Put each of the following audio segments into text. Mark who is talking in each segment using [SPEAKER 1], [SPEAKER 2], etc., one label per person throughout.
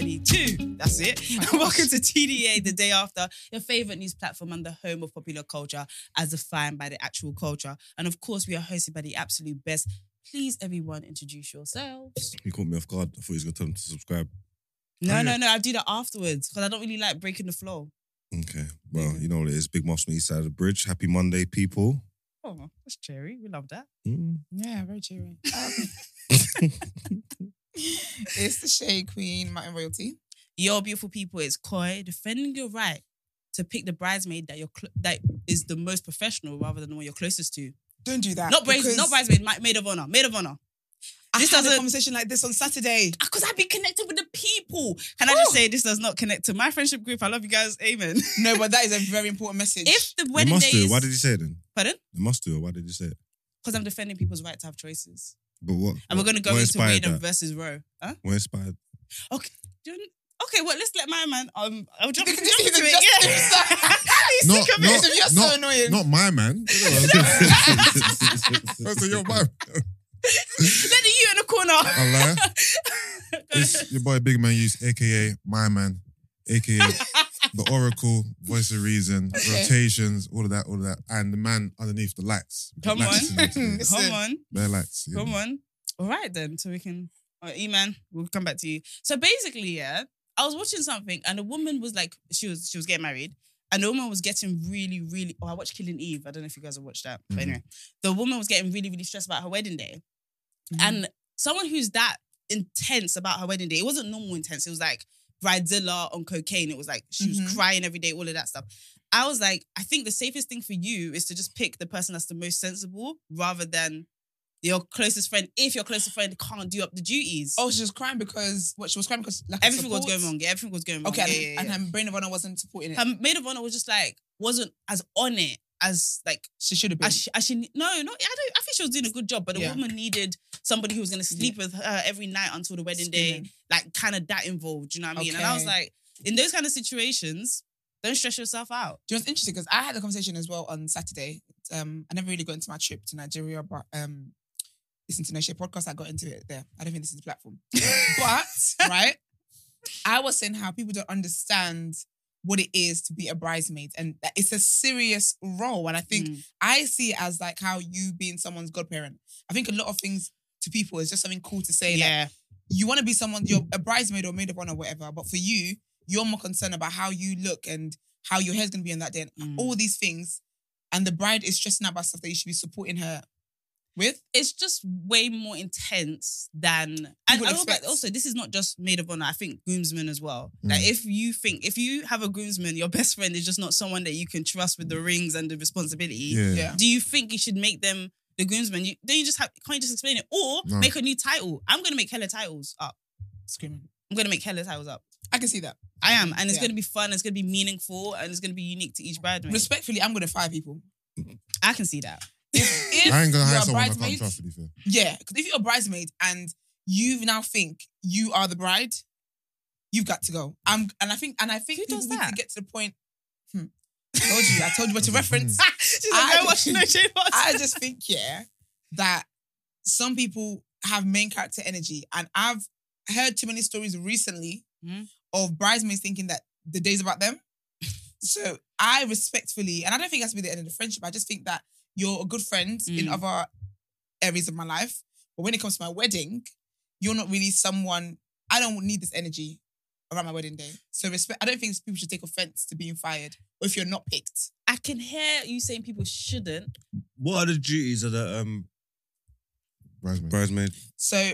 [SPEAKER 1] you. That's it.
[SPEAKER 2] my
[SPEAKER 1] Welcome to TDA, the day after, your favorite news platform and the home of popular culture as defined by the actual culture. And of course, we are hosted by the absolute best. Please, everyone, introduce yourselves.
[SPEAKER 3] He caught me off guard. I thought he was gonna tell him to subscribe.
[SPEAKER 1] No,
[SPEAKER 3] Oh,
[SPEAKER 1] no,
[SPEAKER 3] yeah.
[SPEAKER 1] no. I do that afterwards because I don't really like breaking the flow.
[SPEAKER 3] Okay. Well, you know what it is. Big Muffs from the East Side of the Bridge. Happy Monday, people.
[SPEAKER 1] Oh, that's cherry. We love that.
[SPEAKER 3] Mm.
[SPEAKER 2] Yeah, very cheery. Um, it's the Shade Queen, Mountain Royalty.
[SPEAKER 1] Your beautiful people, it's Koi defending your right to pick the bridesmaid that you're cl- that is the most professional rather than the one you're closest to.
[SPEAKER 4] Don't do that.
[SPEAKER 1] Not braids,
[SPEAKER 4] because
[SPEAKER 1] not bridesmaid, ma- maid of honor, maid of honor.
[SPEAKER 4] I
[SPEAKER 1] This
[SPEAKER 4] had a
[SPEAKER 1] doesn't-
[SPEAKER 4] conversation like this on Saturday.
[SPEAKER 1] Because I've been connected with the people. Can I just say this does not connect to my friendship group? I love you guys. Amen.
[SPEAKER 4] No, but that is a very important message.
[SPEAKER 1] if the
[SPEAKER 3] They
[SPEAKER 1] wedding
[SPEAKER 3] must
[SPEAKER 1] day
[SPEAKER 3] do
[SPEAKER 1] is
[SPEAKER 3] it. Why did he say it then?
[SPEAKER 1] pardon,
[SPEAKER 3] They must do it. Why did he say it?
[SPEAKER 1] because I'm defending people's right to have choices,
[SPEAKER 3] But what?
[SPEAKER 1] and we're going to go
[SPEAKER 3] what
[SPEAKER 1] into
[SPEAKER 3] inspired
[SPEAKER 1] Raiden
[SPEAKER 3] that?
[SPEAKER 1] versus Roe. Huh?
[SPEAKER 3] What inspired?
[SPEAKER 1] Do you- Okay, well, let's let my man. Um, I'll jump
[SPEAKER 4] Look
[SPEAKER 1] into
[SPEAKER 4] at this, he's
[SPEAKER 1] it.
[SPEAKER 4] just-
[SPEAKER 1] Yeah. He's
[SPEAKER 5] Not-
[SPEAKER 1] sick of
[SPEAKER 5] not-
[SPEAKER 1] it.
[SPEAKER 4] Listen, you're so
[SPEAKER 5] not-
[SPEAKER 4] annoying.
[SPEAKER 5] Not my man. I said, yo, my
[SPEAKER 1] Let the you in the corner.
[SPEAKER 5] I lie. It's your boy Big Man Use, aka my man, aka the Oracle, Voice of Reason, rotations, all of that, all of that, and the man underneath the lights. We've got
[SPEAKER 1] Come
[SPEAKER 5] lights
[SPEAKER 1] on.
[SPEAKER 5] in here today.
[SPEAKER 4] Listen.
[SPEAKER 1] Come on.
[SPEAKER 5] Bare lights. you
[SPEAKER 1] Come
[SPEAKER 5] know.
[SPEAKER 1] on. All right then, so we can. All right, E-man, we'll come back to you. So basically, yeah, I was watching something, and a woman was like, she was she was getting married, and the woman was getting really, really. Oh, I watched Killing Eve. I don't know if you guys have watched that, but
[SPEAKER 5] Mhm.
[SPEAKER 1] anyway, the woman was getting really, really stressed about her wedding day,
[SPEAKER 4] Mhm.
[SPEAKER 1] and someone who's that intense about her wedding day, it wasn't normal intense. It was like bridezilla on cocaine. It was like she was
[SPEAKER 4] Mhm.
[SPEAKER 1] crying every day, all of that stuff. I was like, I think the safest thing for you is to just pick the person that's the most sensible rather than your closest friend. If your closest friend can't do up the duties,
[SPEAKER 4] oh, she was crying because what? She was crying because like
[SPEAKER 1] everything was
[SPEAKER 4] support?
[SPEAKER 1] going wrong. Yeah, everything was going wrong.
[SPEAKER 4] Okay,
[SPEAKER 1] yeah,
[SPEAKER 4] and,
[SPEAKER 1] yeah,
[SPEAKER 4] and
[SPEAKER 1] yeah.
[SPEAKER 4] her brain of honor wasn't supporting it.
[SPEAKER 1] her maid of honor was just like wasn't as on it as like
[SPEAKER 4] she should have been.
[SPEAKER 1] as she, as she ne- no no I don't I think she was doing a good job, but the
[SPEAKER 4] Yeah.
[SPEAKER 1] woman needed somebody who was gonna sleep with her every night until the wedding day
[SPEAKER 4] Screaming.
[SPEAKER 1] like kind of that involved. You know what I mean? And I was
[SPEAKER 4] Okay.
[SPEAKER 1] like, in those kind of situations, don't stress yourself out.
[SPEAKER 4] Do you know what's interesting? Because I had a conversation as well on Saturday. Um, I never really got into my trip to Nigeria, but um, listen to No Shade podcast. I got into it there. I don't think this is the platform, but right, I was saying how people don't understand what it is to be a bridesmaid, and that it's a serious role. And I think
[SPEAKER 1] Mm.
[SPEAKER 4] I see it as like how you being someone's godparent. I think a lot of things to people is just something cool to say. like,
[SPEAKER 1] yeah,
[SPEAKER 4] you want to be someone, you're a bridesmaid or maid of honor, whatever. But for you, you're more concerned about how you look and how your hair's going to be on that day and
[SPEAKER 1] Mm.
[SPEAKER 4] all these things. And the bride is stressing out about stuff that you should be supporting her with.
[SPEAKER 1] it's just way more intense than and
[SPEAKER 4] People
[SPEAKER 1] I don't
[SPEAKER 4] expect.
[SPEAKER 1] know, but also this is not just maid of honor. I think groomsmen as well.
[SPEAKER 5] Mm.
[SPEAKER 1] Like if you think if you have a groomsman, your best friend is just not someone that you can trust with the rings and the responsibility.
[SPEAKER 5] Yeah.
[SPEAKER 4] Yeah.
[SPEAKER 1] Do you think you should make them the groomsmen? You, then you just have can't you just explain it or
[SPEAKER 5] No.
[SPEAKER 1] make a new title? I'm gonna make hella titles up.
[SPEAKER 4] Screaming.
[SPEAKER 1] I'm gonna make hella titles up.
[SPEAKER 4] I can see that.
[SPEAKER 1] I am, and it's
[SPEAKER 4] Yeah.
[SPEAKER 1] gonna be fun. It's gonna be meaningful, and it's gonna be unique to each bridesmaid.
[SPEAKER 4] Respectfully, I'm going to fire people.
[SPEAKER 1] I can see that.
[SPEAKER 4] If
[SPEAKER 5] I ain't gonna
[SPEAKER 4] you're
[SPEAKER 5] hire
[SPEAKER 4] a
[SPEAKER 5] someone I can't
[SPEAKER 4] bridesmaid-
[SPEAKER 5] trust, to be fair.
[SPEAKER 4] Yeah. Because if you're a bridesmaid and you now think you are the bride, you've got to go. I'm, and I think, and I think
[SPEAKER 1] Who
[SPEAKER 4] people
[SPEAKER 1] does
[SPEAKER 4] need
[SPEAKER 1] that?
[SPEAKER 4] to get to the point. Hmm. I told you, I told you what to reference.
[SPEAKER 1] She's like,
[SPEAKER 4] I-
[SPEAKER 1] I, watch no shade
[SPEAKER 4] I just think, yeah, that some people have main character energy. And I've heard too many stories recently
[SPEAKER 1] Mhm.
[SPEAKER 4] of bridesmaids thinking that the day's about them. so I respectfully, and I don't think it has to be the end of the friendship. I just think that you're a good friend in
[SPEAKER 1] Mm.
[SPEAKER 4] other areas of my life. But when it comes to my wedding, you're not really someone, I don't need this energy around my wedding day. So respect, I don't think people should take offense to being fired or if you're not picked.
[SPEAKER 1] I can hear you saying people shouldn't,
[SPEAKER 3] What are the duties of the um,
[SPEAKER 5] Bridesmaid.
[SPEAKER 3] bridesmaid?
[SPEAKER 4] So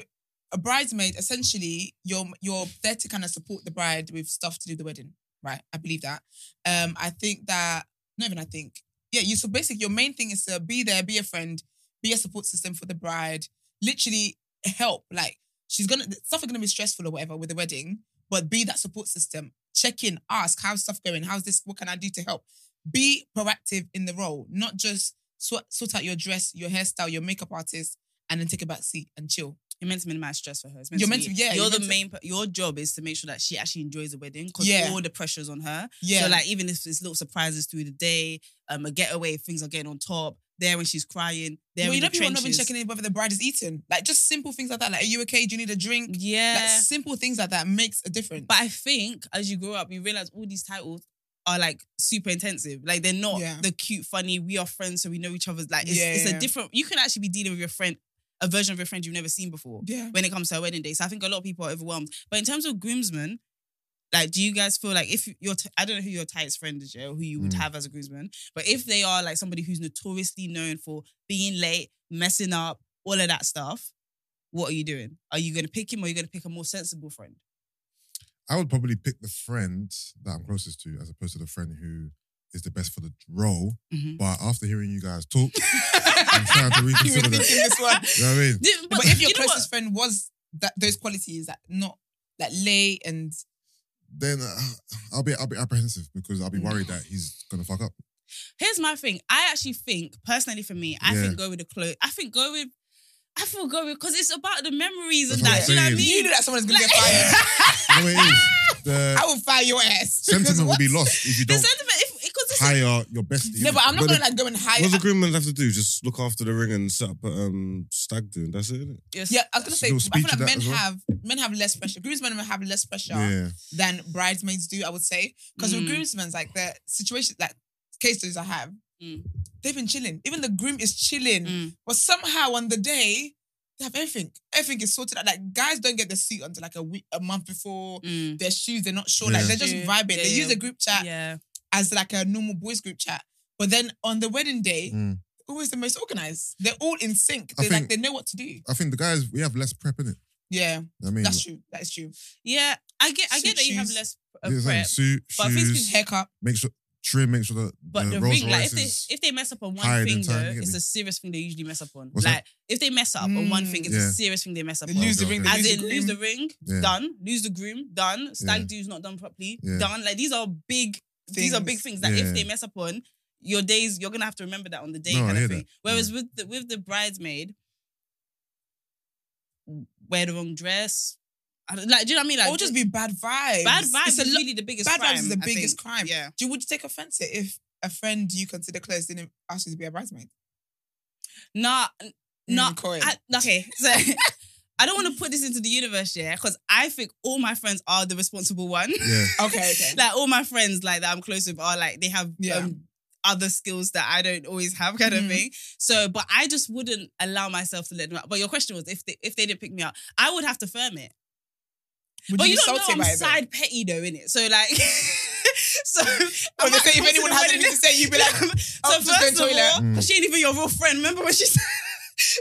[SPEAKER 4] a bridesmaid, essentially, you're you're there to kind of support the bride with stuff to do the wedding, right? I believe that. Um, I think that not even I think, yeah. You so basically your main thing is to be there, be a friend, be a support system for the bride. Literally help. Like she's gonna stuff are gonna be stressful or whatever with the wedding, but be that support system. Check in, ask how's stuff going, how's this, what can I do to help? Be proactive in the role, not just sort, sort out your dress, your hairstyle, your makeup artist, and then take a back seat and chill.
[SPEAKER 1] You're meant to minimize stress for her. It's meant
[SPEAKER 4] You're
[SPEAKER 1] to
[SPEAKER 4] meant
[SPEAKER 1] be,
[SPEAKER 4] to- yeah,
[SPEAKER 1] You're,
[SPEAKER 4] you're
[SPEAKER 1] the
[SPEAKER 4] meant to-
[SPEAKER 1] main. per- Your job is to make sure that she actually enjoys the wedding because
[SPEAKER 4] Yeah.
[SPEAKER 1] all the pressure's on her.
[SPEAKER 4] Yeah.
[SPEAKER 1] So like, even if it's little surprises through the day, um, a getaway, if things are getting on top. there when she's crying, there
[SPEAKER 4] Well,
[SPEAKER 1] in
[SPEAKER 4] you know
[SPEAKER 1] the
[SPEAKER 4] people are not even
[SPEAKER 1] trenches.
[SPEAKER 4] checking in whether the bride is eating. Like just simple things like that. Like, are you okay? Do you need a drink?
[SPEAKER 1] Yeah.
[SPEAKER 4] Like simple things like that makes a difference.
[SPEAKER 1] But I think as you grow up, you realize all these titles are like super intensive. Like they're not
[SPEAKER 4] Yeah.
[SPEAKER 1] the cute, funny, we are friends, so we know each other's like it's,
[SPEAKER 4] Yeah,
[SPEAKER 1] it's
[SPEAKER 4] yeah.
[SPEAKER 1] a different you can actually be dealing with your friend, a version of your friend you've never seen before
[SPEAKER 4] yeah.
[SPEAKER 1] when it comes to a wedding day. So I think a lot of people are overwhelmed. But in terms of groomsmen, like, do you guys feel like if your t- I don't know who your tightest friend is, yeah, or who you would
[SPEAKER 5] Mm.
[SPEAKER 1] have as a groomsman, but if they are like somebody who's notoriously known for being late, messing up, all of that stuff, what are you doing? Are you going to pick him, or are you going to pick a more sensible friend?
[SPEAKER 5] I would probably pick the friend that I'm closest to as opposed to the friend who is the best for the role.
[SPEAKER 4] Mm-hmm.
[SPEAKER 1] Mhm.
[SPEAKER 5] But after hearing you guys talk, I'm trying to reconsider that.
[SPEAKER 4] Thinking this one.
[SPEAKER 5] You know what I mean?
[SPEAKER 1] But,
[SPEAKER 4] But if your
[SPEAKER 1] you know what?
[SPEAKER 4] closest friend was that those qualities, that not like lay and
[SPEAKER 5] Then uh, I'll be I'll be apprehensive because I'll be worried that he's gonna fuck up.
[SPEAKER 1] here's my thing. I actually think, personally for me, I
[SPEAKER 5] Yeah.
[SPEAKER 1] think go with the clothes. I think go with. I feel go with because it's about the memories and that.
[SPEAKER 5] That's
[SPEAKER 1] Do you know
[SPEAKER 5] what
[SPEAKER 1] what I
[SPEAKER 5] I'm saying.
[SPEAKER 4] you
[SPEAKER 1] mean?
[SPEAKER 4] know that someone's gonna get fired.
[SPEAKER 5] You know what it is? The
[SPEAKER 4] I will fire your ass. Because
[SPEAKER 5] sentiment will
[SPEAKER 4] what-
[SPEAKER 5] be lost if you
[SPEAKER 1] The
[SPEAKER 5] don't
[SPEAKER 1] sentiment, if, because it's
[SPEAKER 5] hire your bestie.
[SPEAKER 4] No, but I'm not
[SPEAKER 3] But the-
[SPEAKER 4] gonna like go and hire.
[SPEAKER 3] What does the groomman have to do? Just look after the ring and set up a um, stag do. and That's it. innit?
[SPEAKER 1] yes.
[SPEAKER 4] Yeah, I was gonna
[SPEAKER 5] It's a
[SPEAKER 4] say.
[SPEAKER 5] little
[SPEAKER 4] I
[SPEAKER 5] speech
[SPEAKER 4] feel
[SPEAKER 5] of
[SPEAKER 4] like
[SPEAKER 5] that
[SPEAKER 4] men
[SPEAKER 5] as well.
[SPEAKER 4] have men have less pressure. Groomsmen have less pressure
[SPEAKER 5] yeah,
[SPEAKER 4] than bridesmaids do. I would say because
[SPEAKER 1] Mm.
[SPEAKER 4] with groomsmen, like the situation, like case studies I have,
[SPEAKER 1] Mm.
[SPEAKER 4] they've been chilling. Even the groom is chilling,
[SPEAKER 1] Mm.
[SPEAKER 4] but somehow on the day they have everything. Everything is sorted out. Like guys don't get the suit until like a week, a month before.
[SPEAKER 1] Mm.
[SPEAKER 4] Their shoes, they're not sure. Like
[SPEAKER 5] Yeah.
[SPEAKER 4] they're just
[SPEAKER 1] Yeah.
[SPEAKER 4] vibing. They
[SPEAKER 1] Yeah.
[SPEAKER 4] use a group chat
[SPEAKER 1] yeah.
[SPEAKER 4] as like a normal boys group chat. But then on the wedding day,
[SPEAKER 5] Mm.
[SPEAKER 4] always the most organized. They're all in sync.
[SPEAKER 5] I
[SPEAKER 4] They like
[SPEAKER 5] think-
[SPEAKER 4] they know what to do.
[SPEAKER 5] I think the guys we have less prep in it.
[SPEAKER 4] Yeah,
[SPEAKER 5] I mean,
[SPEAKER 4] that's true. That's true.
[SPEAKER 1] Yeah, I get, I
[SPEAKER 4] Suit,
[SPEAKER 1] get that you have
[SPEAKER 4] shoes.
[SPEAKER 1] less uh,
[SPEAKER 5] you know what I'm saying?
[SPEAKER 1] prep,
[SPEAKER 5] suit,
[SPEAKER 1] But I think it's
[SPEAKER 5] shoes,
[SPEAKER 4] Haircut.
[SPEAKER 5] make sure trim, make sure that
[SPEAKER 1] but the,
[SPEAKER 5] Rolls
[SPEAKER 1] ring, like
[SPEAKER 5] Royce
[SPEAKER 1] if
[SPEAKER 5] is-
[SPEAKER 1] they if they mess up on one
[SPEAKER 5] higher
[SPEAKER 1] thing
[SPEAKER 5] than time,
[SPEAKER 1] though,
[SPEAKER 5] you get
[SPEAKER 1] it's
[SPEAKER 5] me?
[SPEAKER 1] a serious thing they usually mess up on.
[SPEAKER 5] What's
[SPEAKER 1] like if they mess up on one thing, it's a
[SPEAKER 5] Mm.
[SPEAKER 1] serious thing they mess up
[SPEAKER 4] They
[SPEAKER 1] on.
[SPEAKER 4] lose the
[SPEAKER 5] Okay,
[SPEAKER 4] ring.
[SPEAKER 5] okay.
[SPEAKER 4] they
[SPEAKER 1] As
[SPEAKER 4] lose
[SPEAKER 1] in, lose the ring,
[SPEAKER 5] Yeah.
[SPEAKER 1] done. Lose the groom, done. Stag
[SPEAKER 5] Yeah.
[SPEAKER 1] do's not done properly,
[SPEAKER 5] Yeah.
[SPEAKER 1] done. Like these are big, these are big things that if
[SPEAKER 5] Yeah.
[SPEAKER 1] they mess up on, your days you're gonna have to remember that on the day
[SPEAKER 5] No, I
[SPEAKER 1] kind of
[SPEAKER 5] hear
[SPEAKER 1] thing.
[SPEAKER 5] that.
[SPEAKER 1] Whereas with the with the bridesmaid, wear the wrong dress. I don't, like, do you know what I mean? Like,
[SPEAKER 4] Or just be bad vibes.
[SPEAKER 1] bad vibes
[SPEAKER 4] It's a
[SPEAKER 1] is
[SPEAKER 4] lo-
[SPEAKER 1] really the biggest.
[SPEAKER 4] bad
[SPEAKER 1] crime,
[SPEAKER 4] vibes is the
[SPEAKER 1] I
[SPEAKER 4] biggest
[SPEAKER 1] think.
[SPEAKER 4] crime.
[SPEAKER 1] Yeah.
[SPEAKER 4] Do would you take offense to if a friend you consider close didn't ask you to be a bridesmaid?
[SPEAKER 1] Nah, n- nah.
[SPEAKER 4] Mm, Corey.
[SPEAKER 1] I, okay, so I don't want to put this into the universe, yeah, because I think all my friends are the responsible one.
[SPEAKER 5] yeah,
[SPEAKER 4] okay, okay.
[SPEAKER 1] like all my friends, like that I'm close with, are like they have
[SPEAKER 4] Yeah.
[SPEAKER 1] um, other skills that I don't always have, kind
[SPEAKER 4] Mhm.
[SPEAKER 1] of thing. So, but I just wouldn't allow myself to let them out. But your question was if they if they didn't pick me up, I would have to firm it.
[SPEAKER 4] Would
[SPEAKER 1] but
[SPEAKER 4] you,
[SPEAKER 1] you,
[SPEAKER 4] be
[SPEAKER 1] don't know
[SPEAKER 4] salty
[SPEAKER 1] I'm
[SPEAKER 4] by it? though?
[SPEAKER 1] side petty though, innit? So like, so
[SPEAKER 4] Or
[SPEAKER 1] I'm
[SPEAKER 4] they
[SPEAKER 1] not
[SPEAKER 4] say
[SPEAKER 1] going
[SPEAKER 4] if
[SPEAKER 1] to
[SPEAKER 4] anyone
[SPEAKER 1] the
[SPEAKER 4] has
[SPEAKER 1] wedding.
[SPEAKER 4] anything to say, you'd be like,
[SPEAKER 1] So
[SPEAKER 4] "Oh, just go
[SPEAKER 1] first of
[SPEAKER 4] to toilet."
[SPEAKER 1] all,
[SPEAKER 5] Mm.
[SPEAKER 1] she ain't even your real friend. Remember when she said,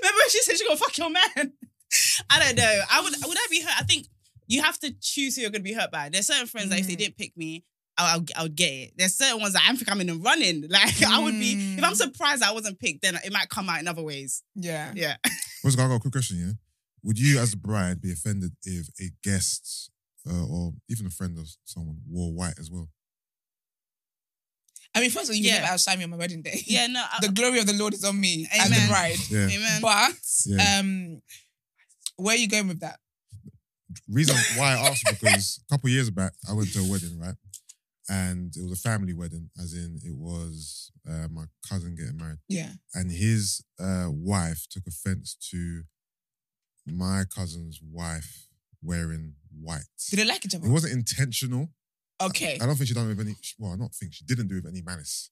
[SPEAKER 1] remember when she said she gonna fuck your man? I don't know. I would would I be hurt? I think you have to choose who you're gonna be hurt by. There's certain friends that if they
[SPEAKER 4] Mm.
[SPEAKER 1] didn't pick me, I would, I would get it. There's certain ones that I think I'm in the running. Like I would be if I'm
[SPEAKER 4] Mm.
[SPEAKER 1] surprised I wasn't picked, then it might come out in other ways.
[SPEAKER 4] yeah.
[SPEAKER 1] Yeah.
[SPEAKER 5] What's I got a quick question, yeah? Would you, as a bride, be offended if a guest uh, or even a friend of someone wore white as well?
[SPEAKER 4] I mean, first of all, you
[SPEAKER 1] Yeah.
[SPEAKER 4] can never outshine me on my wedding day.
[SPEAKER 1] Yeah. No. I,
[SPEAKER 4] The glory of the Lord is on me as the
[SPEAKER 1] Amen.
[SPEAKER 4] bride.
[SPEAKER 5] Yeah.
[SPEAKER 1] amen.
[SPEAKER 4] But
[SPEAKER 5] Yeah.
[SPEAKER 4] um, where are you going with that?
[SPEAKER 5] Reason why I asked because a couple years back, I went to a wedding, right? And it was a family wedding, as in it was uh, my cousin getting married.
[SPEAKER 4] Yeah.
[SPEAKER 5] And his uh, wife took offense to my cousin's wife wearing white.
[SPEAKER 4] Do they like each
[SPEAKER 5] It
[SPEAKER 4] other?
[SPEAKER 5] wasn't uh, intentional.
[SPEAKER 4] okay.
[SPEAKER 5] I don't think she done it with any. Well, I don't think she didn't do it with any malice.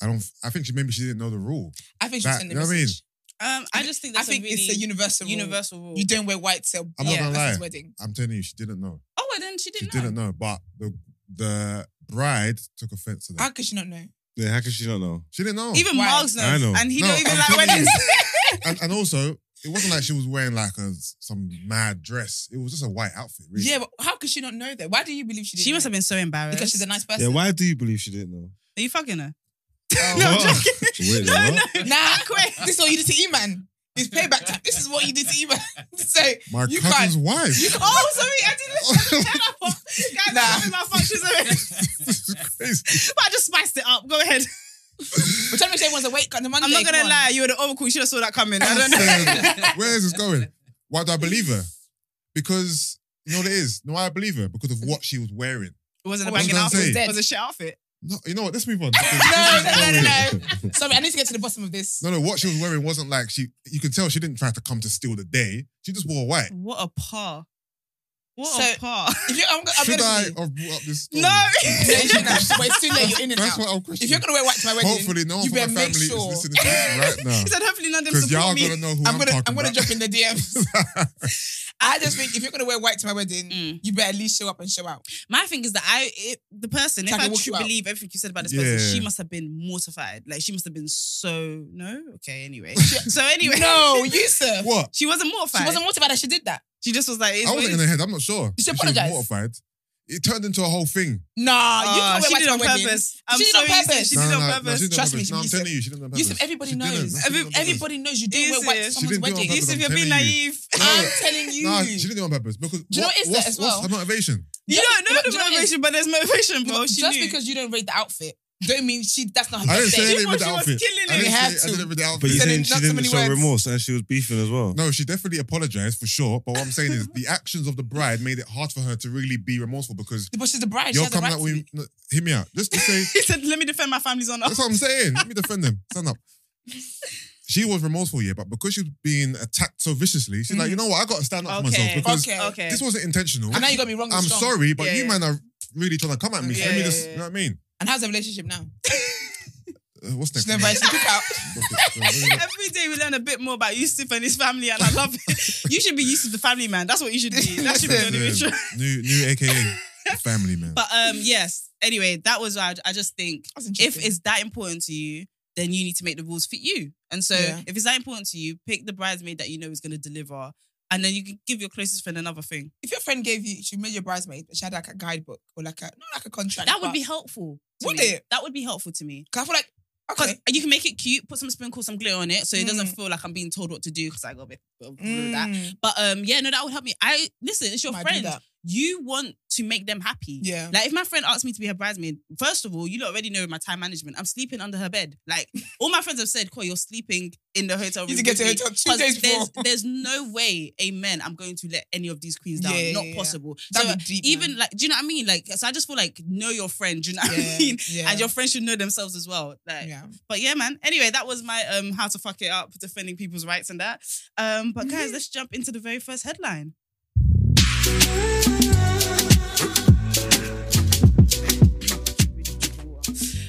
[SPEAKER 5] I don't. I think she maybe she didn't know the rule.
[SPEAKER 4] I think she's
[SPEAKER 5] That-
[SPEAKER 4] sending
[SPEAKER 5] you
[SPEAKER 4] a
[SPEAKER 5] know what I mean?
[SPEAKER 4] message.
[SPEAKER 1] Um, I just think
[SPEAKER 4] I
[SPEAKER 1] that's
[SPEAKER 4] think
[SPEAKER 1] a really
[SPEAKER 4] it's a universal rule.
[SPEAKER 1] universal rule.
[SPEAKER 4] You don't wear white till
[SPEAKER 5] I'm
[SPEAKER 1] not
[SPEAKER 4] yeah,
[SPEAKER 5] gonna
[SPEAKER 4] person's
[SPEAKER 5] lie.
[SPEAKER 4] wedding.
[SPEAKER 5] I'm telling you, she didn't know.
[SPEAKER 1] oh, and then she
[SPEAKER 5] she
[SPEAKER 1] didn't. know.
[SPEAKER 5] didn't know. But the the bride took offense to that.
[SPEAKER 4] How could she not know?
[SPEAKER 3] Yeah, how could she not know?
[SPEAKER 5] she didn't know.
[SPEAKER 1] Even
[SPEAKER 4] Why?
[SPEAKER 1] Margs knows,
[SPEAKER 3] I know.
[SPEAKER 1] and he
[SPEAKER 5] No,
[SPEAKER 1] don't even
[SPEAKER 5] I'm
[SPEAKER 1] like
[SPEAKER 5] telling
[SPEAKER 1] weddings.
[SPEAKER 5] and, and also, it wasn't like she was wearing like a some mad dress. It was just a white outfit. Really.
[SPEAKER 4] Yeah, but how could she not know that? Why do you believe she didn't?
[SPEAKER 1] she must
[SPEAKER 4] know?
[SPEAKER 1] have been so embarrassed
[SPEAKER 4] because she's a nice person. Oh.
[SPEAKER 3] Yeah, why do you believe she didn't know?
[SPEAKER 1] Are you fucking her?
[SPEAKER 3] no,
[SPEAKER 1] I'm joking.
[SPEAKER 3] Wait,
[SPEAKER 1] No,
[SPEAKER 3] what?
[SPEAKER 1] no.
[SPEAKER 4] Nah, quick. This is what you did to E-Man. It's payback time. This is what you did to E-Man. so
[SPEAKER 5] My
[SPEAKER 4] You
[SPEAKER 5] cousin's wife.
[SPEAKER 1] Oh, sorry, I didn't shut up. Guys,
[SPEAKER 4] Nah.
[SPEAKER 1] I'm having malfunctions already.
[SPEAKER 5] this is crazy.
[SPEAKER 1] But I just spiced it up. Go ahead.
[SPEAKER 4] we're trying to make sure everyone's awake on the Monday.
[SPEAKER 1] I'm not gonna
[SPEAKER 4] come on.
[SPEAKER 1] lie, you were the oracle. You should have saw that coming. I don't know.
[SPEAKER 5] Said, Where is this going? Why do I believe her? Because you know what it is. No, I believe her because of what she was wearing.
[SPEAKER 1] It wasn't a
[SPEAKER 5] What was
[SPEAKER 1] banging
[SPEAKER 5] I gonna
[SPEAKER 1] outfit.
[SPEAKER 5] say?
[SPEAKER 1] It was a shit outfit.
[SPEAKER 5] No, you know what? Let's move on.
[SPEAKER 4] No, no, no, no, no. Sorry, I need to get to the bottom of this.
[SPEAKER 5] No, no, what she was wearing wasn't like she. You could tell she didn't try to come to steal the day. She just wore white.
[SPEAKER 1] What a par. What a
[SPEAKER 4] So-
[SPEAKER 1] par.
[SPEAKER 4] If you, I'm, go- I'm
[SPEAKER 5] Should
[SPEAKER 4] gonna
[SPEAKER 5] I
[SPEAKER 4] be-
[SPEAKER 5] have brought up this? Story?
[SPEAKER 1] No.
[SPEAKER 4] No, you shouldn't have. but it's too late. You're in and
[SPEAKER 5] That's
[SPEAKER 4] out.
[SPEAKER 5] what I'm
[SPEAKER 4] If
[SPEAKER 5] questioning.
[SPEAKER 4] you're gonna wear white to my wedding,
[SPEAKER 5] Hopefully, no one
[SPEAKER 4] you
[SPEAKER 5] from my
[SPEAKER 4] better
[SPEAKER 5] family
[SPEAKER 4] make
[SPEAKER 5] is
[SPEAKER 4] sure.
[SPEAKER 5] listening to this right now
[SPEAKER 1] He said, hopefully none of them
[SPEAKER 5] because y'all
[SPEAKER 1] support me.
[SPEAKER 5] gonna know who I'm,
[SPEAKER 4] I'm gonna
[SPEAKER 5] talking
[SPEAKER 4] I'm gonna
[SPEAKER 5] about.
[SPEAKER 4] jump in the DMs. I just think if you're gonna wear white to my wedding,
[SPEAKER 1] Mm.
[SPEAKER 4] you better at least show up and show out.
[SPEAKER 1] My thing is that I, it, the person, if
[SPEAKER 4] It's like
[SPEAKER 1] I
[SPEAKER 4] it walks
[SPEAKER 1] truly
[SPEAKER 4] you out.
[SPEAKER 1] believe everything you said about this
[SPEAKER 5] Yeah.
[SPEAKER 1] person, she must have been mortified. Like she must have been so no. Okay, anyway. so anyway,
[SPEAKER 4] No, you sir.
[SPEAKER 5] what?
[SPEAKER 1] she wasn't mortified.
[SPEAKER 4] She wasn't mortified that she did that.
[SPEAKER 1] She just was like, it's
[SPEAKER 5] I wasn't in her head. I'm not sure.
[SPEAKER 4] You should
[SPEAKER 5] If
[SPEAKER 4] apologise.
[SPEAKER 5] She was mortified. It turned into a whole thing.
[SPEAKER 4] Nah, you
[SPEAKER 1] Ah,
[SPEAKER 4] can't wear
[SPEAKER 1] she
[SPEAKER 4] white
[SPEAKER 1] did
[SPEAKER 4] to
[SPEAKER 1] on
[SPEAKER 4] my wedding.
[SPEAKER 1] purpose. I'm
[SPEAKER 4] She did
[SPEAKER 1] so
[SPEAKER 4] on
[SPEAKER 1] used to-
[SPEAKER 4] purpose.
[SPEAKER 1] She
[SPEAKER 5] No,
[SPEAKER 1] did
[SPEAKER 5] no,
[SPEAKER 1] on
[SPEAKER 5] no, no,
[SPEAKER 1] purpose.
[SPEAKER 5] she didn't on
[SPEAKER 4] Trust me,
[SPEAKER 5] purpose.
[SPEAKER 4] she
[SPEAKER 5] No, I'm
[SPEAKER 4] used
[SPEAKER 5] telling
[SPEAKER 4] to-
[SPEAKER 5] you, she didn't on
[SPEAKER 4] You
[SPEAKER 5] purpose.
[SPEAKER 4] said everybody
[SPEAKER 5] She did it.
[SPEAKER 4] knows.
[SPEAKER 5] She
[SPEAKER 4] Every,
[SPEAKER 5] did it.
[SPEAKER 4] everybody knows you don't wear white
[SPEAKER 1] Easy.
[SPEAKER 4] to someone's
[SPEAKER 5] She didn't do it
[SPEAKER 4] wedding.
[SPEAKER 5] on purpose.
[SPEAKER 1] Easy
[SPEAKER 5] I'm
[SPEAKER 1] if you're being
[SPEAKER 5] telling you.
[SPEAKER 1] naive.
[SPEAKER 4] I'm telling you.
[SPEAKER 5] Nah, she didn't do it on purpose because
[SPEAKER 4] Do you know
[SPEAKER 5] what-
[SPEAKER 4] what is that
[SPEAKER 5] what's,
[SPEAKER 4] as well?
[SPEAKER 5] what's her motivation?
[SPEAKER 1] You don't know
[SPEAKER 4] But
[SPEAKER 1] the
[SPEAKER 4] do you know what it is?
[SPEAKER 1] motivation, but there's motivation, bro. She
[SPEAKER 4] Just
[SPEAKER 1] knew.
[SPEAKER 4] because you don't rate the outfit, don't mean she. That's not her
[SPEAKER 5] I didn't
[SPEAKER 4] best
[SPEAKER 5] say
[SPEAKER 4] day.
[SPEAKER 5] anything with the
[SPEAKER 1] she was
[SPEAKER 5] outfit.
[SPEAKER 1] killing
[SPEAKER 5] I
[SPEAKER 1] it.
[SPEAKER 5] didn't
[SPEAKER 4] You
[SPEAKER 5] say-
[SPEAKER 4] had
[SPEAKER 5] I did
[SPEAKER 4] to.
[SPEAKER 5] it with the outfit.
[SPEAKER 3] But you're
[SPEAKER 4] Said it
[SPEAKER 3] saying she
[SPEAKER 4] not so
[SPEAKER 3] didn't
[SPEAKER 4] many
[SPEAKER 3] show
[SPEAKER 4] words.
[SPEAKER 3] remorse and she was beefing as well.
[SPEAKER 5] No, she definitely apologized for sure. But what I'm saying is the actions of the bride made it hard for her to really be remorseful because
[SPEAKER 4] But she's the bride. She
[SPEAKER 5] you're
[SPEAKER 4] has the
[SPEAKER 5] coming
[SPEAKER 4] right
[SPEAKER 5] out
[SPEAKER 4] to
[SPEAKER 5] with.
[SPEAKER 4] it.
[SPEAKER 5] no, Hear me out. Just to say,
[SPEAKER 1] he said, "Let me defend my family's honor."
[SPEAKER 5] that's what I'm saying. Let me defend them. Stand up. She was remorseful, yeah, but because she was being attacked so viciously, she's like, you know what? I got to stand up for myself
[SPEAKER 1] Mm. Okay.
[SPEAKER 5] because
[SPEAKER 4] Okay.
[SPEAKER 1] Okay.
[SPEAKER 5] this wasn't intentional.
[SPEAKER 4] And now you got me wrong. and
[SPEAKER 5] I'm
[SPEAKER 4] strong.
[SPEAKER 5] sorry, but
[SPEAKER 1] Yeah,
[SPEAKER 5] you
[SPEAKER 1] yeah.
[SPEAKER 5] man are really trying to come at me. So
[SPEAKER 1] Yeah,
[SPEAKER 5] let me
[SPEAKER 1] yeah,
[SPEAKER 5] just,
[SPEAKER 1] yeah.
[SPEAKER 5] you know what I mean?
[SPEAKER 4] And how's the relationship now?
[SPEAKER 5] Uh, what's next?
[SPEAKER 4] She invites you to cook out.
[SPEAKER 1] Every day we learn a bit more about Yusuf and his family, and I love it. you should be Yusuf the family man. That's what you should be. That should be your new intro.
[SPEAKER 5] Yeah, new, new AKA family man.
[SPEAKER 1] But um, yes. Anyway, that was why I, I just think
[SPEAKER 4] That's
[SPEAKER 1] if
[SPEAKER 4] interesting.
[SPEAKER 1] it's that important to you, then you need to make the rules fit you. And so,
[SPEAKER 4] Yeah.
[SPEAKER 1] if it's that important to you, pick the bridesmaid that you know is going to deliver, and then you can give your closest friend another thing.
[SPEAKER 4] if your friend gave you, she made your bridesmaid, but she had like a guidebook or like a not like a contract.
[SPEAKER 1] That would
[SPEAKER 4] but-
[SPEAKER 1] be helpful. to
[SPEAKER 4] Would
[SPEAKER 1] me.
[SPEAKER 4] it?
[SPEAKER 1] That would be helpful to me.
[SPEAKER 4] 'Cause I feel like
[SPEAKER 1] Because
[SPEAKER 4] okay.
[SPEAKER 1] you can make it cute, put some sprinkles, some glitter on it, so it doesn't
[SPEAKER 4] Mm.
[SPEAKER 1] feel like I'm being told what to do because I got a bit of that.
[SPEAKER 4] Mm,
[SPEAKER 1] But um, yeah, no, that would help me. I listen, it's your
[SPEAKER 4] might do
[SPEAKER 1] friend.
[SPEAKER 4] that.
[SPEAKER 1] You want to make them happy.
[SPEAKER 4] Yeah.
[SPEAKER 1] Like if my friend asked me to be her bridesmaid, first of all, you lot already know my time management. I'm sleeping under her bed. Like all my friends have said, "Coy, you're sleeping in the hotel room."
[SPEAKER 4] You need to get to
[SPEAKER 1] with me."
[SPEAKER 4] hotel two
[SPEAKER 1] 'Cause
[SPEAKER 4] days
[SPEAKER 1] there's,
[SPEAKER 4] before.
[SPEAKER 1] there's no way, amen, I'm going to let any of these queens down.
[SPEAKER 4] Yeah,
[SPEAKER 1] Not
[SPEAKER 4] yeah, yeah.
[SPEAKER 1] possible.
[SPEAKER 4] That'd
[SPEAKER 1] so
[SPEAKER 4] be deep.
[SPEAKER 1] even
[SPEAKER 4] man.
[SPEAKER 1] like, do you know what I mean? Like, so I just feel like know your friend. Do you know what
[SPEAKER 4] Yeah,
[SPEAKER 1] I mean?
[SPEAKER 4] yeah,
[SPEAKER 1] And your friends should know themselves as well. Like,
[SPEAKER 4] yeah.
[SPEAKER 1] but yeah, man. Anyway, that was my um how to fuck it up, defending people's rights and that. Um, but guys, let's jump into the very first headline.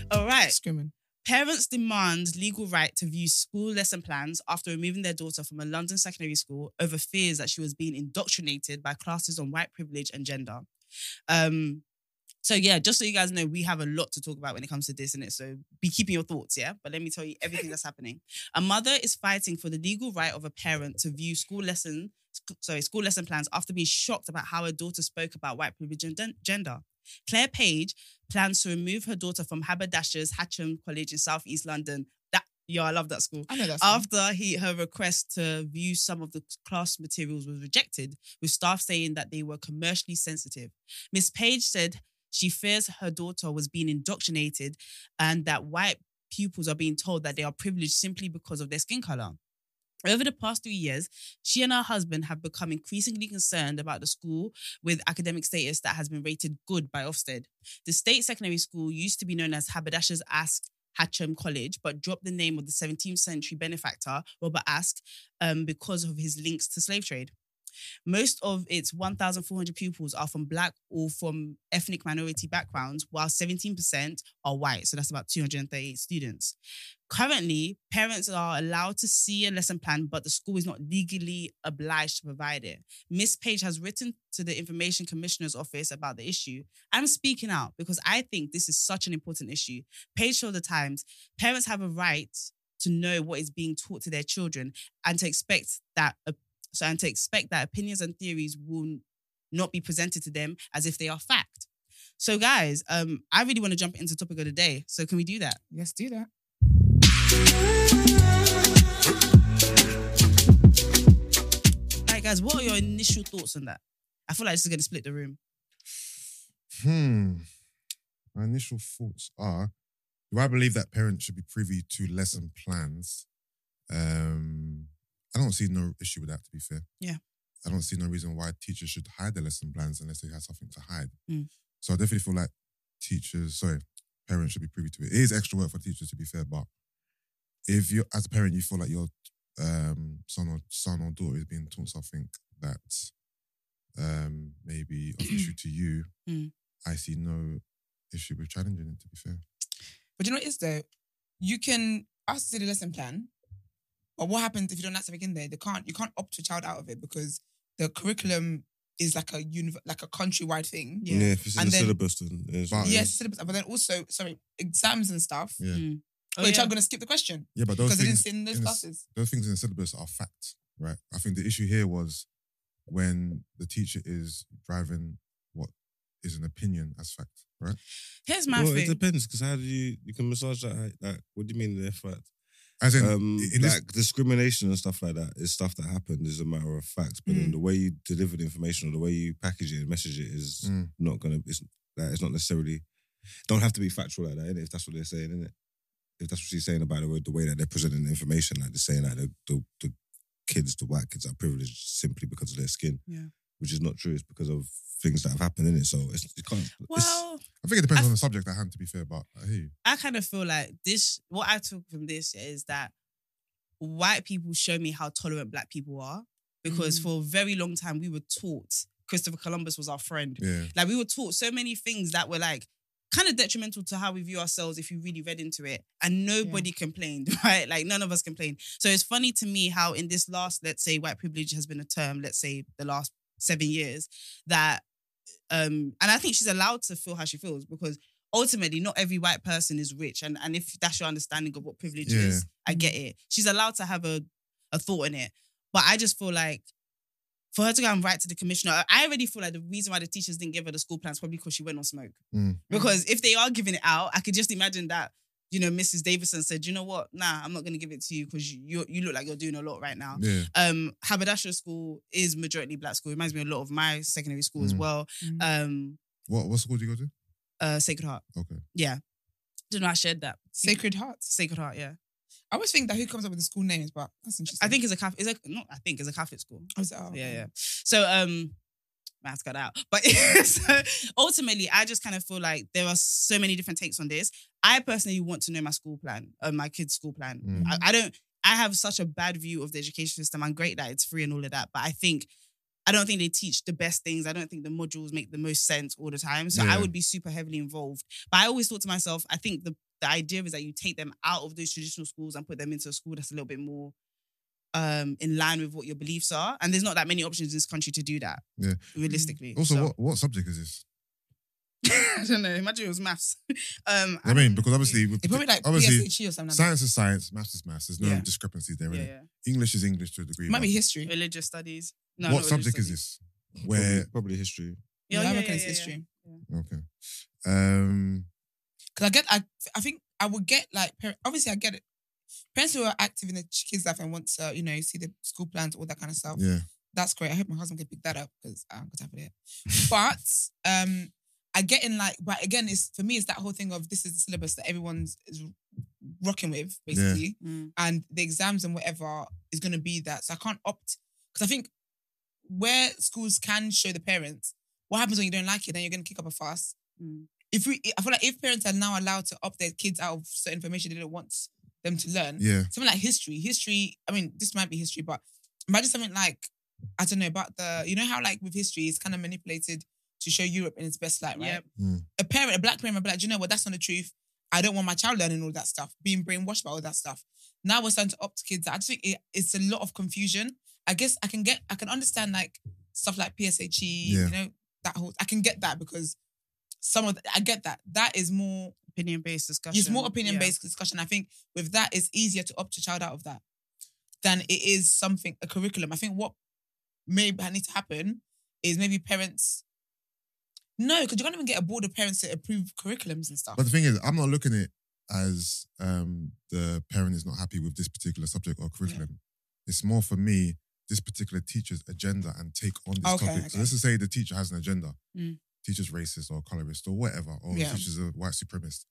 [SPEAKER 1] All right.
[SPEAKER 4] screaming.
[SPEAKER 1] Parents demand legal right to view school lesson plans after removing their daughter from a London secondary school over fears that she was being indoctrinated by classes on white privilege and gender. Um, so yeah, just so you guys know, we have a lot to talk about when it comes to this, and it so be keeping your thoughts, yeah. But let me tell you everything that's happening. A mother is fighting for the legal right of a parent to view school lesson, sc- sorry, school lesson plans after being shocked about how her daughter spoke about white privilege and den- gender. Claire Page plans to remove her daughter from Haberdasher's Hatcham College in South East London. That yo, I love that school.
[SPEAKER 4] I know that's
[SPEAKER 1] After he her request to view some of the class materials was rejected, with staff saying that they were commercially sensitive. Miss Page said she fears her daughter was being indoctrinated and that white pupils are being told that they are privileged simply because of their skin color. Over the past three years, she and her husband have become increasingly concerned about the school with academic status that has been rated good by Ofsted. The state secondary school used to be known as Haberdasher's Ask Hatcham College, but dropped the name of the 17th century benefactor, Robert Ask, um, because of his links to slave trade. Most of its 1,400 pupils are from black or from ethnic minority backgrounds, while 17% are white. So that's about 238 students. Currently, parents are allowed to see a lesson plan, but the school is not legally obliged to provide it. Miss Page has written to the Information Commissioner's Office about the issue. I'm speaking out because I think this is such an important issue. Page showed the Times parents have a right to know what is being taught to their children and to expect that so and to expect that opinions and theories will not be presented to them as if they are fact. So, guys, um, I really want to jump into topic of the day. So, can we do that?
[SPEAKER 4] Let's do that.
[SPEAKER 1] All right, guys, what are your initial thoughts on that? I feel like this is going to split the room.
[SPEAKER 5] Hmm. My initial thoughts are: Do I believe that parents should be privy to lesson plans? Um, I don't see no issue with that. To be fair,
[SPEAKER 1] Yeah.
[SPEAKER 5] I don't see no reason why teachers should hide their lesson plans unless they have something to hide.
[SPEAKER 1] Mm.
[SPEAKER 5] So I definitely feel like teachers, sorry, parents should be privy to it. It is extra work for teachers, to be fair, but if you, as a parent, you feel like your um, son or son or daughter is being taught something that um, maybe of issue to you,
[SPEAKER 1] Mm.
[SPEAKER 5] I see no issue with challenging it. To be fair,
[SPEAKER 4] But you know what it is though? You can ask to do the lesson plan, but what happens if you don't add something in there? They can't you can't opt your child out of it because the curriculum is like a univ- like a countrywide thing.
[SPEAKER 3] Yeah, if it's in
[SPEAKER 4] And
[SPEAKER 3] the
[SPEAKER 4] then-
[SPEAKER 3] syllabus, then it's
[SPEAKER 5] But-
[SPEAKER 3] fine.
[SPEAKER 4] Yes, syllabus, but then also sorry, exams and stuff.
[SPEAKER 5] yeah,
[SPEAKER 1] Mm. Oh,
[SPEAKER 4] But your
[SPEAKER 1] yeah.
[SPEAKER 4] child gonna skip the question
[SPEAKER 5] yeah, but those
[SPEAKER 4] because they didn't
[SPEAKER 5] things,
[SPEAKER 4] sit in those
[SPEAKER 5] in the s-
[SPEAKER 4] classes.
[SPEAKER 5] those things in the syllabus are fact, right? I think the issue here was when the teacher is driving what is an opinion as fact, right?
[SPEAKER 1] Here's my
[SPEAKER 3] Well, it
[SPEAKER 1] thing.
[SPEAKER 3] depends because how do you you can massage that? Like, what do you mean they're fact?
[SPEAKER 5] As in,
[SPEAKER 3] Um,
[SPEAKER 5] in this-
[SPEAKER 3] like discrimination and stuff like that is stuff that happened is a matter of fact, but then the way you deliver the information or the way you package it and message it is
[SPEAKER 5] Mm.
[SPEAKER 3] not gonna. It's that it's not necessarily don't have to be factual like that innit? if that's what they're saying, innit? If that's what she's saying about the way, the way that they're presenting the information, like they're saying that the, the, the kids, the white kids, are privileged simply because of their skin,
[SPEAKER 1] Yeah.
[SPEAKER 3] which is not true. It's because of things that have happened in it. So it's, it can't. it's,
[SPEAKER 1] Well,
[SPEAKER 5] I think it depends
[SPEAKER 1] I-
[SPEAKER 5] on the subject at hand. To be fair, but uh, I hear you.
[SPEAKER 1] I kind of feel like this. What I took from this is that white people show me how tolerant black people are because for a very long time we were taught Christopher Columbus was our friend.
[SPEAKER 5] Yeah.
[SPEAKER 1] Like we were taught so many things that were like kind of detrimental to how we view ourselves if you really read into it. And nobody complained, right? Like none of us complained. So it's funny to me how in this last, let's say, white privilege has been a term, let's say the last seven years, that um, and I think she's allowed to feel how she feels because ultimately not every white person is rich. And and if that's your understanding of what privilege
[SPEAKER 5] Yeah.
[SPEAKER 1] is, I get it. She's allowed to have a a thought in it. But I just feel like for her to go and write to the commissioner, I already feel like the reason why the teachers didn't give her the school plans probably because she went on smoke.
[SPEAKER 5] Mm.
[SPEAKER 1] Because if they are giving it out, I could just imagine that, you know, Mrs. Davidson said, you know what? Nah, I'm not going to give it to you because you, you you look like you're doing a lot right now
[SPEAKER 5] Yeah.
[SPEAKER 1] um haberdashery school is majority black school. It reminds me a lot of my secondary school as
[SPEAKER 5] Mm.
[SPEAKER 1] well.
[SPEAKER 4] Mm.
[SPEAKER 1] Um
[SPEAKER 5] What what school do you go to?
[SPEAKER 1] uh Sacred Heart.
[SPEAKER 5] Okay.
[SPEAKER 1] Yeah. Don't know, I shared that.
[SPEAKER 4] Sacred Hearts.
[SPEAKER 1] Sacred Heart, yeah.
[SPEAKER 4] I always think that who comes up with the school names, but that's interesting.
[SPEAKER 1] I think it's a Catholic is a not I think it's a Catholic school.
[SPEAKER 4] Oh, is it? Oh,
[SPEAKER 1] Yeah,
[SPEAKER 4] okay.
[SPEAKER 1] yeah. So um mask got out. But so ultimately I just kind of feel like there are so many different takes on this. I personally want to know my school plan, uh, my kids' school plan.
[SPEAKER 5] Mm.
[SPEAKER 1] I, I don't I have such a bad view of the education system. I'm great that it's free and all of that, but I think I don't think they teach the best things. I don't think the modules make the most sense all the time. So I
[SPEAKER 5] Yeah.
[SPEAKER 1] would be super heavily involved. But I always thought to myself, I think the the idea is that you take them out of those traditional schools and put them into a school that's a little bit more um in line with what your beliefs are. And there's not that many options in this country to do that.
[SPEAKER 5] Yeah.
[SPEAKER 1] Realistically.
[SPEAKER 5] Also,
[SPEAKER 1] So-
[SPEAKER 5] what, what subject is this?
[SPEAKER 1] I don't know. Imagine it was maths. Um
[SPEAKER 5] I mean, because obviously, with,
[SPEAKER 4] It's probably like
[SPEAKER 5] obviously,
[SPEAKER 4] PSHE E or something. Like that.
[SPEAKER 5] science is science, maths is maths. There's no
[SPEAKER 1] Yeah.
[SPEAKER 5] discrepancies there.
[SPEAKER 1] yeah,
[SPEAKER 5] innit?
[SPEAKER 1] yeah.
[SPEAKER 5] English is English to a degree.
[SPEAKER 4] It might
[SPEAKER 5] but
[SPEAKER 4] be history.
[SPEAKER 1] Religious studies. No, not
[SPEAKER 5] what
[SPEAKER 1] religious
[SPEAKER 5] subject is
[SPEAKER 1] studies.
[SPEAKER 5] this? Where
[SPEAKER 3] probably, probably history.
[SPEAKER 1] Yeah, yeah,
[SPEAKER 4] I
[SPEAKER 1] yeah,
[SPEAKER 4] reckon it's
[SPEAKER 1] yeah, yeah.
[SPEAKER 4] history.
[SPEAKER 5] okay, um,
[SPEAKER 4] Because I get, I, I think I would get like, par- obviously I get it. Parents who are active in the ch- kids' life and want to, you know, see the school plans, all that kind of stuff.
[SPEAKER 5] yeah,
[SPEAKER 4] That's great. I hope my husband can pick that up because I'm gonna have it. But um, I get in like, but again, it's for me, it's that whole thing of this is the syllabus that everyone's is rocking with basically,
[SPEAKER 1] Mm.
[SPEAKER 4] and the exams and whatever is gonna be that. So I can't opt because I think where schools can show the parents what happens when you don't like it, then you're gonna kick up a fuss
[SPEAKER 1] Mm.
[SPEAKER 4] if we, I feel like if parents are now allowed to opt their kids out of certain information they don't want them to learn,
[SPEAKER 5] yeah.
[SPEAKER 4] something like history, history. I mean, this might be history, but imagine something like I don't know about the, you know how like with history it's kind of manipulated to show Europe in its best light, right?
[SPEAKER 1] Yep.
[SPEAKER 5] Mm.
[SPEAKER 4] A parent, a black parent, might be like, "Do you know what? That's not the truth. I don't want my child learning all that stuff, being brainwashed by all that stuff. Now we're starting to opt kids. I just think it, it's a lot of confusion. I guess I can get, I can understand like stuff like PSHE,
[SPEAKER 5] Yeah.
[SPEAKER 4] E, you know, that whole. I can get that because some of, I get that. That is more
[SPEAKER 1] Opinion based discussion.
[SPEAKER 4] it's more opinion
[SPEAKER 1] Yeah.
[SPEAKER 4] based discussion. I think with that, it's easier to opt your child out of that than it is something a curriculum. I think what may need to happen is maybe parents. No, because you can't even get a board of parents to approve curriculums and stuff.
[SPEAKER 5] But the thing is, I'm not looking at it as um, the parent is not happy with this particular subject or curriculum. It's more for me this particular teacher's agenda and take on this
[SPEAKER 4] Okay,
[SPEAKER 5] topic.
[SPEAKER 4] okay.
[SPEAKER 5] So let's just say the teacher has an agenda.
[SPEAKER 1] Mm.
[SPEAKER 5] Teacher's racist or colorist or whatever, or the
[SPEAKER 4] Yeah.
[SPEAKER 5] teacher's a white supremacist,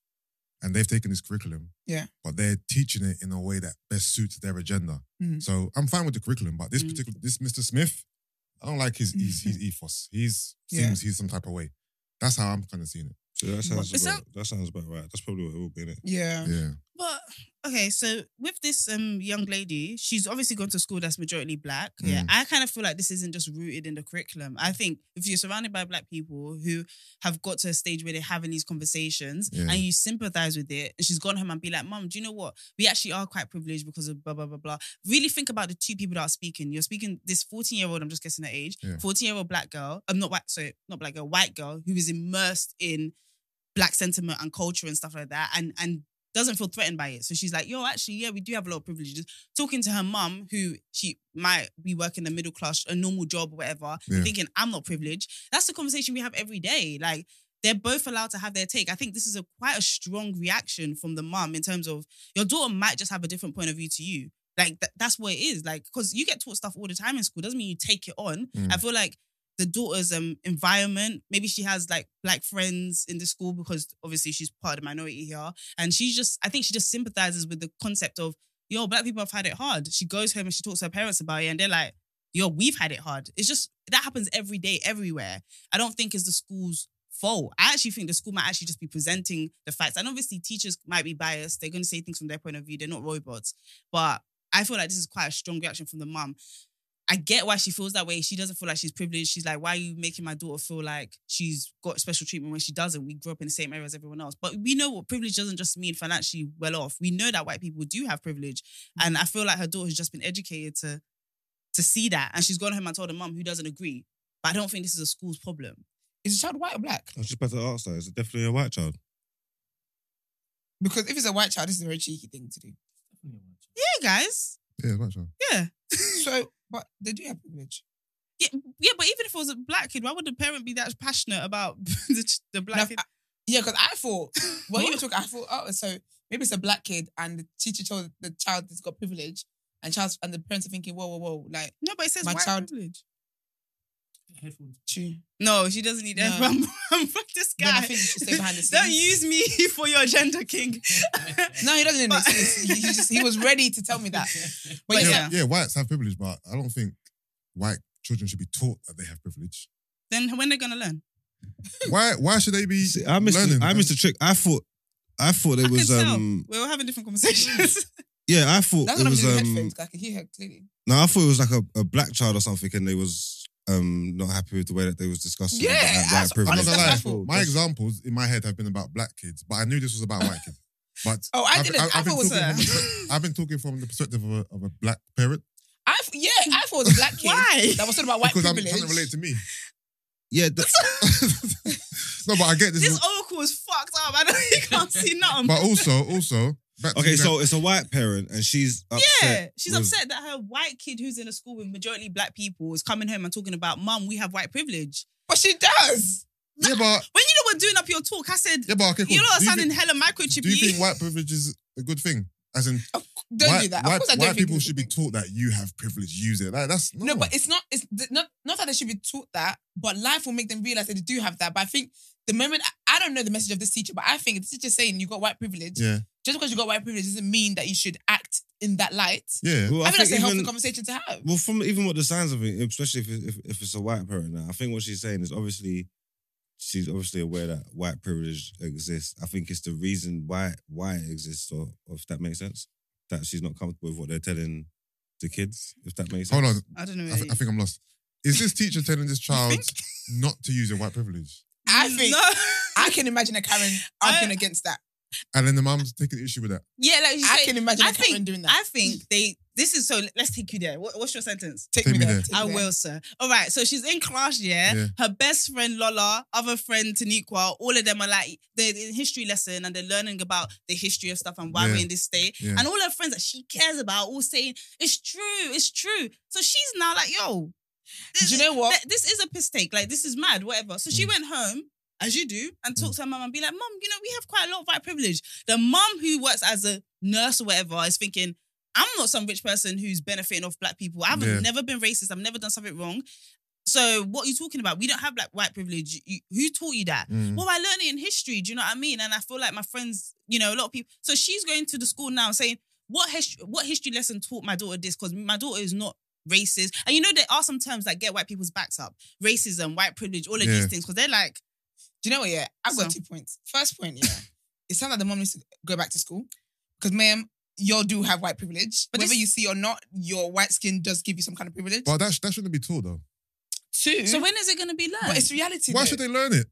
[SPEAKER 5] and they've taken this curriculum.
[SPEAKER 4] Yeah.
[SPEAKER 5] But they're teaching it in a way that best suits their agenda.
[SPEAKER 4] Mm.
[SPEAKER 5] So I'm fine with the curriculum, but this
[SPEAKER 1] Mm.
[SPEAKER 5] particular this Mr. Smith, I don't like his his, his ethos. He's
[SPEAKER 4] Yeah.
[SPEAKER 5] seems he's some type of way. That's how I'm kind of seeing it.
[SPEAKER 3] So that sounds
[SPEAKER 1] But-
[SPEAKER 3] about, that sounds about right. That's probably what it will be, innit?
[SPEAKER 2] Yeah.
[SPEAKER 5] Yeah.
[SPEAKER 1] But okay, so with this um young lady, she's obviously gone to school that's majority black. Yeah,
[SPEAKER 5] Mm.
[SPEAKER 1] I kind of feel like this isn't just rooted in the curriculum. I think if you're surrounded by black people who have got to a stage where they're having these conversations
[SPEAKER 5] Yeah.
[SPEAKER 1] and you sympathize with it, and she's gone home and be like, "Mom, do you know what? We actually are quite privileged because of blah blah blah blah." Really think about the two people that are speaking. You're speaking this 14 year old. I'm just guessing her age.
[SPEAKER 5] Yeah.
[SPEAKER 1] 14 year old black girl. I'm not white. Sorry, not black girl. White girl who is immersed in black sentiment and culture and stuff like that, and and doesn't feel threatened by it. So she's like, yo, actually, yeah, we do have a lot of privileges. Talking to her mum, who she might be working a middle class, a normal job, or whatever,
[SPEAKER 5] Yeah.
[SPEAKER 1] thinking I'm not privileged. That's the conversation we have every day. Like they're both allowed to have their take. I think this is a quite a strong reaction from the mum in terms of your daughter might just have a different point of view to you. Like tha- that's what it is. Like because you get taught stuff all the time in school doesn't mean you take it on.
[SPEAKER 5] Mm.
[SPEAKER 1] I feel like the daughter's um environment. Maybe she has like black friends in the school because obviously she's part of the minority here, and she just I think she just sympathizes with the concept of yo black people have had it hard. She goes home and she talks to her parents about it, and they're like yo we've had it hard. It's just that happens every day everywhere. I don't think it's the school's fault. I actually think the school might actually just be presenting the facts, and obviously teachers might be biased. They're going to say things from their point of view. They're not robots, but I feel like this is quite a strong reaction from the mum. I get why she feels that way. She doesn't feel like she's privileged. She's like, why are you making my daughter feel like she's got special treatment when she doesn't? We grew up in the same area as everyone else. But we know what privilege doesn't just mean financially well off. We know that white people do have privilege. And I feel like her daughter's just been educated to to see that. And she's gone home and told her mum who doesn't agree. But I don't think this is a school's problem.
[SPEAKER 2] Is the child white or black?
[SPEAKER 3] I was just about to ask that. Is it definitely a white child?
[SPEAKER 2] Because if it's a white child, this is a very cheeky thing to do.
[SPEAKER 1] Yeah, guys.
[SPEAKER 5] Yeah, that's right.
[SPEAKER 2] So, but they do have privilege.
[SPEAKER 1] Yeah, yeah, but even if it was a black kid, why would the parent be that passionate about the, ch- the black
[SPEAKER 2] No,
[SPEAKER 1] kid?
[SPEAKER 2] I- yeah, because I thought when you
[SPEAKER 1] What?
[SPEAKER 2] were talking, I thought, oh, so maybe it's a black kid, and the teacher told the child that's got privilege, and child and the parents are thinking, whoa, whoa, whoa, like
[SPEAKER 1] no, but it says
[SPEAKER 2] my
[SPEAKER 1] white
[SPEAKER 2] child-
[SPEAKER 1] privilege.
[SPEAKER 6] Headphones.
[SPEAKER 2] true.
[SPEAKER 1] No, she doesn't need
[SPEAKER 2] No.
[SPEAKER 1] that. I'm, I'm from this
[SPEAKER 2] Then I
[SPEAKER 1] guy.
[SPEAKER 2] think you should stay behind the
[SPEAKER 1] Don't
[SPEAKER 2] scenes.
[SPEAKER 1] use me for your gender king.
[SPEAKER 2] No, he doesn't.
[SPEAKER 1] But-
[SPEAKER 2] exist. he, he just he was ready to tell me that.
[SPEAKER 1] But
[SPEAKER 5] yeah,
[SPEAKER 1] yeah.
[SPEAKER 5] yeah, whites have privilege, but I don't think white children should be taught that they have privilege.
[SPEAKER 1] Then when they're gonna learn?
[SPEAKER 2] Hmm.
[SPEAKER 5] Why? Why should they be?
[SPEAKER 3] See, I missed.
[SPEAKER 5] learning,
[SPEAKER 3] the, I
[SPEAKER 5] man?
[SPEAKER 3] missed the trick. I thought. I thought it
[SPEAKER 1] I
[SPEAKER 3] was.
[SPEAKER 1] can tell.
[SPEAKER 3] um
[SPEAKER 1] We were having different conversations.
[SPEAKER 3] Yeah, I thought
[SPEAKER 2] That's
[SPEAKER 3] it
[SPEAKER 2] what I'm
[SPEAKER 3] was.
[SPEAKER 2] doing with
[SPEAKER 3] um,
[SPEAKER 2] headphones. 'cause I can hear her clearly.
[SPEAKER 3] no, I thought it was like a, a black child or something, and they was um not happy with the way that they was discussing.
[SPEAKER 2] Yeah,
[SPEAKER 3] about that
[SPEAKER 2] that's-
[SPEAKER 3] white privilege.
[SPEAKER 5] I'm not gonna lie.
[SPEAKER 3] That's cool.
[SPEAKER 5] My examples in my head have been about black kids, but I knew this was about white kids. But
[SPEAKER 2] Oh, I didn't. I,
[SPEAKER 5] I've been
[SPEAKER 2] thought it was
[SPEAKER 5] talking
[SPEAKER 2] a.
[SPEAKER 5] from the perspective- I've been talking from the perspective of a, of a black parent
[SPEAKER 2] I f- yeah, I thought it was a black kid.
[SPEAKER 1] Why?
[SPEAKER 2] That was talking about white
[SPEAKER 5] because
[SPEAKER 2] privilege.
[SPEAKER 5] I'm trying to relate to me.
[SPEAKER 3] Yeah, that,
[SPEAKER 5] No, but I get this.
[SPEAKER 1] this oracle is fucked up. I don't. You can't see nothing.
[SPEAKER 5] but also, also, back to
[SPEAKER 3] okay.
[SPEAKER 5] you know-
[SPEAKER 3] So it's a white parent, and she's
[SPEAKER 1] yeah,
[SPEAKER 3] upset.
[SPEAKER 1] she's
[SPEAKER 3] with-
[SPEAKER 1] upset that her white kid, who's in a school with majority black people, is coming home and talking about, "Mum, we have white privilege."
[SPEAKER 2] but she does.
[SPEAKER 5] yeah, but
[SPEAKER 1] When you know we're doing up your talk, I said,
[SPEAKER 5] yeah, but okay, cool.
[SPEAKER 1] "You're not
[SPEAKER 5] Do you
[SPEAKER 1] sounding
[SPEAKER 5] think-
[SPEAKER 1] hella microchip."
[SPEAKER 5] Do you think white privilege is a good thing? As in,
[SPEAKER 2] Don't
[SPEAKER 5] white,
[SPEAKER 2] do that. Of
[SPEAKER 5] white,
[SPEAKER 2] course, I don't
[SPEAKER 5] white
[SPEAKER 2] think
[SPEAKER 5] people
[SPEAKER 2] it's a
[SPEAKER 5] should be
[SPEAKER 2] thing.
[SPEAKER 5] taught that you have privilege. Use it. Like, that's no.
[SPEAKER 2] No, but it's not. It's th- not not that they should be taught that, but life will make them realize that they do have that. But I think the moment I, I don't know the message of this teacher, but I think if the teacher's saying you got white privilege.
[SPEAKER 5] yeah,
[SPEAKER 2] Just because you got white privilege doesn't mean that you should act in that light.
[SPEAKER 5] yeah.
[SPEAKER 3] Well,
[SPEAKER 2] I, think that's a
[SPEAKER 3] even-
[SPEAKER 2] healthy conversation to have.
[SPEAKER 3] Well, from even what the signs of it, especially if, if if it's a white parent now, I think what she's saying is obviously she's obviously aware that white privilege exists. I think it's the reason why why it exists, or, or if that makes sense, that she's not comfortable with what they're telling the kids. If that makes sense.
[SPEAKER 5] Hold on,
[SPEAKER 1] I don't know.
[SPEAKER 5] I, th- I think I'm lost. Is this teacher telling this child not to use your white privilege,
[SPEAKER 2] I think
[SPEAKER 1] No.
[SPEAKER 2] I can imagine a Karen arguing
[SPEAKER 1] I-
[SPEAKER 2] against that.
[SPEAKER 5] and then the mum's taking issue with that?
[SPEAKER 1] Yeah, like you
[SPEAKER 2] I
[SPEAKER 1] say-
[SPEAKER 2] can imagine
[SPEAKER 1] I
[SPEAKER 2] a Karen
[SPEAKER 1] think-
[SPEAKER 2] doing that.
[SPEAKER 1] I think they. This is so. Let's take you there. What, what's your sentence?
[SPEAKER 2] take,
[SPEAKER 5] Take
[SPEAKER 2] me
[SPEAKER 5] me
[SPEAKER 2] there.
[SPEAKER 5] there.
[SPEAKER 2] take me
[SPEAKER 1] I
[SPEAKER 2] there.
[SPEAKER 1] will, sir. All right. So she's in class, yeah?
[SPEAKER 5] Yeah.
[SPEAKER 1] Her best friend Lola, other friend Taniqua, all of them are like they're in history lesson and they're learning about the history of stuff and why we're
[SPEAKER 5] Yeah.
[SPEAKER 1] in this state.
[SPEAKER 5] Yeah.
[SPEAKER 1] And all her friends that she cares about all saying it's true, it's true. So she's now like, yo,
[SPEAKER 2] Do you know what?
[SPEAKER 1] th- This is a mistake. Like this is mad. Whatever. So she went home. As you do, and talked to her mum and be like, Mom, you know, we have quite a lot of white privilege. The mum who works as a nurse or whatever is thinking, I'm not some rich person who's benefiting off black people. I've
[SPEAKER 5] Yeah.
[SPEAKER 1] never been racist. I've never done something wrong. So what are you talking about? We don't have black white privilege. You, who taught you that?
[SPEAKER 5] Mm.
[SPEAKER 1] Well, I learned it in history. Do you know what I mean? And I feel like my friends, you know, a lot of people. So she's going to the school now saying, "What history? What history lesson taught my daughter this? Because my daughter is not racist." And you know, there are some terms that get white people's backs up: racism, white privilege, all of
[SPEAKER 5] Yeah.
[SPEAKER 1] these things. Because they're like,
[SPEAKER 4] Do you know what? Yeah, I've got
[SPEAKER 1] So-
[SPEAKER 4] two points. First point, yeah, it sounds like the mom needs to go back to school because, ma'am, y'all do have white privilege.
[SPEAKER 1] But
[SPEAKER 4] Whether
[SPEAKER 1] this-
[SPEAKER 4] you see or not, your white skin does give you some kind of privilege.
[SPEAKER 5] But that, sh- that shouldn't be taught though.
[SPEAKER 4] Two,
[SPEAKER 1] So when is it going to be learned?
[SPEAKER 4] but it's reality.
[SPEAKER 5] Why
[SPEAKER 4] though.
[SPEAKER 5] should they learn it?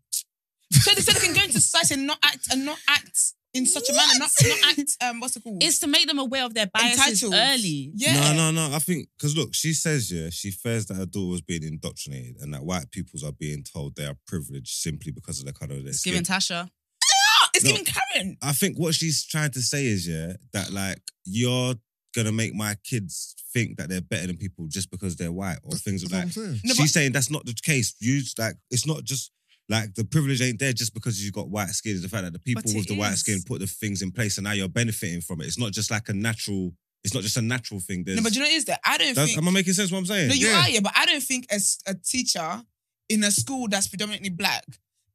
[SPEAKER 4] So they said they can go into society and not act and not act in such a manner, not not act. Um, what's it called?
[SPEAKER 1] It's to make them aware of their biases
[SPEAKER 4] Entitled.
[SPEAKER 1] early.
[SPEAKER 4] yeah.
[SPEAKER 3] No, no, no. I think because look, she says yeah, she fears that her daughter was being indoctrinated and that white peoples are being told they are privileged simply because of the colour of their
[SPEAKER 1] It's
[SPEAKER 3] skin.
[SPEAKER 1] giving Tasha.
[SPEAKER 4] Ah, it's
[SPEAKER 3] No.
[SPEAKER 4] giving Karen.
[SPEAKER 3] I think what she's trying to say is, yeah, that like you're gonna make my kids think that they're better than people just because they're white or things
[SPEAKER 5] That's
[SPEAKER 3] like
[SPEAKER 5] what
[SPEAKER 3] that.
[SPEAKER 5] I'm saying.
[SPEAKER 4] No,
[SPEAKER 3] she's saying that's not the case. You just, like it's not just like the privilege ain't there just because you've got white skin. It's the fact that the people
[SPEAKER 1] But it
[SPEAKER 3] with the white
[SPEAKER 1] is.
[SPEAKER 3] skin put the things in place and now you're benefiting from it. It's not just like a natural. It's not just a natural thing. There's,
[SPEAKER 4] No, but you know what it is that I don't
[SPEAKER 3] Does-
[SPEAKER 4] think.
[SPEAKER 3] am I making sense? What I'm saying?
[SPEAKER 4] no, you
[SPEAKER 5] Yeah.
[SPEAKER 4] are yeah, but I don't think as a teacher in a school that's predominantly black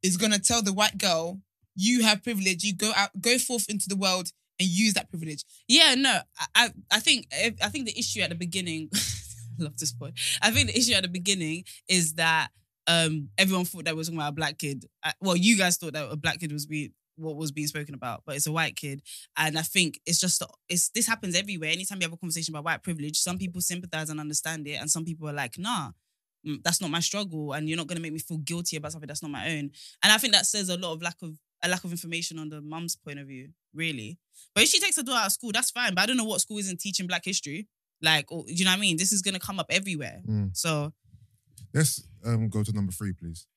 [SPEAKER 4] is gonna tell the white girl you have privilege. You go out, go forth into the world and use that privilege.
[SPEAKER 1] Yeah, no, I, I, I think, I think the issue at the beginning. I love this point. I think the issue at the beginning is that um, everyone thought that was talking about a black kid. Uh, well, you guys thought that a black kid was being what was being spoken about, but it's a white kid, and I think it's just it's this happens everywhere. Anytime you have a conversation about white privilege, some people sympathize and understand it, and some people are like, nah. mm, That's not my struggle, and you're not gonna make me feel guilty about something that's not my own. And I think that says a lot of lack of a lack of information on the mum's point of view, really. But if she takes her daughter out of school, that's fine. But I don't know what school isn't teaching Black history. Like, or, you know what I mean? This is gonna come up everywhere.
[SPEAKER 5] Mm.
[SPEAKER 1] So
[SPEAKER 5] Let's um, go to number three, please.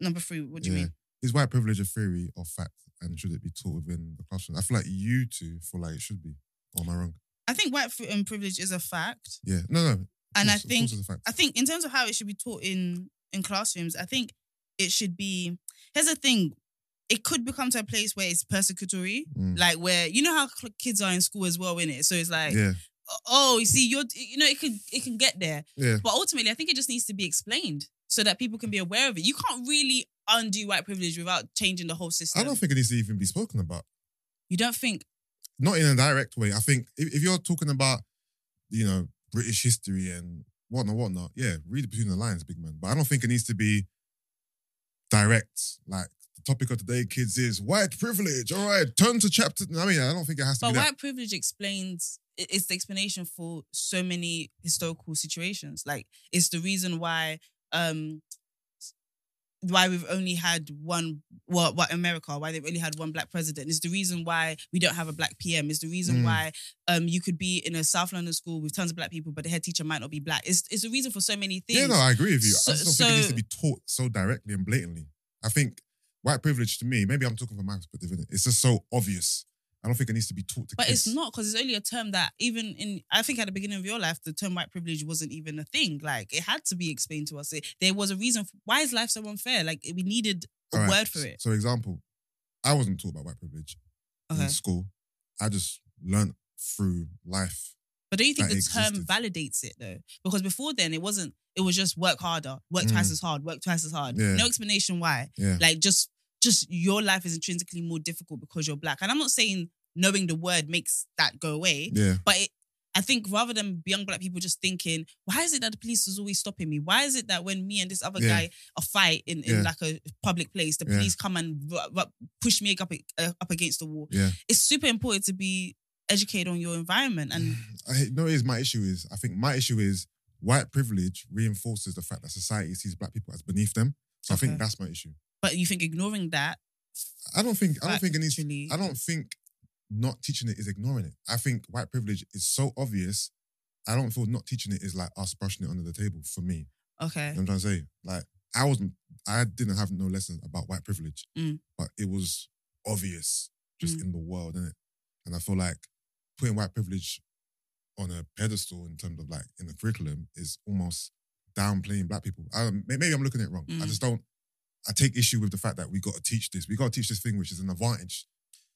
[SPEAKER 1] number three, what do you
[SPEAKER 5] Yeah.
[SPEAKER 1] mean?
[SPEAKER 5] Is white privilege a theory or fact, and should it be taught within the classroom? I feel like you two feel like it should be. Or am I wrong?
[SPEAKER 1] I think white fr- um, privilege is a fact,
[SPEAKER 5] Yeah. No, no. of
[SPEAKER 1] and I
[SPEAKER 5] course- of
[SPEAKER 1] think
[SPEAKER 5] course it's a fact.
[SPEAKER 1] I think in terms of how it should be taught in in classrooms, I think it should be. Here's the thing: it could become to a place where it's persecutory,
[SPEAKER 5] Mm.
[SPEAKER 1] like where you know how cl- kids are in school as well, in it. So it's like,
[SPEAKER 5] yeah.
[SPEAKER 1] oh, you see, you're, you know, it could it can get there.
[SPEAKER 5] Yeah.
[SPEAKER 1] But ultimately, I think it just needs to be explained so that people can be aware of it. You can't really undo white privilege without changing the whole system.
[SPEAKER 5] I don't think it needs to even be spoken about.
[SPEAKER 1] you don't think
[SPEAKER 5] Not in a direct way. I think if, if you're talking about, you know, British history and whatnot, whatnot, yeah, read between the lines, big man. But I don't think it needs to be direct. Like the topic of today, kids, is white privilege. All right, turn to chapter. I mean, I don't think it has to
[SPEAKER 1] But
[SPEAKER 5] be that.
[SPEAKER 1] white privilege explains i- it's the explanation for so many historical situations. Like it's the reason why um why we've only had one well what America, why they've only had one black president. It's the reason why we don't have a black PM. It's the reason
[SPEAKER 5] Mm.
[SPEAKER 1] why um you could be in a South London school with tons of black people, but the head teacher might not be black. It's it's a reason for so many things.
[SPEAKER 5] Yeah, no, I agree with you.
[SPEAKER 1] So-
[SPEAKER 5] I just don't think it needs
[SPEAKER 1] so-
[SPEAKER 5] to be taught so directly and blatantly. I think white privilege to me, maybe I'm talking from my perspective, innit? it's just so obvious. I don't think it needs to be taught to
[SPEAKER 1] But
[SPEAKER 5] kids.
[SPEAKER 1] it's not because it's only a term that even in I think at the beginning of your life the term white privilege wasn't even a thing. Like it had to be explained to us. It, there was a reason. For, why is life so unfair? Like we needed a
[SPEAKER 5] All right,
[SPEAKER 1] word for it.
[SPEAKER 5] So, example, I wasn't taught about white privilege
[SPEAKER 1] Okay.
[SPEAKER 5] in school. I just learned through life.
[SPEAKER 1] But don't you think
[SPEAKER 5] that
[SPEAKER 1] the term
[SPEAKER 5] existed.
[SPEAKER 1] validates it though? Because before then it wasn't. It was just work harder, work twice
[SPEAKER 5] Mm.
[SPEAKER 1] as hard, work twice as hard.
[SPEAKER 5] Yeah.
[SPEAKER 1] No explanation why.
[SPEAKER 5] Yeah.
[SPEAKER 1] Like just just your life is intrinsically more difficult because you're black. And I'm not saying knowing the word makes that go away.
[SPEAKER 5] Yeah.
[SPEAKER 1] But it, I think rather than young black people just thinking, why is it that the police is always stopping me? Why is it that when me and this other
[SPEAKER 5] Yeah.
[SPEAKER 1] guy are fight in, in
[SPEAKER 5] Yeah.
[SPEAKER 1] like a public place, the
[SPEAKER 5] Yeah.
[SPEAKER 1] police come and ru- ru- push me up uh, up against the wall?
[SPEAKER 5] Yeah.
[SPEAKER 1] It's super important to be educated on your environment and
[SPEAKER 5] I know it is my issue is I think my issue is white privilege reinforces the fact that society sees black people as beneath them. So I
[SPEAKER 1] Okay.
[SPEAKER 5] think that's my issue.
[SPEAKER 1] but you think ignoring that
[SPEAKER 5] I don't think I don't think it needs
[SPEAKER 1] actually
[SPEAKER 5] I don't think not teaching it is ignoring it. I think white privilege is so obvious. I don't feel not teaching it is like us brushing it under the table for me.
[SPEAKER 1] okay.
[SPEAKER 5] You know what I'm trying to say? Like I wasn't I didn't have no lessons about white privilege,
[SPEAKER 1] Mm.
[SPEAKER 5] but it was obvious just
[SPEAKER 1] Mm.
[SPEAKER 5] in the world, innit? And I feel like putting white privilege on a pedestal in terms of like in the curriculum is almost downplaying black people. Um, may- maybe I'm looking at it wrong. I
[SPEAKER 1] Mm.
[SPEAKER 5] just don't. I take issue with the fact that we got to teach this. We got to teach this thing, which is an advantage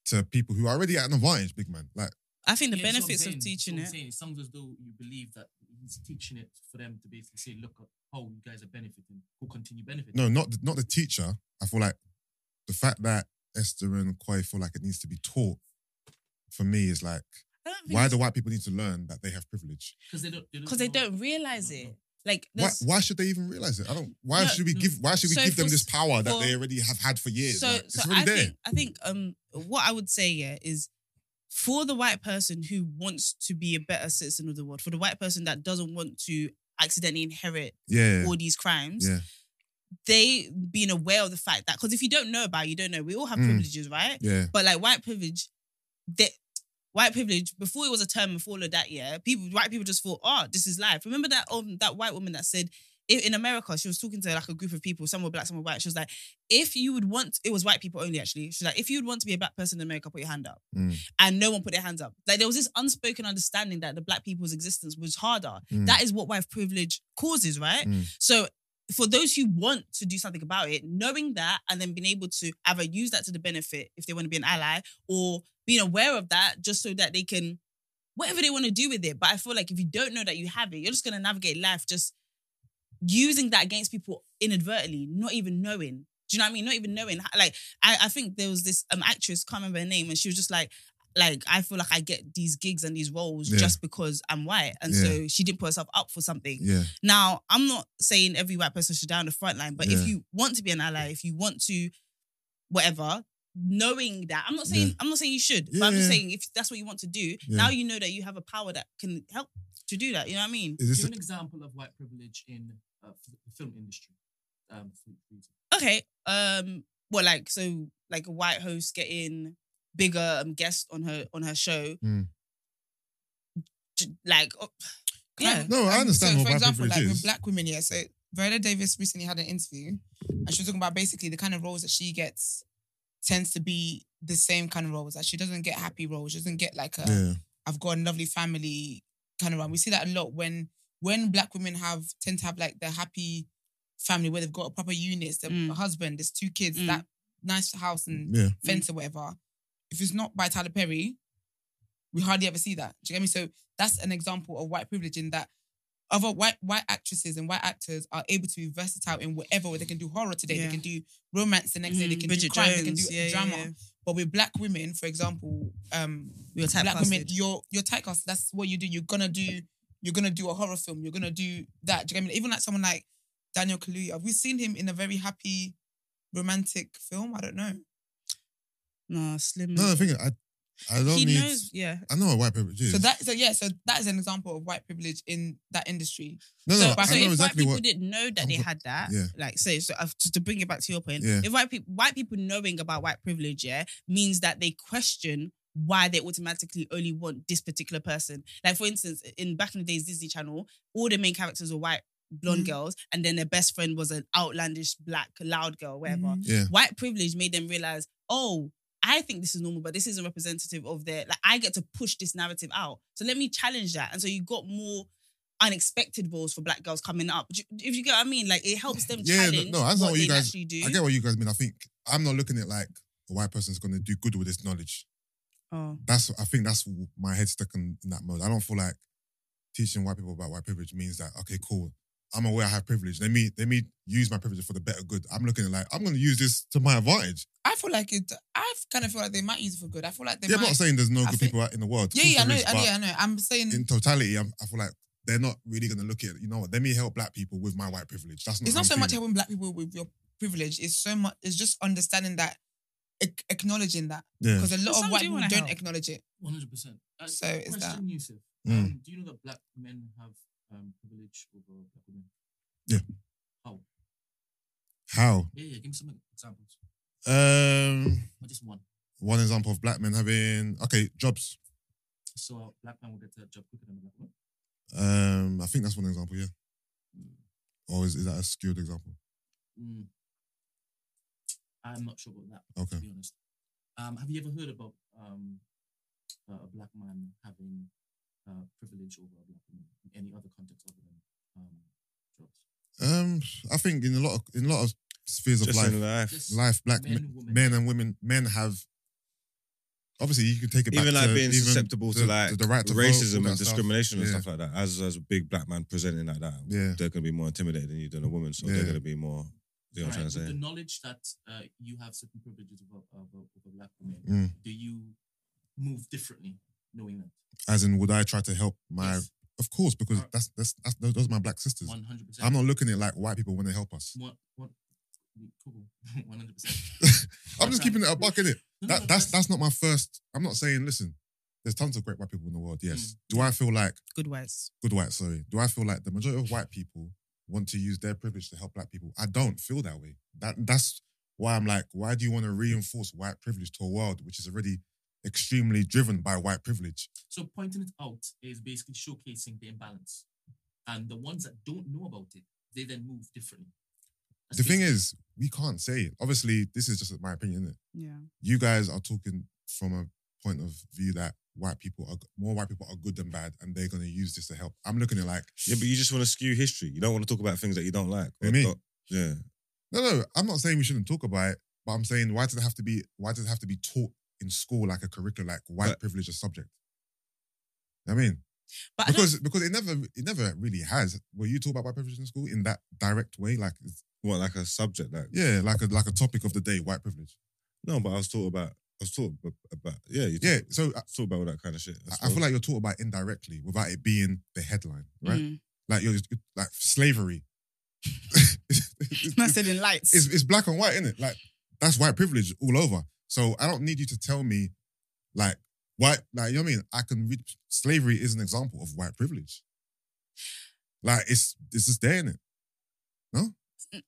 [SPEAKER 5] to people who are already at an advantage, big man. Like,
[SPEAKER 1] I think the
[SPEAKER 6] Yeah, that's what I'm
[SPEAKER 1] benefits
[SPEAKER 6] saying.
[SPEAKER 1] of
[SPEAKER 6] That's
[SPEAKER 1] teaching
[SPEAKER 6] what I'm
[SPEAKER 1] it.
[SPEAKER 6] saying. It sounds as though you believe that he's teaching it for them to basically say, look at how you guys are benefiting, who continue benefiting.
[SPEAKER 5] no, not the, not the teacher. I feel like the fact that Esther and Koi feel like it needs to be taught for me is like
[SPEAKER 1] I don't think
[SPEAKER 5] why do white people need to learn that they have privilege?
[SPEAKER 6] because they don't.
[SPEAKER 1] because they
[SPEAKER 6] know.
[SPEAKER 1] don't realize
[SPEAKER 6] No, no.
[SPEAKER 1] it. Like
[SPEAKER 5] Why,
[SPEAKER 1] there's-
[SPEAKER 5] why should they even realize it? I don't. Why
[SPEAKER 1] No,
[SPEAKER 5] should we give? Why should we
[SPEAKER 1] so
[SPEAKER 5] give them
[SPEAKER 1] for-
[SPEAKER 5] this power that
[SPEAKER 1] for-
[SPEAKER 5] they already have had for years?
[SPEAKER 1] So,
[SPEAKER 5] Like, it's
[SPEAKER 1] so
[SPEAKER 5] already
[SPEAKER 1] I
[SPEAKER 5] there.
[SPEAKER 1] think I think um what I would say yeah is for the white person who wants to be a better citizen of the world, for the white person that doesn't want to accidentally inherit
[SPEAKER 5] yeah,
[SPEAKER 1] all these crimes,
[SPEAKER 5] Yeah.
[SPEAKER 1] they being aware of the fact that because if you don't know about, it, you don't know. We all have
[SPEAKER 5] Mm.
[SPEAKER 1] privileges, right?
[SPEAKER 5] yeah,
[SPEAKER 1] But like white privilege, that white privilege before it was a term before all of that, yeah, people white people just thought, oh, this is life. Remember that um that white woman that said i- in America she was talking to like a group of people, some were black, some were white. She was like, if you would want, it was white people only actually. She was like, if you would want to be a black person in America, put your hand up,
[SPEAKER 5] Mm.
[SPEAKER 1] and no one put their hands up. Like there was this unspoken understanding that the black people's existence was harder.
[SPEAKER 5] Mm.
[SPEAKER 1] That is what white privilege causes, right?
[SPEAKER 5] Mm.
[SPEAKER 1] So for those who want to do something about it, knowing that and then being able to either use that to the benefit if they want to be an ally or being aware of that just so that they can whatever they want to do with it. But I feel like if you don't know that you have it, you're just gonna navigate life just using that against people inadvertently, not even knowing. Do you know what I mean? Not even knowing. Like I, I think there was this um actress, can't remember her name, and she was just like, like I feel like I get these gigs and these roles
[SPEAKER 5] Yeah.
[SPEAKER 1] just because I'm white. And so she didn't put herself up for something.
[SPEAKER 5] yeah,
[SPEAKER 1] Now, I'm not saying every white person should die on the front line, but
[SPEAKER 5] Yeah.
[SPEAKER 1] if you want to be an ally, if you want to whatever, knowing that I'm not saying
[SPEAKER 5] Yeah.
[SPEAKER 1] I'm not saying you should,
[SPEAKER 5] Yeah,
[SPEAKER 1] but I'm just
[SPEAKER 5] yeah.
[SPEAKER 1] saying if that's what you want to do,
[SPEAKER 5] Yeah.
[SPEAKER 1] now you know that you have a power that can help to do that. You know what I mean?
[SPEAKER 5] Is
[SPEAKER 6] Give
[SPEAKER 5] this
[SPEAKER 6] an example of white privilege in uh, f- the film industry. Um, for- for you.
[SPEAKER 1] Okay. Um, well, like so like a white host getting bigger um guests on her on her show.
[SPEAKER 5] Mm.
[SPEAKER 1] J- Like oh, yeah.
[SPEAKER 5] a, no? I understand
[SPEAKER 4] so,
[SPEAKER 5] what
[SPEAKER 4] for
[SPEAKER 5] white
[SPEAKER 4] example,
[SPEAKER 5] privilege
[SPEAKER 4] like
[SPEAKER 5] is.
[SPEAKER 4] with black women, yeah. So Viola Davis recently had an interview, and she was talking about basically the kind of roles that she gets tends to be the same kind of roles. Like she doesn't get happy roles. She doesn't get like a
[SPEAKER 5] yeah,
[SPEAKER 4] I've got a lovely family kind of run. We see that a lot when when black women have tend to have like the happy family where they've got a proper unit, the
[SPEAKER 1] Mm.
[SPEAKER 4] husband, there's two kids,
[SPEAKER 1] Mm.
[SPEAKER 4] that nice house and
[SPEAKER 5] yeah,
[SPEAKER 4] fence or whatever. If it's not by Tyler Perry, we hardly ever see that. Do you get me? So that's an example of white privilege in that other white white actresses and white actors are able to be versatile in whatever way they can do horror today,
[SPEAKER 1] Yeah.
[SPEAKER 4] they can do romance the next day, they
[SPEAKER 1] Mhm.
[SPEAKER 4] can do
[SPEAKER 1] Bridget
[SPEAKER 4] crime, they can do
[SPEAKER 1] Jones. Yeah, yeah,
[SPEAKER 4] drama.
[SPEAKER 1] yeah.
[SPEAKER 4] But with black women, for example, um,
[SPEAKER 1] We were
[SPEAKER 4] black women,
[SPEAKER 1] typecasted.
[SPEAKER 4] you're you're typecast. That's what you do. You're gonna do. You're gonna do a horror film. You're gonna do that. Do you get me? Even like someone like Daniel Kaluuya, have we seen him in a very happy, romantic film? I don't know.
[SPEAKER 1] Nah, slim.
[SPEAKER 5] No, the thing is, I, I don't
[SPEAKER 1] he
[SPEAKER 5] need.
[SPEAKER 1] knows, yeah.
[SPEAKER 5] I know what white privilege is.
[SPEAKER 4] So that so yeah, so that is an example of white privilege in that industry.
[SPEAKER 5] no, no,
[SPEAKER 1] so,
[SPEAKER 5] I
[SPEAKER 1] so
[SPEAKER 5] know
[SPEAKER 1] if
[SPEAKER 5] exactly
[SPEAKER 1] white people
[SPEAKER 5] what.
[SPEAKER 1] didn't know that
[SPEAKER 5] I'm
[SPEAKER 1] they
[SPEAKER 5] go-
[SPEAKER 1] had that,
[SPEAKER 5] Yeah.
[SPEAKER 1] like so, so I've, just to bring it back to your point,
[SPEAKER 5] Yeah.
[SPEAKER 1] if white people white people knowing about white privilege, yeah, means that they question why they automatically only want this particular person. Like for instance, in back in the days Disney Channel, all the main characters were white blonde
[SPEAKER 4] Mhm.
[SPEAKER 5] Mm-hmm.
[SPEAKER 1] girls, and then their best friend was an outlandish black loud girl, whatever.
[SPEAKER 4] Mhm.
[SPEAKER 5] Yeah,
[SPEAKER 1] White privilege made them realize, oh. I think this is normal, but this isn't representative of their. Like, I get to push this narrative out, so let me challenge that. And so you got more unexpected roles for black girls coming up. Do you- If you get what I mean, like it helps them
[SPEAKER 5] Yeah, no,
[SPEAKER 1] challenge
[SPEAKER 5] no,
[SPEAKER 1] what,
[SPEAKER 5] that's not what
[SPEAKER 1] they
[SPEAKER 5] you guys-
[SPEAKER 1] actually do.
[SPEAKER 5] I get what you guys mean. I think I'm not looking at like a white person's going to do good with this knowledge.
[SPEAKER 1] oh,
[SPEAKER 5] That's I think that's my head stuck in, in that mode. I don't feel like teaching white people about white privilege means that okay, cool. I'm aware I have privilege. Let me let me use my privilege for the better good. I'm looking at like I'm going to use this to my advantage.
[SPEAKER 4] I feel like it. I kind of feel like they might use it for good. I feel like they
[SPEAKER 5] yeah, I'm
[SPEAKER 4] might.
[SPEAKER 5] not saying there's no
[SPEAKER 4] I
[SPEAKER 5] good
[SPEAKER 4] think-
[SPEAKER 5] people out in the world. Of
[SPEAKER 4] yeah,
[SPEAKER 5] course
[SPEAKER 4] yeah, I know,
[SPEAKER 5] there is,
[SPEAKER 4] I know,
[SPEAKER 5] but
[SPEAKER 4] I know. I'm saying
[SPEAKER 5] in totality, I'm, I feel like they're not really going to look at you know what. Let me help black people with my white privilege. That's not.
[SPEAKER 4] it's
[SPEAKER 5] how
[SPEAKER 4] not
[SPEAKER 5] I'm
[SPEAKER 4] so much
[SPEAKER 5] feeling.
[SPEAKER 4] helping black people with your privilege. It's so much. It's just understanding that, ac- acknowledging that,
[SPEAKER 5] Yeah,
[SPEAKER 4] because a lot
[SPEAKER 1] Some
[SPEAKER 4] of white
[SPEAKER 1] do
[SPEAKER 4] people
[SPEAKER 1] wanna
[SPEAKER 4] don't
[SPEAKER 1] help.
[SPEAKER 4] acknowledge it.
[SPEAKER 6] One hundred percent. Uh,
[SPEAKER 4] So is
[SPEAKER 6] question,
[SPEAKER 4] that-
[SPEAKER 6] Yusuf.
[SPEAKER 5] Mm.
[SPEAKER 6] Um, do you know that black men have um, privilege over black women?
[SPEAKER 5] how?
[SPEAKER 6] Yeah, yeah. Give me some examples.
[SPEAKER 5] Um,
[SPEAKER 6] Or just one.
[SPEAKER 5] one example of black men having okay jobs.
[SPEAKER 6] So a black man will get a job quicker than a black woman.
[SPEAKER 5] Um, I think that's one example. Yeah. Or is, is that a skewed example?
[SPEAKER 6] Mm. I'm not sure about that.
[SPEAKER 5] Okay.
[SPEAKER 6] To be honest, um, have you ever heard about um, uh, a black man having uh, privilege over a black woman in any other context other than um, jobs?
[SPEAKER 5] Um, I think in a lot of in a lot of spheres of
[SPEAKER 3] Just
[SPEAKER 5] life,
[SPEAKER 3] in life.
[SPEAKER 6] Just
[SPEAKER 5] life black men,
[SPEAKER 6] men, women.
[SPEAKER 5] men and women, men have. Obviously, you can take it back
[SPEAKER 3] even like
[SPEAKER 5] to
[SPEAKER 3] being
[SPEAKER 5] even
[SPEAKER 3] susceptible
[SPEAKER 5] the-
[SPEAKER 3] to like
[SPEAKER 5] the right to vote, all
[SPEAKER 3] racism
[SPEAKER 5] that
[SPEAKER 3] and
[SPEAKER 5] stuff.
[SPEAKER 3] discrimination and
[SPEAKER 5] Yeah.
[SPEAKER 3] stuff like that. As as a big black man presenting like that,
[SPEAKER 5] Yeah,
[SPEAKER 3] they're gonna be more intimidated than you than a woman, so
[SPEAKER 5] Yeah.
[SPEAKER 3] they're gonna be more. You know what I'm
[SPEAKER 6] Alright,
[SPEAKER 3] trying
[SPEAKER 6] with
[SPEAKER 3] to
[SPEAKER 6] the
[SPEAKER 3] say?
[SPEAKER 6] knowledge that uh, you have certain privileges over, over, over black women,
[SPEAKER 5] Mm.
[SPEAKER 6] do you move differently knowing that?
[SPEAKER 5] as in, would I try to help my
[SPEAKER 6] Yes. Uh,
[SPEAKER 5] Of course, because that's that's, that's those, those are my black sisters.
[SPEAKER 6] One hundred percent.
[SPEAKER 5] I'm not looking at like white people when they help us.
[SPEAKER 6] One, one, cool. One hundred percent.
[SPEAKER 5] I'm just keeping it a buck, innit?
[SPEAKER 6] No, no,
[SPEAKER 5] That, that's that's not my first. I'm not saying. Listen, there's tons of great white people in the world.
[SPEAKER 6] Mm.
[SPEAKER 5] Yes. Do I feel like
[SPEAKER 1] Good words.
[SPEAKER 5] good white? Sorry. Do I feel like the majority of white people want to use their privilege to help black people? I don't feel that way. That that's why I'm like, why do you want to reinforce white privilege to a world which is already extremely driven by white privilege?
[SPEAKER 6] So pointing it out is basically showcasing the imbalance, and the ones that don't know about it, they then move differently. That's
[SPEAKER 5] The thing
[SPEAKER 6] basically-
[SPEAKER 5] is, we can't say it. Obviously, this is just my opinion. Innit?
[SPEAKER 1] Yeah.
[SPEAKER 5] You guys are talking from a point of view that white people are more white people are good than bad, and they're going to use this to help. I'm looking at like,
[SPEAKER 3] Yeah, but you just want to skew history. You don't want to talk about things that you don't like.
[SPEAKER 5] What you mean?
[SPEAKER 3] don't- yeah.
[SPEAKER 5] no, no. I'm not saying we shouldn't talk about it, but I'm saying why does it have to be? Why does it have to be taught in school like a curriculum, like white
[SPEAKER 3] But-
[SPEAKER 5] privilege a subject? I mean,
[SPEAKER 1] But I don't
[SPEAKER 5] because because it never it never really has. Were you taught about white privilege in school in that direct way? Like, it's-
[SPEAKER 3] What, like a subject? Like,
[SPEAKER 5] yeah, like a like a topic of the day, white privilege.
[SPEAKER 3] no, but I was taught about, I was taught ab- about, yeah, you
[SPEAKER 5] Yeah. So
[SPEAKER 3] taught about all that kind of shit.
[SPEAKER 5] I- I feel like you're taught about it indirectly without it being the headline, right?
[SPEAKER 1] Mm.
[SPEAKER 5] Like you're, you're- like slavery.
[SPEAKER 1] I
[SPEAKER 5] it's,
[SPEAKER 1] said in lights.
[SPEAKER 5] it's black and white, isn't it? Like that's white privilege all over. So I don't need you to tell me, like white, like you know what I mean. I can read slavery is an example of white privilege. Like it's it's just there in it.
[SPEAKER 1] Um,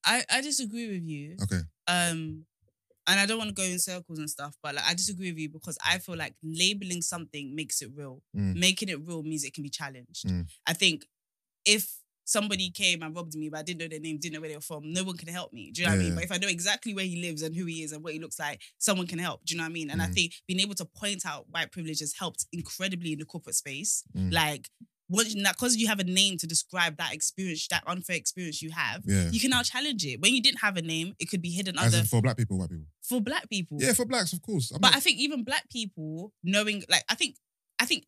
[SPEAKER 1] I, I disagree with you.
[SPEAKER 5] Okay,
[SPEAKER 1] Um, and I don't want to go in circles and stuff, but like I disagree with you because I feel like labeling something makes it real.
[SPEAKER 5] Mm.
[SPEAKER 1] Making it real means it can be challenged.
[SPEAKER 5] Mm.
[SPEAKER 1] I think if somebody came and robbed me, but I didn't know their name, didn't know where they were from, no one can help me. Do you know what I
[SPEAKER 5] Yeah.
[SPEAKER 1] mean? But if I know exactly where he lives and who he is and what he looks like, someone can help. Do you know what I mean? And I
[SPEAKER 5] Mm.
[SPEAKER 1] think being able to point out white privilege has helped incredibly in the corporate space.
[SPEAKER 5] Mm.
[SPEAKER 1] Like, once because you have a name to describe that experience, that unfair experience you have,
[SPEAKER 5] yeah.
[SPEAKER 1] you can now challenge it. When you didn't have a name, it could be hidden
[SPEAKER 5] As
[SPEAKER 1] under
[SPEAKER 5] in for black people, white people.
[SPEAKER 1] for black people.
[SPEAKER 5] Yeah, for blacks, of course. I'm
[SPEAKER 1] but
[SPEAKER 5] not-
[SPEAKER 1] I think even black people knowing, like, I think, I think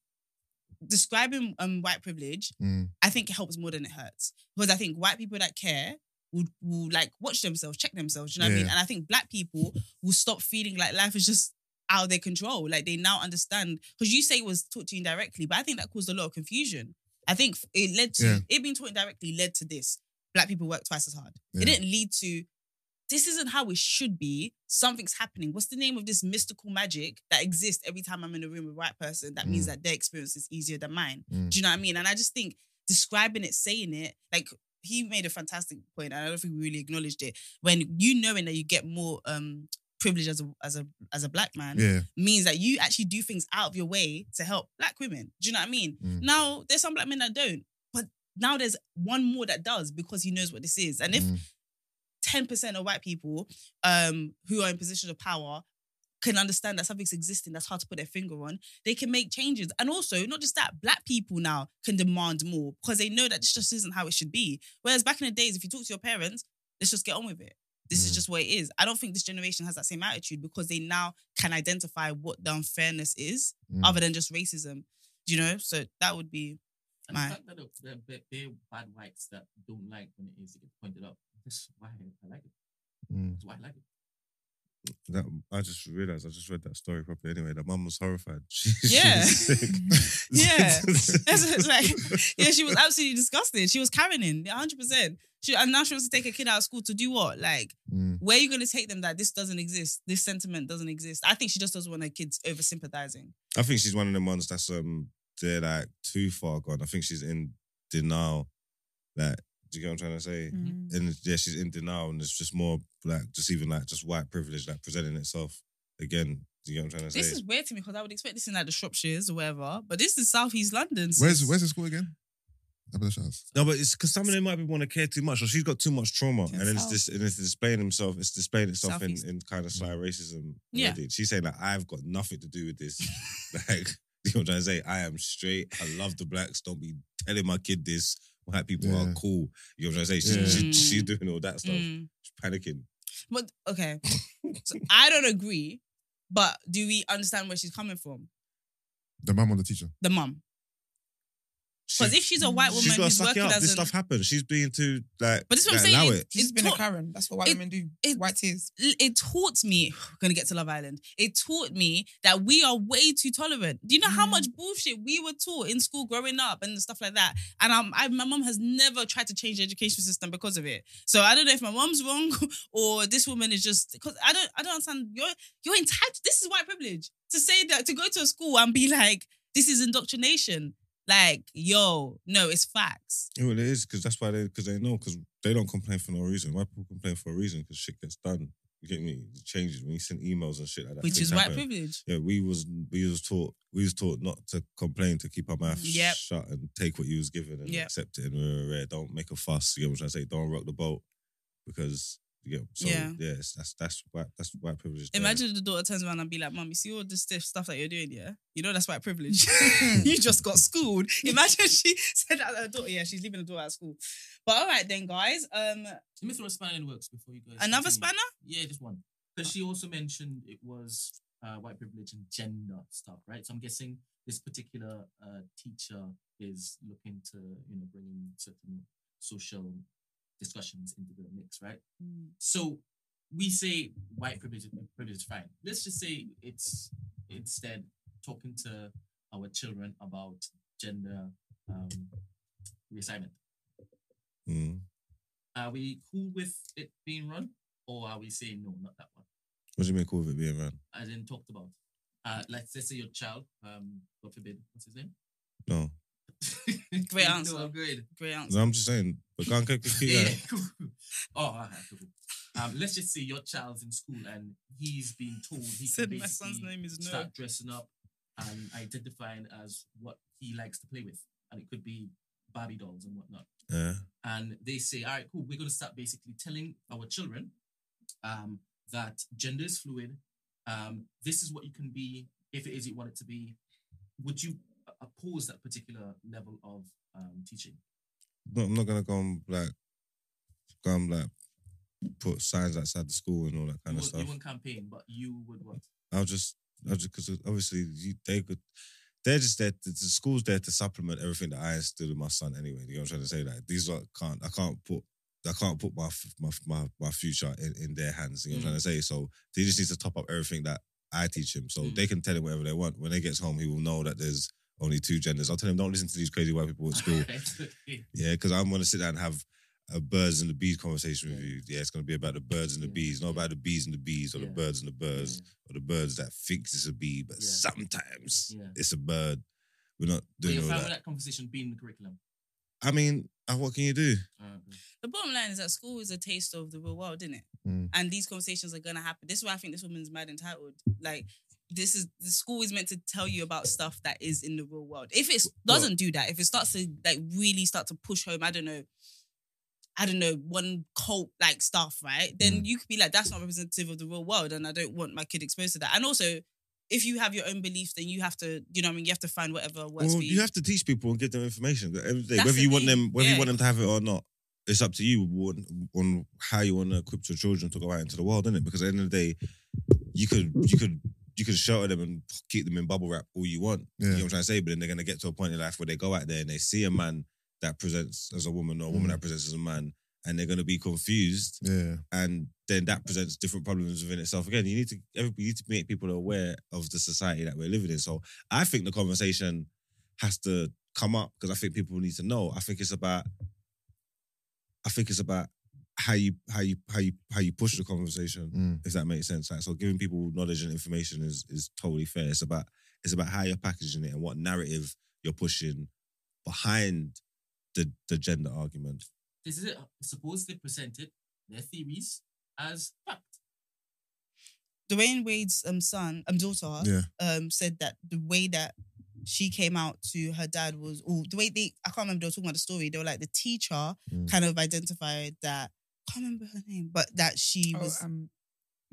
[SPEAKER 1] describing um white privilege,
[SPEAKER 5] Mm.
[SPEAKER 1] I think helps more than it hurts because I think white people that care. Will, will like watch themselves, check themselves. do you know what I mean?
[SPEAKER 5] Yeah.
[SPEAKER 1] And I think black people will stop feeling like life is just out of their control. Like they now understand because you say it was taught to you indirectly, but I think that caused a lot of confusion. I think it led to
[SPEAKER 5] Yeah.
[SPEAKER 1] it being taught indirectly led to this. Black people work twice as hard.
[SPEAKER 5] Yeah.
[SPEAKER 1] It didn't lead to this isn't how it should be. Something's happening. What's the name of this mystical magic that exists every time I'm in a room with a white person? That means
[SPEAKER 5] Mm.
[SPEAKER 1] that their experience is easier than mine.
[SPEAKER 5] Mm.
[SPEAKER 1] Do you know what I mean? And I just think describing it, saying it, like he made a fantastic point, and I don't think we really acknowledged it. When you knowing that you get more um privilege as a as a as a black man
[SPEAKER 5] yeah.
[SPEAKER 1] means that you actually do things out of your way to help black women. Do you know what I mean?
[SPEAKER 5] Mm.
[SPEAKER 1] Now there's some black men that don't, but now there's one more that does because he knows what this is. And if
[SPEAKER 5] Mm.
[SPEAKER 1] ten percent of white people um, who are in positions of power can understand that something's existing that's hard to put their finger on, they can make changes. And also, not just that, black people now can demand more because they know that this just isn't how it should be. Whereas back in the days, if you talk to your parents, let's just get on with it. This is
[SPEAKER 5] Mm.
[SPEAKER 1] just what it is. I don't think this generation has that same attitude because they now can identify what the unfairness is
[SPEAKER 5] Mm.
[SPEAKER 1] other than just racism. You know, so that would be
[SPEAKER 6] And the
[SPEAKER 1] Right.
[SPEAKER 6] fact that the- the ba- bare bad whites that don't like when it is it gets pointed out. That's why I like it.
[SPEAKER 5] Mm.
[SPEAKER 6] That's why I like it.
[SPEAKER 3] That, I just realized I just read that story properly anyway. The mum was horrified. She,
[SPEAKER 1] Yeah.
[SPEAKER 3] She was sick.
[SPEAKER 1] Yeah. That's what it's like. Yeah, she was absolutely disgusted. She was Karening, 100%. She, and now she wants to take a kid out of school to do what? Like,
[SPEAKER 5] Mm.
[SPEAKER 1] where are you going to take them that this doesn't exist? This sentiment doesn't exist. I think she just doesn't want her kids over sympathizing.
[SPEAKER 3] I think she's one of them ones that's um they're like too far gone. I think she's in denial. Like, do you get what I'm trying to say?
[SPEAKER 4] Mm-hmm.
[SPEAKER 3] And yeah, she's in denial, and it's just more like just even like just white privilege like presenting itself again. Do you get what I'm trying to
[SPEAKER 1] This
[SPEAKER 3] say?
[SPEAKER 1] is weird to me because I would expect this in like the Shropshires or whatever, but this is Southeast London. so
[SPEAKER 5] Where's
[SPEAKER 1] it's-
[SPEAKER 5] where's the school again? Abdul Shahs.
[SPEAKER 3] No, but it's because some of them might be want to care too much, or she's got too much trauma,
[SPEAKER 1] Yeah.
[SPEAKER 3] and then it's
[SPEAKER 1] Oh.
[SPEAKER 3] dis- and it's displaying himself. It's displaying itself in,
[SPEAKER 1] Southeast.
[SPEAKER 3] in kind of sly racism.
[SPEAKER 1] Mm. Yeah.
[SPEAKER 3] already. she's saying that I've got nothing to do with this. like, you know what I'm trying to say? I am straight. I love the blacks. Don't be telling my kid this. White people
[SPEAKER 5] Yeah.
[SPEAKER 3] are cool. You know what I'm trying to say? She,
[SPEAKER 5] Yeah.
[SPEAKER 3] she, she's doing all that stuff.
[SPEAKER 1] Mm.
[SPEAKER 3] She's panicking.
[SPEAKER 1] But okay, so I don't agree, but do we understand where she's coming from?
[SPEAKER 5] The mum or the teacher?
[SPEAKER 1] The mum. Because if she's a white woman
[SPEAKER 3] she's got to
[SPEAKER 1] who's
[SPEAKER 3] suck it
[SPEAKER 1] working
[SPEAKER 3] up.
[SPEAKER 1] as
[SPEAKER 3] This
[SPEAKER 1] a
[SPEAKER 3] stuff happens. She's being too like.
[SPEAKER 1] But this is what I'm
[SPEAKER 3] like,
[SPEAKER 1] saying,
[SPEAKER 3] Allow
[SPEAKER 1] it's-
[SPEAKER 3] it.
[SPEAKER 4] She's been
[SPEAKER 1] taught-
[SPEAKER 4] a Karen. That's what white
[SPEAKER 1] it-
[SPEAKER 4] women do.
[SPEAKER 1] it-
[SPEAKER 4] white tears.
[SPEAKER 1] it taught me we're gonna get to Love Island. It taught me that we are way too tolerant. Do you know how much bullshit we were taught in school growing up and stuff like that? And um, I, my mom has never tried to change the education system because of it. So I don't know if my mom's wrong or this woman is just because I don't I don't understand. You're you're entitled. This is white privilege to say that to go to a school and be like this is indoctrination. Like yo, no, it's facts.
[SPEAKER 3] Yeah, well, it is because that's why they because they know because they don't complain for no reason. Why people complain for a reason? Because shit gets done. You get me? It changes when you send emails and shit like that.
[SPEAKER 1] Which
[SPEAKER 3] things
[SPEAKER 1] is white
[SPEAKER 3] happen.
[SPEAKER 1] privilege.
[SPEAKER 3] Yeah, we was we was taught we was taught not to complain to keep our mouth
[SPEAKER 1] Yep.
[SPEAKER 3] shut and take what you was given and
[SPEAKER 1] Yep.
[SPEAKER 3] accept it and rare, rare, rare. don't make a fuss. You get what I'm trying to say? Don't rock the boat because you get so yeah.
[SPEAKER 1] Yeah.
[SPEAKER 3] Yes, that's that's white that's white privilege. there.
[SPEAKER 1] Imagine if the daughter turns around and be like, "Mom, you see all this stiff stuff that you're doing, yeah? You know that's white privilege. you just got schooled." Imagine she said that to her daughter, "Yeah, she's leaving the daughter at school." But all right then, guys. Um,
[SPEAKER 6] Let me throw a spanner in the works before you guys.
[SPEAKER 1] another
[SPEAKER 6] continue.
[SPEAKER 1] spanner.
[SPEAKER 6] Yeah, just one. Because she also mentioned it was uh, white privilege and gender stuff, right? So I'm guessing this particular uh, teacher is looking to, you know, bring in certain social discussions into the mix, right? So we say white privilege, privilege is fine. Let's just say it's instead talking to our children about gender um, reassignment.
[SPEAKER 3] Mm.
[SPEAKER 6] Are we cool with it being run, or are we saying no, not that one?
[SPEAKER 3] What do you mean cool of it being around?
[SPEAKER 6] as in talked about. Uh, like let's say your child, um, God forbid, what's his name?
[SPEAKER 3] No,
[SPEAKER 1] Great
[SPEAKER 6] No,
[SPEAKER 1] answer.
[SPEAKER 6] great.
[SPEAKER 1] Great answer.
[SPEAKER 3] no I'm just saying. But can't keep
[SPEAKER 6] Yeah.
[SPEAKER 3] going.
[SPEAKER 6] oh, all right, cool, cool. Um, let's just say your child's in school and he's been told he
[SPEAKER 1] Said
[SPEAKER 6] can
[SPEAKER 1] my son's
[SPEAKER 6] basically
[SPEAKER 1] name is no.
[SPEAKER 6] start dressing up and identifying as what he likes to play with, and it could be Barbie dolls and whatnot.
[SPEAKER 3] Yeah.
[SPEAKER 6] and they say, all right, cool, we're going to start basically telling our children um, that gender is fluid. Um, this is what you can be if it is you want it to be. Would you o- oppose that particular level of um, teaching?
[SPEAKER 3] no, I'm not gonna go and like go and like put signs outside the school and all that kind
[SPEAKER 6] You
[SPEAKER 3] of
[SPEAKER 6] would, you
[SPEAKER 3] stuff.
[SPEAKER 6] wouldn't campaign, but you would what?
[SPEAKER 3] I'll just I'll just because obviously you, they could they're just there. The the school's there to supplement everything that I instilled in my son anyway. You know what I'm trying to say? Like these are can't I can't put. I can't put my f- my my, my future in, in their hands. You know what I'm trying to say. So they just need to top up everything that I teach him. So
[SPEAKER 6] Mm.
[SPEAKER 3] they can tell him whatever they want. When he gets home, he will know that there's only two genders. I'll tell him don't listen to these crazy white people at school. Yeah, because I'm gonna sit down and have a birds and the bees conversation with
[SPEAKER 6] Yeah.
[SPEAKER 3] you. Yeah, it's gonna be about the birds and the
[SPEAKER 6] Yeah.
[SPEAKER 3] bees, not about the bees and the bees or
[SPEAKER 6] Yeah.
[SPEAKER 3] the birds and the birds
[SPEAKER 6] Yeah.
[SPEAKER 3] or the birds that thinks it's a bee, but
[SPEAKER 6] Yeah.
[SPEAKER 3] sometimes
[SPEAKER 6] Yeah.
[SPEAKER 3] it's a bird. We're not
[SPEAKER 6] But
[SPEAKER 3] doing
[SPEAKER 6] you're
[SPEAKER 3] all
[SPEAKER 6] fine
[SPEAKER 3] that.
[SPEAKER 6] with that conversation being in the curriculum.
[SPEAKER 3] I mean, uh, what can you do?
[SPEAKER 6] Uh, okay.
[SPEAKER 1] The bottom line is that school is a taste of the real world, isn't it?
[SPEAKER 5] Mm.
[SPEAKER 1] And these conversations are gonna happen. This is why I think this woman's mad entitled. Like, this is the school is meant to tell you about stuff that is in the real world. If it doesn't do that, if it starts to like really start to push home, I don't know, I don't know, one cult like stuff, right? Then you could be like, that's not representative of the real world, and I don't want my kid exposed to that. And also, if you have your own beliefs, then you have to, you know, what I mean, you have to find whatever works
[SPEAKER 3] Well,
[SPEAKER 1] for you.
[SPEAKER 3] you have to teach people and give them information that every day,
[SPEAKER 1] That's
[SPEAKER 3] whether
[SPEAKER 1] the
[SPEAKER 3] you want
[SPEAKER 1] thing.
[SPEAKER 3] them, whether
[SPEAKER 1] Yeah.
[SPEAKER 3] you want them to have it or not. It's up to you on, on how you want to equip your children to go out into the world, isn't it? Because at the end of the day, you could you could you could shelter them and keep them in bubble wrap all you want. You know
[SPEAKER 5] Yeah.
[SPEAKER 3] what I'm trying to say? But then they're gonna get to a point in life where they go out there and they see a man that presents as a woman or a woman
[SPEAKER 5] Mm.
[SPEAKER 3] that presents as a man, and they're gonna be confused
[SPEAKER 5] Yeah.
[SPEAKER 3] and then that presents different problems within itself. Again, you need to every- you need to make people aware of the society that we're living in. So I think the conversation has to come up because I think people need to know. I think it's about I think it's about how you how you how you how you push the conversation
[SPEAKER 5] Mm.
[SPEAKER 3] if that makes sense. Like, so giving people knowledge and information is is totally fair. It's about it's about how you're packaging it and what narrative you're pushing behind the the gender argument.
[SPEAKER 6] This is it. Suppose they presented their theories as fact.
[SPEAKER 1] Dwayne Wade's um, son, um, daughter,
[SPEAKER 5] Yeah.
[SPEAKER 1] um, said that the way that she came out to her dad was, oh, the way they, I can't remember, they were talking about the story. They were like, the teacher
[SPEAKER 5] Mm.
[SPEAKER 1] kind of identified that, I can't remember her name, but that she
[SPEAKER 4] Oh,
[SPEAKER 1] was,
[SPEAKER 4] um,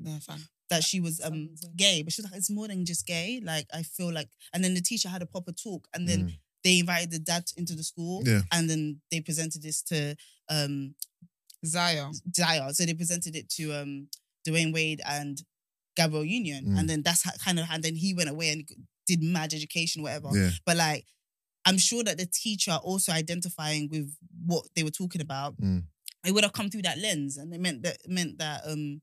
[SPEAKER 4] no, fine.
[SPEAKER 1] that she was um
[SPEAKER 4] Someone's name.
[SPEAKER 1] gay. But she was like, it's more than just gay. Like, I feel like, and then the teacher had a proper talk and then they invited the dad into the school
[SPEAKER 5] Mm. Yeah.
[SPEAKER 1] and then they presented this to um
[SPEAKER 4] Zaya.
[SPEAKER 1] Dyer. So they presented it to um Dwayne Wade and Gabriel Union,
[SPEAKER 5] Mm.
[SPEAKER 1] and then that's how, kind of and then he went away and did mad education, whatever.
[SPEAKER 5] Yeah.
[SPEAKER 1] But like I'm sure that the teacher also identifying with what they were talking about,
[SPEAKER 5] Mm.
[SPEAKER 1] it would have come through that lens, and it meant that meant that um,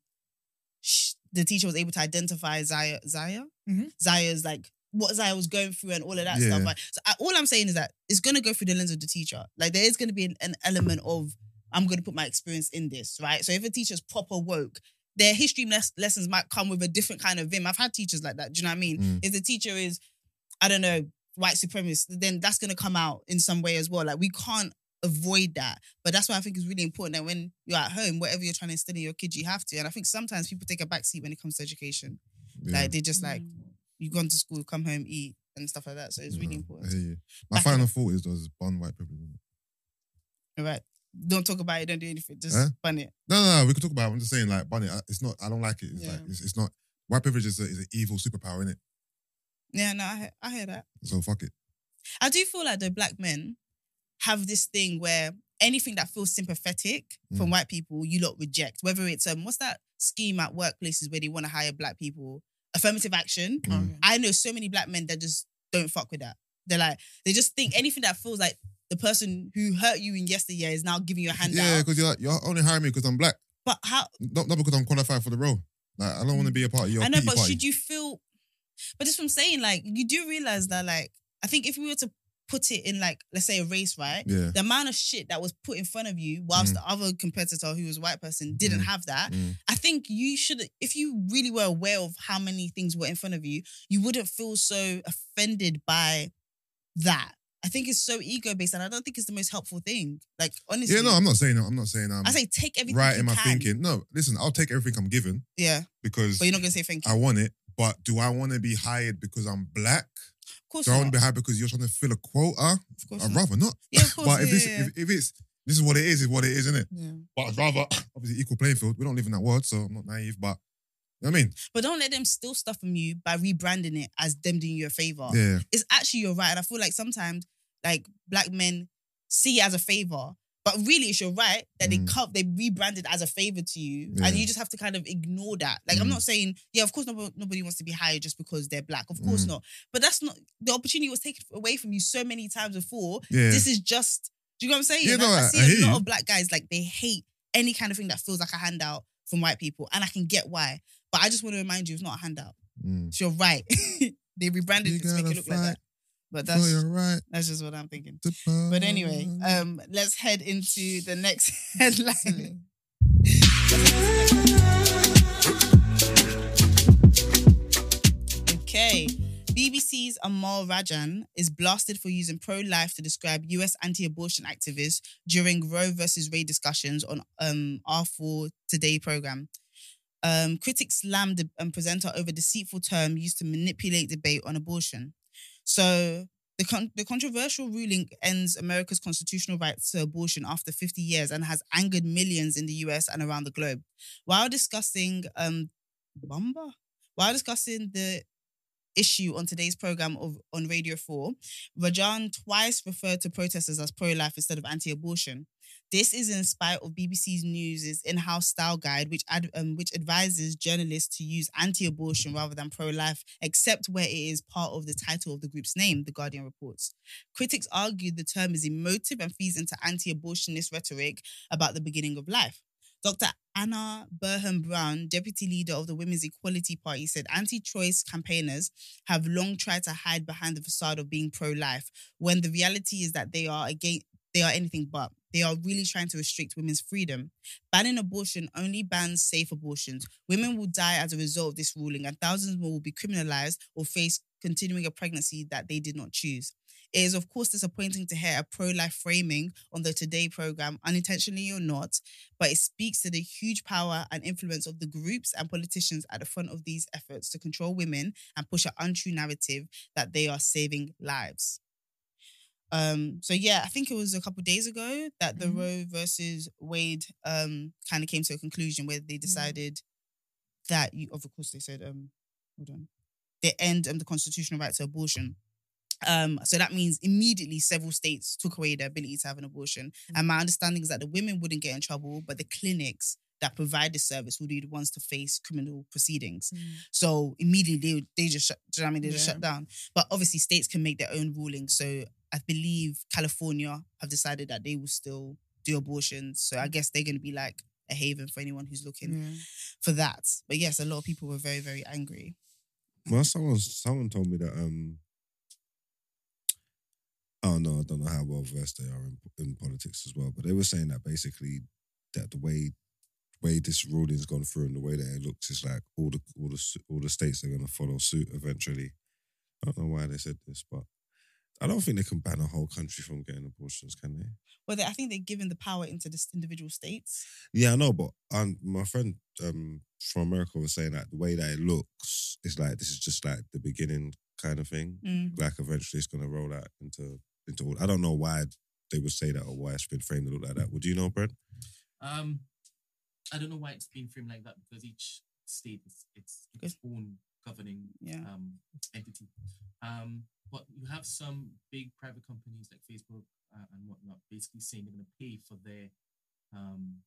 [SPEAKER 1] sh- the teacher was able to identify Zaya, Zaya,
[SPEAKER 4] Mhm.
[SPEAKER 1] Zaya's like what Zaya was going through and all of that
[SPEAKER 5] Yeah.
[SPEAKER 1] stuff. Like, so I, all I'm saying is that it's going to go through the lens of the teacher. Like, there is going to be an, an element of I'm going to put my experience in this, right? So if a teacher's proper woke. Their history les- lessons might come with a different kind of vim. I've had teachers like that. Do you know what I mean?
[SPEAKER 5] Mm.
[SPEAKER 1] If the teacher is I don't know, white supremacist, then that's going to come out in some way as well. Like we can't avoid that. But that's why I think it's really important that when you're at home, whatever you're trying to instill in your kids, you have to. And I think sometimes people take a backseat when it comes to education.
[SPEAKER 5] Yeah.
[SPEAKER 1] Like they just like,
[SPEAKER 4] Mm.
[SPEAKER 1] you've gone to school, come home, eat, and stuff like that. So it's really
[SPEAKER 5] Yeah, Mm, I
[SPEAKER 1] important.
[SPEAKER 5] hear you. My
[SPEAKER 1] Back it
[SPEAKER 5] final thought is those bond white privilege. isn't it?
[SPEAKER 1] All right. Don't talk about it, don't do anything. Just
[SPEAKER 5] Huh?
[SPEAKER 1] fun it.
[SPEAKER 5] No, no, no, we could talk about. It. I'm just saying, like, bunny. I- It's not. I don't like it. It's
[SPEAKER 4] Yeah.
[SPEAKER 5] like it's, it's not. White privilege is, a, is an evil superpower, in it.
[SPEAKER 1] Yeah, no, I hear, I hear that.
[SPEAKER 5] So fuck it.
[SPEAKER 1] I do feel like the black men have this thing where anything that feels sympathetic
[SPEAKER 5] Mm.
[SPEAKER 1] from white people, you lot reject. Whether it's um, what's that scheme at workplaces where they want to hire black people? Affirmative action.
[SPEAKER 5] Mm.
[SPEAKER 1] I know so many black men that just don't fuck with that. They're like, they just think anything that feels like the person who hurt you in yesteryear is now giving you a handout.
[SPEAKER 5] Yeah, because you're like, you're only hiring me because I'm black,
[SPEAKER 1] But how
[SPEAKER 5] not, not because I'm qualified for the role. Like, I don't want to be a part of your.
[SPEAKER 1] Mm. I know,
[SPEAKER 5] pity
[SPEAKER 1] but
[SPEAKER 5] party.
[SPEAKER 1] should you feel? But just from saying, like, you do realize that, like, I think if we were to put it in, like, let's say a race, right?
[SPEAKER 5] Yeah.
[SPEAKER 1] The amount of shit that was put in front of you, whilst the other competitor who was a white person didn't
[SPEAKER 5] Mm.
[SPEAKER 1] have that,
[SPEAKER 5] Mm.
[SPEAKER 1] I think you should, if you really were aware of how many things were in front of you, you wouldn't feel so offended by that. I think it's so ego based, and I don't think it's the most helpful thing. Like, honestly,
[SPEAKER 5] Yeah, no, I'm not saying. I'm not saying. I'm
[SPEAKER 1] I say take everything
[SPEAKER 5] right
[SPEAKER 1] you
[SPEAKER 5] in my
[SPEAKER 1] can.
[SPEAKER 5] thinking. No, listen, I'll take everything I'm given
[SPEAKER 1] Yeah,
[SPEAKER 5] because
[SPEAKER 1] but you're not gonna say thank you.
[SPEAKER 5] I want it. But do I want to be hired because I'm black?
[SPEAKER 1] of course
[SPEAKER 5] Do I want
[SPEAKER 1] not.
[SPEAKER 5] to be hired because you're trying to fill a quota?
[SPEAKER 1] Of course
[SPEAKER 5] I'd
[SPEAKER 1] not.
[SPEAKER 5] rather not.
[SPEAKER 1] Yeah, of course.
[SPEAKER 5] but if
[SPEAKER 1] yeah,
[SPEAKER 5] this,
[SPEAKER 1] yeah, yeah.
[SPEAKER 5] if, if it's this is what it is, is what it is, isn't it?
[SPEAKER 4] Yeah.
[SPEAKER 5] But I'd rather obviously equal playing field. We don't live in that world, so I'm not naive. But you know what I mean,
[SPEAKER 1] But don't let them steal stuff from you by rebranding it as them doing you a favor.
[SPEAKER 5] yeah,
[SPEAKER 1] It's actually your right. And I feel like sometimes, like black men see it as a favor, but really it's your right that
[SPEAKER 5] Mm.
[SPEAKER 1] they cut, they rebranded as a favor to you,
[SPEAKER 5] Yeah.
[SPEAKER 1] and you just have to kind of ignore that. Like I'm
[SPEAKER 5] Mm.
[SPEAKER 1] not saying, yeah, of course nobody, nobody wants to be hired just because they're black. Of course
[SPEAKER 5] Mm.
[SPEAKER 1] not. But that's not the opportunity was taken away from you so many times before.
[SPEAKER 5] yeah.
[SPEAKER 1] This is just. Do you know what I'm saying?
[SPEAKER 5] Yeah, no,
[SPEAKER 1] I, I
[SPEAKER 5] I-
[SPEAKER 1] see
[SPEAKER 5] I
[SPEAKER 1] a
[SPEAKER 5] hear
[SPEAKER 1] lot
[SPEAKER 5] you.
[SPEAKER 1] of black guys like they hate any kind of thing that feels like a handout from white people, and I can get why. But I just want to remind you, it's not a handout.
[SPEAKER 5] Mm.
[SPEAKER 1] So you're right. they rebranded
[SPEAKER 5] You
[SPEAKER 1] it to make
[SPEAKER 5] gotta
[SPEAKER 1] it look like
[SPEAKER 5] fight
[SPEAKER 1] that. But
[SPEAKER 5] Oh,
[SPEAKER 1] that's
[SPEAKER 5] you're right.
[SPEAKER 1] that's just what I'm thinking.
[SPEAKER 5] to
[SPEAKER 1] But anyway,
[SPEAKER 5] burn.
[SPEAKER 1] um, let's head into the next headline. okay. BBC's Amal Rajan is blasted for using pro life to describe US anti abortion activists during Roe versus Wade discussions on um, R4 Today program. Um, critics slammed the um, presenter over deceitful term used to manipulate debate on abortion. So the, con- the controversial ruling ends America's constitutional right to abortion after 50 years and has angered millions in the US and around the globe. While discussing um, Bumba, while discussing the issue on today's program of on Radio 4, Rajan twice referred to protesters as pro-life instead of anti-abortion. This is in spite of BBC News' in-house style guide, which ad- um, which advises journalists to use anti-abortion rather than pro-life, except where it is part of the title of the group's name. The Guardian reports. Critics argue the term is emotive and feeds into anti-abortionist rhetoric about the beginning of life. Dr. Anna Burham Brown, deputy leader of the Women's Equality Party, said anti-choice campaigners have long tried to hide behind the facade of being pro-life, when the reality is that they are against they are anything but. They are really trying to restrict women's freedom. Banning abortion only bans safe abortions. Women will die as a result of this ruling, and thousands more will be criminalized or face continuing a pregnancy that they did not choose. It is, of course, disappointing to hear a pro life framing on the Today program, unintentionally or not, but it speaks to the huge power and influence of the groups and politicians at the front of these efforts to control women and push an untrue narrative that they are saving lives. Um, so yeah, I think it was a couple days ago that the
[SPEAKER 4] Mhm.
[SPEAKER 1] Roe versus Wade um kind of came to a conclusion where they decided that you of course they said um hold on they end um, the constitutional right to abortion. Um, so that means immediately several states took away the ability to have an abortion. And my understanding is that the women wouldn't get in trouble, but the clinics that provide the service will be the ones to face criminal proceedings.
[SPEAKER 4] Mm.
[SPEAKER 1] So immediately they they just shut, do you know what I mean? They just
[SPEAKER 4] Yeah.
[SPEAKER 1] shut down. But obviously states can make their own rulings. So I believe California have decided that they will still do abortions. So I guess they're going to be like a haven for anyone who's looking
[SPEAKER 4] Mm.
[SPEAKER 1] for that. But yes, a lot of people were very, very angry.
[SPEAKER 3] Well, someone someone told me that um. Oh no, I don't know how well versed they are in, in politics as well, but they were saying that basically that the way way this ruling's gone through and the way that it looks is like all the all the s- all the states are going to follow suit eventually. I don't know why they said this, but I don't think they can ban a whole country from getting abortions, can they?
[SPEAKER 1] Well, they, I think they're giving the power into the individual states.
[SPEAKER 3] Yeah, I know, but um, my friend um, from America was saying that the way that it looks is like this is just like the beginning kind of thing.
[SPEAKER 1] Mm.
[SPEAKER 3] Like eventually it's gonna roll out into into all. I don't know why they would say that or why it's been framed to look like that. Would you know, Brent?
[SPEAKER 6] Um, I don't know why it's been framed like that because each state is its its own governing
[SPEAKER 1] Yeah.
[SPEAKER 6] um, entity. Um, but you have some big private companies like Facebook uh, and whatnot basically saying they're going to pay for their um,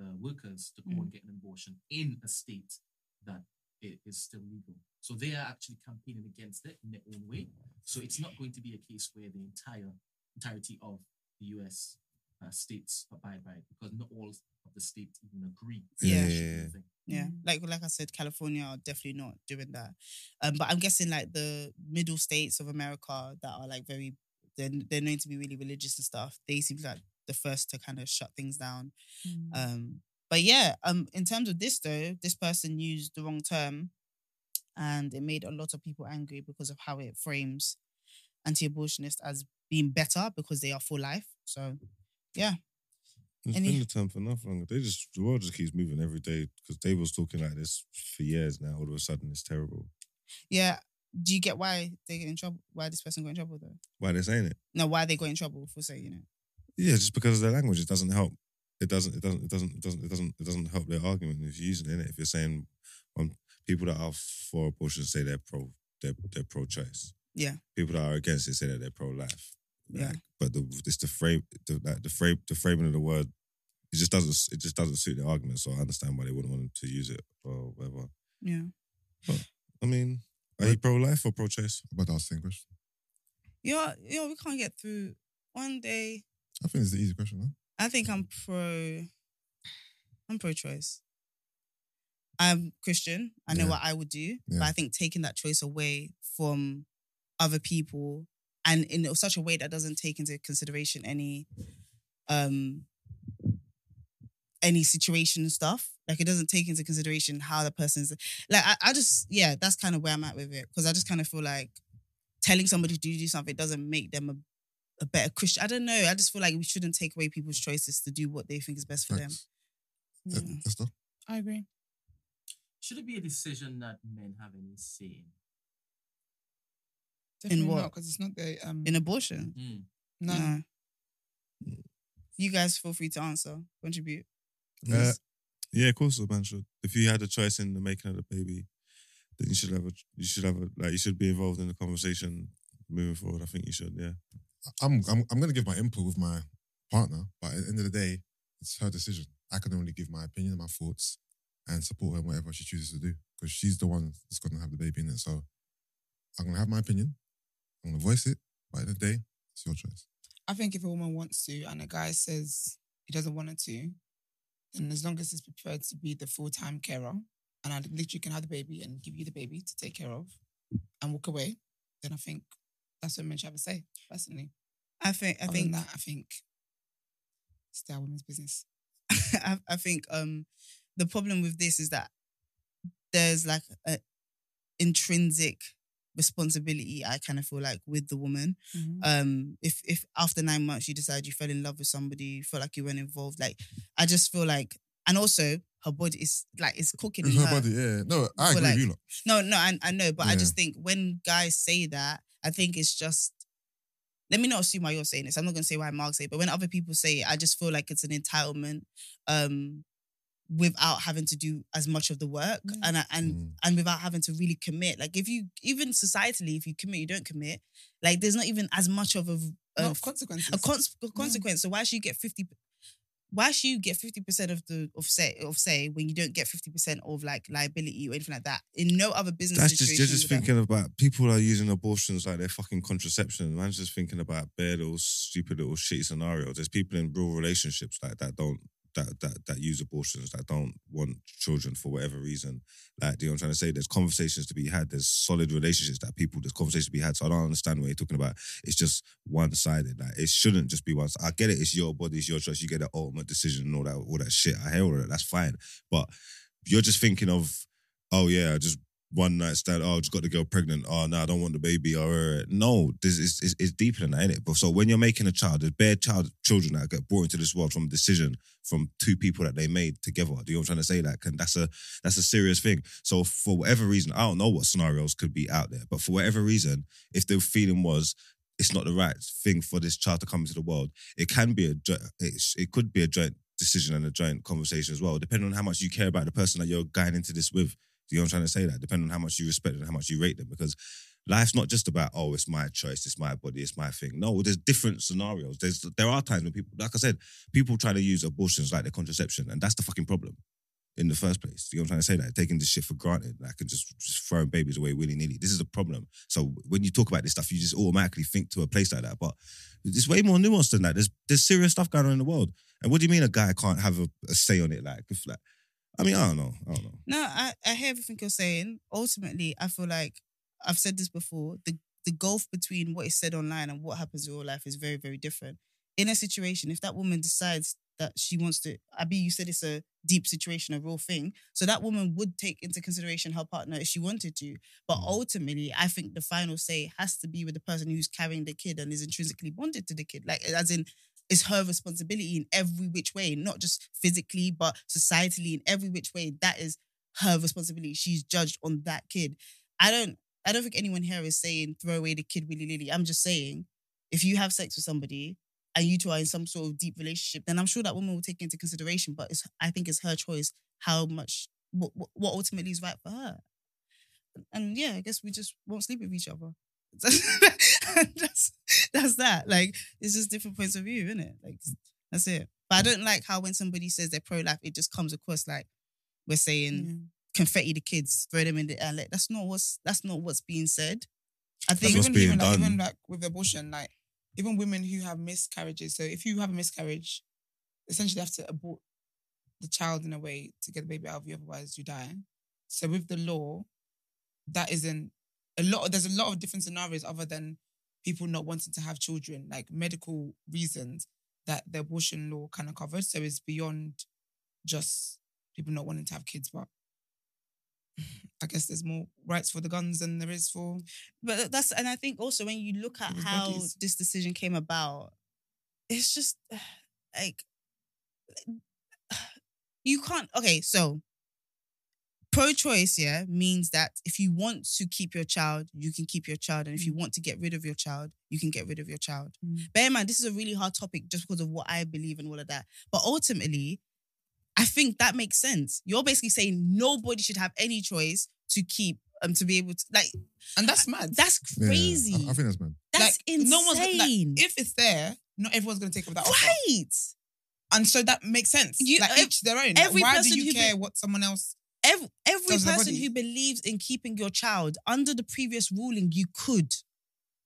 [SPEAKER 6] uh, workers to go
[SPEAKER 1] Mm.
[SPEAKER 6] and get an abortion in a state that it is still legal. So they are actually campaigning against it in their own way. So it's not going to be a case where the entire entirety of the US uh, states abide by it because not all of the states even agree.
[SPEAKER 1] Yeah.
[SPEAKER 6] with the
[SPEAKER 3] Yeah.
[SPEAKER 6] thing.
[SPEAKER 1] Yeah, like like I said, California are definitely not doing that. Um, but I'm guessing like the middle states of America that are like very they're they're known to be really religious and stuff. They seem like the first to kind of shut things down.
[SPEAKER 4] Mm.
[SPEAKER 1] Um, but yeah, um, in terms of this though, this person used the wrong term, and it made a lot of people angry because of how it frames anti-abortionists as being better because they are for life. So
[SPEAKER 3] It's
[SPEAKER 1] Any-
[SPEAKER 3] been the term for enough longer. They just the world just keeps moving every day because they was talking like this for years now. All of a sudden, it's terrible.
[SPEAKER 1] yeah, do you get why they get in trouble? Why this person got in trouble though?
[SPEAKER 3] Why they saying it?
[SPEAKER 1] No, why they got in trouble for saying it?
[SPEAKER 3] Yeah, just because of their language, it doesn't help. It doesn't. It doesn't. It doesn't. It doesn't. It doesn't. It doesn't help their argument if you're using it. innit? If you're saying, um, people that are for abortion say they're pro, they're, they're pro-choice.
[SPEAKER 1] Yeah.
[SPEAKER 3] People that are against it say that they're pro-life. Like,
[SPEAKER 1] Yeah.
[SPEAKER 3] But the it's the frame, the, like the frame, the framing of the word. It just doesn't. It just doesn't suit their argument. So I understand why they wouldn't want to use it or whatever.
[SPEAKER 1] Yeah.
[SPEAKER 3] I mean, are you pro-life or pro-choice?
[SPEAKER 5] I'm about to ask the same question.
[SPEAKER 1] Yeah, yeah, we can't get through. One day,
[SPEAKER 5] I think it's the easy question, huh?
[SPEAKER 1] I think I'm pro. I'm pro-choice. I'm Christian. I know
[SPEAKER 5] Yeah.
[SPEAKER 1] what I would do,
[SPEAKER 5] Yeah.
[SPEAKER 1] but I think taking that choice away from other people and in such a way that doesn't take into consideration any, um, any situation and stuff. Like it doesn't take into consideration how the person's like. I, I just yeah, that's kind of where I'm at with it because I just kind of feel like telling somebody to do something doesn't make them a a better Christian. I don't know. I just feel like we shouldn't take away people's choices to do what they think is best for them.
[SPEAKER 5] Thanks. Yeah.
[SPEAKER 1] Yeah.
[SPEAKER 5] Esther?
[SPEAKER 4] I agree.
[SPEAKER 6] Should it be a decision that men have any say
[SPEAKER 4] Definitely
[SPEAKER 1] what?
[SPEAKER 4] not because it's not the um.
[SPEAKER 1] In abortion?
[SPEAKER 6] in? Mm.
[SPEAKER 4] no.
[SPEAKER 1] No. You guys feel free to answer, contribute.
[SPEAKER 3] Uh, yeah, of course a man should. If you had a choice in the making of the baby, then you should have a you should have a like you should be involved in the conversation moving forward. I think you should, yeah.
[SPEAKER 5] I'm, I'm, I'm going to give my input with my partner, but at the end of the day, it's her decision. I can only give my opinion and my thoughts and support her in whatever she chooses to do because she's the one that's going to have the baby in it. So I'm going to have my opinion. I'm going to voice it. But at the end of the day, it's your choice.
[SPEAKER 4] I think if a woman wants to and a guy says he doesn't want her to, then as long as he's prepared to be the full time carer and I literally can have the baby and give you the baby to take care of and walk away, then I think that's what men should have a say, personally.
[SPEAKER 1] I think I
[SPEAKER 4] Other than
[SPEAKER 1] think
[SPEAKER 4] that, I think it's their women's business.
[SPEAKER 1] I, I think um the problem with this is that there's like a intrinsic responsibility I kind of feel like with the woman. um if if after nine months you decide you fell in love with somebody you feel like you weren't involved like i just feel like and also her body is like it's cooking
[SPEAKER 5] It's
[SPEAKER 1] in
[SPEAKER 5] her
[SPEAKER 1] her.
[SPEAKER 5] body, yeah. No, I
[SPEAKER 1] uh, For
[SPEAKER 5] agree with you lot.
[SPEAKER 1] no no i, I know but i
[SPEAKER 5] Yeah.
[SPEAKER 1] just think when guys say that i think it's just let me not assume why you're saying this i'm not going to say why mark say it, but when other people say it i just feel like it's an entitlement um without having to do as much of the work
[SPEAKER 4] Yeah.
[SPEAKER 1] and I, and
[SPEAKER 5] Mm.
[SPEAKER 1] and without having to really commit like if you even societally if you commit you don't commit like there's not even as much of a,
[SPEAKER 4] Not
[SPEAKER 1] of
[SPEAKER 4] of consequences.
[SPEAKER 1] a, cons- a consequence. So why should you get fifty? why should you get fifty percent of the of say of say when you don't get fifty percent of like liability or anything like that in no other business?
[SPEAKER 3] That's just
[SPEAKER 1] situation
[SPEAKER 3] they're just
[SPEAKER 1] would that-
[SPEAKER 3] thinking about people are using abortions like they're fucking contraception. Man's just thinking about bare little stupid little shitty scenarios. There's people in real relationships like that don't that that that use abortions that don't want children for whatever reason. Like, do you know what I'm trying to say? There's conversations to be had. There's solid relationships that people there's conversations to be had. So I don't understand what you're talking about. It's just one sided. Like it shouldn't just be one. I get it. It's your body. It's your choice. You get the ultimate decision and all that all that shit. I hear all that. That's fine. But you're just thinking of oh yeah, I just one night stand. Oh, just got the girl pregnant. Oh no, I don't want the baby. Or uh, no, this is it's, it's deeper than that, isn't it? But so when you're making a child, there's bare child children that get brought into this world from a decision from two people that they made together. Do you know what I'm trying to say? Like, and that's a that's a serious thing. So for whatever reason, I don't know what scenarios could be out there, but for whatever reason, if the feeling was. It's not the right thing for this child to come into the world. It can be a, jo- it's, it could be a joint decision and a joint conversation as well, depending on how much you care about the person that you're going into this with. Do you know what I'm trying to say? That depending on how much you respect and how much you rate them, because life's not just about oh, it's my choice, it's my body, it's my thing. No, there's different scenarios. There's there are times when people, like I said, people try to use abortions like their contraception, and that's the fucking problem in the first place. You know what I'm trying to say? Like taking this shit for granted, like and just, just throwing babies away willy nilly. This is a problem. So when you talk about this stuff, you just automatically think to a place like that. But it's way more nuanced than that. There's there's serious stuff going on in the world. And what do you mean a guy can't have a, a say on it? Like if like, I mean, I don't know, I don't know.
[SPEAKER 1] No, I, I hear everything you're saying. Ultimately, I feel like I've said this before. The the gulf between what is said online and what happens in real life is very, very different. In a situation, if that woman decides that she wants to, Abi, you said it's a deep situation, a real thing. So that woman would take into consideration her partner if she wanted to. But ultimately, I think the final say has to be with the person who's carrying the kid and is intrinsically bonded to the kid. Like as in it's her responsibility in every which way, not just physically, but societally in every which way. That is her responsibility. She's judged on that kid. I don't I don't think anyone here is saying throw away the kid willy nilly. I'm just saying if you have sex with somebody and you two are in some sort of deep relationship, then I'm sure that woman will take it into consideration. But it's I think it's her choice how much what what what ultimately is right for her. And yeah, I guess we just won't sleep with each other. that's that's that. Like it's just different points of view, isn't it? Like that's it. But I don't like how when somebody says they're pro life, it just comes across like we're saying confetti the kids, throw them in the air. Like, that's not what's that's not what's being said. I
[SPEAKER 4] But
[SPEAKER 1] think
[SPEAKER 3] what's
[SPEAKER 4] even,
[SPEAKER 3] being
[SPEAKER 4] even, like,
[SPEAKER 3] done.
[SPEAKER 4] even like with abortion, like even women who have miscarriages. So if you have a miscarriage, essentially they have to abort the child in a way to get the baby out of you, otherwise you die. So with the law, that isn't a lot. There's a lot of different scenarios other than people not wanting to have children, like medical reasons that the abortion law kind of covers. So it's beyond just people not wanting to have kids, but. I guess there's more rights for the guns than there is for
[SPEAKER 1] but that's and I think also when you look at
[SPEAKER 4] It was
[SPEAKER 1] how
[SPEAKER 4] bodies.
[SPEAKER 1] this decision came about, it's just uh, like you can't okay, so pro-choice, yeah, means that if you want to keep your child, you can keep your child. And if you want to get rid of your child, you can get rid of your child. Bear in mind, this is a really hard topic just because of what I believe and all of that. But ultimately, I think that makes sense. You're basically saying nobody should have any choice to keep um to be able to like
[SPEAKER 4] And that's mad.
[SPEAKER 1] that's
[SPEAKER 5] Yeah,
[SPEAKER 1] crazy.
[SPEAKER 5] I, I think that's mad.
[SPEAKER 1] That's
[SPEAKER 4] Like,
[SPEAKER 1] insane.
[SPEAKER 4] no one's- like, if it's there, not everyone's going to take up that offer.
[SPEAKER 1] right.
[SPEAKER 4] And so that makes sense.
[SPEAKER 1] You-
[SPEAKER 4] like
[SPEAKER 1] ev-
[SPEAKER 4] each their own. Like,
[SPEAKER 1] every
[SPEAKER 4] why
[SPEAKER 1] person
[SPEAKER 4] do you
[SPEAKER 1] who be-
[SPEAKER 4] care what someone else?
[SPEAKER 1] Every, every
[SPEAKER 4] Does the
[SPEAKER 1] person
[SPEAKER 4] body-
[SPEAKER 1] who believes in keeping your child under the previous ruling, you could.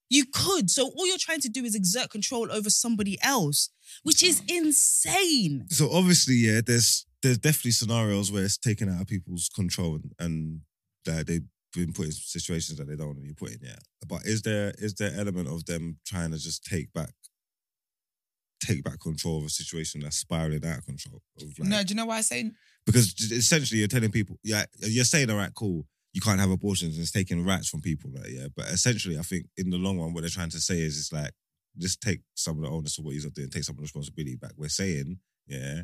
[SPEAKER 1] You could. So all you're trying to do is exert control over somebody else, which is insane.
[SPEAKER 3] So obviously, yeah, there's there's definitely scenarios where it's taken out of people's control and, and that they've been put in situations that they don't want to be put in. Yeah, but is there is there element of them trying to just take back take back control of a situation that's spiraling out of control? Of like,
[SPEAKER 4] no, do you know why I say?
[SPEAKER 3] because j- essentially you're telling people, yeah, you're saying, all right, cool, you can't have abortions, and it's taking rights from people, right? Yeah, but essentially, I think in the long run, what they're trying to say is, it's like just take some of the onus of what you're doing, take some of the responsibility back. We're saying, yeah,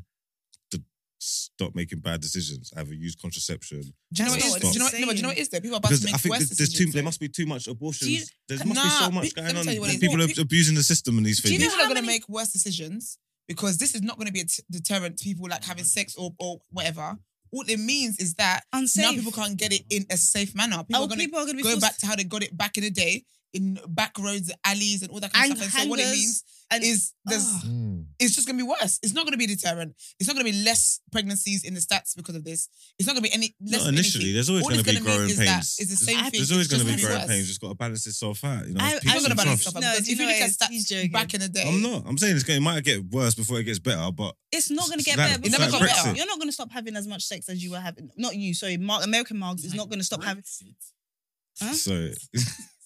[SPEAKER 3] to stop making bad decisions, either use contraception.
[SPEAKER 4] Do you know
[SPEAKER 1] That's
[SPEAKER 4] what?
[SPEAKER 1] not
[SPEAKER 4] Is,
[SPEAKER 1] what
[SPEAKER 4] do
[SPEAKER 1] it's
[SPEAKER 4] you know what? No, but do you know
[SPEAKER 1] saying.
[SPEAKER 4] what is there? People are about
[SPEAKER 3] Because
[SPEAKER 4] to make
[SPEAKER 3] I think
[SPEAKER 4] worse
[SPEAKER 3] there's, there's too,
[SPEAKER 4] decisions. eh?
[SPEAKER 3] there must be too much abortions.
[SPEAKER 1] Do you-
[SPEAKER 3] there must be
[SPEAKER 4] Nah,
[SPEAKER 3] so much
[SPEAKER 4] pe- let
[SPEAKER 3] going
[SPEAKER 4] me
[SPEAKER 3] on.
[SPEAKER 4] tell you what it is.
[SPEAKER 3] People are
[SPEAKER 4] Pe-
[SPEAKER 3] abusing the system in these
[SPEAKER 1] Do you
[SPEAKER 3] things.
[SPEAKER 1] know
[SPEAKER 4] people are
[SPEAKER 1] how
[SPEAKER 4] going to
[SPEAKER 1] many-
[SPEAKER 4] make worse decisions because this is not going to be a t- deterrent. to People like having sex or or whatever. All it means is that
[SPEAKER 1] Unsafe.
[SPEAKER 4] now people can't get it in a safe manner. People
[SPEAKER 1] Oh,
[SPEAKER 4] are going to
[SPEAKER 1] people are going to be
[SPEAKER 4] go
[SPEAKER 1] forced-
[SPEAKER 4] back to how they got it back in the day, in back roads, alleys, and all that
[SPEAKER 1] And
[SPEAKER 4] kind of stuff. And so what it
[SPEAKER 1] hangers
[SPEAKER 4] means
[SPEAKER 1] and-
[SPEAKER 4] is there's
[SPEAKER 1] Ugh.
[SPEAKER 5] Mm.
[SPEAKER 4] it's just gonna be worse. It's not gonna be a deterrent. It's not gonna be less pregnancies in the stats because of this. It's not gonna be any less.
[SPEAKER 3] Not initially.
[SPEAKER 4] anything.
[SPEAKER 3] There's always
[SPEAKER 4] All
[SPEAKER 3] going
[SPEAKER 4] it's
[SPEAKER 3] to be
[SPEAKER 4] gonna mean
[SPEAKER 3] growing
[SPEAKER 4] is
[SPEAKER 3] pains.
[SPEAKER 4] that it's the same
[SPEAKER 1] I-
[SPEAKER 4] thing.
[SPEAKER 3] There's always
[SPEAKER 4] it's just
[SPEAKER 3] going to be
[SPEAKER 4] gonna
[SPEAKER 3] growing
[SPEAKER 4] worse.
[SPEAKER 3] pains. Just got to balance itself out. You know,
[SPEAKER 1] I- I-
[SPEAKER 3] it's
[SPEAKER 4] I'm
[SPEAKER 3] peaks
[SPEAKER 4] not
[SPEAKER 3] and
[SPEAKER 4] gonna balance
[SPEAKER 3] troughs.
[SPEAKER 4] stuff out
[SPEAKER 1] No,
[SPEAKER 4] because
[SPEAKER 1] do you
[SPEAKER 4] if you
[SPEAKER 1] know
[SPEAKER 4] look
[SPEAKER 1] what
[SPEAKER 4] at
[SPEAKER 1] it is? He's
[SPEAKER 4] stats
[SPEAKER 1] joking.
[SPEAKER 4] back in the day,
[SPEAKER 3] I'm not. I'm saying it's going. It might get worse before it gets better, but
[SPEAKER 1] It's not going to
[SPEAKER 3] It's
[SPEAKER 1] get
[SPEAKER 3] like-
[SPEAKER 1] better.
[SPEAKER 3] it's
[SPEAKER 1] because
[SPEAKER 4] like
[SPEAKER 1] you're-
[SPEAKER 4] Brexit.
[SPEAKER 1] You're not going to stop having as much sex as you were having. Not you, sorry. Mark, American Margs is not going to stop having. Huh?
[SPEAKER 3] so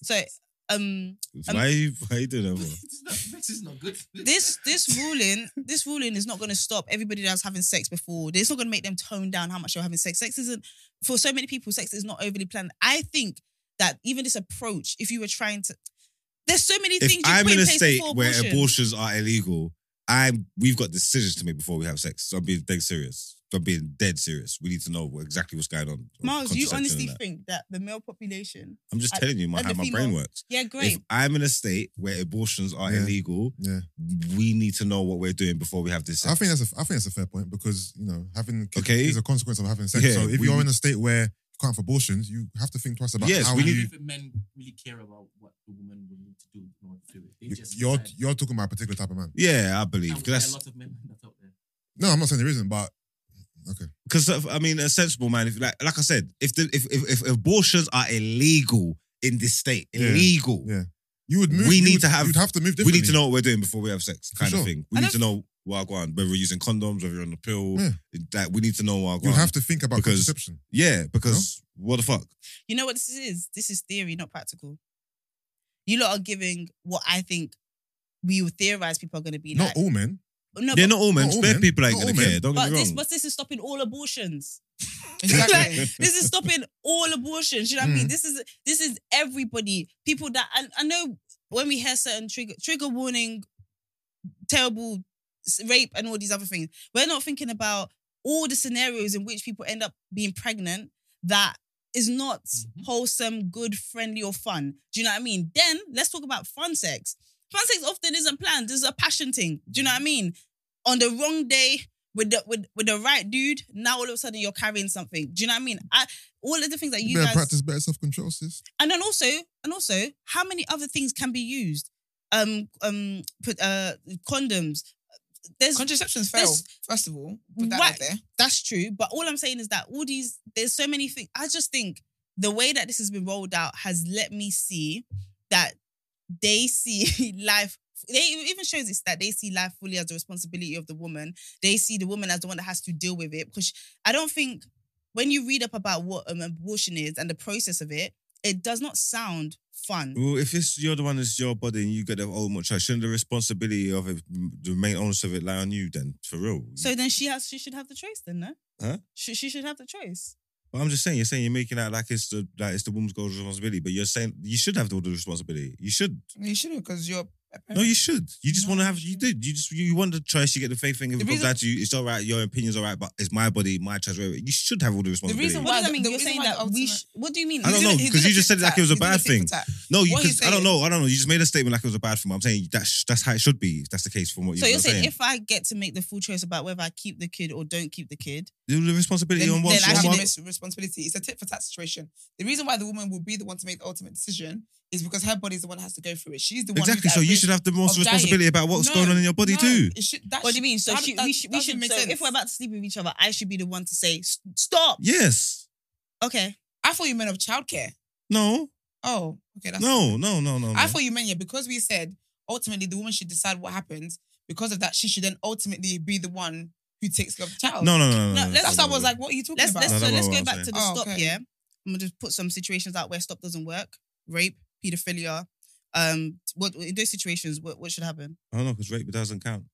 [SPEAKER 1] So, um,
[SPEAKER 3] why are you why are you doing that? For?
[SPEAKER 6] This is not good.
[SPEAKER 1] this this ruling this ruling is not going to stop everybody that's having sex before. It's not going to make them tone down how much you're having sex. Sex isn't for so many people. Sex is not overly planned. I think that even this approach, if you were trying to, there's so many
[SPEAKER 3] If
[SPEAKER 1] things. you
[SPEAKER 3] I'm
[SPEAKER 1] put
[SPEAKER 3] in a
[SPEAKER 1] place
[SPEAKER 3] state
[SPEAKER 1] before
[SPEAKER 3] where
[SPEAKER 1] abortion.
[SPEAKER 3] abortions are illegal, I'm we've got decisions to make before we have sex. So I'm being dead serious. So I'm being dead serious. We need to know what, exactly what's going on. on
[SPEAKER 1] Miles, you
[SPEAKER 3] contraception and
[SPEAKER 1] honestly
[SPEAKER 3] that.
[SPEAKER 1] think that the male population?
[SPEAKER 3] I'm just
[SPEAKER 1] I-
[SPEAKER 3] telling you my,
[SPEAKER 1] and
[SPEAKER 3] how
[SPEAKER 1] the
[SPEAKER 3] my brain
[SPEAKER 1] female-
[SPEAKER 3] works.
[SPEAKER 1] Yeah, great.
[SPEAKER 3] If I'm in a state where abortions are
[SPEAKER 5] Yeah.
[SPEAKER 3] illegal,
[SPEAKER 5] Yeah.
[SPEAKER 3] we need to know what we're doing before we have this. Sex.
[SPEAKER 5] I think that's a, I think that's a fair point because you know having kids
[SPEAKER 3] Okay.
[SPEAKER 5] is a consequence of having sex.
[SPEAKER 3] Yeah,
[SPEAKER 5] so if
[SPEAKER 3] we-
[SPEAKER 5] you're in a state where you can't have abortions, you have to think twice about
[SPEAKER 3] Yes,
[SPEAKER 5] how
[SPEAKER 3] we
[SPEAKER 5] you.
[SPEAKER 3] need-
[SPEAKER 6] if men really care about what the woman would need to do in order to do it. They just
[SPEAKER 5] You're
[SPEAKER 6] decide.
[SPEAKER 5] you're talking about a particular type of man.
[SPEAKER 3] yeah, I
[SPEAKER 6] And
[SPEAKER 3] believe
[SPEAKER 6] we
[SPEAKER 3] 'Cause
[SPEAKER 6] get a
[SPEAKER 3] that's
[SPEAKER 6] lot of men that's out there.
[SPEAKER 5] No, I'm not saying there isn't, but okay.
[SPEAKER 3] Because I mean, a sensible man. If like, like I said, if the if, if if abortions are illegal in this state,
[SPEAKER 5] Yeah.
[SPEAKER 3] illegal,
[SPEAKER 5] Yeah. You would move.
[SPEAKER 3] We
[SPEAKER 5] you
[SPEAKER 3] need
[SPEAKER 5] would-
[SPEAKER 3] to have-
[SPEAKER 5] You'd have to move.
[SPEAKER 3] we need
[SPEAKER 5] differently.
[SPEAKER 3] to know what we're doing before we have sex, kind of
[SPEAKER 5] sure.
[SPEAKER 3] thing. We
[SPEAKER 1] And
[SPEAKER 3] need to know what we're going, whether we're using condoms, whether you're on the pill.
[SPEAKER 5] Yeah.
[SPEAKER 3] Like we need to know what we're
[SPEAKER 5] You'd
[SPEAKER 3] going.
[SPEAKER 5] have to think about
[SPEAKER 3] Because-
[SPEAKER 5] contraception.
[SPEAKER 3] yeah, because what the fuck?
[SPEAKER 1] You know what this is? This is theory, not practical. You lot are giving what I think we would theorize people are going to be
[SPEAKER 5] Not
[SPEAKER 1] like.
[SPEAKER 5] all men.
[SPEAKER 1] no,
[SPEAKER 3] oh, They're
[SPEAKER 1] but,
[SPEAKER 3] not all men.
[SPEAKER 5] not all
[SPEAKER 3] Spare
[SPEAKER 5] men.
[SPEAKER 3] people ain't
[SPEAKER 5] Not
[SPEAKER 3] gonna
[SPEAKER 5] all men.
[SPEAKER 3] care. Don't
[SPEAKER 1] but
[SPEAKER 3] get me
[SPEAKER 1] this,
[SPEAKER 3] wrong.
[SPEAKER 1] but this is stopping all abortions.
[SPEAKER 4] Exactly.
[SPEAKER 1] Like, this is stopping all abortions. You know what I mean? This is this is everybody. People that I, I know when we hear certain trigger trigger warning, terrible s- rape and all these other things, we're not thinking about all the scenarios in which people end up being pregnant that is not
[SPEAKER 6] Mhm.
[SPEAKER 1] wholesome, good, friendly, or fun. Do you know what I mean? Then let's talk about fun sex. Fun sex often isn't planned. This is a passion thing. Do you know what I mean? On the wrong day, with the with with the right dude, now all of a sudden you're carrying something. Do you know what I mean? I all of the things that you
[SPEAKER 5] You better
[SPEAKER 1] guys
[SPEAKER 5] practice better self control, sis.
[SPEAKER 1] and then also and also how many other things can be used? Um um put uh condoms. There's
[SPEAKER 4] Contraception's fail.
[SPEAKER 1] This-
[SPEAKER 4] First of all, put that
[SPEAKER 1] Why-
[SPEAKER 4] out there.
[SPEAKER 1] that's true, but all I'm saying is that all these there's so many things. I just think the way that this has been rolled out has let me see that they see life. They e-, it even shows it's that they see life fully as the responsibility of the woman. They see the woman as the one that has to deal with it. Because I don't think when you read up about what um, abortion is and the process of it, it does not sound fun.
[SPEAKER 3] Well, if it's you're the one that's your body and you get the whole much, shouldn't the responsibility of it, the main onus of it, lie on you? Then for real.
[SPEAKER 1] So then she has she should have the choice then, no?
[SPEAKER 3] Huh?
[SPEAKER 1] She, she should have the choice.
[SPEAKER 3] But I'm just saying, you're saying you're making out like it's the like it's the woman's girl's responsibility, but you're saying you should have the the responsibility. You should.
[SPEAKER 4] You should have because you're.
[SPEAKER 3] No, you should. You just
[SPEAKER 4] No,
[SPEAKER 3] want to
[SPEAKER 4] you
[SPEAKER 3] have. You
[SPEAKER 4] should.
[SPEAKER 3] did. You just you, you want the choice. You get the faith thing. If
[SPEAKER 4] The
[SPEAKER 3] it comes
[SPEAKER 4] reason-
[SPEAKER 3] down to you, it's all right. Your opinion's all right, but it's my body, my choice. whatever. You should have all the responsibility.
[SPEAKER 4] reason
[SPEAKER 1] What
[SPEAKER 4] Why
[SPEAKER 1] does that
[SPEAKER 4] the-
[SPEAKER 1] mean?
[SPEAKER 4] the
[SPEAKER 1] You're
[SPEAKER 4] reason
[SPEAKER 1] saying
[SPEAKER 4] why
[SPEAKER 1] that we
[SPEAKER 4] ultimate-
[SPEAKER 1] sh- what do you mean?
[SPEAKER 3] I don't
[SPEAKER 4] He's
[SPEAKER 3] know
[SPEAKER 4] doing it- he's
[SPEAKER 3] because you
[SPEAKER 4] doing
[SPEAKER 3] just said it like it was a
[SPEAKER 4] tic-tac.
[SPEAKER 3] bad
[SPEAKER 4] He's doing
[SPEAKER 3] thing.
[SPEAKER 4] it tic-tac.
[SPEAKER 3] no, you
[SPEAKER 4] What
[SPEAKER 3] could,
[SPEAKER 4] he's
[SPEAKER 3] I don't
[SPEAKER 4] saying-
[SPEAKER 3] know. I don't know. You just made a statement like it was a bad thing. but I'm saying that's that's how it should be. If that's the case, from what
[SPEAKER 1] So
[SPEAKER 3] you're
[SPEAKER 1] you're saying,
[SPEAKER 3] saying,
[SPEAKER 1] if I get to make the full choice about whether I keep the kid or don't keep the kid,
[SPEAKER 3] Do the responsibility
[SPEAKER 4] Then,
[SPEAKER 3] on
[SPEAKER 4] then
[SPEAKER 3] what?
[SPEAKER 4] I
[SPEAKER 3] on
[SPEAKER 4] should
[SPEAKER 3] what-
[SPEAKER 4] admit responsibility. It's a tit for tat situation. The reason why the woman will be the one to make the ultimate decision is because her body's the one that has to go through it. She's the one.
[SPEAKER 3] Exactly. So you should have the most
[SPEAKER 4] of dying.
[SPEAKER 3] responsibility about what's going on in your body too.
[SPEAKER 1] what do you mean? So
[SPEAKER 4] that-
[SPEAKER 1] she,
[SPEAKER 4] that-
[SPEAKER 1] we should, we
[SPEAKER 4] that doesn't
[SPEAKER 1] should
[SPEAKER 4] make
[SPEAKER 1] so
[SPEAKER 4] sense.
[SPEAKER 1] if we're about to sleep with each other, I should be the one to say "S- stop.
[SPEAKER 3] Yes.
[SPEAKER 1] Okay,
[SPEAKER 4] I thought you meant of childcare.
[SPEAKER 3] No.
[SPEAKER 4] Oh, okay. That's
[SPEAKER 3] No. No. No. No. no.
[SPEAKER 4] I thought you meant yeah, because we said ultimately the woman should decide what happens. Because of that, she should then ultimately be the one who takes care of the child.
[SPEAKER 3] No. No. No. No.
[SPEAKER 1] No,
[SPEAKER 3] no,
[SPEAKER 1] let's-
[SPEAKER 4] that's why I was like, what are you talking
[SPEAKER 1] let's
[SPEAKER 4] about?
[SPEAKER 1] let's
[SPEAKER 3] No,
[SPEAKER 1] so
[SPEAKER 3] that's
[SPEAKER 1] let's
[SPEAKER 3] what
[SPEAKER 1] go
[SPEAKER 3] I'm
[SPEAKER 1] back
[SPEAKER 3] saying.
[SPEAKER 1] to the
[SPEAKER 4] Oh,
[SPEAKER 1] stop.
[SPEAKER 4] okay.
[SPEAKER 1] Yeah, I'm gonna just put some situations out where stop doesn't work: rape, pedophilia. Um, what in those situations, what, what should happen?
[SPEAKER 3] I don't know because rape doesn't count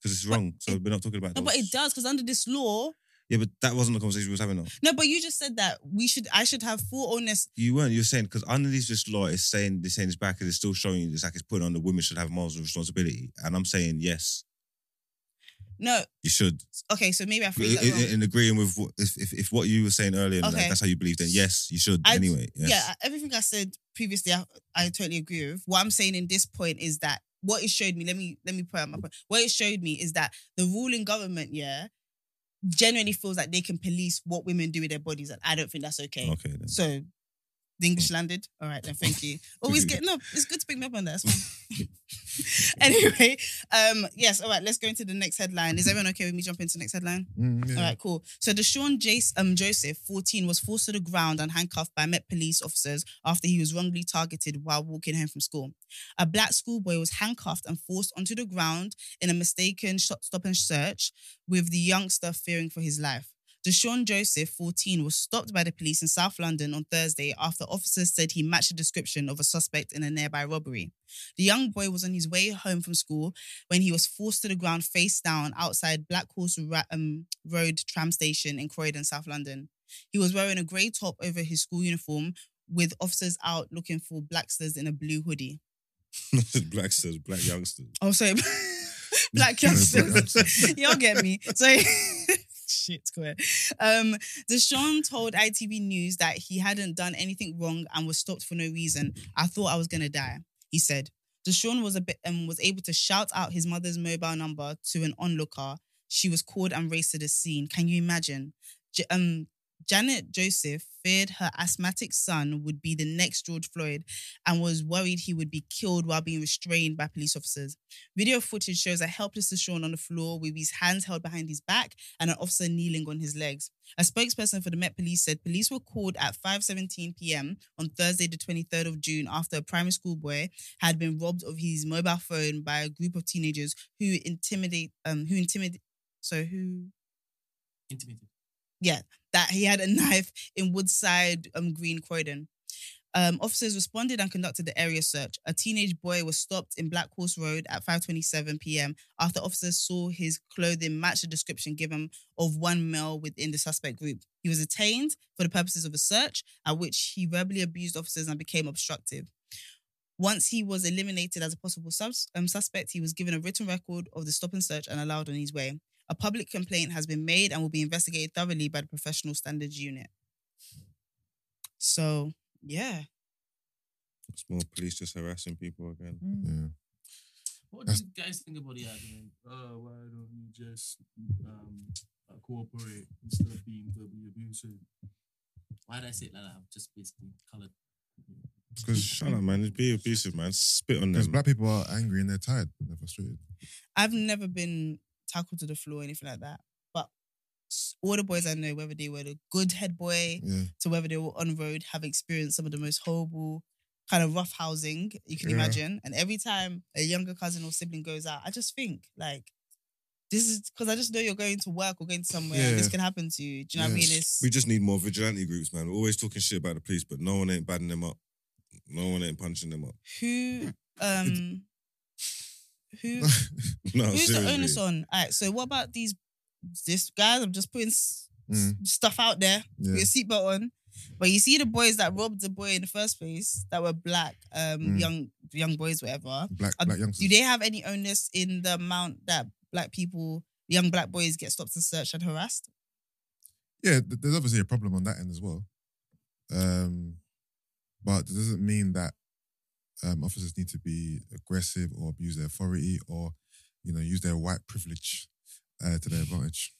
[SPEAKER 3] because it's wrong. So we're not talking about.
[SPEAKER 1] No, but
[SPEAKER 3] those.
[SPEAKER 1] it does because under this law,
[SPEAKER 3] Yeah, but that wasn't the conversation we was having. Though.
[SPEAKER 1] no, but you just said that we should, I should have full onus.
[SPEAKER 3] You weren't. You're saying because underneath this law, it's saying they're saying it's back and it's still showing you it's like it's putting on the women should have morals and responsibility. And I'm saying yes,
[SPEAKER 1] No,
[SPEAKER 3] you should.
[SPEAKER 1] okay, so maybe I
[SPEAKER 3] In,
[SPEAKER 1] phrased that wrong.
[SPEAKER 3] in- in agreeing with what, if, if if what you were saying earlier, and like,
[SPEAKER 1] Okay.
[SPEAKER 3] that's how you believe. Then yes, you should.
[SPEAKER 1] I-
[SPEAKER 3] anyway, yes.
[SPEAKER 1] Yeah, e-, everything I said previously, I, I totally agree with. What I'm saying in this point is that what it showed me. Let me let me put out my point. What it showed me is that the ruling government, yeah, generally feels like they can police what women do with their bodies, and I don't think that's okay.
[SPEAKER 3] Okay. Then.
[SPEAKER 1] So The English landed. All right, then. Thank you. Always get no. It's good to pick me up on that. It's fine. anyway, um, yes. All right. Let's go into the next headline. Is everyone okay with me jumping to the next headline?
[SPEAKER 5] Mm, yeah.
[SPEAKER 1] All right, cool. So Deshaun Jace um Joseph, 14, was forced to the ground and handcuffed by Met police officers after he was wrongly targeted while walking home from school. A black schoolboy was handcuffed and forced onto the ground in a mistaken shot stop and search, with the youngster fearing for his life. Deshaun Joseph, 14, was stopped by the police in South London on Thursday after officers said he matched the description of a suspect in a nearby robbery. The young boy was on his way home from school when he was forced to the ground face down outside Black Horse Ra- um, Road tram station in Croydon, South London. He was wearing a grey top over his school uniform with officers out looking for blacksters in a blue hoodie.
[SPEAKER 3] black says black youngsters.
[SPEAKER 1] Oh, sorry. Black youngsters. Y'all get me. So, shit, go ahead. Um, Deshaun told ITV News that he hadn't done anything wrong and was stopped for no reason. I thought I was going to die, he said. Deshaun was, a bit, um, was able to shout out his mother's mobile number to an onlooker. She was called and raced to the scene. Can you imagine? J- um, Janet Joseph feared her asthmatic son would be the next George Floyd and was worried he would be killed while being restrained by police officers. Video footage shows a helpless Deshaun on the floor with his hands held behind his back and an officer kneeling on his legs. A spokesperson for the Met Police said police were called at 5:17 p.m. on Thursday the 23rd of June after a primary school boy had been robbed of his mobile phone by a group of teenagers who intimidate um who intimidate so who
[SPEAKER 6] Intimidated.
[SPEAKER 1] yeah, that he had a knife in Woodside um, Green, Croydon. Um, officers responded and conducted the area search. A teenage boy was stopped in Black Horse Road at 5:27 p.m. after officers saw his clothing match the description given of one male within the suspect group. He was detained for the purposes of a search, at which he verbally abused officers and became obstructive. Once he was eliminated as a possible sus- um, suspect, he was given a written record of the stop and search and allowed on his way. A public complaint has been made and will be investigated thoroughly by the Professional Standards Unit. So, yeah.
[SPEAKER 3] It's more police just harassing people again.
[SPEAKER 5] Yeah.
[SPEAKER 6] What do
[SPEAKER 5] That's-
[SPEAKER 6] you guys think about the argument? Oh, why don't you just um, uh, cooperate instead of being verbally abusive? Why did I say it like that? I've just basically coloured.
[SPEAKER 5] Because
[SPEAKER 3] Shut up, man. Be abusive, man. Spit on them.
[SPEAKER 5] black people are angry and they're tired. and They're frustrated.
[SPEAKER 1] I've never been tackled to the floor or anything like that. But s- all the boys I know, whether they were the good head boy
[SPEAKER 5] Yeah.
[SPEAKER 1] to whether they were on road, have experienced some of the most horrible kind of rough housing you can
[SPEAKER 5] Yeah.
[SPEAKER 1] imagine. And every time a younger cousin or sibling goes out, I just think, like, this is because I just know you're going to work or going somewhere. and This
[SPEAKER 5] Yeah.
[SPEAKER 1] can happen to you. Do you know what I mean?
[SPEAKER 5] Yeah.
[SPEAKER 1] It's,
[SPEAKER 3] We just need more vigilante groups, man. We're always talking shit about the police, but no one ain't badding them up. No one ain't punching them up.
[SPEAKER 1] who um who
[SPEAKER 3] No,
[SPEAKER 1] who's
[SPEAKER 3] seriously.
[SPEAKER 1] the onus on? All right, so what about these this guys? I'm just putting s- s- stuff out there.
[SPEAKER 5] Mm, Yeah.
[SPEAKER 1] Put your seatbelt on. But you see the boys that robbed the boy in the first place that were black, um,
[SPEAKER 5] Mm.
[SPEAKER 1] young young boys, whatever.
[SPEAKER 5] Black,
[SPEAKER 1] Uh,
[SPEAKER 5] black
[SPEAKER 1] Do
[SPEAKER 5] youngsters.
[SPEAKER 1] they have any onus in the amount that black people, young black boys, get stopped and searched and harassed?
[SPEAKER 5] yeah, th- there's obviously a problem on that end as well. Um, but it doesn't mean that um, officers need to be aggressive or abuse their authority or, you know, use their white privilege uh, to their advantage.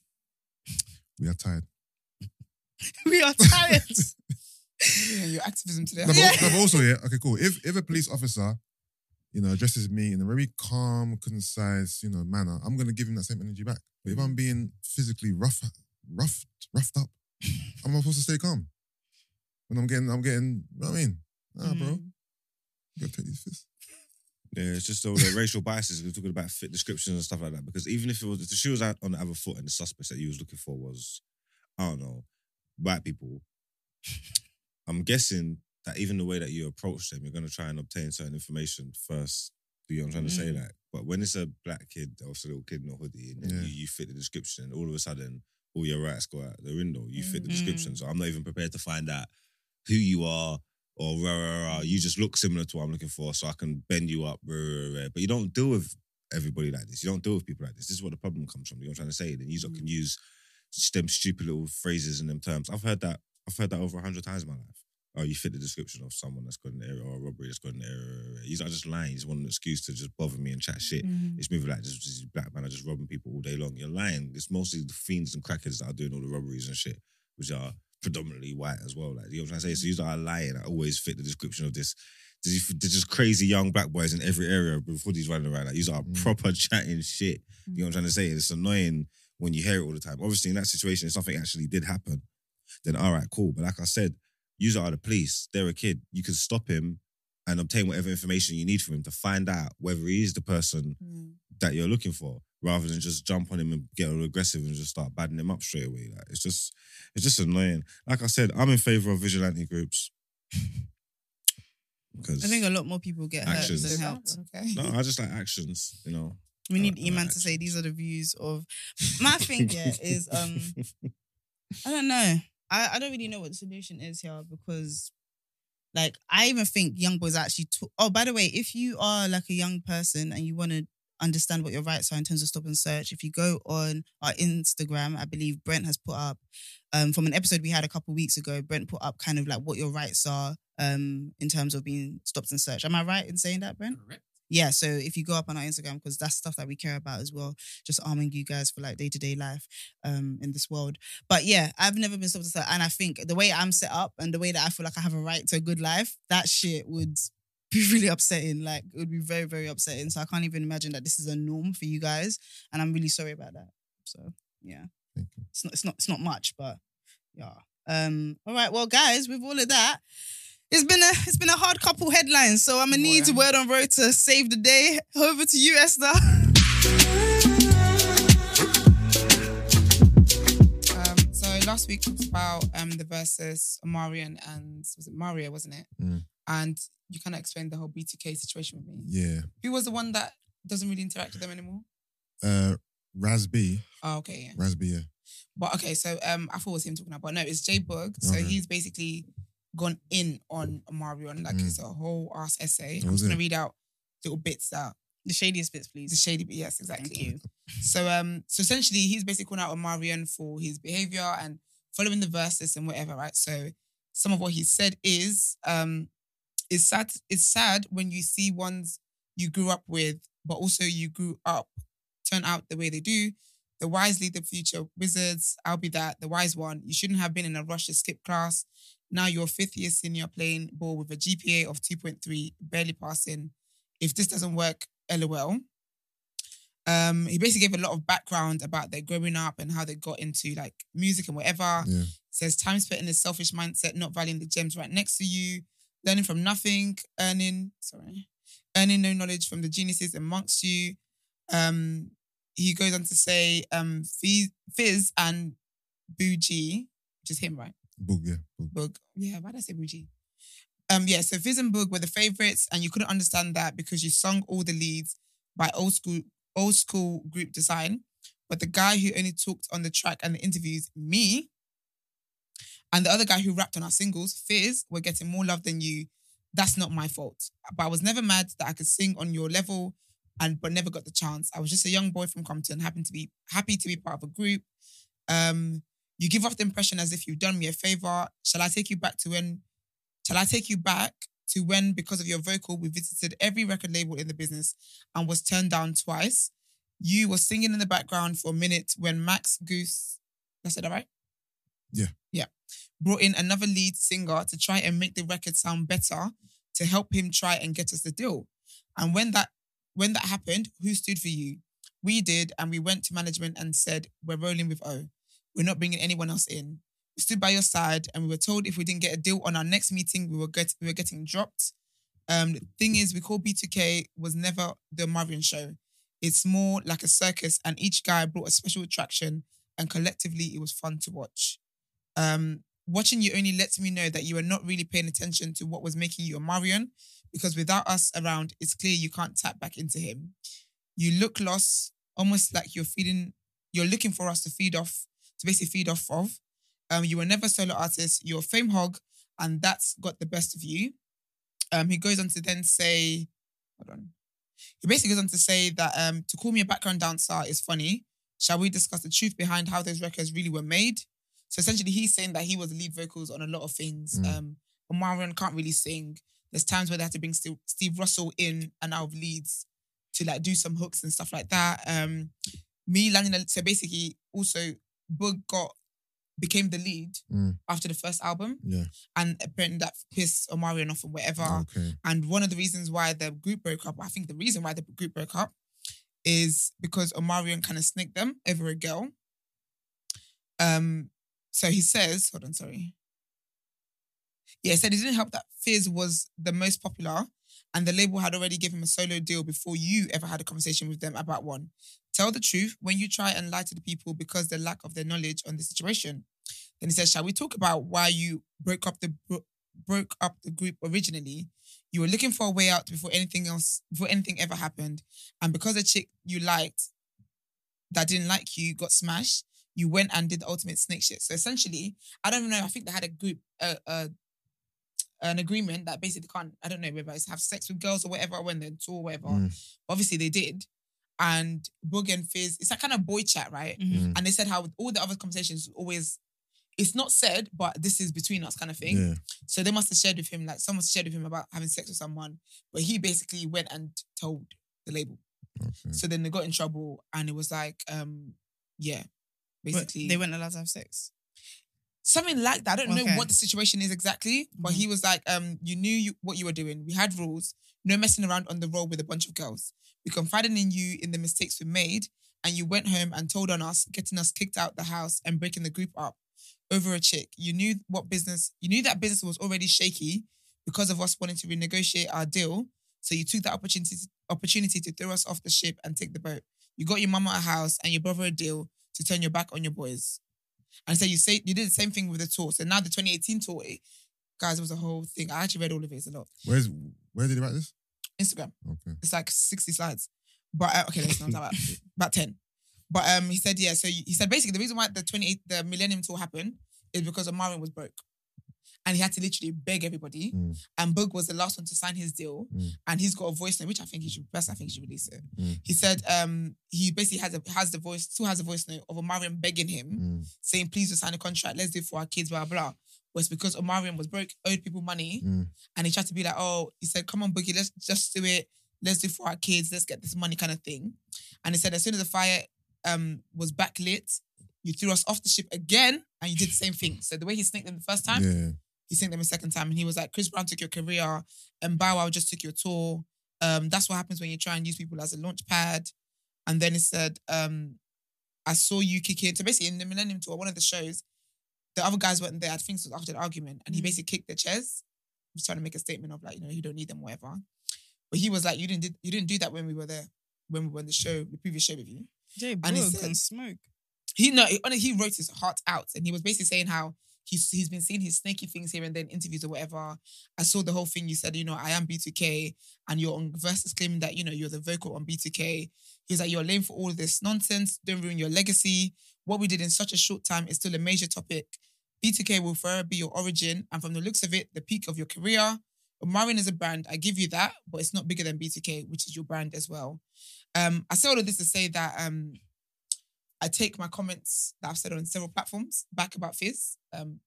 [SPEAKER 5] We are tired.
[SPEAKER 1] we are tired.
[SPEAKER 2] your activism today.
[SPEAKER 5] No, but,
[SPEAKER 1] Yeah.
[SPEAKER 5] no, but also, yeah, okay, cool. If if a police officer, you know, addresses me in a very calm, concise, you know, manner, I'm gonna give him that same energy back. But if I'm being physically rough, roughed, roughed up, I'm not supposed to stay calm. When I'm getting, I'm getting. You know what I mean, nah, bro, you
[SPEAKER 1] Mm.
[SPEAKER 5] gotta take these fists.
[SPEAKER 3] Yeah, it's just all the racial biases. We're talking about fit descriptions and stuff like that. Because even if it was, if the shoe was out on the other foot and the suspects that you was looking for was, I don't know, white people, I'm guessing that even the way that you approach them, you're going to try and obtain certain information first. Do you know what I'm trying to say? Like, but when it's a black kid or it's a little kid in a hoodie and then
[SPEAKER 5] Yeah.
[SPEAKER 3] you, you fit the description, and all of a sudden all your rights go out the window. You fit the description. So I'm not even prepared to find out who you are or rah, rah, rah. you just look similar to what I'm looking for, so I can bend you up. Rah, rah, rah. But you don't deal with everybody like this. You don't deal with people like this. This is where the problem comes from. You know what I'm trying to say? Then you lot can use just them stupid little phrases and them terms. I've heard that. I've heard that over a hundred times in my life. Oh, you fit the description of someone that's got an error or a robbery that's got an error. He's not just lying. He's wanting an excuse to just bother me and chat shit.
[SPEAKER 2] Mm-hmm.
[SPEAKER 3] It's moving like this, this black man are just robbing people all day long. You're lying. It's mostly the fiends and crackers that are doing all the robberies and shit, which are predominantly white as well. Like you know what I'm trying to say. So you lot are lying. I always fit the description of this. There's there's just crazy young black boys in every area before these running around. Like you lot are
[SPEAKER 5] Mm.
[SPEAKER 3] proper chatting shit. You know what I'm trying to say. It's annoying when you hear it all the time. Obviously, in that situation, if something actually did happen, then all right, cool. But like I said, you lot are the police. They're a kid. You can stop him and obtain whatever information you need from him to find out whether he is the person that you're looking for, rather than just jump on him and get all aggressive and just start badding him up straight away. Like it's just, it's just annoying. Like I said, I'm in favor of vigilante groups because
[SPEAKER 1] I think a lot more people get hurt
[SPEAKER 3] Actions.
[SPEAKER 1] than helped.
[SPEAKER 4] Okay.
[SPEAKER 3] no, I just like actions. You know,
[SPEAKER 1] We
[SPEAKER 3] I
[SPEAKER 1] need
[SPEAKER 3] like- I like
[SPEAKER 1] Iman to say these are the views of my thing. Yeah, is um, I don't know. I, I don't really know what the solution is here because, like, I even think young boys actually. Talk- oh, by the way, if you are like a young person and you want to understand what your rights are in terms of stop and search, if you go on our Instagram, I believe Brent has put up um, from an episode we had a couple weeks ago. Brent put up kind of like what your rights are um, in terms of being stopped and searched. Am I right in saying that, Brent?
[SPEAKER 6] Correct.
[SPEAKER 1] yeah, so if you go up on our Instagram, because that's stuff that we care about as well, just arming you guys for like day to day life um, in this world. But yeah, I've never been stopped. And I think the way I'm set up and the way that I feel like I have a right to a good life, that shit would be really upsetting. Like, it would be very, very upsetting. So I can't even imagine that this is a norm for you guys. And I'm really sorry about that. So yeah,
[SPEAKER 5] Thank you.
[SPEAKER 1] it's not, it's not, it's not much, but yeah. Um, all right, well, guys, with all of that, it's been a it's been a hard couple headlines, so I'm gonna need
[SPEAKER 4] Wow.
[SPEAKER 1] word on road to save the day. Over to you, Esther.
[SPEAKER 4] Um, so last week talked about um the versus Omarion and was it Mario, wasn't it?
[SPEAKER 5] Mm.
[SPEAKER 4] And you kind of explained the whole BTK situation with me.
[SPEAKER 5] Yeah.
[SPEAKER 4] Who was the one that doesn't really interact with them anymore?
[SPEAKER 5] Uh, Raz B.
[SPEAKER 4] Oh, okay, yeah.
[SPEAKER 5] Raz B, yeah.
[SPEAKER 4] But okay, so um, I thought it was him talking about. No, it's Jay Boog. So
[SPEAKER 5] Okay.
[SPEAKER 4] he's basically gone in on Omarion, like
[SPEAKER 5] Mm.
[SPEAKER 4] it's a whole ass essay.
[SPEAKER 5] That
[SPEAKER 4] I'm
[SPEAKER 5] was
[SPEAKER 4] just gonna
[SPEAKER 5] it.
[SPEAKER 4] read out little bits that
[SPEAKER 1] The shadiest bits,
[SPEAKER 4] He's a
[SPEAKER 1] please.
[SPEAKER 4] shady, but yes, exactly.
[SPEAKER 1] Thank you.
[SPEAKER 4] So um, so essentially, he's basically calling out Omarion for his behavior and following the verses and whatever, right? So some of what he said is um, it's sad. It's sad when you see ones you grew up with, but also you grew up turn out the way they do. The wise lead the future wizards. I'll be that the wise one. You shouldn't have been in a rush to skip class. Now you're fifth year senior playing ball with a GPA of 2.3, barely passing. If this doesn't work, lol. Um, he basically gave a lot of background about their growing up and how they got into like music and whatever.
[SPEAKER 5] Yeah.
[SPEAKER 4] Says time spent in a selfish mindset, not valuing the gems right next to you, learning from nothing, earning sorry, earning no knowledge from the geniuses amongst you. Um, he goes on to say um Fizz, Fizz and Bougie, which is him, right?
[SPEAKER 5] Boog, yeah. Boog.
[SPEAKER 4] Boog. Yeah, why did I say Bougie? Um, yeah, so Fizz and Boog were the favorites, and you couldn't understand that because you sung all the leads by old school old school group design. But the guy who only talked on the track and the interviews, me, and the other guy who rapped on our singles, Fizz, were getting more love than you. That's not my fault. But I was never mad that I could sing on your level and but never got the chance. I was just a young boy from Compton, happened to be happy to be part of a group. Um, you give off the impression as if you've done me a favor. Shall I take you back to when? Shall I take you back to when, because of your vocal, we visited every record label in the business and was turned down twice? You were singing in the background for a minute when Max Goose, that's it, all right?
[SPEAKER 5] Yeah.
[SPEAKER 4] Yeah. Brought in another lead singer to try and make the record sound better to help him try and get us the deal. And when that when that happened, who stood for you? We did, and we went to management and said, We're rolling with O. We're not bringing anyone else in. We stood by your side, and we were told if we didn't get a deal on our next meeting, we were get, we were getting dropped. Um, the thing is, we call B2K was never the Marion show. It's more like a circus, and each guy brought a special attraction, and collectively, it was fun to watch. Um, watching you only lets me know that you are not really paying attention to what was making you a Marion, because without us around, it's clear you can't tap back into him. You look lost, almost like you're feeling you're looking for us to feed off to basically feed off of. Um, you were never solo artist. You're a fame hog, and that's got the best of you. Um, he goes on to then say, hold on. He basically goes on to say that um, to call me a background dancer is funny. Shall we discuss the truth behind how those records really were made? So essentially, he's saying that he was the lead vocals on a lot of things.
[SPEAKER 5] Mm.
[SPEAKER 4] Um, Omarion can't really sing. There's times where they had to bring Steve, Steve Russell in and out of leads to like do some hooks and stuff like that. Um, me landing a, so basically also Boog got became the lead
[SPEAKER 5] Mm.
[SPEAKER 4] after the first album.
[SPEAKER 5] Yeah.
[SPEAKER 4] And apparently that pissed Omarion off and whatever.
[SPEAKER 5] Okay.
[SPEAKER 4] And one of the reasons why the group broke up, I think the reason why the group broke up is because Omarion kind of snaked them over a girl. Um, so he says, hold on, sorry. Yeah, he said it didn't help that Fizz was the most popular and the label had already given him a solo deal before you ever had a conversation with them about one. Tell the truth when you try and lie to the people because the lack of their knowledge on the situation. Then he said, Shall we talk about why you broke up the bro- broke up the group originally? You were looking for a way out before anything else, before anything ever happened. And because a chick you liked that didn't like you got smashed, you went and did the ultimate snake shit. So essentially, I don't know. I think they had a group, uh, uh, an agreement that basically can't. I don't know whether it's have sex with girls or whatever when they're tall, whatever.
[SPEAKER 5] Mm.
[SPEAKER 4] Obviously, they did. And Boogie and Fizz, it's that kind of boy chat, right?
[SPEAKER 1] Mhm.
[SPEAKER 5] Mm.
[SPEAKER 4] And they said how with all the other conversations always, it's not said, but this is between us kind of thing.
[SPEAKER 5] Yeah.
[SPEAKER 4] So they must have shared with him, like someone shared with him about having sex with someone, but he basically went and told the label.
[SPEAKER 5] Okay.
[SPEAKER 4] So then they got in trouble, and it was like, um, yeah,
[SPEAKER 1] But
[SPEAKER 4] basically
[SPEAKER 1] they weren't allowed to have sex.
[SPEAKER 4] something like that. I don't
[SPEAKER 1] Okay.
[SPEAKER 4] know what the situation is exactly, but
[SPEAKER 1] Mhm.
[SPEAKER 4] he was like, um, you knew you, what you were doing. We had rules, no messing around on the road with a bunch of girls. We confided in you in the mistakes we made, and you went home and told on us, getting us kicked out the house and breaking the group up over a chick. You knew what business, you knew that business was already shaky because of us wanting to renegotiate our deal. So you took that opportunity opportunity to throw us off the ship and take the boat. You got your mama a house and your brother a deal to turn your back on your boys. And so you say you did the same thing with the tour. So now the 2018 tour, eh, guys, it was a whole thing. I actually read all of it. It's a lot.
[SPEAKER 5] Where's where did he write this?
[SPEAKER 4] Instagram.
[SPEAKER 5] Okay.
[SPEAKER 4] It's like 60 slides. But uh, okay, let's not about about 10. But um, he said, yeah, so he said basically the reason why the 28 the millennium tour happened is because Omarion was broke. And he had to literally beg everybody.
[SPEAKER 5] Mm.
[SPEAKER 4] And Boog was the last one to sign his deal.
[SPEAKER 5] Mm.
[SPEAKER 4] And he's got a voice note, which I think he should best, I think he should release it.
[SPEAKER 5] Mm.
[SPEAKER 4] He said um he basically has a has the voice, still has a voice note of Omarion begging him
[SPEAKER 5] Mm.
[SPEAKER 4] saying, please just sign a contract, let's do it for our kids, blah, blah, blah. Was because Omarion was broke, owed people money,
[SPEAKER 5] Mm.
[SPEAKER 4] and he tried to be like, oh, he said, come on, Boogie, let's just do it. Let's do it for our kids. Let's get this money kind of thing. And he said, as soon as the fire um, was backlit, you threw us off the ship again and you did the same thing. So the way he snaked them the first time,
[SPEAKER 5] Yeah.
[SPEAKER 4] he sent them a second time and he was like, Chris Brown took your career and Bow Wow just took your tour. Um, that's what happens when you try and use people as a launch pad. And then he said, um, I saw you kick in. So basically in the Millennium Tour, one of the shows, the other guys weren't there. I think it was after the argument. And he
[SPEAKER 1] Mm.
[SPEAKER 4] basically kicked their chairs. He was trying to make a statement of like, you know, you don't need them, whatever. But he was like, you didn't, did, you didn't do that when we were there, when we were on the show, the previous show with you
[SPEAKER 1] Jay
[SPEAKER 4] he
[SPEAKER 1] Brooke
[SPEAKER 4] said-
[SPEAKER 1] can smoke.
[SPEAKER 4] he no, he, honestly, he wrote his heart out, and he was basically saying how he's he's been seeing his snaky things here and there in interviews or whatever. I saw the whole thing. You said, you know, I am B2K, and you're on verses claiming that you know you're the vocal on B2K. He's like, you're lame for all this nonsense. Don't ruin your legacy. What we did in such a short time is still a major topic. B2K will forever be your origin, and from the looks of it, the peak of your career. Omarion is a brand. I give you that, but it's not bigger than B2K, which is your brand as well. Um, I say all of this to say that um, I take my comments that I've said on several platforms back about Fizz. Um,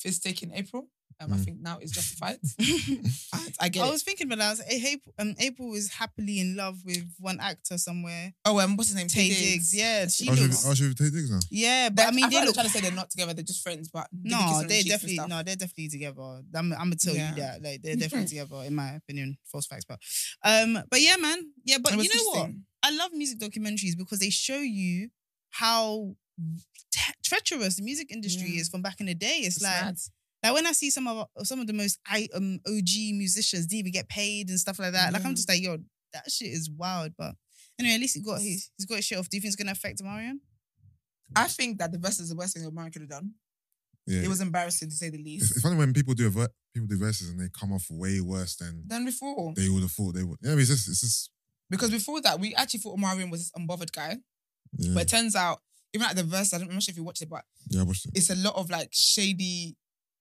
[SPEAKER 4] Fizz taking April. Um, I
[SPEAKER 5] Mm.
[SPEAKER 4] think now is justified. And I get
[SPEAKER 1] I
[SPEAKER 4] it.
[SPEAKER 1] was thinking, but I was April, um, April is happily in love with one actor somewhere.
[SPEAKER 4] Oh, um, what's his name?
[SPEAKER 1] Tay
[SPEAKER 4] Diggs.
[SPEAKER 1] Diggs. Yeah, she
[SPEAKER 5] I'll show, you-
[SPEAKER 1] looks.
[SPEAKER 5] I'll show you Tay Diggs now.
[SPEAKER 1] Yeah, but
[SPEAKER 4] They're-
[SPEAKER 1] I mean,
[SPEAKER 4] feel
[SPEAKER 1] they look.
[SPEAKER 4] like they're trying to say they're not together. They're just friends, but they be kissing
[SPEAKER 1] No,
[SPEAKER 4] on the
[SPEAKER 1] they
[SPEAKER 4] cheeks and
[SPEAKER 1] definitely
[SPEAKER 4] stuff.
[SPEAKER 1] no, they're definitely together. I'm, I'm gonna tell
[SPEAKER 4] Yeah.
[SPEAKER 1] you that. Like they're definitely together, in my opinion. False facts, but um, but yeah, man, yeah, but
[SPEAKER 4] It
[SPEAKER 1] you
[SPEAKER 4] was
[SPEAKER 1] know what?
[SPEAKER 4] interesting.
[SPEAKER 1] I love music documentaries because they show you how te- treacherous the music industry
[SPEAKER 4] Yeah.
[SPEAKER 1] is from back in the day. It's,
[SPEAKER 4] It's
[SPEAKER 1] like
[SPEAKER 4] mad.
[SPEAKER 1] like when I see some of uh, some of the most I, um, OG musicians didn't even get paid and stuff like that. Like
[SPEAKER 4] Yeah.
[SPEAKER 1] I'm just like, yo, that shit is wild. But anyway, at least he got his he's got his shit off. Do you think it's gonna affect Marion?
[SPEAKER 4] I think that the verse is the worst thing that Omarion could have done.
[SPEAKER 5] Yeah.
[SPEAKER 4] It was embarrassing to say the
[SPEAKER 5] it's,
[SPEAKER 4] least.
[SPEAKER 5] it's funny when people do a ver- people do verses and they come off way worse than
[SPEAKER 4] Than before.
[SPEAKER 5] they would have thought they would. Yeah, I mean, it's just it's just
[SPEAKER 4] Because before that, we actually thought Omarion was this unbothered guy.
[SPEAKER 5] yeah.
[SPEAKER 4] But it turns out, even at the verse, I don't, I'm not sure if you watched it, but
[SPEAKER 5] yeah, I watched it.
[SPEAKER 4] it's a lot of like shady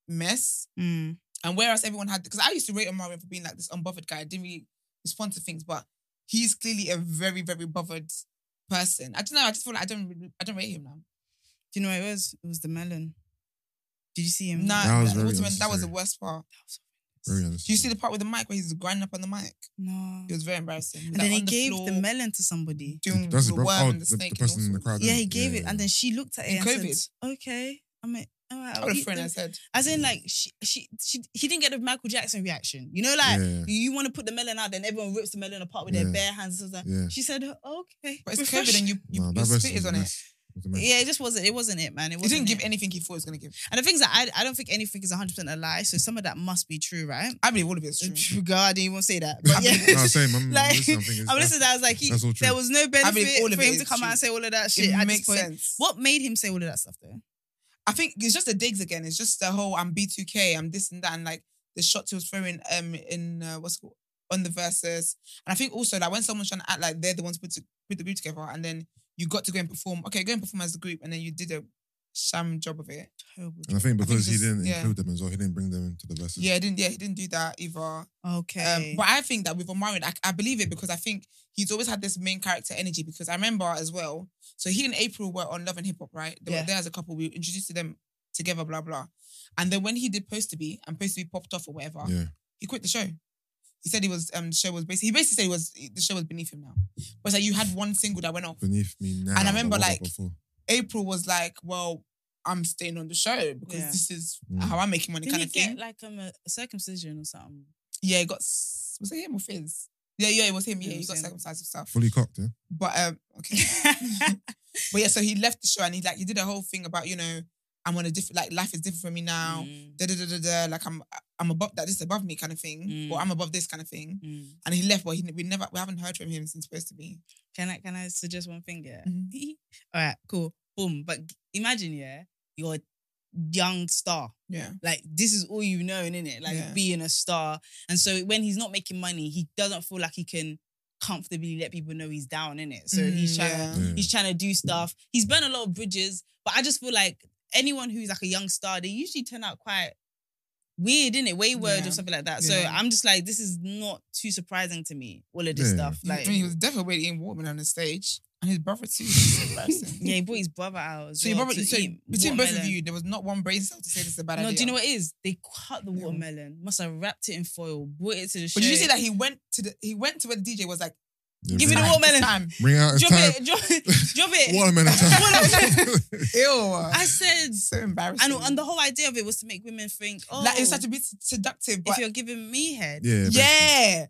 [SPEAKER 4] mess.
[SPEAKER 1] Mm.
[SPEAKER 4] And whereas everyone had, because I used to rate Omarion for being like this unbothered guy, didn't really respond to things, but he's clearly a very, very bothered person. I don't know. I just feel like I don't, really- I don't rate him now.
[SPEAKER 1] Do you know what it was? It was the melon. Did you see him?
[SPEAKER 4] Nah,
[SPEAKER 5] That was
[SPEAKER 4] it
[SPEAKER 5] very
[SPEAKER 4] was when- that was the
[SPEAKER 5] unnecessary.
[SPEAKER 4] worst part.
[SPEAKER 5] Very
[SPEAKER 4] Do you see
[SPEAKER 5] unnecessary.
[SPEAKER 4] the part with the mic where he's grinding up on the mic?
[SPEAKER 1] No.
[SPEAKER 4] It was very embarrassing.
[SPEAKER 1] And then he gave the melon to somebody.
[SPEAKER 4] doing
[SPEAKER 5] That's
[SPEAKER 4] the
[SPEAKER 5] the, bro-
[SPEAKER 4] worm
[SPEAKER 5] oh,
[SPEAKER 4] and the
[SPEAKER 5] the, the
[SPEAKER 4] snake. and
[SPEAKER 5] person
[SPEAKER 4] all
[SPEAKER 5] in the
[SPEAKER 4] sorts.
[SPEAKER 5] crowd.
[SPEAKER 1] Yeah,
[SPEAKER 5] didn't
[SPEAKER 1] he
[SPEAKER 5] it?
[SPEAKER 1] gave it,
[SPEAKER 5] yeah,
[SPEAKER 1] and then she looked at it
[SPEAKER 4] In
[SPEAKER 1] and
[SPEAKER 4] COVID.
[SPEAKER 1] said, "Okay, I'm a, all right, I'll
[SPEAKER 4] What a
[SPEAKER 1] eat
[SPEAKER 4] friend
[SPEAKER 1] them.
[SPEAKER 4] I said.
[SPEAKER 1] As in, like she, she, she, he didn't get the Michael Jackson reaction. You know, like
[SPEAKER 5] Yeah.
[SPEAKER 1] you, want to put the melon out, then everyone rips the melon apart with
[SPEAKER 5] Yeah.
[SPEAKER 1] their bare hands. And stuff.
[SPEAKER 5] Yeah.
[SPEAKER 1] She said, "Okay,
[SPEAKER 4] But it's
[SPEAKER 1] Refresh-
[SPEAKER 4] COVID and you, you,
[SPEAKER 5] No,
[SPEAKER 4] you
[SPEAKER 5] that verse
[SPEAKER 4] spit
[SPEAKER 5] was
[SPEAKER 4] is
[SPEAKER 5] a
[SPEAKER 4] on it.
[SPEAKER 5] mess. It was a mess.
[SPEAKER 1] Yeah, it just wasn't. It wasn't it, man. It
[SPEAKER 4] He
[SPEAKER 1] wasn't
[SPEAKER 4] didn't give
[SPEAKER 1] it.
[SPEAKER 4] anything he thought he was going to give.
[SPEAKER 1] And the things that I, I don't think anything is 100 percent a lie. So some of that must be true, right?
[SPEAKER 4] I believe all of it's true.
[SPEAKER 1] True. God, I didn't even say that. But yeah.
[SPEAKER 5] No, same. I'm,
[SPEAKER 1] Like,
[SPEAKER 5] I'm listening. I think it's-
[SPEAKER 1] I'm listening. I was like, he,
[SPEAKER 5] That's all true.
[SPEAKER 1] there was no
[SPEAKER 4] I mean,
[SPEAKER 1] benefit
[SPEAKER 4] all of
[SPEAKER 1] for
[SPEAKER 4] it
[SPEAKER 1] him
[SPEAKER 4] is
[SPEAKER 1] to come
[SPEAKER 4] true.
[SPEAKER 1] out and say all of that shit.
[SPEAKER 4] It
[SPEAKER 1] at
[SPEAKER 4] makes
[SPEAKER 1] this point.
[SPEAKER 4] sense.
[SPEAKER 1] What made him say all of that stuff though?
[SPEAKER 4] I think it's just the digs again. It's just the whole I'm B2K, I'm this and that, and like the shots he was throwing um in uh, what's it called on the verses. And I think also like when someone's trying to act like they're the ones put to, put the group together, and then you got to go and perform. Okay, go and perform as the group, and then you did a sham job of it.
[SPEAKER 1] Terrible.
[SPEAKER 5] And I think
[SPEAKER 4] think
[SPEAKER 5] because
[SPEAKER 4] just-
[SPEAKER 5] he didn't
[SPEAKER 4] yeah.
[SPEAKER 5] include them as well, he didn't bring them into the verses.
[SPEAKER 4] Yeah, he didn't. Yeah, he didn't do that either.
[SPEAKER 1] Okay.
[SPEAKER 4] Um, but I think that with Omarion, I, I believe it because I think he's always had this main character energy. Because I remember as well, so he and April were on Love and Hip Hop, right? They
[SPEAKER 1] Yeah.
[SPEAKER 4] were there as a couple. We introduced to them together, blah blah. And then when he did Post to Be and Post to Be popped off or whatever,
[SPEAKER 5] Yeah.
[SPEAKER 4] he quit the show. He said he was um the show was basically he basically said he was the show was beneath him now. But it's like you had one single that went off.
[SPEAKER 5] Beneath me now.
[SPEAKER 4] I
[SPEAKER 5] that
[SPEAKER 4] remember,
[SPEAKER 5] wasn't
[SPEAKER 4] like,
[SPEAKER 5] before.
[SPEAKER 4] April was like, "Well, I'm staying on the show because
[SPEAKER 1] Yeah.
[SPEAKER 4] this is
[SPEAKER 5] Mm.
[SPEAKER 4] how I'm making money,"
[SPEAKER 1] Didn't
[SPEAKER 4] kind
[SPEAKER 1] he
[SPEAKER 4] of thing.
[SPEAKER 1] get like um, a circumcision or something?
[SPEAKER 4] yeah, it got s- was it him or Fizz? Yeah, yeah, it was him.
[SPEAKER 1] It
[SPEAKER 4] Yeah, he
[SPEAKER 1] was
[SPEAKER 4] got
[SPEAKER 1] him.
[SPEAKER 4] circumcised and stuff.
[SPEAKER 5] fully cocked. Yeah.
[SPEAKER 4] But um, okay. but yeah, so he left the show and he like he did a whole thing about you know I'm on a different like life is different for me now.
[SPEAKER 1] Mm,
[SPEAKER 4] Da, da, da, da, da, like I'm I'm above that this is above me kind of thing,
[SPEAKER 1] Mm.
[SPEAKER 4] or I'm above this kind of thing.
[SPEAKER 1] mm.
[SPEAKER 4] And he left, but he, we never we haven't heard from him since supposed to be.
[SPEAKER 1] Can I can I suggest one thing? Yeah.
[SPEAKER 4] Mhm.
[SPEAKER 1] All right. Cool. Boom. But g- imagine, yeah, you're a young star.
[SPEAKER 4] Yeah,
[SPEAKER 1] Like this is all you've known, innit? Like
[SPEAKER 4] Yeah.
[SPEAKER 1] being a star. And so when he's not making money, he doesn't feel like he can comfortably let people know he's down, innit? So he's
[SPEAKER 4] Mm,
[SPEAKER 1] trying
[SPEAKER 4] yeah.
[SPEAKER 1] to he's trying to do stuff. He's burned a lot of bridges, but I just feel like anyone who's like a young star, they usually turn out quite weird, innit? Wayward
[SPEAKER 4] Yeah.
[SPEAKER 1] or something like that. So
[SPEAKER 4] Yeah.
[SPEAKER 1] I'm just like, this is not too surprising to me, all of this
[SPEAKER 5] Yeah.
[SPEAKER 1] stuff.
[SPEAKER 4] I
[SPEAKER 1] Mm. Like
[SPEAKER 4] mean, he was definitely waiting Waterman on the stage, and his brother too. It's embarrassing.
[SPEAKER 1] Yeah, he brought his brother out. As
[SPEAKER 4] So
[SPEAKER 1] well
[SPEAKER 4] your brother,
[SPEAKER 1] to
[SPEAKER 4] so
[SPEAKER 1] eat
[SPEAKER 4] between both of
[SPEAKER 1] watermelon.
[SPEAKER 4] you, there was not one brain cell to say this is a bad
[SPEAKER 1] No,
[SPEAKER 4] idea.
[SPEAKER 1] do you know what it is? They cut the
[SPEAKER 4] Yeah.
[SPEAKER 1] watermelon, must have wrapped it in foil, brought it to the show.
[SPEAKER 4] But did you see that he went to the he went to where the DJ was like,
[SPEAKER 5] Yeah,
[SPEAKER 1] Give me the
[SPEAKER 5] bring it-
[SPEAKER 1] watermelon.
[SPEAKER 4] Time.
[SPEAKER 5] Bring it out. It's
[SPEAKER 1] Drop
[SPEAKER 5] time.
[SPEAKER 1] it, drop, drop it.
[SPEAKER 5] Watermelon time.
[SPEAKER 4] Ew.
[SPEAKER 1] I said,
[SPEAKER 4] so embarrassing.
[SPEAKER 1] and, and the whole idea of it was to make women think, oh,
[SPEAKER 4] like it's such a bit seductive,
[SPEAKER 1] if
[SPEAKER 4] but
[SPEAKER 1] you're giving me head.
[SPEAKER 5] yeah.
[SPEAKER 4] yeah.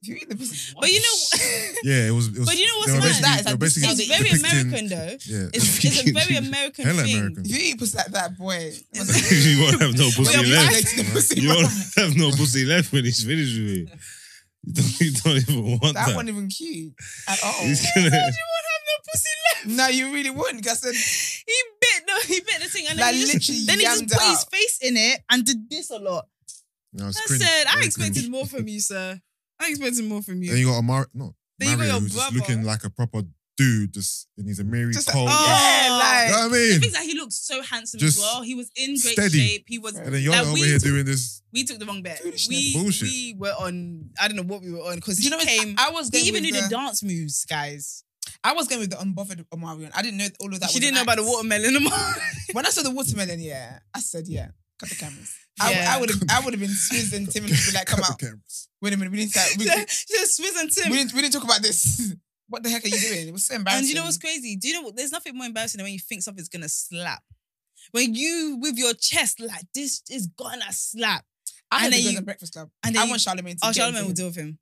[SPEAKER 4] You eat the pussy.
[SPEAKER 1] But you know,
[SPEAKER 5] basically. Yeah. It was. It was
[SPEAKER 1] But you know what's
[SPEAKER 5] they were
[SPEAKER 1] mad?
[SPEAKER 5] basically-
[SPEAKER 4] That is
[SPEAKER 5] they were basically
[SPEAKER 4] like-
[SPEAKER 1] it's very
[SPEAKER 5] depicting-
[SPEAKER 1] American though.
[SPEAKER 5] Yeah.
[SPEAKER 1] It's, it's a very American
[SPEAKER 5] Hella
[SPEAKER 1] thing.
[SPEAKER 5] American.
[SPEAKER 4] If you eat pussy like that, boy.
[SPEAKER 3] you won't have no
[SPEAKER 4] Well,
[SPEAKER 3] pussy
[SPEAKER 4] you're
[SPEAKER 3] left.
[SPEAKER 4] violating the pussy,
[SPEAKER 3] You
[SPEAKER 4] bro.
[SPEAKER 3] won't have no pussy left when he's finished with it. You don't, you don't even want that.
[SPEAKER 4] That wasn't even cute at all.
[SPEAKER 3] He's gonna,
[SPEAKER 4] no, you really wouldn't. 'cause I said,
[SPEAKER 1] He bit the he bit the thing and then
[SPEAKER 4] Like,
[SPEAKER 1] he
[SPEAKER 4] literally
[SPEAKER 1] just, then he just
[SPEAKER 4] yammed
[SPEAKER 1] put
[SPEAKER 4] it
[SPEAKER 1] his
[SPEAKER 4] out.
[SPEAKER 1] face in it and did this a lot.
[SPEAKER 5] No, it's
[SPEAKER 1] I
[SPEAKER 5] cringe.
[SPEAKER 1] said, I
[SPEAKER 5] Very
[SPEAKER 1] expected
[SPEAKER 5] cringe.
[SPEAKER 1] more from you, sir. I expected more from you.
[SPEAKER 5] And you got Amari. No.
[SPEAKER 1] Then you got
[SPEAKER 5] Mario
[SPEAKER 1] your
[SPEAKER 5] who's just
[SPEAKER 1] brother.
[SPEAKER 5] looking like a proper dude, just and he's a merry
[SPEAKER 4] just like,
[SPEAKER 5] cold.
[SPEAKER 1] Oh.
[SPEAKER 5] You
[SPEAKER 4] yeah,
[SPEAKER 5] know
[SPEAKER 4] like
[SPEAKER 5] what I
[SPEAKER 1] The
[SPEAKER 5] mean?
[SPEAKER 1] thing is that he looked so handsome
[SPEAKER 5] Just
[SPEAKER 1] as well. He was in great
[SPEAKER 5] steady.
[SPEAKER 1] shape. He was.
[SPEAKER 5] And then you're
[SPEAKER 1] Like,
[SPEAKER 5] over
[SPEAKER 1] we
[SPEAKER 5] here
[SPEAKER 1] took-
[SPEAKER 5] doing this.
[SPEAKER 1] We took the wrong bet.
[SPEAKER 4] Foolishness.
[SPEAKER 1] We
[SPEAKER 5] Bullshit.
[SPEAKER 1] we were on. I don't know what we were on because
[SPEAKER 4] Do
[SPEAKER 1] he
[SPEAKER 4] you know what?
[SPEAKER 1] came.
[SPEAKER 4] I was
[SPEAKER 1] He
[SPEAKER 4] going
[SPEAKER 1] even
[SPEAKER 4] with
[SPEAKER 1] knew the,
[SPEAKER 4] the,
[SPEAKER 1] dance moves, guys.
[SPEAKER 4] I was going with the unbothered Omarion. I didn't know all of that.
[SPEAKER 1] she
[SPEAKER 4] was
[SPEAKER 1] didn't
[SPEAKER 4] an
[SPEAKER 1] know about the
[SPEAKER 4] act.
[SPEAKER 1] watermelon.
[SPEAKER 4] When I saw the watermelon, yeah, I said, yeah, cut the cameras.
[SPEAKER 1] Yeah.
[SPEAKER 4] I, I would have, I would have been Swizz and Tim and be like, come
[SPEAKER 5] Cut the
[SPEAKER 4] out.
[SPEAKER 5] cameras.
[SPEAKER 4] Wait a minute, we need to. We,
[SPEAKER 1] Just Swizz and Tim.
[SPEAKER 4] we didn't, we didn't talk about this. what the heck are you doing? It was so embarrassing.
[SPEAKER 1] And you know what's crazy? Do you know what? There's nothing more embarrassing than when you think something's gonna slap. When you with your chest like this is gonna slap, and
[SPEAKER 4] I and
[SPEAKER 1] then
[SPEAKER 4] then
[SPEAKER 1] you-
[SPEAKER 4] the Breakfast Club.
[SPEAKER 1] and then
[SPEAKER 4] I
[SPEAKER 1] you-
[SPEAKER 4] want Charlemagne to.
[SPEAKER 1] oh
[SPEAKER 4] get
[SPEAKER 1] Charlemagne will
[SPEAKER 4] into him.
[SPEAKER 1] deal with him.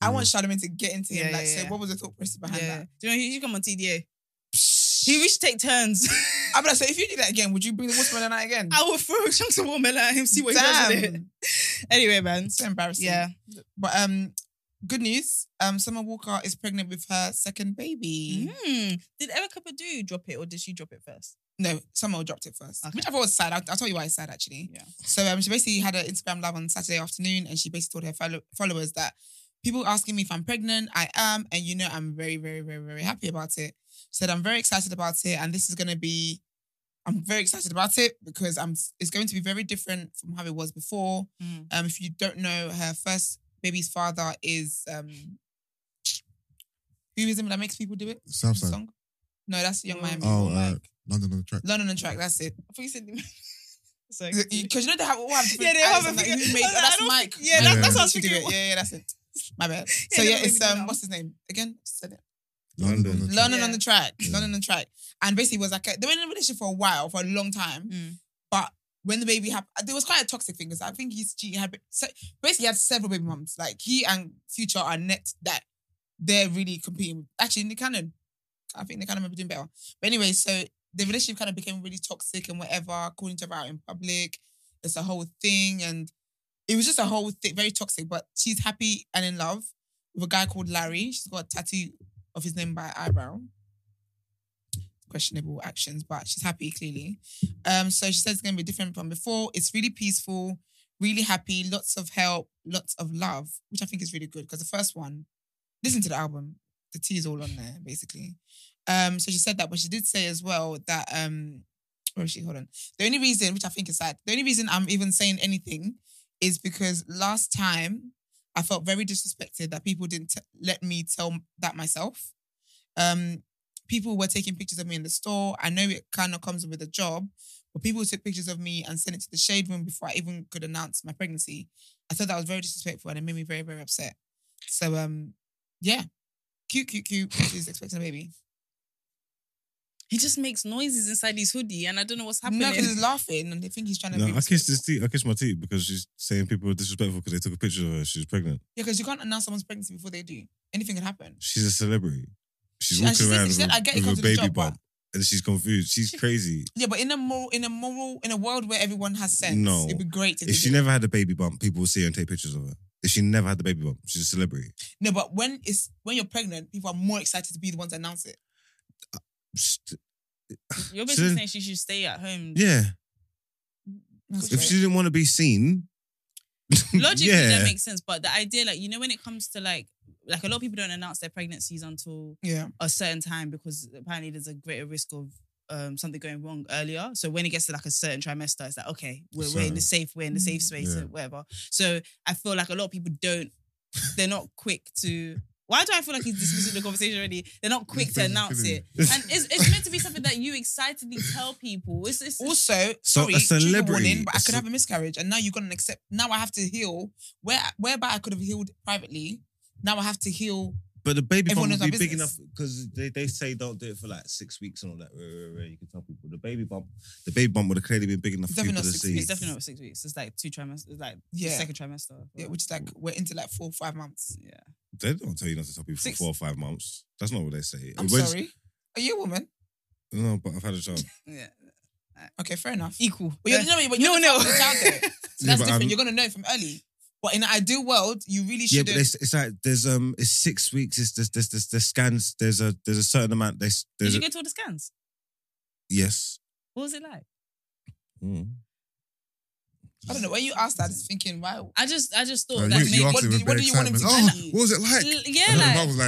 [SPEAKER 4] I want Charlemagne to get into him.
[SPEAKER 1] Mm. Yeah,
[SPEAKER 4] like,
[SPEAKER 1] yeah, yeah.
[SPEAKER 4] so what was the thought process behind
[SPEAKER 1] Yeah.
[SPEAKER 4] that?
[SPEAKER 1] Do you know he should come on TDA? He we should take turns.
[SPEAKER 4] I would like, so if you did that again, would you bring the watermelon out again?
[SPEAKER 1] I will throw chunks of watermelon at him, see what he does with it.
[SPEAKER 4] Damn,
[SPEAKER 1] Anyway, man.
[SPEAKER 4] so embarrassing.
[SPEAKER 1] Yeah.
[SPEAKER 4] but um, good news. Um, Summer Walker is pregnant with her second baby.
[SPEAKER 1] Mm. Did Erica Badu drop it or did she drop it first?
[SPEAKER 4] No, Summer dropped it first.
[SPEAKER 1] Okay.
[SPEAKER 4] Which I thought was sad. I'll, I'll tell you why it's sad actually.
[SPEAKER 1] Yeah.
[SPEAKER 4] So um, she basically had an Instagram live on Saturday afternoon, and she basically told her follow- followers that people asking me if I'm pregnant, I am, and you know I'm very, very, very, very happy about it. She said I'm very excited about it, and this is gonna be, I'm very excited about it because I'm. It's going to be very different from how it was before.
[SPEAKER 1] Mm.
[SPEAKER 4] Um, if you don't know, her first baby's father is um, who is it that makes people do it?
[SPEAKER 5] Southside.
[SPEAKER 4] Song? No, that's Young
[SPEAKER 1] Oh.
[SPEAKER 4] Miami.
[SPEAKER 5] Oh,
[SPEAKER 4] Like,
[SPEAKER 5] uh, London on the track.
[SPEAKER 4] London and track. That's it.
[SPEAKER 1] I thought you said Sorry.
[SPEAKER 4] Because you know they have all have
[SPEAKER 1] Yeah,
[SPEAKER 4] different
[SPEAKER 1] they have
[SPEAKER 4] acts
[SPEAKER 1] a
[SPEAKER 4] and, like,
[SPEAKER 1] figure-
[SPEAKER 4] who made-
[SPEAKER 1] I was like,
[SPEAKER 4] that's
[SPEAKER 1] I don't
[SPEAKER 4] Mike.
[SPEAKER 1] Yeah,
[SPEAKER 5] that-
[SPEAKER 4] Mike
[SPEAKER 5] that's
[SPEAKER 1] what I
[SPEAKER 4] used
[SPEAKER 1] was
[SPEAKER 4] to do
[SPEAKER 1] thinking.
[SPEAKER 4] it. Yeah, yeah, that's it. My bad.
[SPEAKER 1] Yeah,
[SPEAKER 4] So yeah,
[SPEAKER 1] that's
[SPEAKER 4] it's
[SPEAKER 1] what we do
[SPEAKER 4] um,
[SPEAKER 1] now.
[SPEAKER 4] what's his name again? Said it.
[SPEAKER 5] London.
[SPEAKER 3] London.
[SPEAKER 5] on the-
[SPEAKER 4] London
[SPEAKER 1] Yeah.
[SPEAKER 4] on the track.
[SPEAKER 5] Yeah.
[SPEAKER 4] London on the track. And basically was like a, they were in a relationship for a while, for a long time.
[SPEAKER 1] Mm.
[SPEAKER 4] But when the baby happened, there was quite a toxic thing because I think he's he had so basically he had several baby mums. Like he and Future are next that they're really competing. with- Actually, Nick Cannon, I think Nick Cannon might be doing better. But anyway, so the relationship kind of became really toxic and whatever, calling each other out in public. It's a whole thing, and it was just a whole thing, very toxic. But she's happy and in love with a guy called Larry. She's got a tattoo of his name by eyebrow. Questionable actions, but she's happy clearly. Um, so she says it's gonna be different from before. It's really peaceful, really happy, lots of help, lots of love, which I think is really good because the first one, listen to the album, the tea is all on there basically. Um, so she said that, but she did say as well that um, where is she? Hold on. The only reason, which I think is sad, the only reason I'm even saying anything is because last time I felt very disrespected that people didn't t- let me tell that myself. Um, people were taking pictures of me in the store. I know it kind of comes with a job, but people took pictures of me and sent it to the shade room before I even could announce my pregnancy. I thought that was very disrespectful and it made me very, very upset. So, um, yeah, cute, cute, cute. She's expecting a baby.
[SPEAKER 1] He just makes noises inside his hoodie, and I don't know what's happening.
[SPEAKER 4] No, because he's laughing and they think he's trying to.
[SPEAKER 3] No,
[SPEAKER 4] be
[SPEAKER 3] I kissed his
[SPEAKER 4] disrespectful.
[SPEAKER 3] teeth. I kissed my teeth because she's saying people are disrespectful because they took a picture of her. She's pregnant.
[SPEAKER 4] Yeah, because you can't announce someone's pregnancy before they do. Anything can happen.
[SPEAKER 3] She's a celebrity. She's
[SPEAKER 4] She- and
[SPEAKER 3] walking
[SPEAKER 4] she said-
[SPEAKER 3] around
[SPEAKER 4] she said,
[SPEAKER 3] with,
[SPEAKER 4] "I get it
[SPEAKER 3] with
[SPEAKER 4] comes
[SPEAKER 3] a
[SPEAKER 4] with the
[SPEAKER 3] baby
[SPEAKER 4] job, but-"
[SPEAKER 3] bump, and she's confused. She's crazy.
[SPEAKER 4] Yeah, but in a moral, in a moral, in a world where everyone has sense,
[SPEAKER 3] No.
[SPEAKER 4] it'd be great if,
[SPEAKER 3] If
[SPEAKER 4] they
[SPEAKER 3] she
[SPEAKER 4] did it.
[SPEAKER 3] never had a baby bump, people would see her and take pictures of her. If she never had the baby bump, she's a celebrity.
[SPEAKER 4] No, but when it's when you're pregnant, people are more excited to be the ones that announce it.
[SPEAKER 3] Just-
[SPEAKER 1] You're basically
[SPEAKER 3] So-
[SPEAKER 1] saying she should stay at home.
[SPEAKER 3] yeah.
[SPEAKER 4] That's
[SPEAKER 3] If
[SPEAKER 4] right.
[SPEAKER 3] she didn't want to be seen,
[SPEAKER 1] Logically,
[SPEAKER 3] yeah.
[SPEAKER 1] that makes sense. But the idea, like you know, when it comes to like, like a lot of people don't announce their pregnancies until
[SPEAKER 4] yeah,
[SPEAKER 1] a certain time because apparently there's a greater risk of um, something going wrong earlier. So when it gets to like a certain trimester, it's like okay, we're, we're in the safe, we're in the safe space,
[SPEAKER 3] Yeah.
[SPEAKER 1] and whatever. So I feel like a lot of people don't, they're not quick to. Why do I feel like he's dismissing the conversation already? They're not quick to announce it, and it's, it's meant to be something that you excitedly tell people. It's, it's
[SPEAKER 4] Also,
[SPEAKER 3] So,
[SPEAKER 4] sorry,
[SPEAKER 3] a
[SPEAKER 4] trigger
[SPEAKER 3] celebrity-
[SPEAKER 4] warning, but I
[SPEAKER 3] a
[SPEAKER 4] could
[SPEAKER 3] ce-
[SPEAKER 4] have a miscarriage, and now you've got an accept. Now I have to heal. Where whereby I could have healed privately, now I have to heal.
[SPEAKER 3] but the baby
[SPEAKER 4] Everyone
[SPEAKER 3] bump
[SPEAKER 4] knows
[SPEAKER 3] would
[SPEAKER 4] our
[SPEAKER 3] be big enough
[SPEAKER 4] business.
[SPEAKER 3] because they, they say don't do it for like six weeks and all that. Rah, rah, rah. You can tell people the baby bump, the baby bump would have clearly been big enough
[SPEAKER 4] It's
[SPEAKER 3] for people
[SPEAKER 4] definitely
[SPEAKER 3] to
[SPEAKER 4] not six
[SPEAKER 3] see.
[SPEAKER 1] it's definitely not six weeks. It's like two trimesters, it's like the
[SPEAKER 4] Yeah,
[SPEAKER 1] second trimester.
[SPEAKER 4] yeah, which is like we're into like four five months.
[SPEAKER 1] yeah.
[SPEAKER 3] They don't tell you not to tell people
[SPEAKER 4] Six-
[SPEAKER 3] for four or five months. That's not what they say.
[SPEAKER 4] I'm
[SPEAKER 3] When-
[SPEAKER 4] sorry. Are you a woman?
[SPEAKER 3] No, but I've had a child.
[SPEAKER 1] yeah.
[SPEAKER 4] Okay, fair enough.
[SPEAKER 1] Equal.
[SPEAKER 4] But you're, no, but you're no, no. Out there. So
[SPEAKER 3] Yeah,
[SPEAKER 4] that's
[SPEAKER 3] but
[SPEAKER 4] different.
[SPEAKER 3] I'm-
[SPEAKER 4] You're gonna know from early. But in an ideal world, you really
[SPEAKER 3] Yeah,
[SPEAKER 4] should.
[SPEAKER 3] but it's, it's like there's um it's six weeks. It's there's there's there's, there's scans. There's a there's a certain amount. There's
[SPEAKER 1] Did
[SPEAKER 3] there's
[SPEAKER 1] you
[SPEAKER 3] a,
[SPEAKER 1] go to all the scans?
[SPEAKER 3] yes.
[SPEAKER 1] What was it like?
[SPEAKER 3] Mm.
[SPEAKER 4] I don't know. When you asked that, I was thinking, why?
[SPEAKER 1] I just, I just thought
[SPEAKER 5] Like,
[SPEAKER 1] that
[SPEAKER 5] you, you
[SPEAKER 1] maybe.
[SPEAKER 5] asked it
[SPEAKER 4] what do
[SPEAKER 5] with
[SPEAKER 4] you-
[SPEAKER 5] big
[SPEAKER 4] what do you want him
[SPEAKER 5] excitement.
[SPEAKER 4] to
[SPEAKER 5] Oh,
[SPEAKER 4] do?
[SPEAKER 5] what was it like?
[SPEAKER 1] L-
[SPEAKER 5] And then
[SPEAKER 1] yeah,
[SPEAKER 5] Mum
[SPEAKER 1] like
[SPEAKER 5] was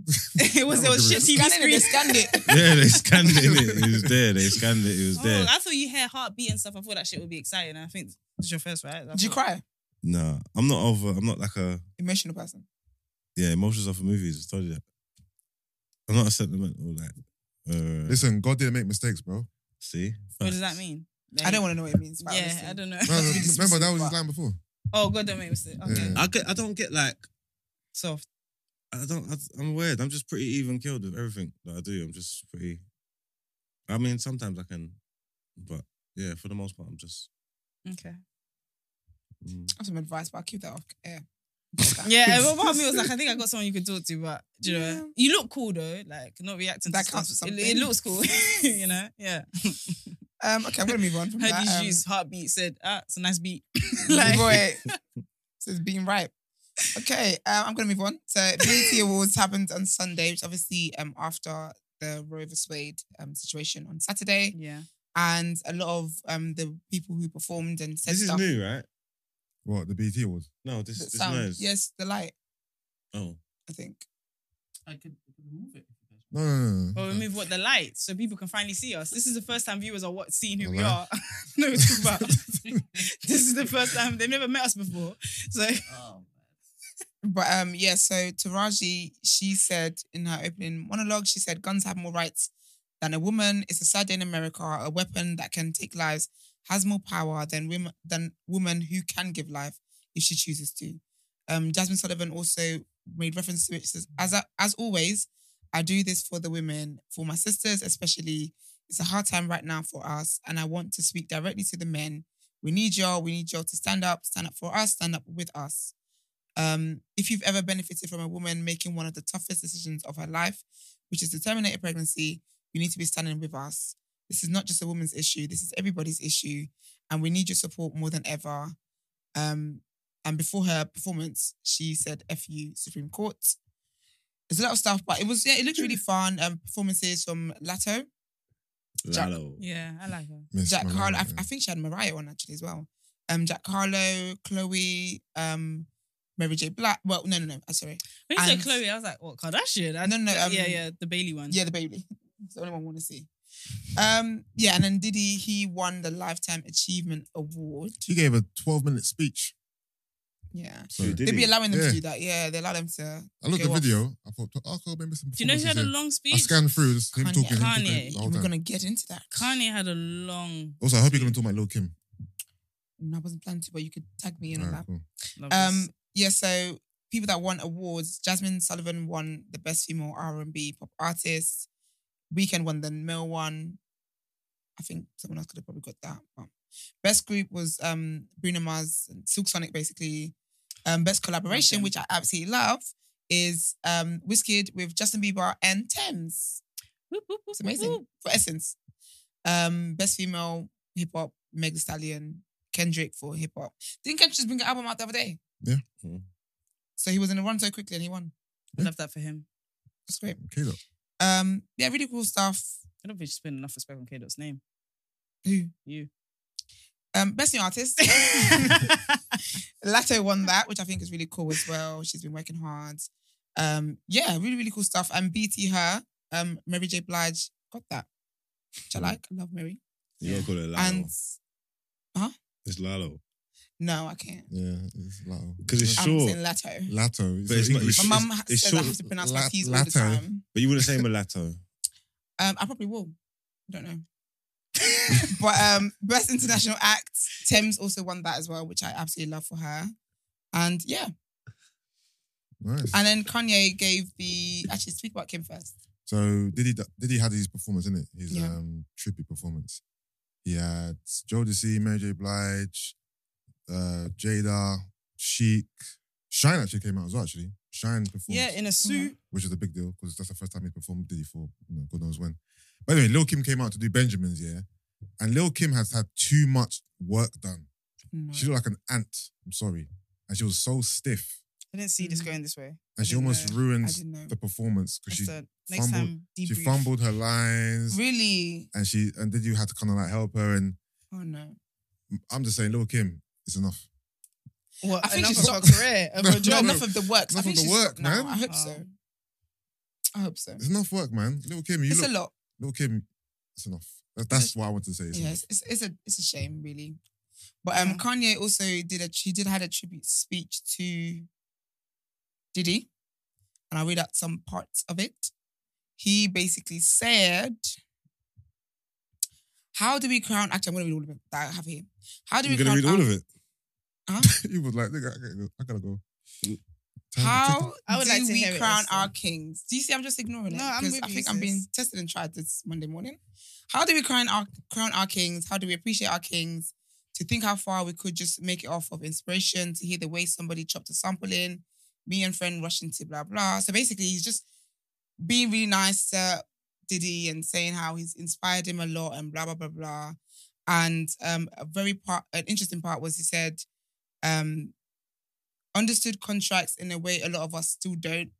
[SPEAKER 5] like,
[SPEAKER 1] it was, it was shit TV
[SPEAKER 4] Scanning it, they
[SPEAKER 1] screen.
[SPEAKER 4] scanned it.
[SPEAKER 3] yeah, they scanned it. It was there. They scanned it. It was
[SPEAKER 1] Oh,
[SPEAKER 3] there.
[SPEAKER 1] I thought you hear heartbeat and stuff. I thought that shit would be exciting. I think it's your first, right? I
[SPEAKER 4] Did you
[SPEAKER 1] thought-
[SPEAKER 4] cry?
[SPEAKER 3] Nah, I'm not over. I'm not like a
[SPEAKER 4] Emotional person.
[SPEAKER 3] yeah. Emotions are for movies. I told you that. I'm not a sentimental like. Uh,
[SPEAKER 5] listen, God didn't make mistakes, bro.
[SPEAKER 3] see,
[SPEAKER 1] What does that mean? Like-
[SPEAKER 4] I don't want to know what it means. but
[SPEAKER 1] Yeah,
[SPEAKER 4] obviously.
[SPEAKER 1] I don't know.
[SPEAKER 5] No, no,
[SPEAKER 4] Really
[SPEAKER 5] remember, that
[SPEAKER 4] specific,
[SPEAKER 5] was
[SPEAKER 4] but-
[SPEAKER 5] his line before.
[SPEAKER 1] Oh God, don't make me sit. Okay,
[SPEAKER 5] Yeah.
[SPEAKER 3] I get. I don't get like.
[SPEAKER 1] soft.
[SPEAKER 3] I don't. I, I'm weird. I'm just pretty even killed with everything that I do. I'm just pretty. I mean, sometimes I can, but yeah, for the most part, I'm just.
[SPEAKER 1] Okay.
[SPEAKER 3] mm.
[SPEAKER 4] I have some advice, but I'll keep that off air.
[SPEAKER 1] Yeah, well, part of me was like, I think I got someone you could talk to, but do you know, you look cool though. Like not reacting.
[SPEAKER 4] That
[SPEAKER 1] to
[SPEAKER 4] counts
[SPEAKER 1] stuff.
[SPEAKER 4] for
[SPEAKER 1] It, it
[SPEAKER 4] something.
[SPEAKER 1] looks cool. you know. Yeah.
[SPEAKER 4] Um, okay, I'm gonna move on from
[SPEAKER 1] Heard
[SPEAKER 4] that.
[SPEAKER 1] these
[SPEAKER 4] Um,
[SPEAKER 1] shoes heartbeat said, ah, it's a nice beat.
[SPEAKER 4] Your
[SPEAKER 1] like,
[SPEAKER 4] boy says being ripe. Okay, um, I'm gonna move on. So BET Awards happened on Sunday, which obviously um after the Roe vs Wade um situation on Saturday,
[SPEAKER 1] yeah.
[SPEAKER 4] and a lot of um the people who performed and said
[SPEAKER 3] This is
[SPEAKER 4] stuff.
[SPEAKER 3] new, right?
[SPEAKER 5] What, the BT was?
[SPEAKER 3] No, this
[SPEAKER 4] The
[SPEAKER 3] this
[SPEAKER 4] sound-
[SPEAKER 3] noise.
[SPEAKER 4] Yes, the light.
[SPEAKER 3] Oh,
[SPEAKER 4] I think.
[SPEAKER 6] I could I could remove it. if you guys
[SPEAKER 5] No, no, no, no.
[SPEAKER 1] But remove what the lights so people can finally see us. This is the first time viewers are what seeing who we
[SPEAKER 5] Alright.
[SPEAKER 1] are. no, we talk about. this is the first time they've never met us before. So
[SPEAKER 6] want. Oh,
[SPEAKER 4] But um, yeah, so Taraji, she said in her opening monologue, she said, guns have more rights than a woman. It's a sad day in America. A weapon that can take lives has more power than women than woman who can give life if she chooses to. Um, Jasmine Sullivan also made reference to it. She says, as as always, I do this for the women, for my sisters especially. It's a hard time right now for us, and I want to speak directly to the men. We need y'all. We need y'all to stand up, stand up for us, stand up with us. Um, if you've ever benefited from a woman making one of the toughest decisions of her life, which is to terminate a pregnancy, you need to be standing with us. This is not just a woman's issue. This is everybody's issue, and we need your support more than ever. Um, and before her performance, she said "F you, Supreme Court." There's a lot of stuff, but it was yeah, it looked really fun. Um, performances from Lato, Jack-
[SPEAKER 3] Lalo.
[SPEAKER 1] Yeah, I like her.
[SPEAKER 5] Miss
[SPEAKER 4] Jack
[SPEAKER 5] Malala,
[SPEAKER 4] Harlow. I, I
[SPEAKER 5] yeah.
[SPEAKER 4] think she had Mariah on actually as well. Um, Jack Harlow, Chloe, um, Mary J. Black. Well, no, no, no. I'm sorry.
[SPEAKER 1] When you said
[SPEAKER 4] And-
[SPEAKER 1] Chloe, I was like, what Kardashian? I
[SPEAKER 4] No, no, um,
[SPEAKER 1] yeah, yeah, the Bailey one.
[SPEAKER 4] Yeah, the baby. It's the only one I want to see. Um, yeah, and then Diddy, he won the Lifetime Achievement Award.
[SPEAKER 5] She gave a 12 minute speech.
[SPEAKER 4] Yeah.
[SPEAKER 5] So
[SPEAKER 3] Who Oh, did
[SPEAKER 4] They'd be
[SPEAKER 3] he?
[SPEAKER 4] allowing them
[SPEAKER 5] Yeah.
[SPEAKER 4] to do that. Yeah, they allow them to.
[SPEAKER 5] I looked at
[SPEAKER 4] go
[SPEAKER 5] the
[SPEAKER 4] off.
[SPEAKER 5] video. I thought, oh, cool, maybe some.
[SPEAKER 1] Do you know who had a
[SPEAKER 5] performances
[SPEAKER 1] long
[SPEAKER 5] here.
[SPEAKER 1] speech?
[SPEAKER 5] I scanned through just him
[SPEAKER 4] Kanye.
[SPEAKER 5] talking. him talking
[SPEAKER 1] Kanye.
[SPEAKER 5] the whole
[SPEAKER 4] We're
[SPEAKER 5] time.
[SPEAKER 4] gonna get into that.
[SPEAKER 1] Kanye had a long.
[SPEAKER 5] Also, I hope you're gonna talk about Lil Kim.
[SPEAKER 4] No, I wasn't planning to, but you could tag me in on
[SPEAKER 5] Alright,
[SPEAKER 4] that.
[SPEAKER 5] cool.
[SPEAKER 1] Love
[SPEAKER 4] Um,
[SPEAKER 1] this.
[SPEAKER 4] yeah, so people that won awards, Jasmine Sullivan won the best female R and B pop artist. Weekend won the male one. I think someone else could have probably got that. But best group was um Bruno Mars and Silk Sonic, basically. Um, best collaboration,
[SPEAKER 1] them.
[SPEAKER 4] which I absolutely love, is um Wizkid with Justin Bieber and Thames.
[SPEAKER 1] Whoop, whoop, whoop,
[SPEAKER 4] It's amazing
[SPEAKER 1] whoop.
[SPEAKER 4] for Essence. Um, best female hip hop, Meg Thee Stallion, Kendrick for hip hop. Didn't Kendrick just bring an album out the other day?
[SPEAKER 5] Yeah.
[SPEAKER 3] Mhm.
[SPEAKER 4] So he was in the run so quickly and he won.
[SPEAKER 1] Love that for him.
[SPEAKER 4] That's great.
[SPEAKER 5] Okay, look.
[SPEAKER 4] Um, yeah, really cool stuff.
[SPEAKER 1] I don't think she's spending enough respect on K Dot's name.
[SPEAKER 4] Who?
[SPEAKER 1] You.
[SPEAKER 4] Um, best new artist. Lato won that, which I think is really cool as well. She's been working hard. Um, yeah, really, really cool stuff. And BT her, um, Mary J. Blige got that. Which I like. I love Mary.
[SPEAKER 3] You gotta call it Lalo.
[SPEAKER 4] And
[SPEAKER 3] it's Lalo.
[SPEAKER 4] no, I can't.
[SPEAKER 5] Yeah, it's Lato.
[SPEAKER 3] 'Cause it's
[SPEAKER 5] Lato.
[SPEAKER 3] sh-
[SPEAKER 4] I'm
[SPEAKER 3] Sure.
[SPEAKER 4] saying Lato.
[SPEAKER 5] Lato.
[SPEAKER 3] But it's not-
[SPEAKER 5] English.
[SPEAKER 4] My
[SPEAKER 3] it's-
[SPEAKER 4] mum
[SPEAKER 3] it's
[SPEAKER 4] says I
[SPEAKER 3] short-
[SPEAKER 4] have to pronounce
[SPEAKER 5] La-
[SPEAKER 4] my T's all the
[SPEAKER 5] Lato.
[SPEAKER 4] time.
[SPEAKER 3] But you wouldn't say mulatto.
[SPEAKER 4] Um, I probably will. I don't know. but um, best international act, Thames also won that as well, which I absolutely love for her. And yeah,
[SPEAKER 5] Nice.
[SPEAKER 4] and then Kanye gave the actually speak about Kim first.
[SPEAKER 5] So Diddy Diddy had his performance, in it? His
[SPEAKER 4] Yeah.
[SPEAKER 5] um trippy performance. He had Jodeci, Mary J. Blige, uh, Jada, Chic. Shine actually came out as well, actually. Shine performed,
[SPEAKER 1] yeah, in a suit.
[SPEAKER 5] which is a big deal because that's the first time he performed Diddy for you know, God knows when. By the way, Lil Kim came out to do Benjamin's, yeah. And Lil Kim has had too much work done.
[SPEAKER 4] No.
[SPEAKER 5] She looked like an ant. I'm sorry. And she was so stiff.
[SPEAKER 1] I didn't see this going this way.
[SPEAKER 5] And she
[SPEAKER 1] didn't
[SPEAKER 5] almost
[SPEAKER 1] know.
[SPEAKER 4] I
[SPEAKER 5] ruined
[SPEAKER 4] didn't know.
[SPEAKER 5] the performance because she,
[SPEAKER 1] Esther, next
[SPEAKER 5] fumbled-
[SPEAKER 1] time,
[SPEAKER 5] she
[SPEAKER 1] debrief.
[SPEAKER 5] fumbled her lines.
[SPEAKER 4] Really?
[SPEAKER 5] and she and did you had to kind of like help her and
[SPEAKER 4] Oh no.
[SPEAKER 5] I'm just saying, little Kim, it's enough.
[SPEAKER 1] Well,
[SPEAKER 4] I think
[SPEAKER 1] enough
[SPEAKER 4] she's
[SPEAKER 1] of her
[SPEAKER 4] got-
[SPEAKER 1] career. of
[SPEAKER 5] No,
[SPEAKER 1] her
[SPEAKER 4] No,
[SPEAKER 1] job.
[SPEAKER 4] enough of the work. I
[SPEAKER 5] Enough of
[SPEAKER 4] think
[SPEAKER 5] the
[SPEAKER 4] she's
[SPEAKER 5] work,
[SPEAKER 4] no,
[SPEAKER 5] man.
[SPEAKER 4] I hope
[SPEAKER 1] Oh.
[SPEAKER 4] so. I hope so.
[SPEAKER 5] It's enough work, man. Little Kim, you
[SPEAKER 4] It's
[SPEAKER 5] look,
[SPEAKER 4] a lot.
[SPEAKER 5] little Kim, it's enough. That, that's what I want to say. It's
[SPEAKER 1] Mm.
[SPEAKER 4] Yes, it's, it's a it's a shame, really. But um, Kanye also did a he did had a tribute speech to Diddy, and I read out some parts of it. He basically said, "How do we crown?" Actually, I'm going to read all of it that I have here. How do
[SPEAKER 3] You're
[SPEAKER 4] we
[SPEAKER 3] gonna
[SPEAKER 4] crown?
[SPEAKER 3] read all
[SPEAKER 4] our-
[SPEAKER 3] of it.
[SPEAKER 5] enough. you was like, nigga, I gotta go. I gotta go. Time to
[SPEAKER 4] Mm. How
[SPEAKER 1] I would
[SPEAKER 4] do
[SPEAKER 1] like to
[SPEAKER 4] we
[SPEAKER 1] hear it
[SPEAKER 4] crown
[SPEAKER 1] also.
[SPEAKER 4] our kings? Do you see? I'm just ignoring it.
[SPEAKER 1] Mm. No, I'm
[SPEAKER 4] 'cause
[SPEAKER 1] with
[SPEAKER 4] I
[SPEAKER 1] you,
[SPEAKER 4] think I'm
[SPEAKER 1] sis.
[SPEAKER 4] being tested and tried this Monday morning. How do we crown our crown our kings? How do we appreciate our kings? To think how far we could just make it off of inspiration, to hear the way somebody chopped a sample in, me and friend rushing to blah blah. So basically, he's just being really nice to Diddy and saying how he's inspired him a lot and blah blah blah blah. And um, a very part, an interesting part was he said, um, understood contracts in a way a lot of us still don't.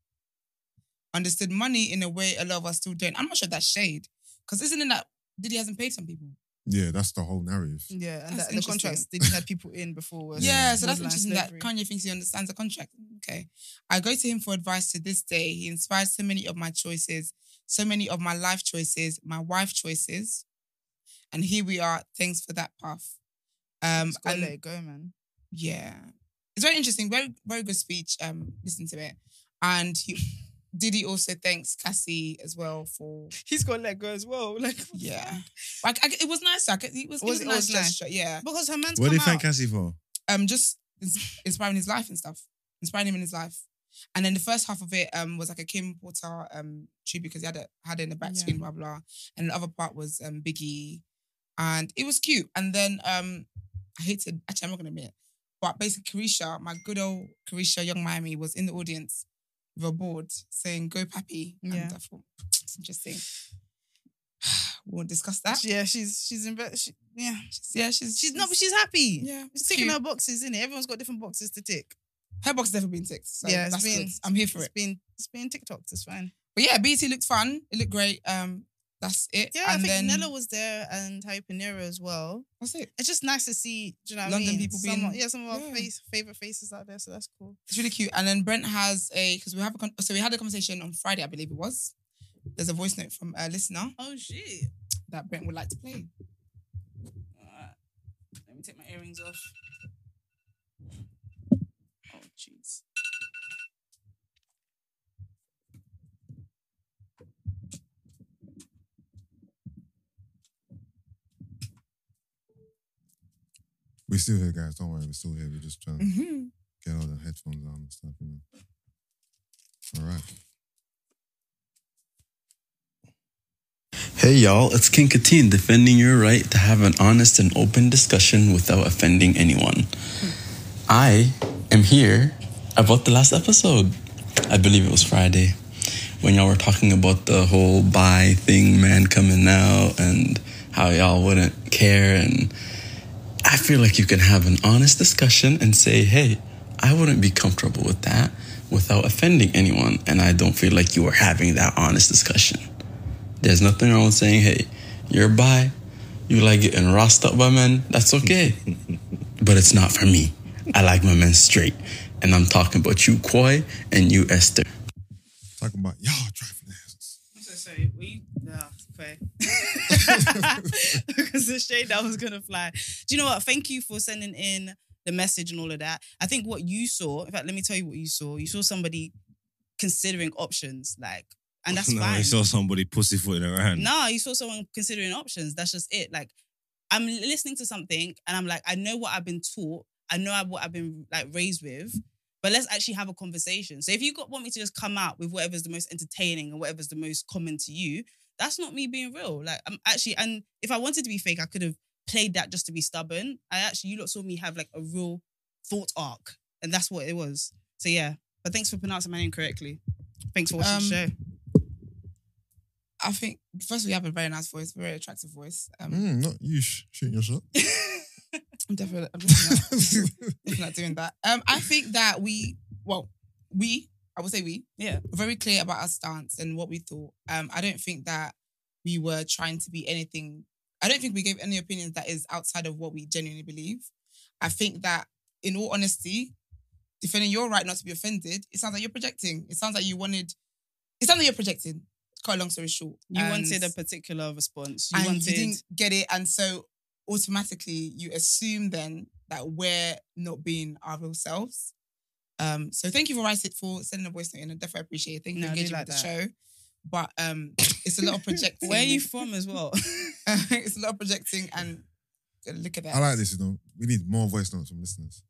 [SPEAKER 4] Understood money in a way a lot of us still don't. I'm not sure that's shade, because isn't it that Diddy hasn't paid some people?
[SPEAKER 5] Yeah, that's the whole narrative.
[SPEAKER 1] Yeah,
[SPEAKER 4] That's
[SPEAKER 1] and that, the
[SPEAKER 4] interesting.
[SPEAKER 1] contracts they just had people in before. were-
[SPEAKER 4] Yeah, so that's
[SPEAKER 1] borderline
[SPEAKER 4] interesting that
[SPEAKER 1] slavery.
[SPEAKER 4] Kanye thinks he understands the contract. Okay. I go to him for advice to this day. He inspired so many of my choices, so many of my life choices, my wife choices. And here we are. Thanks for that, Puff. Um,
[SPEAKER 1] Just gotta
[SPEAKER 4] and-
[SPEAKER 1] let it go, man.
[SPEAKER 4] yeah. It's very interesting. Very, very good speech. Um, listen to it. And he, Diddy also thanks Cassie as well for
[SPEAKER 1] He's gotta let go as well. Like,
[SPEAKER 4] yeah. Like I, it was nice. Like, it was, it
[SPEAKER 1] Was
[SPEAKER 4] was
[SPEAKER 1] it-
[SPEAKER 4] a
[SPEAKER 1] it
[SPEAKER 4] nice
[SPEAKER 1] was nice?
[SPEAKER 4] gesture. Yeah.
[SPEAKER 1] because her man's
[SPEAKER 3] What do
[SPEAKER 1] come
[SPEAKER 3] you thank
[SPEAKER 1] out.
[SPEAKER 3] Cassie for?
[SPEAKER 4] Um, just ins- inspiring his life and stuff. Inspiring him in his life. And then the first half of it um was like a Kim Porter um tribute because he had it had it in the back
[SPEAKER 1] Yeah.
[SPEAKER 4] screen, blah blah. And the other part was um Biggie, and it was cute. And then um I hate to actually I'm not gonna admit it, but basically Carisha, my good old Carisha, young Miami, was in the audience with a board saying "Go Pappy,"
[SPEAKER 1] Yeah.
[SPEAKER 4] and I thought it's interesting. we'll discuss that.
[SPEAKER 1] Yeah, she's she's in. She, yeah,
[SPEAKER 4] She's- yeah, she's
[SPEAKER 1] she's no, but she's happy.
[SPEAKER 4] yeah,
[SPEAKER 1] She's ticking
[SPEAKER 4] cute.
[SPEAKER 1] her boxes, isn't it? Everyone's got different boxes to tick.
[SPEAKER 4] her box has never been ticked. So
[SPEAKER 1] Yeah,
[SPEAKER 4] yeah,
[SPEAKER 1] it's
[SPEAKER 4] that's
[SPEAKER 1] been-
[SPEAKER 4] good. I'm here for
[SPEAKER 1] It's
[SPEAKER 4] it.
[SPEAKER 1] been it's been TikTok. It's fine.
[SPEAKER 4] But yeah, BT looked fun. It looked great. Um, that's it.
[SPEAKER 1] Yeah, I
[SPEAKER 4] and
[SPEAKER 1] think
[SPEAKER 4] then,
[SPEAKER 1] Nella was there and Harry Panera as well.
[SPEAKER 4] That's it.
[SPEAKER 1] It's just nice to see, do you know what
[SPEAKER 4] London
[SPEAKER 1] I mean?
[SPEAKER 4] people
[SPEAKER 1] some,
[SPEAKER 4] being-
[SPEAKER 1] yeah, some of our
[SPEAKER 4] yeah.
[SPEAKER 1] face, favorite faces out there, so that's cool.
[SPEAKER 4] It's really cute. And then Brent has a because we have a con- so we had a conversation on Friday, I believe it was. There's a voice note from a listener
[SPEAKER 1] Oh shit!
[SPEAKER 4] that Brent would like to play.
[SPEAKER 1] Alright. Let me take my earrings off. Oh jeez.
[SPEAKER 5] We're still here, guys. Don't worry, we're still here. We're just trying to
[SPEAKER 4] Mm-hmm.
[SPEAKER 5] get all the headphones on and stuff, you know. All right.
[SPEAKER 7] Hey y'all, it's King Katin defending your right to have an honest and open discussion without offending anyone. I am here about the last episode. I believe it was Friday when y'all were talking about the whole bi thing, man coming out, and how y'all wouldn't care. And I feel like you can have an honest discussion and say, hey, I wouldn't be comfortable with that without offending anyone. And I don't feel like you are having that honest discussion. There's nothing wrong with saying, hey, you're bi, you like getting rossed up by men, that's okay. but it's not for me. I like my men straight. And I'm talking about you, Koi, and you, Esther.
[SPEAKER 5] Talking about y'all driving asses.
[SPEAKER 1] I'm so sorry. Were you? No, fair. because the shade that was gonna fly. Do you know what? Thank you for sending in the message and all of that. I think what you saw. In fact, let me tell you what you saw. You saw somebody considering options, like, and that's
[SPEAKER 3] no,
[SPEAKER 1] fine.
[SPEAKER 3] I saw somebody pussyfooting around.
[SPEAKER 1] No, you saw someone considering options. That's just it. Like, I'm listening to something and I'm like, I know what I've been taught. I know I- what I've been like raised with, but let's actually have a conversation. So if you got, want me to just come out with whatever's the most entertaining and whatever's the most common to you, that's not me being real. Like, I'm actually, and if I wanted to be fake, I could have played that just to be stubborn. I actually, you lot saw me have like a real thought arc, and that's what it was. So yeah, but thanks for pronouncing my name correctly. Thanks for watching
[SPEAKER 4] Um,
[SPEAKER 1] the show.
[SPEAKER 4] I think first we have a very nice voice, very attractive voice. Um,
[SPEAKER 5] Mm, not you sh- shooting your shot.
[SPEAKER 4] I'm definitely I'm definitely not, definitely not doing that. Um, I think that we well we I would say we
[SPEAKER 1] Yeah.
[SPEAKER 4] were very clear about our stance and what we thought. Um, I don't think that we were trying to be anything. I don't think we gave any opinions that is outside of what we genuinely believe. I think that, in all honesty, defending your right not to be offended, it sounds like you're projecting. It sounds like you wanted. It sounds like you're projecting. Cut a long story short,
[SPEAKER 1] You
[SPEAKER 4] And-
[SPEAKER 1] wanted a particular response. You
[SPEAKER 4] and
[SPEAKER 1] wanted
[SPEAKER 4] you didn't get it, and so automatically you assume then that we're not being our real selves. Um, so thank you for writing for sending a voice note, and I definitely appreciate it. Thank you
[SPEAKER 1] No,
[SPEAKER 4] for
[SPEAKER 1] I do
[SPEAKER 4] engaging
[SPEAKER 1] like
[SPEAKER 4] with the
[SPEAKER 1] that.
[SPEAKER 4] show, but um, it's a lot of projecting.
[SPEAKER 1] where are you from as well.
[SPEAKER 4] it's a lot of projecting, and look at that.
[SPEAKER 5] I like this, you know. We need more voice notes from listeners.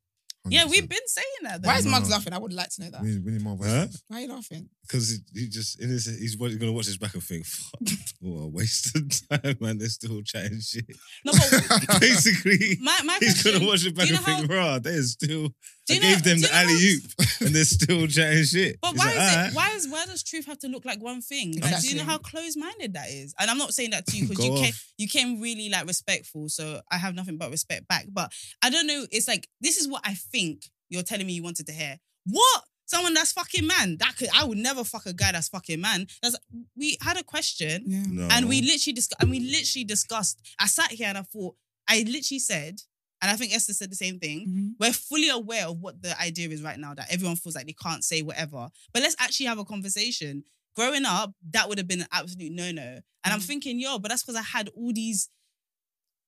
[SPEAKER 1] yeah, we've
[SPEAKER 5] 100%.
[SPEAKER 1] been saying that. Though.
[SPEAKER 4] Why is
[SPEAKER 5] No,
[SPEAKER 4] Mugs
[SPEAKER 5] no.
[SPEAKER 4] laughing? I would like to know that.
[SPEAKER 5] We need, we need more voice
[SPEAKER 3] Huh?
[SPEAKER 5] notes.
[SPEAKER 4] Why are you laughing?
[SPEAKER 3] Because he, he just, in his, he's wa- gonna watch this back and think, fuck, what a waste of time, man. They're still chatting shit.
[SPEAKER 1] No, but
[SPEAKER 3] Basically,
[SPEAKER 1] my my
[SPEAKER 3] he's
[SPEAKER 1] question.
[SPEAKER 3] gonna watch it back
[SPEAKER 1] Oh. do you
[SPEAKER 3] and
[SPEAKER 1] know
[SPEAKER 3] think, rah, they're still,
[SPEAKER 1] do
[SPEAKER 3] I
[SPEAKER 1] you know-
[SPEAKER 3] gave them
[SPEAKER 1] do you
[SPEAKER 3] the
[SPEAKER 1] know how-
[SPEAKER 3] alley oop and they're still chatting shit.
[SPEAKER 1] But
[SPEAKER 3] It's
[SPEAKER 1] why
[SPEAKER 3] like,
[SPEAKER 1] is
[SPEAKER 3] "Alright."
[SPEAKER 1] it? Why is why does truth have to look like one thing? Like, do you know
[SPEAKER 4] Exactly.
[SPEAKER 1] how closed-minded that is? And I'm not saying that to you because you
[SPEAKER 3] Go
[SPEAKER 1] came
[SPEAKER 3] off.
[SPEAKER 1] you came really like respectful, so I have nothing but respect back. But I don't know. It's like this is what I think you're telling me you wanted to hear. What? Someone that's fucking man. That could I would never fuck a guy that's fucking man. That's we had a question.
[SPEAKER 4] Yeah.
[SPEAKER 3] No.
[SPEAKER 1] And we literally discussed. And we literally discussed. I sat here and I thought. I literally said, and I think Esther said the same thing.
[SPEAKER 3] Mm-hmm.
[SPEAKER 1] We're fully aware of what the idea is right now. That everyone feels like they can't say whatever. But let's actually have a conversation. Growing
[SPEAKER 3] Mm-hmm.
[SPEAKER 1] up, that would have been an absolute no no. And I'm thinking, yo, but that's because I had all these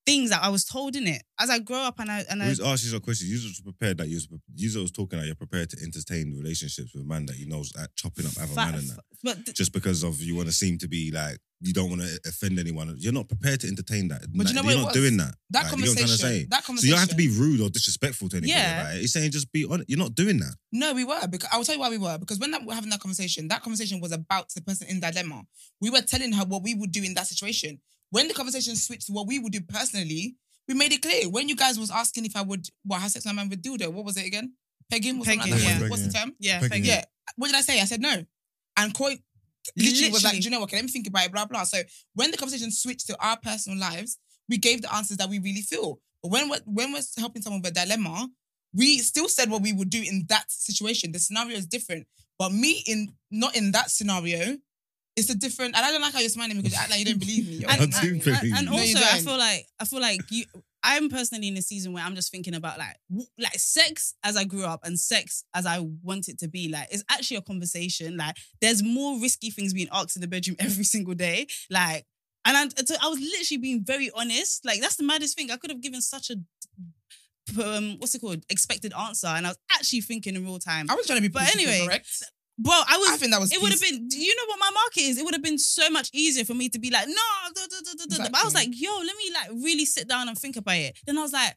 [SPEAKER 1] things that I was told in it as I grow up and I and
[SPEAKER 3] We
[SPEAKER 1] I.
[SPEAKER 3] just asked you some questions. You just prepared that you was you was talking that you're prepared to entertain relationships with a man that you know's at chopping up other
[SPEAKER 1] Fa-
[SPEAKER 3] man and that.
[SPEAKER 1] But th-
[SPEAKER 3] Just because of you want to seem to be like you don't want to offend anyone. You're not prepared to entertain that.
[SPEAKER 4] But you know what
[SPEAKER 3] Like, you're
[SPEAKER 4] it
[SPEAKER 3] not
[SPEAKER 4] was?
[SPEAKER 3] doing that.
[SPEAKER 4] That
[SPEAKER 3] Like, you know what I'm
[SPEAKER 4] conversation.
[SPEAKER 3] trying to say?
[SPEAKER 4] That
[SPEAKER 3] So
[SPEAKER 4] conversation.
[SPEAKER 3] you don't have to be rude or disrespectful to anybody.
[SPEAKER 1] Yeah.
[SPEAKER 3] About it. It's saying just be honest. You're not doing that.
[SPEAKER 4] No, we were because I will tell you why we were because when that, we're having that conversation, that conversation was about the person in dilemma. We were telling her what we would do in that situation. When the conversation switched to what we would do personally, we made it clear. When you guys was asking if I would, well, have sex with my man with dildo, what was it again? Pegging, or something like
[SPEAKER 1] Pegging,
[SPEAKER 4] that.
[SPEAKER 5] yeah.
[SPEAKER 4] What's the term?
[SPEAKER 1] yeah,
[SPEAKER 5] Pegging.
[SPEAKER 1] thank you.
[SPEAKER 4] Yeah. What did I say? I said no. And Koi literally, was like,
[SPEAKER 1] Literally.
[SPEAKER 4] do you know what? Okay, let me think about it, blah, blah. So when the conversation switched to our personal lives, we gave the answers that we really feel. But when we're, when we're helping someone with a dilemma, we still said what we would do in that situation. The scenario is different. But me in not in that scenario, it's a different. And I don't like how you're smiling because you act like you don't believe me.
[SPEAKER 1] And,
[SPEAKER 3] I do
[SPEAKER 1] Uh, and-
[SPEAKER 3] believe
[SPEAKER 1] and- and
[SPEAKER 3] you.
[SPEAKER 4] No, you
[SPEAKER 1] also, I
[SPEAKER 4] don't.
[SPEAKER 1] feel like I feel like you. I'm personally in a season where I'm just thinking about like w- like sex as I grew up and sex as I want it to be. Like it's actually a conversation. Like there's more risky things being asked in the bedroom every single day. Like and I, so I was literally being very honest. Like that's the maddest thing. I could have given such a um, what's it called expected answer, and I was actually thinking in real time.
[SPEAKER 4] I was trying to be
[SPEAKER 1] But
[SPEAKER 4] politically
[SPEAKER 1] anyway,
[SPEAKER 4] correct.
[SPEAKER 1] Well, I was
[SPEAKER 4] I think that was
[SPEAKER 1] it would have
[SPEAKER 4] peace.
[SPEAKER 1] been, do you know what my market is? It would have been so much easier for me to be like, no, duh, duh, duh, duh, duh, duh. but I was like,
[SPEAKER 4] Exactly.
[SPEAKER 1] yo, let me like really sit down and think about it. Then I was like,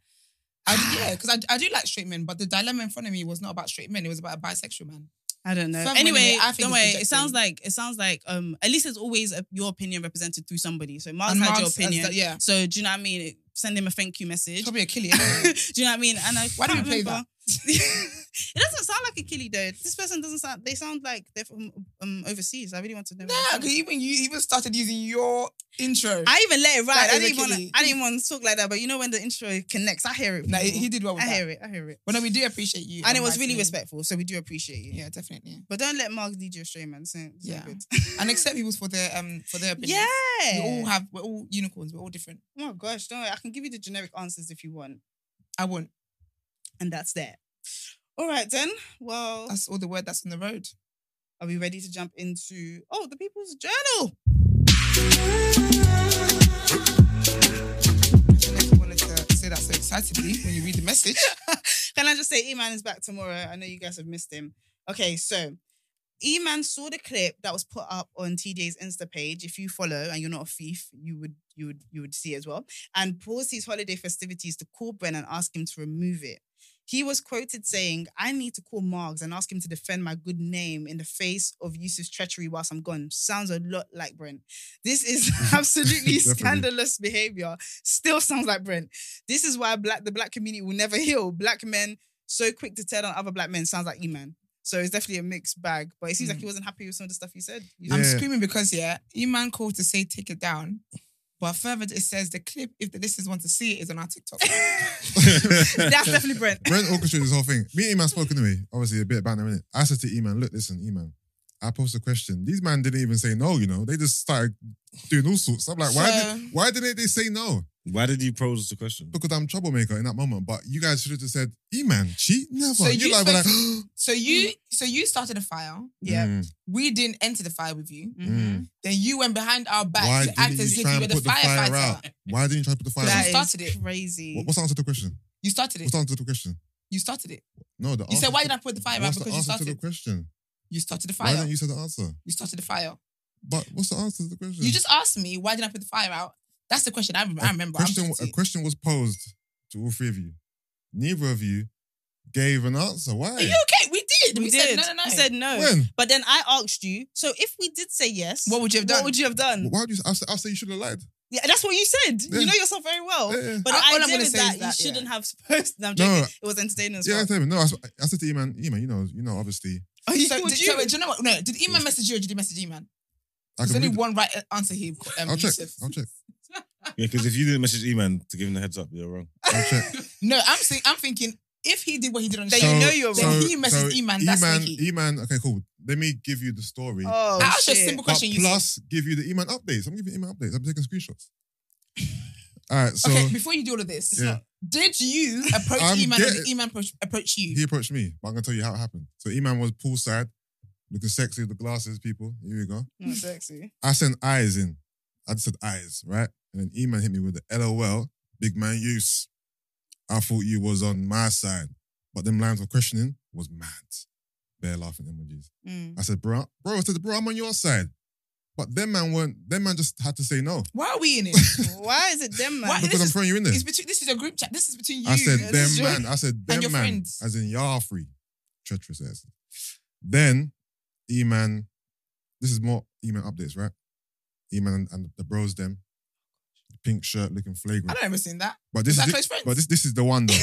[SPEAKER 4] I, yeah, because I, I do like straight men, but the dilemma in front of me was not about straight men. It was about a bisexual man.
[SPEAKER 1] I don't know.
[SPEAKER 4] Fam,
[SPEAKER 1] anyway,
[SPEAKER 4] anyway, I
[SPEAKER 1] don't
[SPEAKER 4] think it's
[SPEAKER 1] worry. It
[SPEAKER 4] rejecting.
[SPEAKER 1] sounds like it sounds like um at least there's always a, your opinion represented through somebody. So Mark's
[SPEAKER 4] And
[SPEAKER 1] had
[SPEAKER 4] Mark's
[SPEAKER 1] your
[SPEAKER 4] has
[SPEAKER 1] opinion.
[SPEAKER 4] that- yeah.
[SPEAKER 1] So do you know what I mean? It- Send him a thank you message.
[SPEAKER 4] Probably a killer.
[SPEAKER 1] do you know what I mean? And I
[SPEAKER 4] Why do we
[SPEAKER 1] can't
[SPEAKER 4] play
[SPEAKER 1] remember- it doesn't sound like a killie though. This person doesn't sound. They sound like they're from um overseas. I really want to know.
[SPEAKER 4] Nah, because even you even started using your intro.
[SPEAKER 1] I even let it ride.
[SPEAKER 4] That
[SPEAKER 1] I
[SPEAKER 4] is a
[SPEAKER 1] didn't want.
[SPEAKER 4] killie.
[SPEAKER 1] I didn't want to talk like that. But you know when the intro connects, I hear it.
[SPEAKER 4] Nah, he,
[SPEAKER 1] people.
[SPEAKER 4] he did well with
[SPEAKER 1] I
[SPEAKER 4] that.
[SPEAKER 1] hear it. I hear it.
[SPEAKER 4] But no, we do appreciate you.
[SPEAKER 1] and it was really
[SPEAKER 4] writing in.
[SPEAKER 1] respectful, so we do appreciate you.
[SPEAKER 4] Yeah, definitely.
[SPEAKER 1] But don't let Mark lead you astray, man. So,
[SPEAKER 4] Yeah.
[SPEAKER 1] Good.
[SPEAKER 4] And accept people for their um for their opinion.
[SPEAKER 1] yeah.
[SPEAKER 4] We all have we're all unicorns, we're all different.
[SPEAKER 1] oh my gosh, don't worry. I can give you the generic answers if you want,
[SPEAKER 4] I won't.
[SPEAKER 1] and that's that. All right then. Well,
[SPEAKER 4] That's all the word that's on the road.
[SPEAKER 1] are we ready to jump into oh the people's journal?
[SPEAKER 4] Unless you wanted to say that so excitedly when you read the message.
[SPEAKER 1] Can I just say, E-Man is back tomorrow. I know you guys have missed him. Okay, so E-Man saw the clip that was put up on TJ's Insta page. If you follow and you're not a thief, you would you would you would see as well. And paused his holiday festivities to call Bren and ask him to remove it. He was quoted saying, I need to call Margs and ask him to defend my good name in the face of Yusuf's treachery whilst I'm gone. Sounds a lot like Brent. This is absolutely
[SPEAKER 5] Definitely.
[SPEAKER 1] scandalous behavior. Still sounds like Brent. This is why black the black community will never heal. Black men so quick to tear down other black men sounds like E-Man. So it's definitely a mixed bag. But it seems like he wasn't happy with some of the stuff he said.
[SPEAKER 4] I'm
[SPEAKER 5] Hmm. Yeah.
[SPEAKER 4] screaming because yeah, Iman called to say take it down. But further it says the clip, if the listeners want to see it, is on our TikTok.
[SPEAKER 1] That's definitely Brent.
[SPEAKER 5] Brent orchestrated this whole thing. Me and E-Man spoke anyway. Obviously, a bit about that, innit? I said to E-Man, look, listen, E-Man, I posed a question. These man didn't even say no, you know. They just started doing all sorts. I'm like, why,
[SPEAKER 4] So-
[SPEAKER 5] did, why didn't they say no?
[SPEAKER 3] Why did you pose the question?
[SPEAKER 5] Because I'm troublemaker in that moment. But you guys should have just said, E-Man, cheat? Never.
[SPEAKER 4] So
[SPEAKER 5] you
[SPEAKER 4] you
[SPEAKER 5] like, were like,
[SPEAKER 4] so you so you started a fire.
[SPEAKER 1] Hmm. Yeah. Mm-hmm.
[SPEAKER 5] Mm,
[SPEAKER 4] We didn't enter the fire with you.
[SPEAKER 5] mm.
[SPEAKER 4] Then you went behind our back
[SPEAKER 5] Why
[SPEAKER 4] to act
[SPEAKER 5] didn't
[SPEAKER 4] as
[SPEAKER 5] you
[SPEAKER 4] if
[SPEAKER 5] try
[SPEAKER 4] you
[SPEAKER 5] and
[SPEAKER 4] were the
[SPEAKER 5] put the fire
[SPEAKER 4] firefighter.
[SPEAKER 5] out? why didn't you try to put the fire
[SPEAKER 1] That
[SPEAKER 5] out?
[SPEAKER 1] is
[SPEAKER 4] started it.
[SPEAKER 1] crazy.
[SPEAKER 5] What- What's the answer to the question?
[SPEAKER 4] You started it.
[SPEAKER 5] What's the answer to the question?
[SPEAKER 4] You started it.
[SPEAKER 5] No, the
[SPEAKER 4] You
[SPEAKER 5] answer
[SPEAKER 4] said, why
[SPEAKER 5] to-
[SPEAKER 4] did I put the fire out?
[SPEAKER 5] What's the
[SPEAKER 4] Because
[SPEAKER 5] answer
[SPEAKER 4] you
[SPEAKER 5] to the
[SPEAKER 4] started.
[SPEAKER 5] question?
[SPEAKER 4] You started the
[SPEAKER 5] Why
[SPEAKER 4] fire.
[SPEAKER 5] didn't
[SPEAKER 4] You...
[SPEAKER 5] you say the answer?
[SPEAKER 4] started the fire.
[SPEAKER 5] But what's the answer to the question?
[SPEAKER 4] You just asked me, why didn't I put the fire out? That's the question. I, rem-
[SPEAKER 5] Hmm.
[SPEAKER 4] I
[SPEAKER 5] A
[SPEAKER 4] remember. I'm
[SPEAKER 5] Question, a
[SPEAKER 4] guilty.
[SPEAKER 5] question was posed to all three of you. Neither of you gave an answer.
[SPEAKER 4] Are
[SPEAKER 5] Why?
[SPEAKER 4] you okay? We did.
[SPEAKER 1] we,
[SPEAKER 4] We,
[SPEAKER 1] did.
[SPEAKER 4] said, no, no, no.
[SPEAKER 1] We said no.
[SPEAKER 5] When?
[SPEAKER 1] But then I asked you. So if we did say yes,
[SPEAKER 4] what would you have done?
[SPEAKER 1] what would you have
[SPEAKER 5] Wh-
[SPEAKER 1] done?
[SPEAKER 5] Why would you? I'll say, I'll say you should have lied.
[SPEAKER 1] Yeah, that's what you said. You
[SPEAKER 5] Yeah.
[SPEAKER 1] know yourself very
[SPEAKER 4] Oh,
[SPEAKER 1] well.
[SPEAKER 5] Yeah, yeah.
[SPEAKER 1] But
[SPEAKER 4] I-
[SPEAKER 1] the
[SPEAKER 4] all I'm
[SPEAKER 1] idea
[SPEAKER 4] gonna
[SPEAKER 1] is
[SPEAKER 4] say
[SPEAKER 1] that,
[SPEAKER 4] is
[SPEAKER 1] you
[SPEAKER 4] that, yeah.
[SPEAKER 1] shouldn't have supposed. No, I'm joking.
[SPEAKER 5] No,
[SPEAKER 1] It was entertaining as
[SPEAKER 5] yeah,
[SPEAKER 1] well.
[SPEAKER 5] tell me. No, I, s- I said to Eman, Eman, you know, you know, obviously,
[SPEAKER 1] Oh, you
[SPEAKER 4] so,
[SPEAKER 1] called
[SPEAKER 4] did,
[SPEAKER 1] you.
[SPEAKER 4] so wait, do you know what? No, did Iman message you or did he message Iman?
[SPEAKER 5] I
[SPEAKER 4] There's
[SPEAKER 5] can
[SPEAKER 4] only
[SPEAKER 5] read.
[SPEAKER 4] one right answer here. Um,
[SPEAKER 5] I'll check.
[SPEAKER 4] Yusuf.
[SPEAKER 5] I'll check.
[SPEAKER 3] Yeah, because if you didn't message E-Man to give him the heads up, you're wrong.
[SPEAKER 5] I'll check.
[SPEAKER 4] No, I'm saying, I'm thinking if he did what he did on the
[SPEAKER 1] Then
[SPEAKER 4] show,
[SPEAKER 1] you know you're
[SPEAKER 4] then he messaged Iman. That's
[SPEAKER 5] Eman,
[SPEAKER 4] sneaky.
[SPEAKER 5] Eman. Okay, cool. Let me give you the story.
[SPEAKER 1] Oh,
[SPEAKER 4] I asked you a
[SPEAKER 1] shit.
[SPEAKER 4] simple
[SPEAKER 5] but
[SPEAKER 4] question. You
[SPEAKER 5] plus, give you the Eman updates. I'm giving Eman updates. I'm taking screenshots. All right, so
[SPEAKER 4] okay, before you do all of this,
[SPEAKER 5] Yeah.
[SPEAKER 4] did you approach
[SPEAKER 5] I'm
[SPEAKER 4] Iman or did
[SPEAKER 5] getting-
[SPEAKER 4] Iman approach, approach you?
[SPEAKER 5] he approached me, but I'm gonna tell you how it happened. So Eman was poolside, looking sexy with the glasses. People, here we go.
[SPEAKER 1] Mm, sexy.
[SPEAKER 5] I sent eyes in. I just said eyes, right? And then Eman hit me with the LOL. big man use. I thought you was on my side, but them lines of questioning was mad. Bear laughing emojis.
[SPEAKER 1] Mm.
[SPEAKER 5] I said, bro, bro, I said, bro, I'm on your side. But them man weren't, them man just had to say no.
[SPEAKER 4] Why are we in it?
[SPEAKER 1] Why is it them, man?
[SPEAKER 4] Why-
[SPEAKER 5] Because
[SPEAKER 4] this
[SPEAKER 5] I'm
[SPEAKER 4] is-
[SPEAKER 5] throwing you in there.
[SPEAKER 4] It's between. This is a group chat. This is between you.
[SPEAKER 5] I said
[SPEAKER 4] and
[SPEAKER 5] them
[SPEAKER 4] this is your-
[SPEAKER 5] man. I said them
[SPEAKER 4] your
[SPEAKER 5] man.
[SPEAKER 4] friends.
[SPEAKER 5] As in y'all three. Treacherous ass. Then E man, this is more E man updates, right? E man and, and the bros them. Pink shirt looking
[SPEAKER 4] I
[SPEAKER 5] flagrant.
[SPEAKER 4] don't ever seen that.
[SPEAKER 5] But this
[SPEAKER 4] is
[SPEAKER 5] is
[SPEAKER 4] that
[SPEAKER 5] thi-
[SPEAKER 4] close friends?
[SPEAKER 5] but this this is the one though.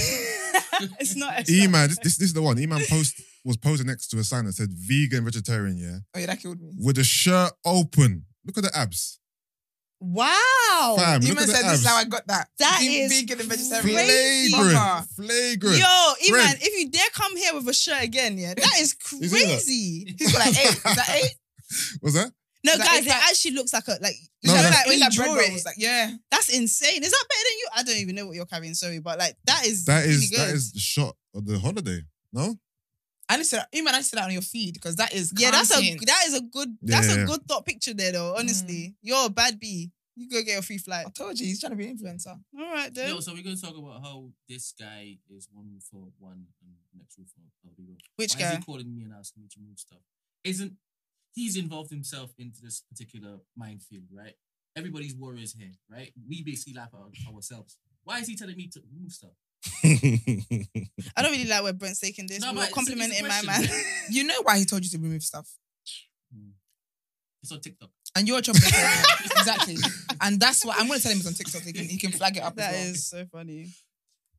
[SPEAKER 1] it's not. It's
[SPEAKER 5] E
[SPEAKER 1] not-
[SPEAKER 5] man, this, this this is the one. E man post was posing next to a sign that said vegan vegetarian, yeah,
[SPEAKER 4] Oh yeah, that killed me.
[SPEAKER 5] with the shirt open. Look at the abs.
[SPEAKER 1] Wow.
[SPEAKER 5] Fam,
[SPEAKER 4] You
[SPEAKER 5] look
[SPEAKER 4] man
[SPEAKER 5] at the
[SPEAKER 4] Oh, said
[SPEAKER 5] abs.
[SPEAKER 4] this is how I got that.
[SPEAKER 1] That
[SPEAKER 4] Being
[SPEAKER 1] is
[SPEAKER 4] vegan and vegetarian.
[SPEAKER 1] crazy.
[SPEAKER 5] flagrant.
[SPEAKER 4] Proper.
[SPEAKER 5] Flagrant.
[SPEAKER 1] Yo, Iman,
[SPEAKER 5] Fred.
[SPEAKER 1] if you dare come here with a shirt again, yeah, that is
[SPEAKER 5] You see that?
[SPEAKER 1] crazy.
[SPEAKER 4] He's got like eight. Is that eight?
[SPEAKER 5] What's that?
[SPEAKER 1] No,
[SPEAKER 4] That
[SPEAKER 1] guys,
[SPEAKER 4] is
[SPEAKER 1] it
[SPEAKER 4] like-
[SPEAKER 1] actually looks like a like.
[SPEAKER 5] No,
[SPEAKER 1] like,
[SPEAKER 5] that's-
[SPEAKER 1] like when you
[SPEAKER 4] It's like
[SPEAKER 1] draw
[SPEAKER 4] bread
[SPEAKER 1] it,
[SPEAKER 4] rolls, like, yeah.
[SPEAKER 1] that's insane. Is that better than you? I don't even know what you're carrying. Sorry, but like that is
[SPEAKER 5] That
[SPEAKER 1] really
[SPEAKER 5] is
[SPEAKER 1] good.
[SPEAKER 5] that is the shot of the holiday. No?
[SPEAKER 4] I need to. You man, I need to see that on your feed because that is.
[SPEAKER 1] yeah, that's a
[SPEAKER 4] content.
[SPEAKER 1] that is a good that's
[SPEAKER 5] Yeah.
[SPEAKER 1] a good thought picture there though. Honestly, you're a bad bee. You go get a free flight.
[SPEAKER 4] Mm. I told you he's trying to be an influencer.
[SPEAKER 1] All right then.
[SPEAKER 6] Yo, so we're gonna talk about how this guy is one rule for one and next rule for the other.
[SPEAKER 1] Which
[SPEAKER 6] Why is
[SPEAKER 1] guy?
[SPEAKER 6] he calling me and asking me to move stuff? Isn't he's involved himself into this particular minefield, right? Everybody's warriors here, right? We basically laugh at ourselves. Why is he telling me to move stuff?
[SPEAKER 4] Um,
[SPEAKER 1] I don't really like where Brent's taking this.
[SPEAKER 6] No,
[SPEAKER 1] No,
[SPEAKER 6] but
[SPEAKER 1] but
[SPEAKER 6] it's-
[SPEAKER 1] complimenting
[SPEAKER 6] it's a
[SPEAKER 1] my man.
[SPEAKER 6] question.
[SPEAKER 4] You know why he told you to remove stuff,
[SPEAKER 6] It's on TikTok.
[SPEAKER 4] and you're chopping it down. exactly. And that's why I'm going to tell him it's on TikTok. He can, he can flag it up.
[SPEAKER 1] that
[SPEAKER 4] as well.
[SPEAKER 1] is so funny.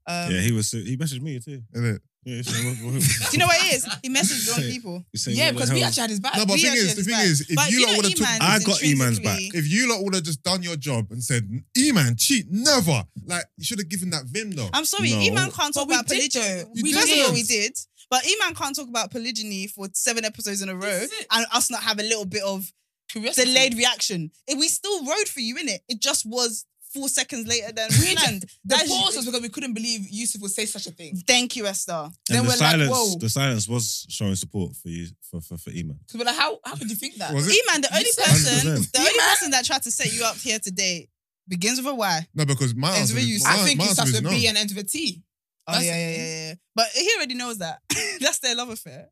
[SPEAKER 1] Um,
[SPEAKER 3] yeah, he was. So, he messaged me too.
[SPEAKER 5] Isn't it?
[SPEAKER 3] Yeah, he's saying, what- what-
[SPEAKER 1] do you know what it is? He messaged wrong people.
[SPEAKER 3] he's saying,
[SPEAKER 4] Yeah,
[SPEAKER 3] what the
[SPEAKER 4] because we
[SPEAKER 3] hell?
[SPEAKER 4] actually had his back.
[SPEAKER 5] No,
[SPEAKER 1] We
[SPEAKER 5] but the thing
[SPEAKER 1] actually
[SPEAKER 5] is,
[SPEAKER 1] had
[SPEAKER 5] the
[SPEAKER 1] his
[SPEAKER 5] thing
[SPEAKER 1] back.
[SPEAKER 5] is, if
[SPEAKER 1] But
[SPEAKER 5] you,
[SPEAKER 1] you
[SPEAKER 5] lot
[SPEAKER 1] know
[SPEAKER 5] would have took,
[SPEAKER 1] Iman
[SPEAKER 3] I
[SPEAKER 1] is
[SPEAKER 3] got Iman's back.
[SPEAKER 1] intrinsically-
[SPEAKER 5] if you lot would have just done your job and said, "E man, cheat never," like you should have given that Vim though.
[SPEAKER 1] I'm sorry,
[SPEAKER 3] No.
[SPEAKER 1] Iman can't talk
[SPEAKER 4] we
[SPEAKER 1] about
[SPEAKER 4] did
[SPEAKER 1] polygyny.
[SPEAKER 4] though.
[SPEAKER 5] You
[SPEAKER 1] We
[SPEAKER 5] did
[SPEAKER 1] First of all,
[SPEAKER 5] it.
[SPEAKER 1] we did. But Iman can't talk about polygyny for seven episodes in a row
[SPEAKER 6] This is it.
[SPEAKER 1] and us not have a little bit of
[SPEAKER 4] Curiosity.
[SPEAKER 1] delayed reaction. If we still rode for you, innit? It just was four seconds later than
[SPEAKER 4] We
[SPEAKER 1] planned.
[SPEAKER 4] The
[SPEAKER 1] That's-
[SPEAKER 4] pause was because we couldn't believe Yusuf would say such a thing.
[SPEAKER 1] Thank you, Esther.
[SPEAKER 4] They
[SPEAKER 3] And the
[SPEAKER 4] were like,
[SPEAKER 3] silence,
[SPEAKER 4] whoa.
[SPEAKER 3] the silence was showing support for you for for, for Iman.
[SPEAKER 4] Because we're like, how, how could you think that?
[SPEAKER 5] Was it?
[SPEAKER 1] Iman, the only
[SPEAKER 4] said-
[SPEAKER 1] person,
[SPEAKER 3] 100%.
[SPEAKER 1] the only
[SPEAKER 4] Iman.
[SPEAKER 1] person that tried to set you up here today begins with a Y.
[SPEAKER 5] No, because my
[SPEAKER 1] It's
[SPEAKER 5] answer,
[SPEAKER 1] really
[SPEAKER 5] is,
[SPEAKER 1] used-
[SPEAKER 5] my,
[SPEAKER 4] I think
[SPEAKER 5] my
[SPEAKER 4] he
[SPEAKER 5] answer
[SPEAKER 4] starts
[SPEAKER 5] is
[SPEAKER 4] with
[SPEAKER 5] no.
[SPEAKER 4] a B and ends with a T.
[SPEAKER 1] Oh
[SPEAKER 4] That's
[SPEAKER 1] yeah, yeah,
[SPEAKER 4] it.
[SPEAKER 1] yeah, yeah. But he already knows that. That's their love affair.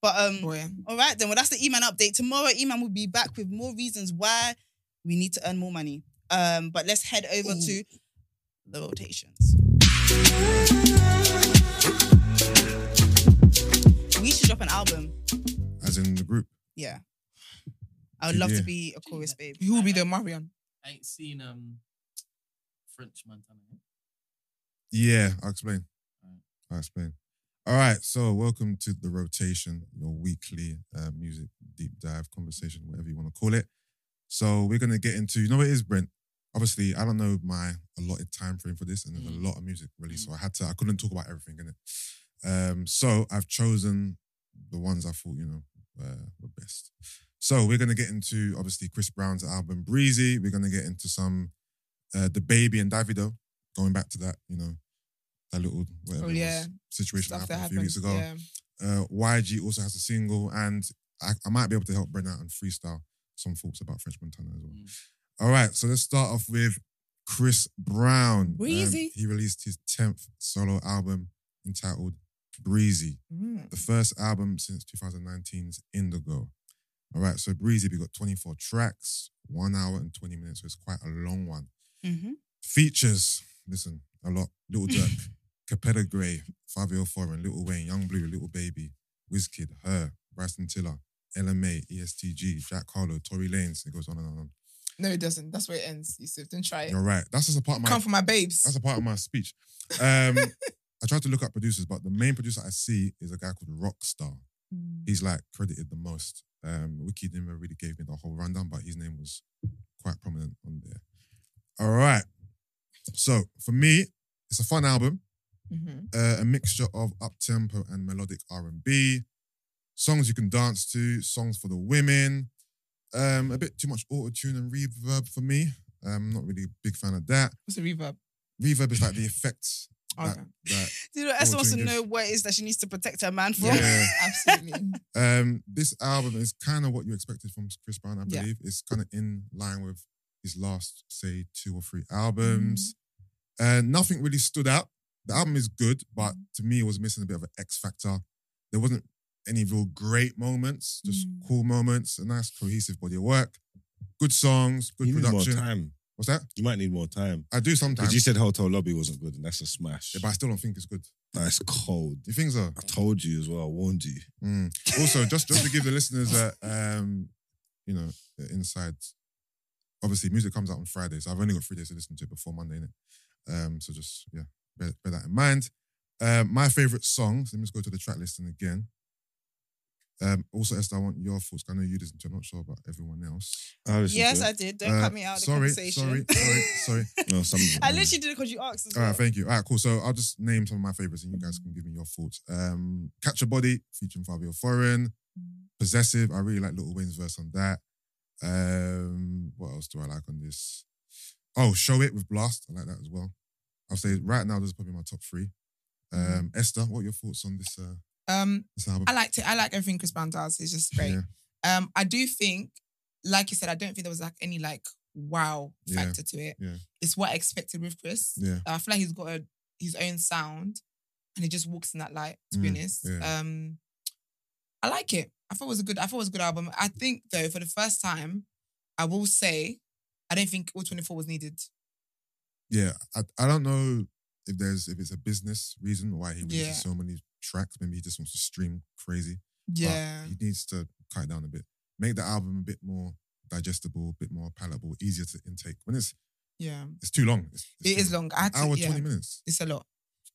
[SPEAKER 1] But um,
[SPEAKER 4] Boy.
[SPEAKER 1] All right, then. Well, that's the Eman update. Tomorrow, Eman will be back with more reasons why we need to earn more money. Um, but let's head over to the rotations. We should drop an album.
[SPEAKER 5] As in the group,
[SPEAKER 1] Yeah. I would love
[SPEAKER 5] Yeah.
[SPEAKER 1] to be a chorus babe.
[SPEAKER 4] Who will be the Marion?
[SPEAKER 6] I ain't seen um French Montana.
[SPEAKER 5] yeah, I'll explain.
[SPEAKER 6] Alright.
[SPEAKER 5] I'll explain. All right, so welcome to the rotation, your weekly uh, music deep dive conversation, whatever you want to call it. So we're gonna get into, you know, what it is Brent. Obviously, I don't know my allotted time frame for this, and there's
[SPEAKER 6] Mm.
[SPEAKER 5] a lot of music released, so I had to, I couldn't talk about everything in it. Um, so I've chosen the ones I thought you know uh, were best. So we're gonna get into obviously Chris Brown's album Breezy. We're gonna get into some uh, the baby and Davido. Going back to that, you know, that little whatever
[SPEAKER 4] Oh,
[SPEAKER 5] it was,
[SPEAKER 4] yeah.
[SPEAKER 5] situation
[SPEAKER 4] Stuff
[SPEAKER 5] that
[SPEAKER 4] that
[SPEAKER 5] happened a few
[SPEAKER 4] happened.
[SPEAKER 5] weeks ago
[SPEAKER 4] Yeah.
[SPEAKER 5] uh, YG also has a single, and I, I might be able to help Brenna and freestyle some thoughts about French Montana as well.
[SPEAKER 6] Mm.
[SPEAKER 5] All right, so let's start off with Chris Brown. Um,
[SPEAKER 4] Breezy.
[SPEAKER 5] he released his 10th solo album entitled Breezy,
[SPEAKER 4] Mm.
[SPEAKER 5] the first album since 2019's Indigo. All right, so Breezy, we got 24 tracks, one hour and 20 minutes, so it's quite a long one.
[SPEAKER 1] Mm-hmm.
[SPEAKER 5] Features, listen, a lot. Little Dirk, Capella Gray, Fabio Foreign, Little Wayne, Young Blue, Little Baby, Wizkid, Her, Bryson Tiller, LMA, ESTG, Jack Harlow, Tory Lanez. It goes on and on and on.
[SPEAKER 4] No, it doesn't. That's where it ends, Yusuf. Don't try it.
[SPEAKER 5] You're right. That's just a part of my
[SPEAKER 4] Come for my
[SPEAKER 5] that's
[SPEAKER 4] babes.
[SPEAKER 5] a part of my speech. Um, I tried to look up producers, but the main producer I see is a guy called Rockstar. He's like credited the most. Um, Wiki never really gave me the whole rundown, but his name was quite prominent on there. All right. So for me, it's a fun album.
[SPEAKER 4] Mhm.
[SPEAKER 5] uh, a mixture of up tempo and melodic R and B, songs you can dance to, songs for the women. Um, a bit too much auto tune and reverb for me. I'm not really a big fan of that.
[SPEAKER 4] What's the reverb?
[SPEAKER 5] Reverb is like the effects
[SPEAKER 4] Okay.
[SPEAKER 5] that.
[SPEAKER 1] You know, Esther
[SPEAKER 5] Oh,
[SPEAKER 1] wants to
[SPEAKER 5] doing
[SPEAKER 1] know what it is that she needs to protect her man from.
[SPEAKER 5] Yeah.
[SPEAKER 4] Absolutely.
[SPEAKER 5] Um, this album is kind of what you expected from Chris Brown, I
[SPEAKER 4] Yeah.
[SPEAKER 5] believe. It's kind of in line with his last, say, two or three albums.
[SPEAKER 3] Mm-hmm.
[SPEAKER 5] Uh, nothing really stood out. The album is good, but to me, it was missing a bit of an X factor. There wasn't any real great moments, just
[SPEAKER 3] Mm.
[SPEAKER 5] cool moments, a nice cohesive body of work, good songs, good
[SPEAKER 3] You need more
[SPEAKER 5] production.
[SPEAKER 3] time.
[SPEAKER 5] What's that?
[SPEAKER 3] You might need more time.
[SPEAKER 5] I do sometimes,
[SPEAKER 3] Because you said Hotel Lobby wasn't good, and that's a smash.
[SPEAKER 5] yeah, but I still don't think it's good.
[SPEAKER 3] That's cold.
[SPEAKER 5] You think so?
[SPEAKER 3] I told you as well. I warned you.
[SPEAKER 5] Mm. Also, just just to give the listeners a um, you know, the inside. Obviously, music comes out on Friday, so I've only got three days to listen to it before Monday, innit? Um, so just yeah, bear, bear that in mind. Um, my favorite songs. Let me just go to the track listing again. Um, also, Esther, I want your thoughts. I know you listen to. it, I'm not sure about everyone else.
[SPEAKER 3] I listened
[SPEAKER 1] Yes,
[SPEAKER 3] to
[SPEAKER 1] I
[SPEAKER 3] it.
[SPEAKER 1] did. Don't
[SPEAKER 5] Uh,
[SPEAKER 1] cut me out of the
[SPEAKER 5] sorry,
[SPEAKER 1] conversation.
[SPEAKER 5] sorry, sorry, sorry.
[SPEAKER 3] No, some.
[SPEAKER 1] I literally did it because you asked as
[SPEAKER 5] All
[SPEAKER 1] well.
[SPEAKER 5] right, thank you. All right, cool. So I'll just name some of my favorites, and you guys can give me your thoughts. Um, Catch a Body featuring Fabio Foreign, Possessive. I really like Little Wayne's verse on that. Um, what else do I like on this? Oh, Show It with Blast. I like that as well. I'll say right now, those are probably my top three. Um, Esther, what are your thoughts on this? Uh,
[SPEAKER 4] Um,
[SPEAKER 5] this album?
[SPEAKER 4] Mm-hmm. I liked it. I like everything Chris Brown does. It's just great.
[SPEAKER 5] Yeah.
[SPEAKER 4] Um, I do think, like you said, I don't think there was like any like wow
[SPEAKER 5] Yeah.
[SPEAKER 4] factor to it.
[SPEAKER 5] Yeah.
[SPEAKER 4] It's what I expected with Chris.
[SPEAKER 5] Yeah.
[SPEAKER 4] I feel like he's got a, his own sound, and he just walks in that light. To be
[SPEAKER 5] Mm,
[SPEAKER 4] honest,
[SPEAKER 5] yeah.
[SPEAKER 4] um, I like it. I thought it was a good. I thought it was a good album. I think though, for the first time, I will say, I don't think all twenty four was needed.
[SPEAKER 5] yeah, I, I don't know if there's if it's a business reason why he releases
[SPEAKER 4] Yeah.
[SPEAKER 5] so many tracks. Maybe he just wants to stream crazy.
[SPEAKER 4] Yeah,
[SPEAKER 5] But he needs to cut it down a bit. Make the album a bit more digestible, a bit more palatable, easier to intake. When it's
[SPEAKER 4] yeah,
[SPEAKER 5] it's too long. It's, it's
[SPEAKER 4] it
[SPEAKER 5] too
[SPEAKER 4] is
[SPEAKER 5] long.
[SPEAKER 4] long. I had to,
[SPEAKER 5] An hour
[SPEAKER 4] yeah,
[SPEAKER 5] twenty minutes.
[SPEAKER 4] it's a lot.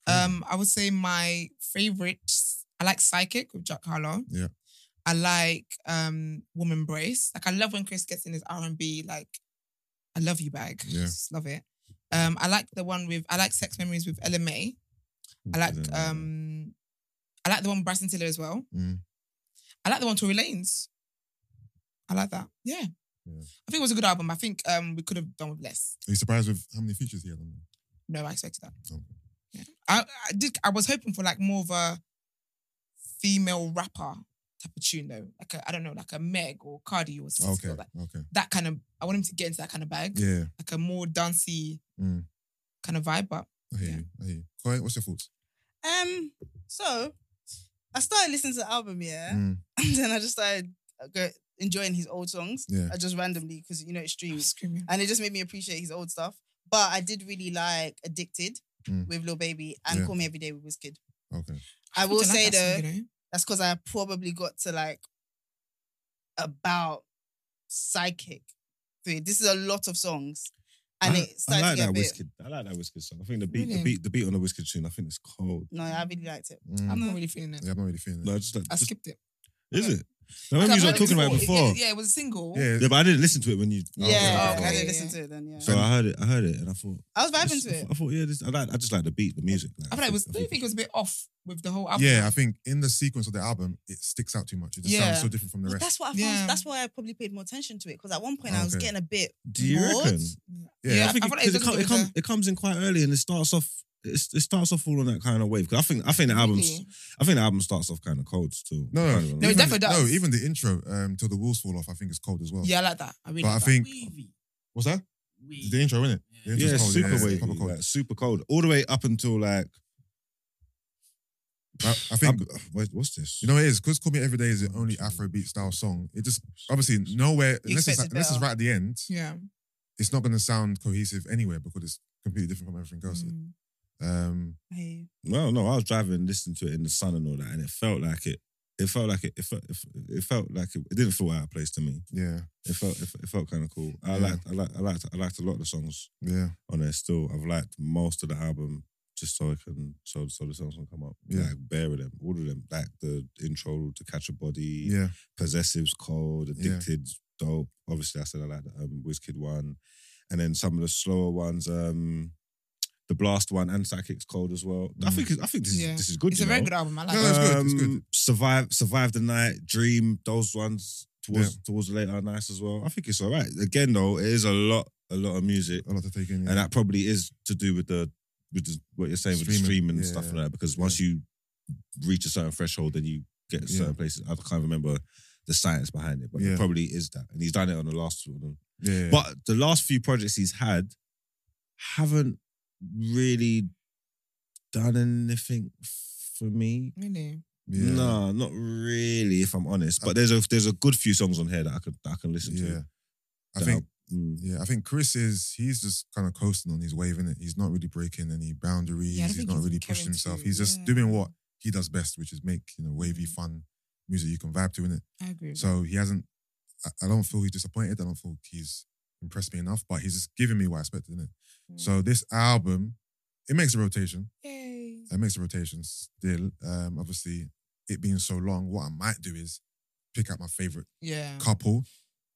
[SPEAKER 5] Crazy.
[SPEAKER 4] Um, I would say my favorites. I like Psychic with Jack Harlow.
[SPEAKER 5] Yeah.
[SPEAKER 4] I like um Woman Brace. Like I love when Chris gets in his R and B. Like I love you bag.
[SPEAKER 5] Yeah.
[SPEAKER 4] Just love it. Um, I like the one with I like Sex Memories with LMA. I like um, I like the one with Bryson Tiller as well.
[SPEAKER 5] Mm.
[SPEAKER 4] I like the one Tory Lanes. I like that. Yeah.
[SPEAKER 5] Yeah.
[SPEAKER 4] I think it was a good album. I think um we could have done with less.
[SPEAKER 5] Are you surprised with how many features he had on there?
[SPEAKER 4] No, I expected that.
[SPEAKER 5] Okay.
[SPEAKER 4] Yeah. I, I did. I was hoping for like more of a female rapper type of tune though, like a, I don't know, like a Meg or Cardi or something
[SPEAKER 5] Okay,
[SPEAKER 4] like
[SPEAKER 5] okay,
[SPEAKER 4] that kind of. I want him to get into that kind of bag,
[SPEAKER 5] yeah.
[SPEAKER 4] like a more dancey
[SPEAKER 5] Mm.
[SPEAKER 4] kind of vibe. But
[SPEAKER 5] I hear
[SPEAKER 4] Yeah.
[SPEAKER 5] you. I hear you. Koi, what's your thoughts?
[SPEAKER 1] Um, so I started listening to the album, yeah,
[SPEAKER 5] Mm,
[SPEAKER 1] and then I just started uh, go, enjoying his old songs,
[SPEAKER 5] Yeah.
[SPEAKER 1] uh, just randomly because you know it
[SPEAKER 4] I'm
[SPEAKER 1] streams,
[SPEAKER 4] screaming.
[SPEAKER 1] and it just made me appreciate his old stuff. But I did really like Addicted
[SPEAKER 5] Mm.
[SPEAKER 1] with Lil Baby and
[SPEAKER 5] Yeah.
[SPEAKER 1] Call Me Every Day with Wizkid.
[SPEAKER 5] Okay.
[SPEAKER 1] I will
[SPEAKER 4] don't like
[SPEAKER 1] say
[SPEAKER 4] that song,
[SPEAKER 1] though,
[SPEAKER 4] you know?
[SPEAKER 1] that's because I probably got to like about psychic three. This is a lot of songs, and
[SPEAKER 3] I,
[SPEAKER 1] it started
[SPEAKER 3] I
[SPEAKER 1] to
[SPEAKER 3] like
[SPEAKER 1] get a
[SPEAKER 3] that
[SPEAKER 1] bit.
[SPEAKER 3] whiskey. I like that whiskey song. I think the beat,
[SPEAKER 4] Really?
[SPEAKER 3] the beat, the beat on the whiskey tune. I think it's cold.
[SPEAKER 1] No, I really liked it.
[SPEAKER 5] Mm.
[SPEAKER 4] I'm not really feeling it.
[SPEAKER 5] yeah, I'm not really feeling it.
[SPEAKER 3] No, I just like.
[SPEAKER 4] I
[SPEAKER 3] just-
[SPEAKER 4] skipped it.
[SPEAKER 3] is it? I remember
[SPEAKER 4] I've
[SPEAKER 3] you were
[SPEAKER 4] heard
[SPEAKER 3] talking about it before.
[SPEAKER 4] Yeah, yeah, it was a single.
[SPEAKER 5] Yeah,
[SPEAKER 3] Yeah, but I didn't listen to it when you.
[SPEAKER 5] Okay.
[SPEAKER 1] Yeah, oh,
[SPEAKER 4] Okay.
[SPEAKER 1] I didn't
[SPEAKER 4] Yeah.
[SPEAKER 1] listen to it then. Yeah,
[SPEAKER 3] So I heard it. I heard it, and I thought.
[SPEAKER 1] I was vibing
[SPEAKER 3] this-
[SPEAKER 1] to
[SPEAKER 3] I
[SPEAKER 1] it.
[SPEAKER 3] thought- I thought, yeah, this. I, like, I just like the beat, the music. Like,
[SPEAKER 4] I feel like it was.
[SPEAKER 3] I
[SPEAKER 4] Don't you think it was a bit off with the whole album?
[SPEAKER 5] yeah. I think in the sequence of the album, it sticks out too much. It just sounds
[SPEAKER 4] Yeah.
[SPEAKER 5] so different from the
[SPEAKER 1] Well,
[SPEAKER 5] rest.
[SPEAKER 1] that's what I found.
[SPEAKER 4] Yeah.
[SPEAKER 1] That's why I probably paid more attention to it because at one point I was
[SPEAKER 5] Okay.
[SPEAKER 1] getting a bit.
[SPEAKER 3] Do you
[SPEAKER 1] bored.
[SPEAKER 3] reckon?
[SPEAKER 5] yeah,
[SPEAKER 4] yeah.
[SPEAKER 3] I think
[SPEAKER 4] I feel like
[SPEAKER 3] it, 'cause
[SPEAKER 4] it
[SPEAKER 3] it, come,
[SPEAKER 4] doesn't
[SPEAKER 3] it,
[SPEAKER 4] give
[SPEAKER 3] come, it comes in quite early and it starts off. It's, it starts off all on that kind of wave. Because I think I think the album.
[SPEAKER 4] Really?
[SPEAKER 3] I think the album starts off kind of cold still.
[SPEAKER 5] No, no,
[SPEAKER 4] No, it
[SPEAKER 5] even-
[SPEAKER 4] definitely does.
[SPEAKER 5] No, even the intro, um, till the walls fall off, I think is cold as well.
[SPEAKER 4] Yeah, I like that. I really.
[SPEAKER 5] but I
[SPEAKER 4] like that.
[SPEAKER 5] think
[SPEAKER 6] Wavy.
[SPEAKER 5] what's that?
[SPEAKER 6] Wavy.
[SPEAKER 5] The intro, isn't
[SPEAKER 6] Yeah.
[SPEAKER 5] it?
[SPEAKER 3] yeah,
[SPEAKER 5] It's
[SPEAKER 3] super
[SPEAKER 5] yeah,
[SPEAKER 3] wavy,
[SPEAKER 5] proper cold.
[SPEAKER 3] like, super cold, all the way up until like
[SPEAKER 5] I, I think
[SPEAKER 3] I'm- wait, what's this?
[SPEAKER 5] you know what it is because "Call Me Every Day" is the only Afrobeat style song. It just obviously nowhere unless it's,
[SPEAKER 1] expect it
[SPEAKER 5] unless it's
[SPEAKER 1] better.
[SPEAKER 5] right at the end,
[SPEAKER 4] Yeah.
[SPEAKER 5] it's not going to sound cohesive anywhere because it's completely different from everything else.
[SPEAKER 4] Mm.
[SPEAKER 5] Um,
[SPEAKER 1] Hey,
[SPEAKER 3] no, no, I was driving, and listening to it in the sun and all that, and it felt like it. It felt like it. It felt. It felt like it, it didn't feel out of place to me.
[SPEAKER 5] yeah,
[SPEAKER 3] It felt. It, it felt kind of cool. I
[SPEAKER 5] Yeah.
[SPEAKER 3] liked. I liked. I liked. I liked a lot of the songs
[SPEAKER 5] yeah,
[SPEAKER 3] on there. Still, I've liked most of the album. Just so I can, so so the songs can come up.
[SPEAKER 5] Yeah.
[SPEAKER 3] like bare of them, all of them. Like the intro to Catch a Body,
[SPEAKER 5] yeah,
[SPEAKER 3] Possessive's Cold,
[SPEAKER 5] Yeah.
[SPEAKER 3] Addicted, Dope. Obviously, I said I like the um, Wizkid one. And then some of the slower ones, um, the Blast one and Psychic's Cold as well. I
[SPEAKER 5] Mm.
[SPEAKER 3] think it's- I think this,
[SPEAKER 4] Yeah.
[SPEAKER 3] is, this is good.
[SPEAKER 4] It's
[SPEAKER 3] you
[SPEAKER 4] a very
[SPEAKER 3] know? Um,
[SPEAKER 4] good album. I like
[SPEAKER 5] No,
[SPEAKER 4] it.
[SPEAKER 5] it's good, it's good.
[SPEAKER 3] Survive, Survive the Night, Dream, those ones towards towards the later are nice as well. I think it's all right. Again, though, it is a lot, a lot of music.
[SPEAKER 5] a lot to take in. Yeah.
[SPEAKER 3] And that probably is to do with the with the, what you're saying with the
[SPEAKER 5] Streaming.
[SPEAKER 3] streaming and
[SPEAKER 5] Yeah,
[SPEAKER 3] stuff
[SPEAKER 5] yeah.
[SPEAKER 3] like that. Because once you reach a certain threshold, then you get certain
[SPEAKER 5] Yeah.
[SPEAKER 3] places. I can't remember the science behind it, but
[SPEAKER 5] Yeah.
[SPEAKER 3] it probably is that. And he's done it on the last two of them.
[SPEAKER 5] yeah,
[SPEAKER 3] But the last few projects he's had haven't really done anything for me.
[SPEAKER 4] Really?
[SPEAKER 5] Yeah.
[SPEAKER 3] No, not really. If I'm honest, but there's a there's a good few songs on here that I could that I can listen
[SPEAKER 5] Yeah.
[SPEAKER 3] to.
[SPEAKER 5] I
[SPEAKER 3] that
[SPEAKER 5] think
[SPEAKER 3] mm,
[SPEAKER 5] yeah, I think Chris is he's just kind of coasting on his wave in it. He's not really breaking any boundaries.
[SPEAKER 4] Yeah, I don't
[SPEAKER 5] he's
[SPEAKER 4] think
[SPEAKER 5] not
[SPEAKER 4] he's
[SPEAKER 5] really
[SPEAKER 4] caring
[SPEAKER 5] pushing himself.
[SPEAKER 4] to-
[SPEAKER 5] He's just
[SPEAKER 4] yeah. Mm.
[SPEAKER 5] doing what he does best, which is make, you know, wavy, fun music you can vibe to in it.
[SPEAKER 4] I agree. with
[SPEAKER 5] So he hasn't I, I don't feel he's disappointed. I don't feel he's impressed me enough, but he's just giving me what I expected in it.
[SPEAKER 4] that.
[SPEAKER 5] So this album, it makes a rotation.
[SPEAKER 4] Yay.
[SPEAKER 5] It makes a rotation still. Um, obviously, it being so long, what I might do is pick out my favorite
[SPEAKER 4] Yeah.
[SPEAKER 5] couple,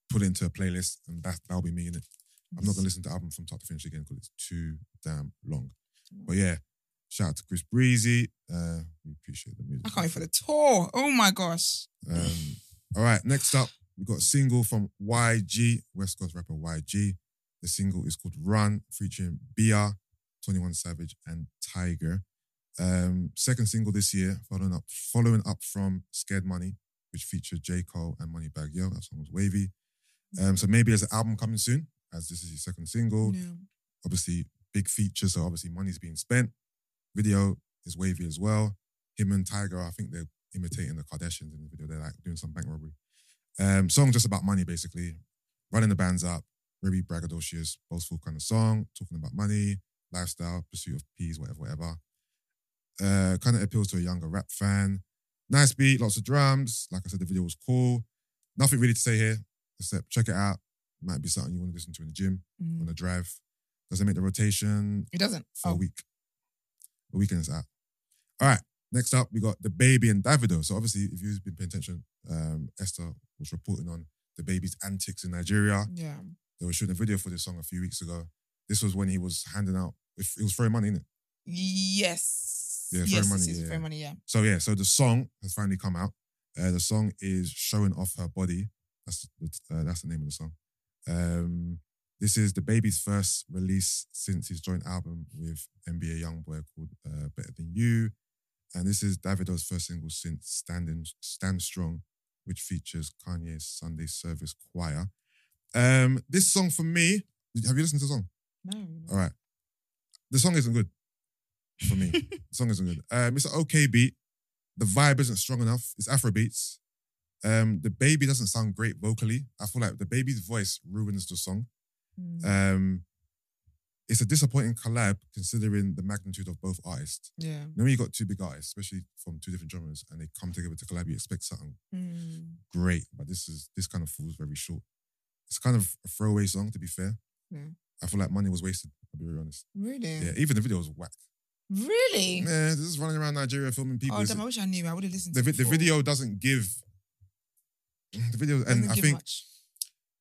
[SPEAKER 5] put it into a playlist, and that that'll be me in it. I'm not gonna listen to the album from top to finish again because it's too damn long. But yeah, shout out to Chris Breezy. Uh, we appreciate the music.
[SPEAKER 4] I can't wait for the tour. Oh my gosh.
[SPEAKER 5] Um, all right, next up, we got a single from YG, West Coast rapper YG. The single is called Run, featuring BR, 21 Savage, and Tiger. Um, second single this year, following up, following up from Scared Money, which featured J. Cole and Moneybag Yo. That song was wavy. Um, so maybe there's an album coming soon, as this is his second single.
[SPEAKER 4] Yeah.
[SPEAKER 5] Obviously, big feature, so obviously money's being spent. Video is wavy as well. Him and Tiger, I think they're imitating the Kardashians in the video. They're like doing some bank robbery. Um, song just about money, basically. Running the bands up, very braggadocious, boastful kind of song, talking about money, lifestyle, pursuit of peas, whatever, whatever. Uh, kind of appeals to a younger rap fan. Nice beat, lots of drums. Like I said, the video was cool. Nothing really to say here, except check it out. Might be something you want to listen to in the gym,
[SPEAKER 4] Mm.
[SPEAKER 5] on a drive. Doesn't make the rotation
[SPEAKER 4] It doesn't.
[SPEAKER 5] for a
[SPEAKER 4] Oh,
[SPEAKER 5] week. A weekend is out. All right. Next up, we got the baby and Davido. So obviously, if you've been paying attention, um, Esther was reporting on the baby's antics in Nigeria.
[SPEAKER 4] yeah.
[SPEAKER 5] They were shooting a video for this song a few weeks ago. This was when he was handing out. If it was throwing money in it.
[SPEAKER 4] Yes.
[SPEAKER 5] Yeah,
[SPEAKER 4] yes,
[SPEAKER 5] Fair Money,
[SPEAKER 4] This is
[SPEAKER 5] yeah.
[SPEAKER 4] Fair money. Yeah.
[SPEAKER 5] So yeah, so the song has finally come out. Uh, the song is showing off her body. That's the, uh, that's the name of the song. Um, this is the baby's first release since his joint album with NBA YoungBoy called uh, "Better Than You," and this is Davido's first single since "Standing Stand Strong," which features Kanye's Sunday Service Choir. Um, this song for me, have you listened to the song?
[SPEAKER 4] No.
[SPEAKER 5] All right. The song isn't good for me. the song isn't good. Um, it's an okay beat. The vibe isn't strong enough. It's Afro beats. Um, the baby doesn't sound great vocally. I feel like the baby's voice ruins the song.
[SPEAKER 4] Mm.
[SPEAKER 5] Um, it's a disappointing collab considering the magnitude of both artists.
[SPEAKER 4] yeah.
[SPEAKER 5] You know, when you got two big artists, especially from two different genres, and they come together to collab, you expect something
[SPEAKER 4] Mm.
[SPEAKER 5] great, but this is this kind of falls very short. It's kind of a throwaway song, to be fair.
[SPEAKER 4] Yeah.
[SPEAKER 5] I feel like money was wasted. I'll be very honest.
[SPEAKER 4] Really?
[SPEAKER 5] Yeah, even the video was whack.
[SPEAKER 4] Really?
[SPEAKER 5] Yeah, this is running around Nigeria filming people.
[SPEAKER 4] Oh,
[SPEAKER 5] It's-
[SPEAKER 4] damn, I wish I knew. I would have listened
[SPEAKER 5] the,
[SPEAKER 4] to
[SPEAKER 5] vi-
[SPEAKER 4] it
[SPEAKER 5] the
[SPEAKER 4] before.
[SPEAKER 5] video doesn't give. The video, and
[SPEAKER 4] Doesn't
[SPEAKER 5] I
[SPEAKER 4] give
[SPEAKER 5] think
[SPEAKER 4] much.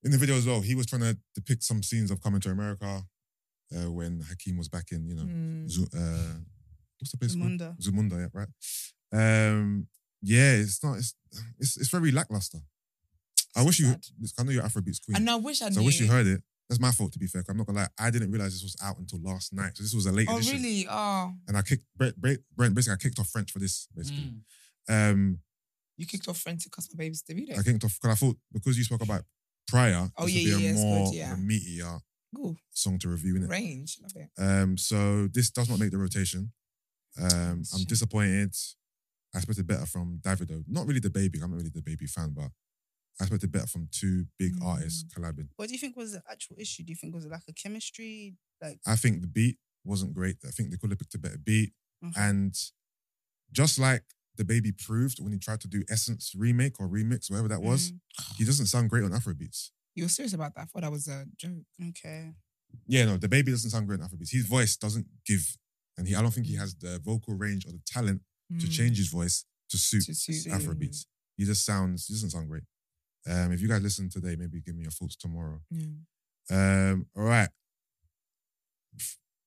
[SPEAKER 5] in the video as well, he was trying to depict some scenes of coming to America uh, when Hakeem was back in, you know,
[SPEAKER 4] Mm.
[SPEAKER 5] Zu- uh, what's the place called?
[SPEAKER 1] Munda.
[SPEAKER 5] Zumunda, yeah, right? Um, yeah, it's not, it's, it's, it's very lackluster. I wish you,
[SPEAKER 4] Sad.
[SPEAKER 5] I know you're Afrobeats queen.
[SPEAKER 4] And I wish I knew.
[SPEAKER 5] So I wish you heard it. That's my fault, to be fair. 'cause I'm not gonna lie. I didn't realize this was out until last night. So this was a late
[SPEAKER 4] Oh,
[SPEAKER 5] edition.
[SPEAKER 4] really? Oh,
[SPEAKER 5] And I kicked Brent, Brent, Brent basically I kicked off French for this, basically.
[SPEAKER 6] Mm.
[SPEAKER 5] Um
[SPEAKER 4] you kicked off friends to cuss my baby's Davido.
[SPEAKER 5] I kicked off because I thought because you spoke about prior,
[SPEAKER 4] Oh,
[SPEAKER 5] this
[SPEAKER 4] yeah,
[SPEAKER 5] would be
[SPEAKER 4] yeah,
[SPEAKER 5] a
[SPEAKER 4] yeah, it's
[SPEAKER 5] more
[SPEAKER 4] good, yeah.
[SPEAKER 5] of a meatier
[SPEAKER 4] Ooh,
[SPEAKER 5] song to review in it.
[SPEAKER 4] range. Love it.
[SPEAKER 5] Um so this does not make the rotation. Um I'm
[SPEAKER 4] Shame.
[SPEAKER 5] disappointed. I expected better from Davido. Not really the baby, I'm not really the baby fan, but I expected better from two big
[SPEAKER 4] Mm.
[SPEAKER 5] artists collabing.
[SPEAKER 1] What do you think was the actual issue? Do you think was it like a chemistry?
[SPEAKER 5] I think the beat wasn't great. I think they could have picked a better beat.
[SPEAKER 1] Okay.
[SPEAKER 4] Mm-hmm.
[SPEAKER 5] And just like the baby proved when he tried to do Essence remake or remix, whatever that was,
[SPEAKER 4] Mm-hmm.
[SPEAKER 5] he doesn't sound great on Afrobeats.
[SPEAKER 4] You were serious about that? I thought that was a joke.
[SPEAKER 1] Okay.
[SPEAKER 5] Yeah, no, the baby doesn't sound great on Afrobeats. His voice doesn't give, and he I don't think he has the vocal range or the talent to
[SPEAKER 4] Mm.
[SPEAKER 5] change his voice to suit
[SPEAKER 4] To suit you.
[SPEAKER 5] Afrobeats. He just sounds, he doesn't sound great. Um, if you guys listen today, maybe give me your thoughts tomorrow.
[SPEAKER 4] Yeah.
[SPEAKER 5] Um, all right.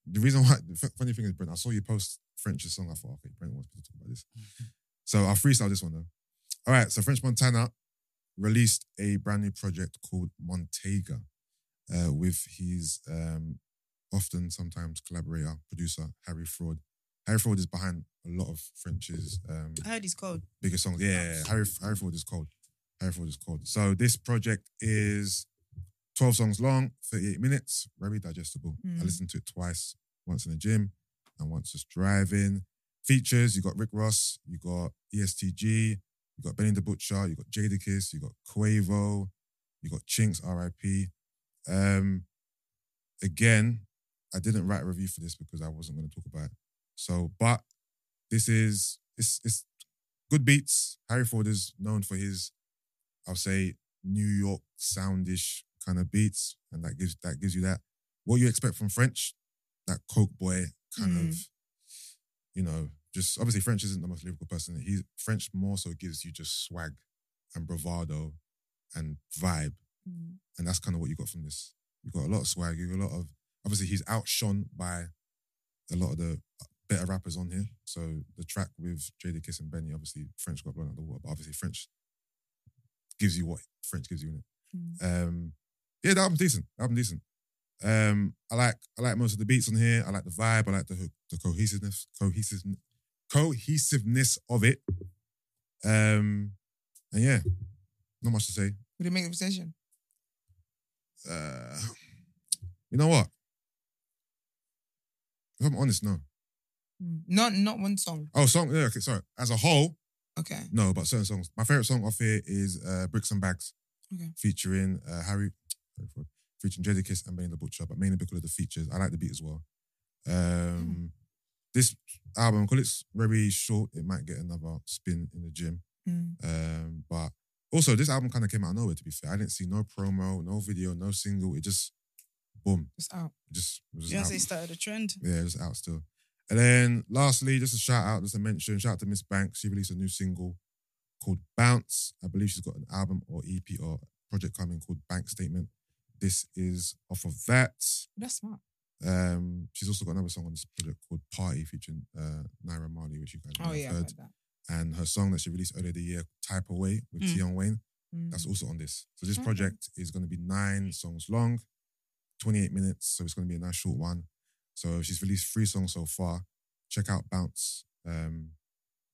[SPEAKER 5] The reason why the f- funny thing is, Brent, I saw you post French's song. I thought, okay, Brent wants me to talk about this. so I'll freestyle this one though. All right, so French Montana released a brand new project called Montega uh, with his um, often sometimes collaborator, producer, Harry Fraud. Harry Fraud is behind a lot of French's um,
[SPEAKER 1] I heard he's cold.
[SPEAKER 5] biggest songs. Yeah, Harry Harry Ford is cold. Harry Ford is cold. So this project is 12 songs long, 38 minutes, very digestible. I
[SPEAKER 4] Mm.
[SPEAKER 5] listened to it twice once in the gym, and once just driving. Features, you got Rick Ross, you got E ESTG, you got Benny the Butcher, you got Jadakiss, you got Quavo, you got Chinks, RIP. Um, again, I didn't write a review for this because I wasn't going to talk about it. So, but this is it's it's good beats. Harry Ford is known for his, I'll say, New York soundish kind of beats, and that gives that gives you that what you expect from French, that Coke boy kind of, you know, just obviously French isn't the most lyrical person. He's French more so gives you just swag and bravado and vibe, and that's kind of what you got from this. You got a lot of swag. You got a lot of obviously he's outshone by a lot of the better rappers on here. So the track with Jada Kiss and Benny, obviously French got blown out of the water, but obviously French gives you what French gives you in it. Um, yeah, the album's decent. The album's decent. Um, I like I like most of the beats on here. I like the vibe. I like the the cohesiveness cohesive cohesiveness of it. Um, and yeah, not much to say.
[SPEAKER 4] Would it make a decision?
[SPEAKER 5] Uh, you know what? If I'm honest, no.
[SPEAKER 4] Mm. Not not one song.
[SPEAKER 5] Oh, song. Yeah, okay, sorry. As a whole,
[SPEAKER 4] Okay.
[SPEAKER 5] no, but certain songs. My favorite song off here is uh, "Bricks and Bags,"
[SPEAKER 4] Okay.
[SPEAKER 5] featuring uh, Harry, Harry Ford, featuring Jadakiss and Benny the Butcher, but mainly because of the features. I like the beat as well. Um, This album, because it's very short, it might get another spin in the gym.
[SPEAKER 4] Mm.
[SPEAKER 5] Um, but also, this album kind of came out of nowhere. To be fair, I didn't see no promo, no video, no single. It just, boom,
[SPEAKER 4] It's out.
[SPEAKER 5] just. it was just out.
[SPEAKER 1] Beyonce started a trend.
[SPEAKER 5] Yeah, it's out still. And then lastly, just a shout out, just a mention, shout out to Miss Banks. She released a new single called Bounce. I believe she's got an album or EP or project coming called Bank Statement. This is off of that.
[SPEAKER 4] That's smart.
[SPEAKER 5] Um, she's also got another song on this project called Party featuring uh, Naira Marley, which you guys may
[SPEAKER 4] Oh
[SPEAKER 5] have
[SPEAKER 4] yeah, I
[SPEAKER 5] heard.
[SPEAKER 4] heard that.
[SPEAKER 5] And her song that she released earlier the year, Type Away with
[SPEAKER 1] Mm.
[SPEAKER 5] Tion Wayne.
[SPEAKER 4] Mm.
[SPEAKER 5] That's also on this. So this
[SPEAKER 4] Okay.
[SPEAKER 5] project is going to be nine songs long, 28 minutes. So it's going to be a nice short one. So she's released three songs so far. Check out Bounce. Um,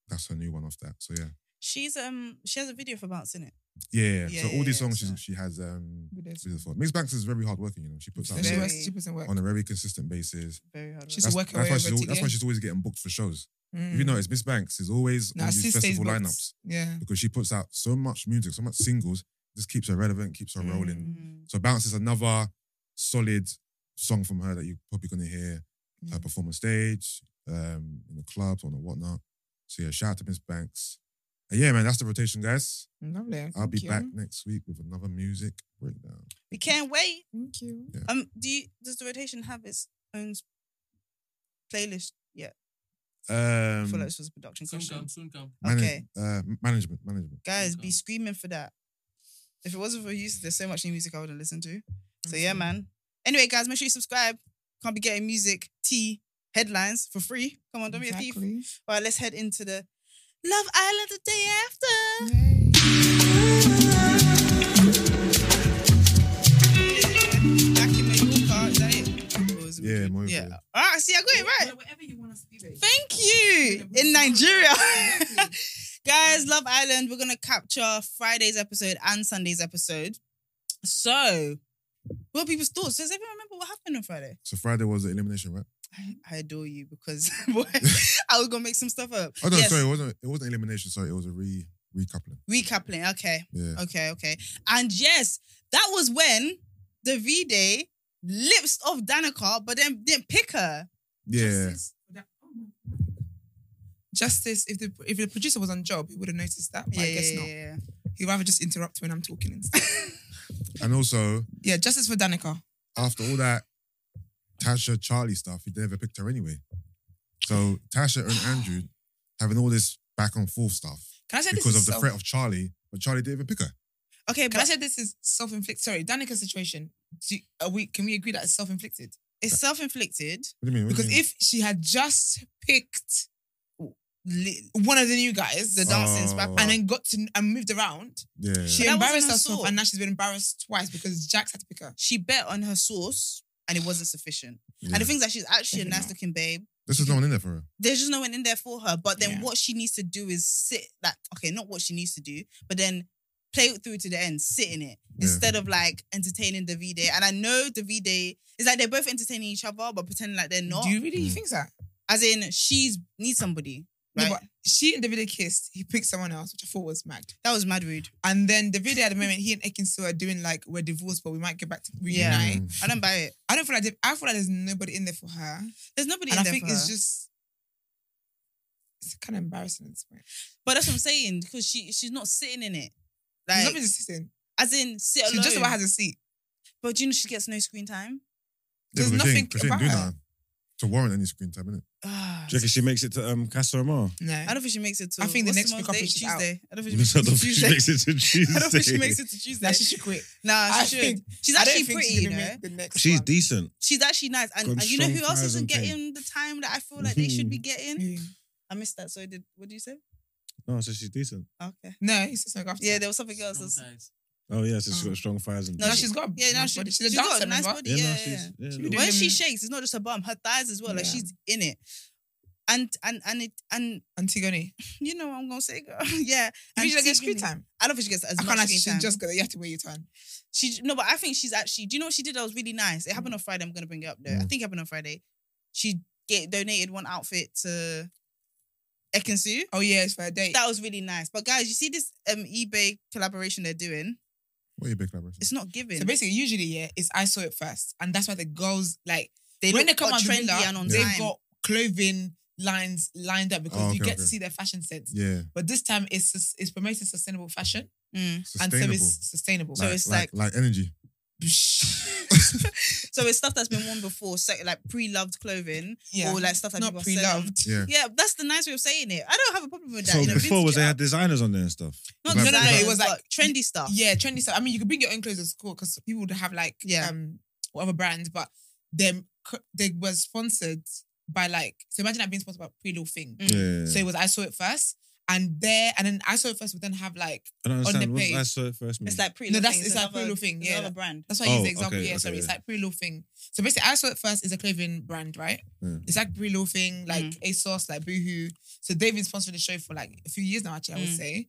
[SPEAKER 5] that's her new one off that. So yeah.
[SPEAKER 1] She's um she has a video for bouncing it.
[SPEAKER 5] Yeah. yeah.
[SPEAKER 1] Yeah,
[SPEAKER 5] so all
[SPEAKER 1] yeah,
[SPEAKER 5] these
[SPEAKER 1] yeah,
[SPEAKER 5] songs
[SPEAKER 1] so-
[SPEAKER 5] she's, she has um
[SPEAKER 4] Good
[SPEAKER 5] videos for. Mix Banks is very hard working, you know. She puts out
[SPEAKER 4] And she
[SPEAKER 1] Very-
[SPEAKER 5] work
[SPEAKER 4] works, she puts in work.
[SPEAKER 5] on a very consistent basis.
[SPEAKER 1] Very hard.
[SPEAKER 4] She's
[SPEAKER 1] work.
[SPEAKER 5] That's,
[SPEAKER 4] work her
[SPEAKER 5] that's
[SPEAKER 4] way
[SPEAKER 5] why
[SPEAKER 4] over
[SPEAKER 5] she's
[SPEAKER 4] to
[SPEAKER 5] al- that's why
[SPEAKER 4] the
[SPEAKER 5] she's always getting booked for shows.
[SPEAKER 4] Mm.
[SPEAKER 5] If you notice, Miss Banks is always
[SPEAKER 4] Nah,
[SPEAKER 5] on these
[SPEAKER 4] she stays
[SPEAKER 5] festival
[SPEAKER 4] booked.
[SPEAKER 5] lineups
[SPEAKER 4] Yeah.
[SPEAKER 5] because she puts out so much music, so much singles. Just keeps her relevant, keeps her rolling.
[SPEAKER 1] Mm.
[SPEAKER 5] So Bounce is another solid song from her that you're probably gonna hear
[SPEAKER 4] Yeah.
[SPEAKER 5] her perform on stage, um, in the clubs, on the whatnot. So yeah, shout out to Miss Banks. And yeah, man, that's the rotation, guys.
[SPEAKER 4] Lovely.
[SPEAKER 5] I'll
[SPEAKER 4] Thank
[SPEAKER 5] be
[SPEAKER 4] you.
[SPEAKER 5] back next week with another music breakdown.
[SPEAKER 1] We can't wait.
[SPEAKER 4] Thank you.
[SPEAKER 1] Um, do you, does the rotation have its own s- playlist yet? I feel like
[SPEAKER 5] Um,
[SPEAKER 1] this was a production
[SPEAKER 6] Soon
[SPEAKER 1] question.
[SPEAKER 6] come, soon come.
[SPEAKER 5] manage-
[SPEAKER 1] okay.
[SPEAKER 5] uh, management, management.
[SPEAKER 1] Guys,
[SPEAKER 6] Okay.
[SPEAKER 1] be screaming for that. If it wasn't for you, there's so much new music I wouldn't listen to. So yeah, man. Anyway, guys, make sure you subscribe. Can't be getting music, tea, headlines for free. Come on, don't be a thief.
[SPEAKER 4] Exactly.
[SPEAKER 1] All right, let's head into the Love Island the day after. Jackie May Walker, is that it? Or is it-
[SPEAKER 5] Yeah, Moyo.
[SPEAKER 1] Yeah. All right, see, I got it right.
[SPEAKER 4] Whatever you want us to be, babe.
[SPEAKER 1] Thank you. In Nigeria. Guys, Love Island, we're going to capture Friday's episode and Sunday's episode. So, what are people's thoughts? Does everyone remember what happened on Friday?
[SPEAKER 5] So Friday was the elimination, right?
[SPEAKER 1] I, I adore you because boy, I was going to make some stuff up.
[SPEAKER 5] Oh no, sorry, it wasn't. It wasn't elimination. Sorry, it was a re recoupling.
[SPEAKER 1] Recapping. Okay.
[SPEAKER 5] Yeah.
[SPEAKER 1] Okay. Okay. And yes, that was when the V Day lips off Danica, but then didn't pick her.
[SPEAKER 5] Yeah.
[SPEAKER 4] Justice for that- oh my God. Justice. If the if the producer was on job, he would have noticed that. But I guess not.
[SPEAKER 1] yeah.
[SPEAKER 4] He'd rather just interrupt when I'm talking instead.
[SPEAKER 5] And also,
[SPEAKER 4] yeah, justice for Danica.
[SPEAKER 5] after all that Tasha Charlie stuff, he never picked her anyway. So Tasha and Andrew having all this back and forth stuff
[SPEAKER 4] Can I say
[SPEAKER 5] because
[SPEAKER 4] this
[SPEAKER 5] of
[SPEAKER 4] is
[SPEAKER 5] the
[SPEAKER 4] self-
[SPEAKER 5] threat of Charlie, but Charlie didn't even pick her.
[SPEAKER 1] Okay,
[SPEAKER 4] Can I
[SPEAKER 1] but
[SPEAKER 4] say this is self-inflicted? Sorry, Danica's situation. Do, are we? Can we agree that it's self-inflicted?
[SPEAKER 1] it's self-inflicted.
[SPEAKER 5] What do you mean? What do you
[SPEAKER 4] Because
[SPEAKER 5] mean?
[SPEAKER 4] if she had just picked li- one of the new guys, the dance,
[SPEAKER 1] dancing's back
[SPEAKER 5] Oh,
[SPEAKER 4] and then got to and moved around,
[SPEAKER 5] yeah,
[SPEAKER 4] she
[SPEAKER 1] But that
[SPEAKER 4] embarrassed
[SPEAKER 1] wasn't her
[SPEAKER 4] herself,
[SPEAKER 1] fault.
[SPEAKER 4] and now she's been embarrassed twice because Jax had to pick her.
[SPEAKER 1] She bet on her source and it wasn't sufficient.
[SPEAKER 5] yeah.
[SPEAKER 1] And the thing's that she's actually a
[SPEAKER 4] Definitely
[SPEAKER 1] nice looking babe.
[SPEAKER 5] this is no one in there for her.
[SPEAKER 1] There's just no one in there for her. But then
[SPEAKER 4] Yeah.
[SPEAKER 1] what she needs to do is sit like okay, not what she needs to do, but then play it through to the end, sit in it
[SPEAKER 5] Yeah.
[SPEAKER 1] instead of like entertaining Davide. And I know Davide is like they're both entertaining each other, but pretending like they're not.
[SPEAKER 4] Do you really
[SPEAKER 5] Mm.
[SPEAKER 4] think that?
[SPEAKER 1] As in, she's needs somebody.
[SPEAKER 4] No,
[SPEAKER 1] Right?
[SPEAKER 4] but she and Davide kissed. He picked someone else, which I thought was mad.
[SPEAKER 1] that was mad rude.
[SPEAKER 4] And then Davide at the moment, he and Ekinsu are doing like we're divorced, but we might get back to
[SPEAKER 1] Yeah.
[SPEAKER 4] reunite.
[SPEAKER 1] I don't buy it.
[SPEAKER 4] I don't feel like Dav- I feel like there's nobody in there for her,
[SPEAKER 1] There's nobody in
[SPEAKER 4] and I
[SPEAKER 1] there
[SPEAKER 4] think
[SPEAKER 1] for
[SPEAKER 4] it's
[SPEAKER 1] her.
[SPEAKER 4] just it's kind of embarrassing at this point.
[SPEAKER 1] But that's what I'm saying because she she's not sitting in it. Like
[SPEAKER 4] She's not been sitting.
[SPEAKER 1] as in sit
[SPEAKER 4] She
[SPEAKER 1] alone.
[SPEAKER 4] just about has a seat.
[SPEAKER 1] but do you know she gets no screen time?
[SPEAKER 4] There's
[SPEAKER 5] but she
[SPEAKER 4] nothing
[SPEAKER 5] ain't- she ain't
[SPEAKER 4] about
[SPEAKER 5] doing
[SPEAKER 4] her.
[SPEAKER 5] that to warrant any screen time, innit?
[SPEAKER 1] Ah,
[SPEAKER 3] Do you reckon she makes it to um, Casa Amar?
[SPEAKER 4] No,
[SPEAKER 1] I don't think she makes it to.
[SPEAKER 4] I think the
[SPEAKER 1] what's
[SPEAKER 4] next
[SPEAKER 1] tomorrow's
[SPEAKER 4] pick-up
[SPEAKER 1] date?
[SPEAKER 4] is she's out.
[SPEAKER 1] Tuesday. I don't think
[SPEAKER 3] I
[SPEAKER 1] she
[SPEAKER 3] don't
[SPEAKER 1] makes it to
[SPEAKER 3] think she
[SPEAKER 1] Tuesday.
[SPEAKER 3] makes it to Tuesday.
[SPEAKER 1] I don't think she makes it to Tuesday.
[SPEAKER 4] Nah, she should quit.
[SPEAKER 1] Nah, she
[SPEAKER 4] I
[SPEAKER 1] should.
[SPEAKER 4] think-
[SPEAKER 1] she's
[SPEAKER 4] I don't
[SPEAKER 1] actually
[SPEAKER 4] think
[SPEAKER 1] pretty,
[SPEAKER 4] she's
[SPEAKER 1] you
[SPEAKER 4] gonna
[SPEAKER 1] know.
[SPEAKER 4] make the next
[SPEAKER 3] She's
[SPEAKER 4] one.
[SPEAKER 3] decent.
[SPEAKER 1] She's actually nice, and,
[SPEAKER 3] Gone
[SPEAKER 1] and you know who
[SPEAKER 3] strong
[SPEAKER 1] else
[SPEAKER 3] fires
[SPEAKER 1] isn't
[SPEAKER 3] and Hmm. pain.
[SPEAKER 1] getting the time that I feel like they should be getting?
[SPEAKER 4] Yeah.
[SPEAKER 1] I missed that. So I did what do you say?
[SPEAKER 3] No, so she's decent.
[SPEAKER 1] Okay.
[SPEAKER 4] No, he said something after.
[SPEAKER 1] Yeah,
[SPEAKER 4] that.
[SPEAKER 1] there was something else. that's-
[SPEAKER 6] Sometimes.
[SPEAKER 3] Oh yeah, so she's
[SPEAKER 4] Oh.
[SPEAKER 3] got strong fires and.
[SPEAKER 1] No,
[SPEAKER 4] no,
[SPEAKER 1] she-
[SPEAKER 4] she's got. A
[SPEAKER 1] yeah, now
[SPEAKER 4] nice
[SPEAKER 1] she,
[SPEAKER 4] body.
[SPEAKER 1] she's,
[SPEAKER 4] she's a dancer.
[SPEAKER 1] got a nice
[SPEAKER 4] remember?
[SPEAKER 1] body.
[SPEAKER 3] yeah,
[SPEAKER 1] Yeah,
[SPEAKER 3] no,
[SPEAKER 1] yeah, yeah.
[SPEAKER 3] she's. Yeah,
[SPEAKER 4] She be
[SPEAKER 3] look-
[SPEAKER 4] doing-
[SPEAKER 1] When she
[SPEAKER 4] Mm.
[SPEAKER 1] shakes, it's not just her bum, her thighs as well. Like
[SPEAKER 4] Yeah.
[SPEAKER 1] she's in it. And and and it and
[SPEAKER 4] Antigone.
[SPEAKER 1] you know what I'm gonna say, girl. yeah.
[SPEAKER 4] You think she
[SPEAKER 1] And
[SPEAKER 4] doesn't get screen
[SPEAKER 1] Tigani.
[SPEAKER 4] time?
[SPEAKER 1] I don't think she gets as
[SPEAKER 4] I
[SPEAKER 1] much
[SPEAKER 4] can't actually
[SPEAKER 1] screen time.
[SPEAKER 4] she's just got. You have to wait your turn.
[SPEAKER 1] She no, but I think she's actually. Do you know what she did? That was really nice. It happened on Friday. I'm gonna bring it up though. I
[SPEAKER 5] Mm.
[SPEAKER 1] think it happened on Friday. She get donated one outfit to Ekansu.
[SPEAKER 4] Oh yeah, it's for a date.
[SPEAKER 1] That was really nice. But guys, you see this um eBay collaboration they're doing.
[SPEAKER 5] What are your big collaboration?
[SPEAKER 1] It's not giving.
[SPEAKER 4] So basically, usually yeah, it's I saw it first, and that's why the girls like
[SPEAKER 1] they
[SPEAKER 4] when
[SPEAKER 1] look
[SPEAKER 4] they come out
[SPEAKER 1] trendy
[SPEAKER 4] trendy
[SPEAKER 1] and on
[SPEAKER 4] they've
[SPEAKER 1] time.
[SPEAKER 4] got clothing lines lined up because
[SPEAKER 5] Oh,
[SPEAKER 4] you
[SPEAKER 5] okay,
[SPEAKER 4] get to
[SPEAKER 5] okay.
[SPEAKER 4] see their fashion sense.
[SPEAKER 5] Yeah,
[SPEAKER 4] But this time, it's sus- it's promoting sustainable fashion,
[SPEAKER 1] Mm.
[SPEAKER 4] and
[SPEAKER 5] sustainable.
[SPEAKER 4] so it's sustainable.
[SPEAKER 1] So it's
[SPEAKER 5] like, like energy.
[SPEAKER 1] So it's stuff that's been worn before, so like pre-loved clothing
[SPEAKER 4] yeah,
[SPEAKER 1] or like stuff that
[SPEAKER 4] not
[SPEAKER 1] people are selling.
[SPEAKER 4] pre-loved.
[SPEAKER 5] Yeah.
[SPEAKER 1] Yeah, that's the nice way of saying it. I don't have a problem with that.
[SPEAKER 3] So
[SPEAKER 1] you know,
[SPEAKER 3] before
[SPEAKER 1] vintage
[SPEAKER 3] was they
[SPEAKER 1] art.
[SPEAKER 3] had designers on there and stuff.
[SPEAKER 1] not
[SPEAKER 5] No,
[SPEAKER 1] no,
[SPEAKER 5] no, no,
[SPEAKER 1] no,
[SPEAKER 4] it was like-
[SPEAKER 1] trendy stuff.
[SPEAKER 4] Yeah, trendy stuff. I mean, you could bring your own clothes to school because people would have like
[SPEAKER 1] Yeah.
[SPEAKER 4] um whatever brand, but them c- they were sponsored by like so imagine that being sponsored by Pretty Little Thing.
[SPEAKER 1] Mm.
[SPEAKER 3] Yeah.
[SPEAKER 4] So it was I saw it first, and there and then I saw it first would then have like
[SPEAKER 3] I don't
[SPEAKER 4] on the
[SPEAKER 3] understand. What did I
[SPEAKER 4] page.
[SPEAKER 3] saw it first.
[SPEAKER 1] It's
[SPEAKER 3] mean?
[SPEAKER 1] like pretty.
[SPEAKER 4] No,
[SPEAKER 1] Little
[SPEAKER 4] that's-
[SPEAKER 1] Thing.
[SPEAKER 4] it's like
[SPEAKER 1] another-
[SPEAKER 4] Pretty Little Thing,
[SPEAKER 1] it's
[SPEAKER 4] yeah.
[SPEAKER 1] Another brand.
[SPEAKER 4] That's why I use
[SPEAKER 3] Oh,
[SPEAKER 4] the example.
[SPEAKER 3] okay,
[SPEAKER 4] yeah,
[SPEAKER 3] okay,
[SPEAKER 4] sorry. It's
[SPEAKER 3] yeah.
[SPEAKER 4] like Pretty Little Thing. So basically, I saw it first is a clothing brand, right?
[SPEAKER 3] Yeah.
[SPEAKER 4] It's like Pretty Little Thing,
[SPEAKER 1] Hmm.
[SPEAKER 4] like ASOS, like Boohoo. So they've been sponsoring the show for like a few years now, actually, I would
[SPEAKER 1] Mm.
[SPEAKER 4] say.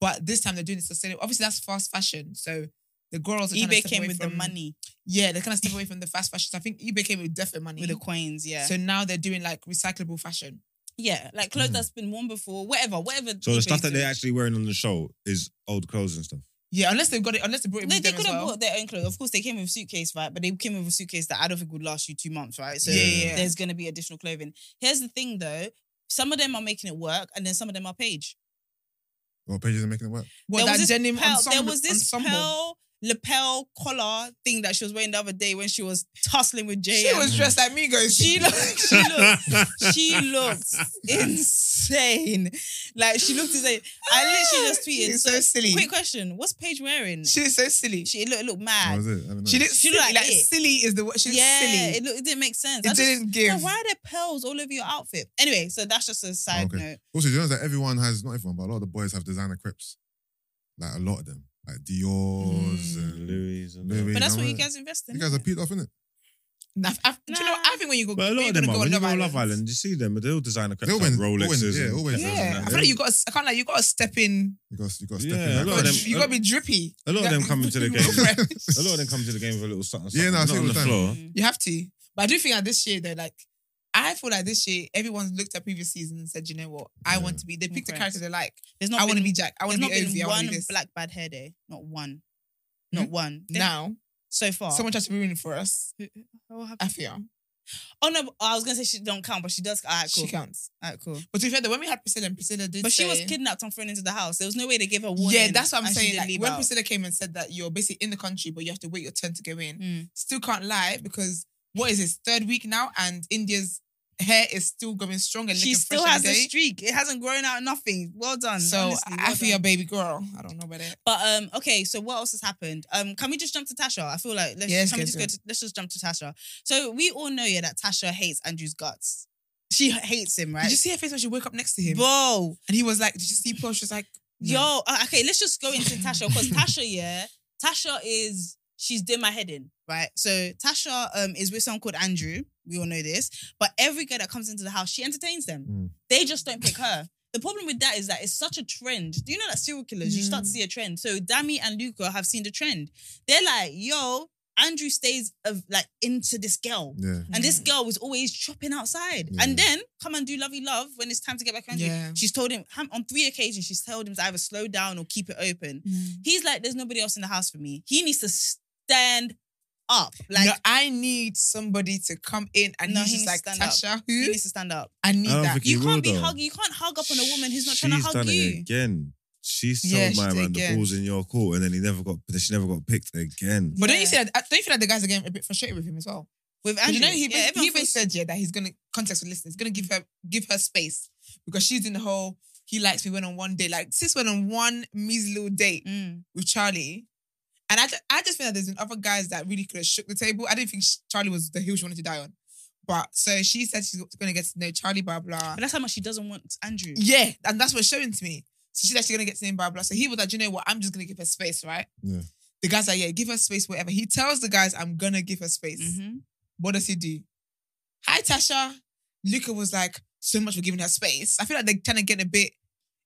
[SPEAKER 4] But this time they're doing it sustainable. Obviously, that's fast fashion. So the girls are trying to
[SPEAKER 1] eBay
[SPEAKER 4] step
[SPEAKER 1] came
[SPEAKER 4] away
[SPEAKER 1] with the
[SPEAKER 4] from-
[SPEAKER 1] money,
[SPEAKER 4] Yeah, they kind of step away from the fast fashion. So I think eBay came with definite money.
[SPEAKER 1] with the coins. Yeah,
[SPEAKER 4] So now they're doing like recyclable fashion.
[SPEAKER 1] yeah, like clothes that's been worn before. Whatever, whatever.
[SPEAKER 3] Mm. So the
[SPEAKER 1] eBay's
[SPEAKER 3] stuff that they're
[SPEAKER 1] doing.
[SPEAKER 3] actually wearing on the show is old clothes and stuff.
[SPEAKER 4] Yeah, unless they've got it, unless they brought it
[SPEAKER 1] They,
[SPEAKER 4] with
[SPEAKER 1] they
[SPEAKER 4] them
[SPEAKER 1] could
[SPEAKER 4] as
[SPEAKER 1] have
[SPEAKER 4] well.
[SPEAKER 1] bought their own clothes. Of course, they came with a suitcase, right? But they came with a suitcase that I don't think would last you two months, right? So
[SPEAKER 4] Yeah, yeah, yeah.
[SPEAKER 1] there's going to be additional clothing. Here's the thing, though. Some of them are making it work, and then some of them are page.
[SPEAKER 5] What pages are making it work?
[SPEAKER 4] Well,
[SPEAKER 1] there was
[SPEAKER 4] that
[SPEAKER 1] this
[SPEAKER 4] denim
[SPEAKER 1] pearl,
[SPEAKER 4] ensemble.
[SPEAKER 1] There was this
[SPEAKER 4] ensemble.
[SPEAKER 1] pearl lapel collar thing that she was wearing the other day when she was tussling with Jay.
[SPEAKER 4] She
[SPEAKER 1] and-
[SPEAKER 4] was dressed like Migos.
[SPEAKER 1] She looked. She looked. she looked insane. Like she looked insane. I literally just tweeted.
[SPEAKER 4] She's
[SPEAKER 1] So,
[SPEAKER 4] so silly.
[SPEAKER 1] quick question: What's Paige wearing? She,
[SPEAKER 4] She's so silly.
[SPEAKER 1] it looked, it looked
[SPEAKER 5] What
[SPEAKER 1] mad.
[SPEAKER 5] was it? I don't know.
[SPEAKER 4] She
[SPEAKER 3] Mm.
[SPEAKER 4] looked
[SPEAKER 1] She
[SPEAKER 4] silly.
[SPEAKER 1] looked like
[SPEAKER 4] Like,
[SPEAKER 1] it.
[SPEAKER 4] silly is the word. She's
[SPEAKER 1] yeah,
[SPEAKER 4] silly.
[SPEAKER 1] it, look, it didn't make sense. I
[SPEAKER 4] it
[SPEAKER 1] just-
[SPEAKER 4] didn't give.
[SPEAKER 1] Yeah, why are there pearls all over your outfit? Anyway, so that's just a side
[SPEAKER 5] Okay.
[SPEAKER 1] note.
[SPEAKER 5] Also, do you know that everyone has not everyone, but a lot of the boys have designer crepes. Like a lot of them, like Dior's
[SPEAKER 4] Mm.
[SPEAKER 5] and Louis.
[SPEAKER 3] Louis and
[SPEAKER 5] Louis,
[SPEAKER 1] But that's
[SPEAKER 5] know
[SPEAKER 1] what you guys invest in.
[SPEAKER 5] You guys are
[SPEAKER 1] innit?
[SPEAKER 5] peed off, innit?
[SPEAKER 4] Nah, I, do you know? what? I think when you go,
[SPEAKER 3] But a
[SPEAKER 4] when
[SPEAKER 3] lot
[SPEAKER 4] you
[SPEAKER 3] of them
[SPEAKER 4] go
[SPEAKER 3] are.
[SPEAKER 4] on
[SPEAKER 3] When you go on
[SPEAKER 4] Love
[SPEAKER 3] Love Island, you see them, but they all design a crap
[SPEAKER 5] They
[SPEAKER 3] like
[SPEAKER 5] win-
[SPEAKER 3] Rolexes.
[SPEAKER 5] win, yeah,
[SPEAKER 3] and
[SPEAKER 5] always
[SPEAKER 3] crap like
[SPEAKER 4] Yeah,
[SPEAKER 3] that.
[SPEAKER 4] I feel like you got. to- I can't like you got to step in.
[SPEAKER 5] You got you got to step
[SPEAKER 3] Yeah,
[SPEAKER 5] in.
[SPEAKER 3] a lot
[SPEAKER 5] that
[SPEAKER 3] of them-
[SPEAKER 5] crep.
[SPEAKER 4] You got to be drippy.
[SPEAKER 3] A lot of them come into the game.
[SPEAKER 4] game.
[SPEAKER 3] A lot of them come to the game with a little something.
[SPEAKER 5] Yeah, no, I see
[SPEAKER 3] something.
[SPEAKER 5] all
[SPEAKER 3] not on
[SPEAKER 5] the
[SPEAKER 3] the
[SPEAKER 5] time.
[SPEAKER 3] floor.
[SPEAKER 1] Mm.
[SPEAKER 4] You have to. But I do think that this year though, like I feel like this year everyone's looked at previous season and said, you know what, I want to be. They picked a
[SPEAKER 1] Correct.
[SPEAKER 4] character they like.
[SPEAKER 1] There's not
[SPEAKER 4] I want to
[SPEAKER 1] been-
[SPEAKER 4] be Jack. I want
[SPEAKER 1] There's
[SPEAKER 4] to
[SPEAKER 1] not
[SPEAKER 4] be Ovi.
[SPEAKER 1] been
[SPEAKER 4] I want to
[SPEAKER 1] one
[SPEAKER 4] be this.
[SPEAKER 1] black bad hair day. Not one.
[SPEAKER 4] Hmm?
[SPEAKER 1] Not one. They-
[SPEAKER 4] Now
[SPEAKER 1] so far.
[SPEAKER 4] someone tries to ruin it for us.
[SPEAKER 1] What happened?
[SPEAKER 4] I feel
[SPEAKER 1] Oh no! but- I was gonna say she don't count, but she does. All right, cool.
[SPEAKER 4] she counts.
[SPEAKER 1] All right, cool.
[SPEAKER 4] But to be fair, though, when we had Priscilla, and Priscilla did.
[SPEAKER 1] But she was
[SPEAKER 4] say-
[SPEAKER 1] kidnapped and thrown into the house. There was no way they gave her warning.
[SPEAKER 4] Yeah, that's what I'm
[SPEAKER 1] and she
[SPEAKER 4] saying.
[SPEAKER 1] didn't
[SPEAKER 4] Like,
[SPEAKER 1] leave
[SPEAKER 4] when
[SPEAKER 1] out.
[SPEAKER 4] Priscilla came and said that you're basically in the country, but you have to wait your turn to go in,
[SPEAKER 1] Mm.
[SPEAKER 4] still can't lie because what is this third week now, and India's hair is still going strong and
[SPEAKER 1] she
[SPEAKER 4] looking
[SPEAKER 1] still
[SPEAKER 4] fresh
[SPEAKER 1] has
[SPEAKER 4] every
[SPEAKER 1] a
[SPEAKER 4] day.
[SPEAKER 1] streak. It hasn't grown out nothing. Well done.
[SPEAKER 4] So
[SPEAKER 1] honestly,
[SPEAKER 4] I
[SPEAKER 1] well
[SPEAKER 4] feel
[SPEAKER 1] done.
[SPEAKER 4] your baby girl. I don't know about that.
[SPEAKER 1] But um, okay. So what else has happened? Um, can we just jump to Tasha? I feel like let's
[SPEAKER 4] Yeah, let's
[SPEAKER 1] can we
[SPEAKER 4] get
[SPEAKER 1] just
[SPEAKER 4] to
[SPEAKER 1] go
[SPEAKER 4] it.
[SPEAKER 1] to, let's just jump to Tasha. So we all know yeah that Tasha hates Andrew's guts. She hates him, right?
[SPEAKER 4] Did you see her face when she woke up next to him?
[SPEAKER 1] Bro,
[SPEAKER 4] and he was like, "Did you see Paul?" She was like, no.
[SPEAKER 1] Yo, uh, okay, let's just go into Tasha because Tasha, yeah, Tasha is she's doing my head in, right? So Tasha um is with someone called Andrew. We all know this, but every girl that comes into the house, she entertains them.
[SPEAKER 5] Mm.
[SPEAKER 1] They just don't pick her. The problem with that is that it's such a trend. Do you know that serial killers, you start to see a trend. So Dami and Luca have seen the trend. They're like, yo, Andrew stays of like into this girl.
[SPEAKER 5] Yeah.
[SPEAKER 1] And
[SPEAKER 4] Mm.
[SPEAKER 1] this girl was always shopping outside. And then come and do lovey love when it's time to get back around.
[SPEAKER 4] Yeah.
[SPEAKER 1] She's told him ham- on three occasions, she's told him to either slow down or keep it open.
[SPEAKER 4] Mm.
[SPEAKER 1] He's like, there's nobody else in the house for me. He needs to stand up. Like
[SPEAKER 4] no, I need somebody to come in and
[SPEAKER 1] No,
[SPEAKER 4] he's
[SPEAKER 1] he
[SPEAKER 4] just like
[SPEAKER 1] needs to stand
[SPEAKER 4] Tasha.
[SPEAKER 1] he
[SPEAKER 4] Who?
[SPEAKER 1] needs to stand up.
[SPEAKER 4] I need
[SPEAKER 3] I don't
[SPEAKER 4] that.
[SPEAKER 3] think he
[SPEAKER 1] You
[SPEAKER 3] will,
[SPEAKER 1] can't be
[SPEAKER 3] though.
[SPEAKER 1] hug you can't hug up on a woman who's not
[SPEAKER 3] She's
[SPEAKER 1] trying to hug
[SPEAKER 3] done
[SPEAKER 1] you.
[SPEAKER 3] It again. She's told
[SPEAKER 4] Yeah, she
[SPEAKER 3] my
[SPEAKER 4] did
[SPEAKER 3] man the
[SPEAKER 4] again.
[SPEAKER 3] ball's in your court, and then he never got. Then she never got picked again.
[SPEAKER 4] But don't you
[SPEAKER 1] Yeah.
[SPEAKER 4] see that? Don't you feel like the guys are getting a bit frustrated with him as well?
[SPEAKER 1] With
[SPEAKER 4] And
[SPEAKER 1] Andrew,
[SPEAKER 4] you know, he
[SPEAKER 1] Yeah,
[SPEAKER 4] bas-
[SPEAKER 1] everyone
[SPEAKER 4] he basically
[SPEAKER 1] feels-
[SPEAKER 4] said yeah that he's gonna context with listeners, gonna give her give her space because she's in the whole. He likes me. Went on one date. Like sis went on one measly little date
[SPEAKER 1] Mm.
[SPEAKER 4] with Charlie, and I, ju- I just think that there's been other guys that really could have shook the table. I didn't think sh- Charlie was the hill she wanted to die on, but so she said she's gonna get to know Charlie. Blah blah.
[SPEAKER 1] But that's how much she doesn't want Andrew.
[SPEAKER 4] Yeah, and that's what's showing to me. So she's actually gonna get to him, blah blah. So he was like, you know what? I'm just gonna give her space, right?
[SPEAKER 5] Yeah.
[SPEAKER 4] The guys are yeah, give her space, whatever. He tells the guys, I'm gonna give her space.
[SPEAKER 1] Mhm.
[SPEAKER 4] What does he do? Hi Tasha. Luca was like, so much for giving her space. I feel like they're kind of getting a bit.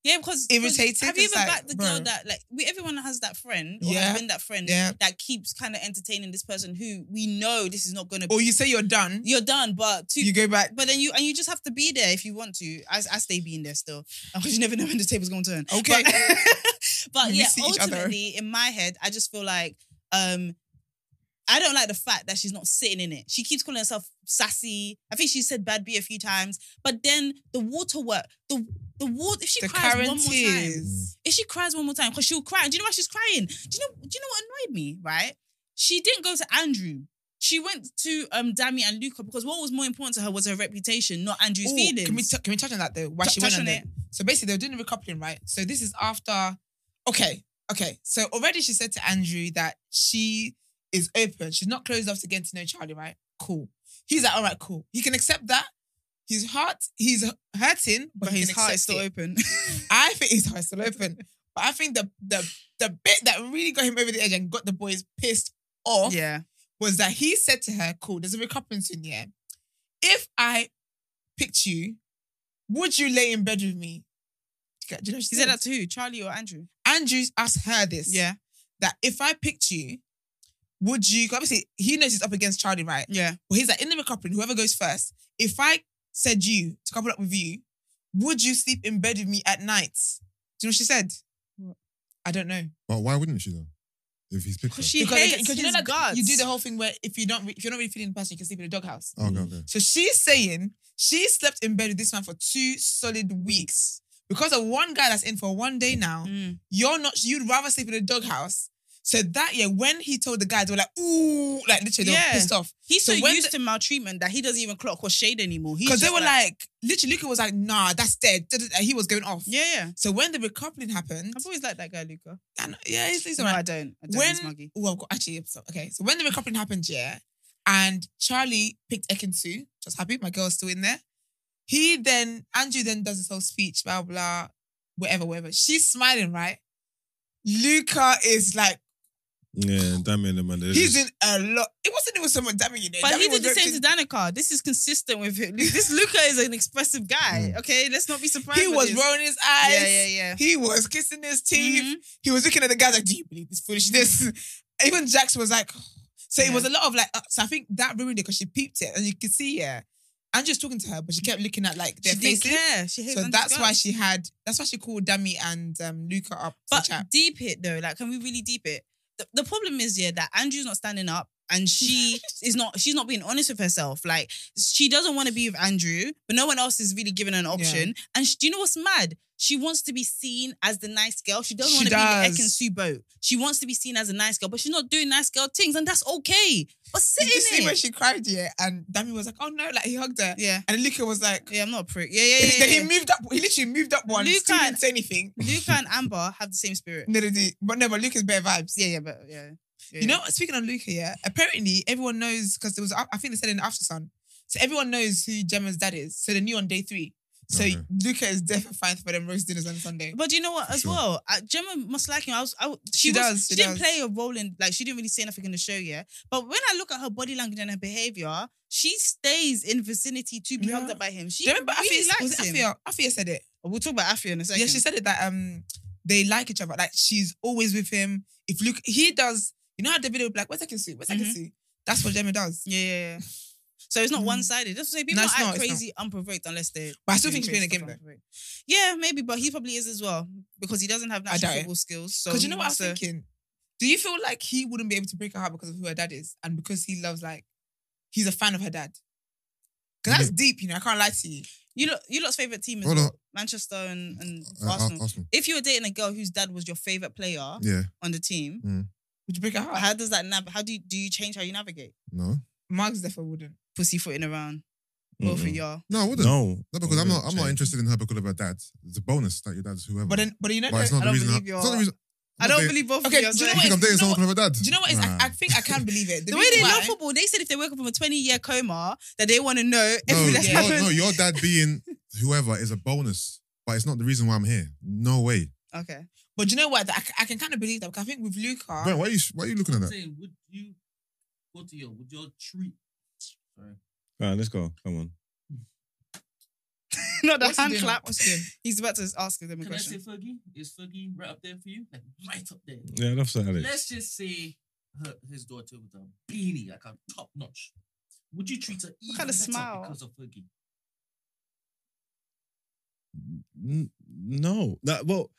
[SPEAKER 1] Yeah, because
[SPEAKER 4] Irritated,
[SPEAKER 1] Have you
[SPEAKER 4] it's
[SPEAKER 1] ever
[SPEAKER 4] like,
[SPEAKER 1] backed the
[SPEAKER 4] bro.
[SPEAKER 1] girl that like we everyone has that friend or
[SPEAKER 4] Yeah.
[SPEAKER 1] has been that friend
[SPEAKER 4] Yeah.
[SPEAKER 1] that keeps kind of entertaining this person who we know this is not gonna be
[SPEAKER 4] Or "Oh, you say you're done,
[SPEAKER 1] you're done, but to
[SPEAKER 4] you go back.
[SPEAKER 1] but then you and you just have to be there if you want to. I, I stay being there still because you never know when the table's going to turn.
[SPEAKER 4] Okay.
[SPEAKER 1] But, but
[SPEAKER 4] We
[SPEAKER 1] yeah,
[SPEAKER 4] see each other.
[SPEAKER 1] ultimately, in my head, I just feel like um I don't like the fact that she's not sitting in it. She keeps calling herself sassy. I think she said bad B a few times, but then the water work, the the water. If she
[SPEAKER 4] The
[SPEAKER 1] cries one
[SPEAKER 4] current
[SPEAKER 1] more time,
[SPEAKER 4] tears.
[SPEAKER 1] if she cries one more time, because she'll cry. And do you know why she's crying? Do you know? Do you know what annoyed me? Right? She didn't go to Andrew. She went to um Dami and Luca because what was more important to her was her reputation, not Andrew's
[SPEAKER 4] Ooh,
[SPEAKER 1] feelings.
[SPEAKER 4] can we t- can we touch on that though? Why
[SPEAKER 1] Tou-
[SPEAKER 4] she went
[SPEAKER 1] touch
[SPEAKER 4] on
[SPEAKER 1] on
[SPEAKER 4] it? So basically, they were doing the recoupling, right? So this is after. Okay, okay. So already she said to Andrew that she is open. She's not closed off to getting to know Charlie, right? Cool. He's like, all right, cool. He can accept that. His heart, he's hurting, but,
[SPEAKER 1] but
[SPEAKER 4] he
[SPEAKER 1] his
[SPEAKER 4] can
[SPEAKER 1] heart is
[SPEAKER 4] accept
[SPEAKER 1] still
[SPEAKER 4] it.
[SPEAKER 1] open.
[SPEAKER 4] I think his heart's still open. But I think the the the bit that really got him over the edge and got the boys pissed off
[SPEAKER 1] yeah.
[SPEAKER 4] was that he said to her, Cool, there's a recoupling soon, yeah. If I picked you, would you lay in bed with me? Do you know what she
[SPEAKER 1] He said that to who? Charlie or Andrew?
[SPEAKER 4] Andrew asked her this. That if I picked you, would you 'cause obviously he knows he's up against Charlie, right?
[SPEAKER 1] Yeah.
[SPEAKER 4] But he's like, in the recoupling, whoever goes first, if I said you to couple up with you, would you sleep in bed with me at night? Do you know what she said? I don't know.
[SPEAKER 5] But why wouldn't she though? If he's picked her.
[SPEAKER 1] Because she hates
[SPEAKER 4] because
[SPEAKER 1] his
[SPEAKER 4] you know that
[SPEAKER 1] guts.
[SPEAKER 4] you do the whole thing where if you don't re- if you're not really feeling the person, you can sleep in the doghouse.
[SPEAKER 5] Oh,
[SPEAKER 3] Mm.
[SPEAKER 5] okay, okay.
[SPEAKER 4] So she's saying she slept in bed with this man for two solid weeks because of one guy that's in for one day now.
[SPEAKER 1] Mm.
[SPEAKER 4] You're not. You'd rather sleep in a doghouse. So that year, when he told the guys, they were like, "Ooh," like literally, they
[SPEAKER 1] Yeah.
[SPEAKER 4] were pissed off
[SPEAKER 1] He's so,
[SPEAKER 4] So when
[SPEAKER 1] used to maltreatment that he doesn't even clock or shade anymore. He's
[SPEAKER 4] because they
[SPEAKER 1] just
[SPEAKER 4] were like, literally, Luca was like, "Nah, that's dead." And he was going off.
[SPEAKER 1] yeah, yeah.
[SPEAKER 4] So when the recoupling happened,
[SPEAKER 1] I've always liked that guy, Luca.
[SPEAKER 4] I know- yeah, he's, he's
[SPEAKER 1] No,
[SPEAKER 4] alright.
[SPEAKER 1] I don't. I don't.
[SPEAKER 4] when
[SPEAKER 1] He's muggy.
[SPEAKER 4] oh, I've got actually so- okay. So when the recoupling happened, yeah, and Charlie picked Ekinsu, just happy my girl's still in there. He then Andrew then does his whole speech, blah blah, whatever, whatever. She's smiling, right? Luca is like
[SPEAKER 3] Yeah, and Dami and the man. they
[SPEAKER 4] he's
[SPEAKER 3] just-
[SPEAKER 4] in a lot. It wasn't even someone damning you know.
[SPEAKER 1] But
[SPEAKER 4] Dami
[SPEAKER 1] he
[SPEAKER 4] was
[SPEAKER 1] did the same
[SPEAKER 4] roasting-
[SPEAKER 1] to Danica. This is consistent with him. This Luca is an expressive guy. Okay, let's not be surprised.
[SPEAKER 4] Mm. He
[SPEAKER 1] by
[SPEAKER 4] was
[SPEAKER 1] this.
[SPEAKER 4] rolling his eyes.
[SPEAKER 1] Yeah, yeah, yeah.
[SPEAKER 4] He was kissing his teeth.
[SPEAKER 1] Mhm.
[SPEAKER 4] He was looking at the guys like, "Do you believe this foolishness?" Even Jax was like, "So it
[SPEAKER 1] Yeah.
[SPEAKER 4] was a lot of like." Uh, so I think that ruined it because she peeped it, and you could see, yeah, Andrew's talking to her, but she kept looking at like their
[SPEAKER 1] She didn't
[SPEAKER 4] faces.
[SPEAKER 1] care. She hates
[SPEAKER 4] So
[SPEAKER 1] Andrew's
[SPEAKER 4] that's why
[SPEAKER 1] guts.
[SPEAKER 4] she had. That's why she called Dami and um, Luca up to
[SPEAKER 1] But
[SPEAKER 4] chat.
[SPEAKER 1] deep it though, like can we really deep it? The, the problem is yeah that Andrew's not standing up and she is not she's not being honest with herself. Like she doesn't want to be with Andrew, but no one else is really giving her an option. And she, do you know what's mad? She wants to be seen as the nice girl. She doesn't
[SPEAKER 4] She
[SPEAKER 1] want to be in
[SPEAKER 4] does.
[SPEAKER 1] the Ekin Sue boat. She wants to be seen as a nice girl, but she's not doing nice girl things, and that's okay. But sit
[SPEAKER 4] Did you see
[SPEAKER 1] in
[SPEAKER 4] when
[SPEAKER 1] it.
[SPEAKER 4] she cried? Yeah, and Dami was like, "Oh no!" Like he hugged her,
[SPEAKER 1] yeah.
[SPEAKER 4] and Luca was like,
[SPEAKER 1] Yeah, I'm not a prick. Yeah, yeah, yeah.
[SPEAKER 4] then
[SPEAKER 1] yeah.
[SPEAKER 4] he moved up. He literally moved up one.
[SPEAKER 1] Luca
[SPEAKER 4] still
[SPEAKER 1] and-
[SPEAKER 4] didn't say anything.
[SPEAKER 1] Luca and Amber have the same spirit.
[SPEAKER 4] No, no, no, but no, but Luca's better vibes.
[SPEAKER 1] Yeah, yeah, but yeah. yeah.
[SPEAKER 4] You know, speaking on Luca, yeah, apparently everyone knows because there was, I think they said in After Sun, so everyone knows who Gemma's dad is. So they knew on day three. So
[SPEAKER 5] Okay.
[SPEAKER 4] Luca is definitely fine for them roast dinners on Sunday.
[SPEAKER 1] But you know what? As
[SPEAKER 5] Sure.
[SPEAKER 1] well, uh, Gemma must like him. I was, I, w- she,
[SPEAKER 4] She
[SPEAKER 1] was,
[SPEAKER 4] does,
[SPEAKER 1] She,
[SPEAKER 4] she
[SPEAKER 1] didn't
[SPEAKER 4] does.
[SPEAKER 1] play a role in like she didn't really say anything in the show yet. But when I look at her body language and her behavior, she stays in vicinity to be
[SPEAKER 4] Yeah.
[SPEAKER 1] hugged up by him. She
[SPEAKER 4] Do you remember
[SPEAKER 1] really
[SPEAKER 4] Afia, was
[SPEAKER 1] likes
[SPEAKER 4] it
[SPEAKER 1] him. Oh,
[SPEAKER 4] Afia, Afia said it.
[SPEAKER 1] We'll talk about Afia in a second.
[SPEAKER 4] Yeah, she said it that um they like each other. Like she's always with him. If look, he does. You know how David would be like, "Where's I can see? Where's I can
[SPEAKER 1] Mhm.
[SPEAKER 4] see?" That's what Gemma does.
[SPEAKER 1] Yeah, yeah, yeah. So it's not one sided. That's what I'm saying. People
[SPEAKER 4] Mm. No, it's
[SPEAKER 1] act
[SPEAKER 4] not, it's
[SPEAKER 1] crazy unprovoked unless they're.
[SPEAKER 4] But I still
[SPEAKER 1] doing
[SPEAKER 4] think he's playing a
[SPEAKER 1] crazy
[SPEAKER 4] game
[SPEAKER 1] stuff unprovoked. Yeah, maybe, but he probably is as well because he doesn't have natural
[SPEAKER 4] doubt it.
[SPEAKER 1] football skills. So
[SPEAKER 4] Because you know what I was
[SPEAKER 1] so-
[SPEAKER 4] thinking. Do you feel like he wouldn't be able to break her heart because of who her dad is and because he loves like he's a fan of her dad? Because that's deep, you know. I can't lie to you.
[SPEAKER 1] You lot, you lot's favorite team is
[SPEAKER 5] Hold
[SPEAKER 1] what?
[SPEAKER 5] on.
[SPEAKER 1] Manchester and, and
[SPEAKER 5] Uh, Ar-
[SPEAKER 1] Arsenal.
[SPEAKER 5] Arsenal.
[SPEAKER 1] If you were dating a girl whose dad was your favorite player
[SPEAKER 5] Yeah. Mm.
[SPEAKER 1] on the team,
[SPEAKER 4] Would you break her heart?
[SPEAKER 1] how does that nav? How do you, do you change how you navigate?
[SPEAKER 5] No.
[SPEAKER 4] Mark's definitely wouldn't.
[SPEAKER 1] Pussyfooting around, both of
[SPEAKER 3] Mm-mm.
[SPEAKER 1] y'all.
[SPEAKER 5] No, I wouldn't. No,
[SPEAKER 3] No,
[SPEAKER 5] because I'm not. I'm not
[SPEAKER 3] Change.
[SPEAKER 5] interested in her because of her dad. It's a bonus that your dad's whoever.
[SPEAKER 4] But then, but you know,
[SPEAKER 5] But it's
[SPEAKER 4] no,
[SPEAKER 5] not
[SPEAKER 1] I don't
[SPEAKER 5] the reason.
[SPEAKER 1] believe
[SPEAKER 5] it's not the
[SPEAKER 1] you're-
[SPEAKER 5] reason.
[SPEAKER 1] I
[SPEAKER 5] I'm
[SPEAKER 1] don't
[SPEAKER 5] not
[SPEAKER 1] believe both
[SPEAKER 4] Okay,
[SPEAKER 1] of you. are
[SPEAKER 4] do you know
[SPEAKER 1] saying-
[SPEAKER 5] dating-
[SPEAKER 4] what
[SPEAKER 5] I think I'm dating someone
[SPEAKER 4] you know
[SPEAKER 5] because of her dad.
[SPEAKER 4] do you know what? It's,
[SPEAKER 5] Nah.
[SPEAKER 4] I, I think I can believe it.
[SPEAKER 1] The way they
[SPEAKER 4] reason
[SPEAKER 1] love
[SPEAKER 4] why-
[SPEAKER 1] football, they said if they wake up from a 20 year coma, that they want to know everything that's
[SPEAKER 5] no, your,
[SPEAKER 1] happened.
[SPEAKER 5] no, your dad being whoever is a bonus, but it's not the reason why I'm here. No way.
[SPEAKER 1] Okay.
[SPEAKER 4] But do you know what? I, I can kind of believe that because I think with Luca,
[SPEAKER 5] Brent, why are you why are you looking at
[SPEAKER 6] I'm
[SPEAKER 5] that?
[SPEAKER 6] saying, would you go to your would your treat? Sorry.
[SPEAKER 3] All right, let's go. Come on.
[SPEAKER 1] Not the
[SPEAKER 4] What's he
[SPEAKER 1] hand
[SPEAKER 4] doing?
[SPEAKER 1] clap.
[SPEAKER 4] What's he doing?
[SPEAKER 1] He's about to ask them a
[SPEAKER 6] Can I say
[SPEAKER 1] question.
[SPEAKER 6] Fergie? Is Fergie right up there for you? Like right up there.
[SPEAKER 3] Yeah, enough said, Alex.
[SPEAKER 6] Let's just say her, his daughter with a beanie, like a top notch. Would you treat her even
[SPEAKER 1] kind of
[SPEAKER 6] better
[SPEAKER 1] smile?
[SPEAKER 6] because of Fergie?
[SPEAKER 3] N- no, that well.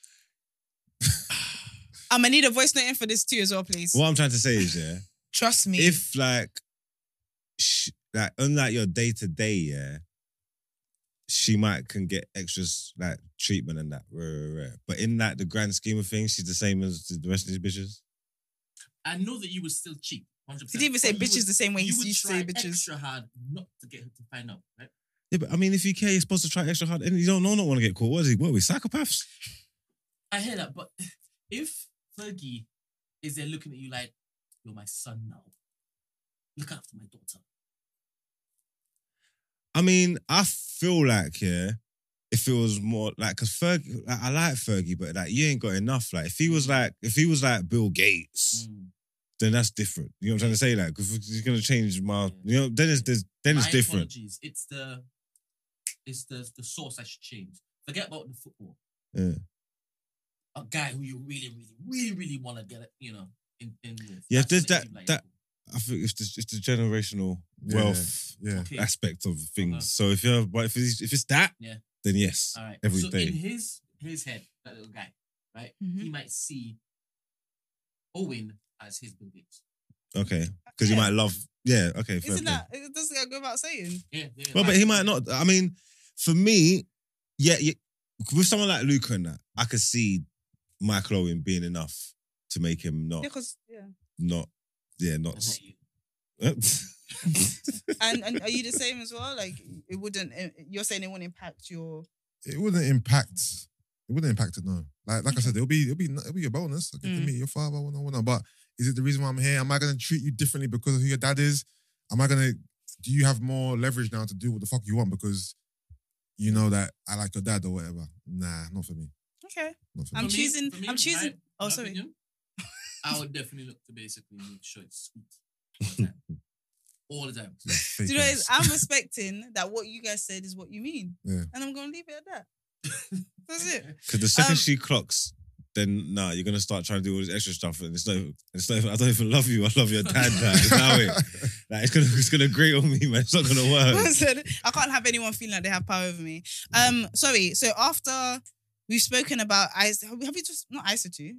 [SPEAKER 1] I'm going to need a voice note in for this too as well, please.
[SPEAKER 3] What I'm trying to say is, yeah,
[SPEAKER 4] trust me,
[SPEAKER 3] if like, sh- like unlike your day to day, yeah, she might can get extras like treatment and that, rare, rare, rare. but in like the grand scheme of things, she's the same as the rest of these bitches.
[SPEAKER 6] I know that you would still cheat. 100%.
[SPEAKER 1] Did he even say
[SPEAKER 6] but you
[SPEAKER 1] bitches
[SPEAKER 6] would-
[SPEAKER 1] the same way he
[SPEAKER 6] you would
[SPEAKER 1] used to
[SPEAKER 6] try
[SPEAKER 1] say bitches?
[SPEAKER 6] extra hard not to get her to find out, right?
[SPEAKER 3] Yeah, but I mean, if you care, you're supposed to try extra hard, and you don't know, not want to get caught. What is he? What are we psychopaths?
[SPEAKER 6] I hear that, but if Fergie is there looking at you like, you're my son now, look after my daughter.
[SPEAKER 3] I mean, I feel like yeah, if it was more like because Fergie, like, I like Fergie, but like you ain't got enough. Like if he was like if he was like Bill Gates,
[SPEAKER 6] Mm.
[SPEAKER 1] Hmm.
[SPEAKER 3] then that's different. You know what I'm trying to say? Like because he's gonna change my, you know, then it's there's- then it's
[SPEAKER 6] My
[SPEAKER 3] different.
[SPEAKER 6] Apologies. It's the it's the the source I should change. Forget about the football.
[SPEAKER 3] Yeah.
[SPEAKER 6] A guy who you really, really, really, really want to get, you know, in, in with.
[SPEAKER 3] Yeah,
[SPEAKER 6] That's
[SPEAKER 3] there's
[SPEAKER 6] what it
[SPEAKER 3] that-
[SPEAKER 6] seems like.
[SPEAKER 3] that- I think it's the, it's the generational
[SPEAKER 5] Yeah.
[SPEAKER 3] wealth
[SPEAKER 5] Yeah.
[SPEAKER 6] Okay.
[SPEAKER 3] aspect of things. So if you're, but if it's, if it's that,
[SPEAKER 6] Yeah.
[SPEAKER 3] then yes,
[SPEAKER 6] All right.
[SPEAKER 3] every
[SPEAKER 6] so
[SPEAKER 3] day.
[SPEAKER 6] in his his head, that little guy, right?
[SPEAKER 1] Mm-hmm.
[SPEAKER 6] He might see Owen as his Bill Gates.
[SPEAKER 3] okay, because
[SPEAKER 1] Yeah.
[SPEAKER 3] you might love, yeah, okay, fair
[SPEAKER 1] Isn't
[SPEAKER 3] play.
[SPEAKER 1] that, it doesn't go about saying.
[SPEAKER 6] Yeah, yeah.
[SPEAKER 3] Well, but he might not. I mean, for me, yeah, yeah with someone like Luca and that, I could see Michael Owen being enough to make him
[SPEAKER 5] Oh.
[SPEAKER 3] not,
[SPEAKER 1] Yeah, because, yeah.
[SPEAKER 3] not, yeah, not.
[SPEAKER 6] That's not you.
[SPEAKER 4] Uh-huh.
[SPEAKER 1] And, and are you the same as well? Like, it wouldn't, it- you're saying it wouldn't impact your.
[SPEAKER 5] It wouldn't impact. It wouldn't impact it. No. Like like I said, it'll be it'll be it'll be a bonus. I get
[SPEAKER 1] Mm.
[SPEAKER 5] to meet your father. Whatnot, whatnot. But is it the reason why I'm here? Am I gonna treat you differently because of who your dad is? Am I gonna? Do you have more leverage now to do what the fuck you want because you know that I like your dad or whatever? Nah, not for me.
[SPEAKER 1] Okay.
[SPEAKER 5] Not for
[SPEAKER 1] I'm
[SPEAKER 5] me.
[SPEAKER 6] For me-
[SPEAKER 1] choosing-
[SPEAKER 6] for me,
[SPEAKER 1] I'm
[SPEAKER 6] my-
[SPEAKER 1] choosing- oh,
[SPEAKER 6] my
[SPEAKER 1] sorry.
[SPEAKER 6] opinion, I would definitely look to basically make sure it's sweet all the time. All the time.
[SPEAKER 1] Do
[SPEAKER 5] Fake
[SPEAKER 1] you know, what it
[SPEAKER 5] ass.
[SPEAKER 1] is? I'm respecting that what you guys said is what you mean.
[SPEAKER 5] Yeah.
[SPEAKER 1] And I'm going to leave it at that. That's it.
[SPEAKER 3] Because the second
[SPEAKER 1] Um,
[SPEAKER 3] she clocks, then nah, you're gonna start trying to do all this extra stuff, and it's not. even- It's not. Even, I don't even love you. I love your dad. Like, it's now it. Like, it's gonna. It's gonna grate on me, man. It's not gonna
[SPEAKER 1] I
[SPEAKER 3] work.
[SPEAKER 1] said, I can't have anyone feeling like they have power over me. Um, sorry. So after we've spoken about Is, have we just not Isatu?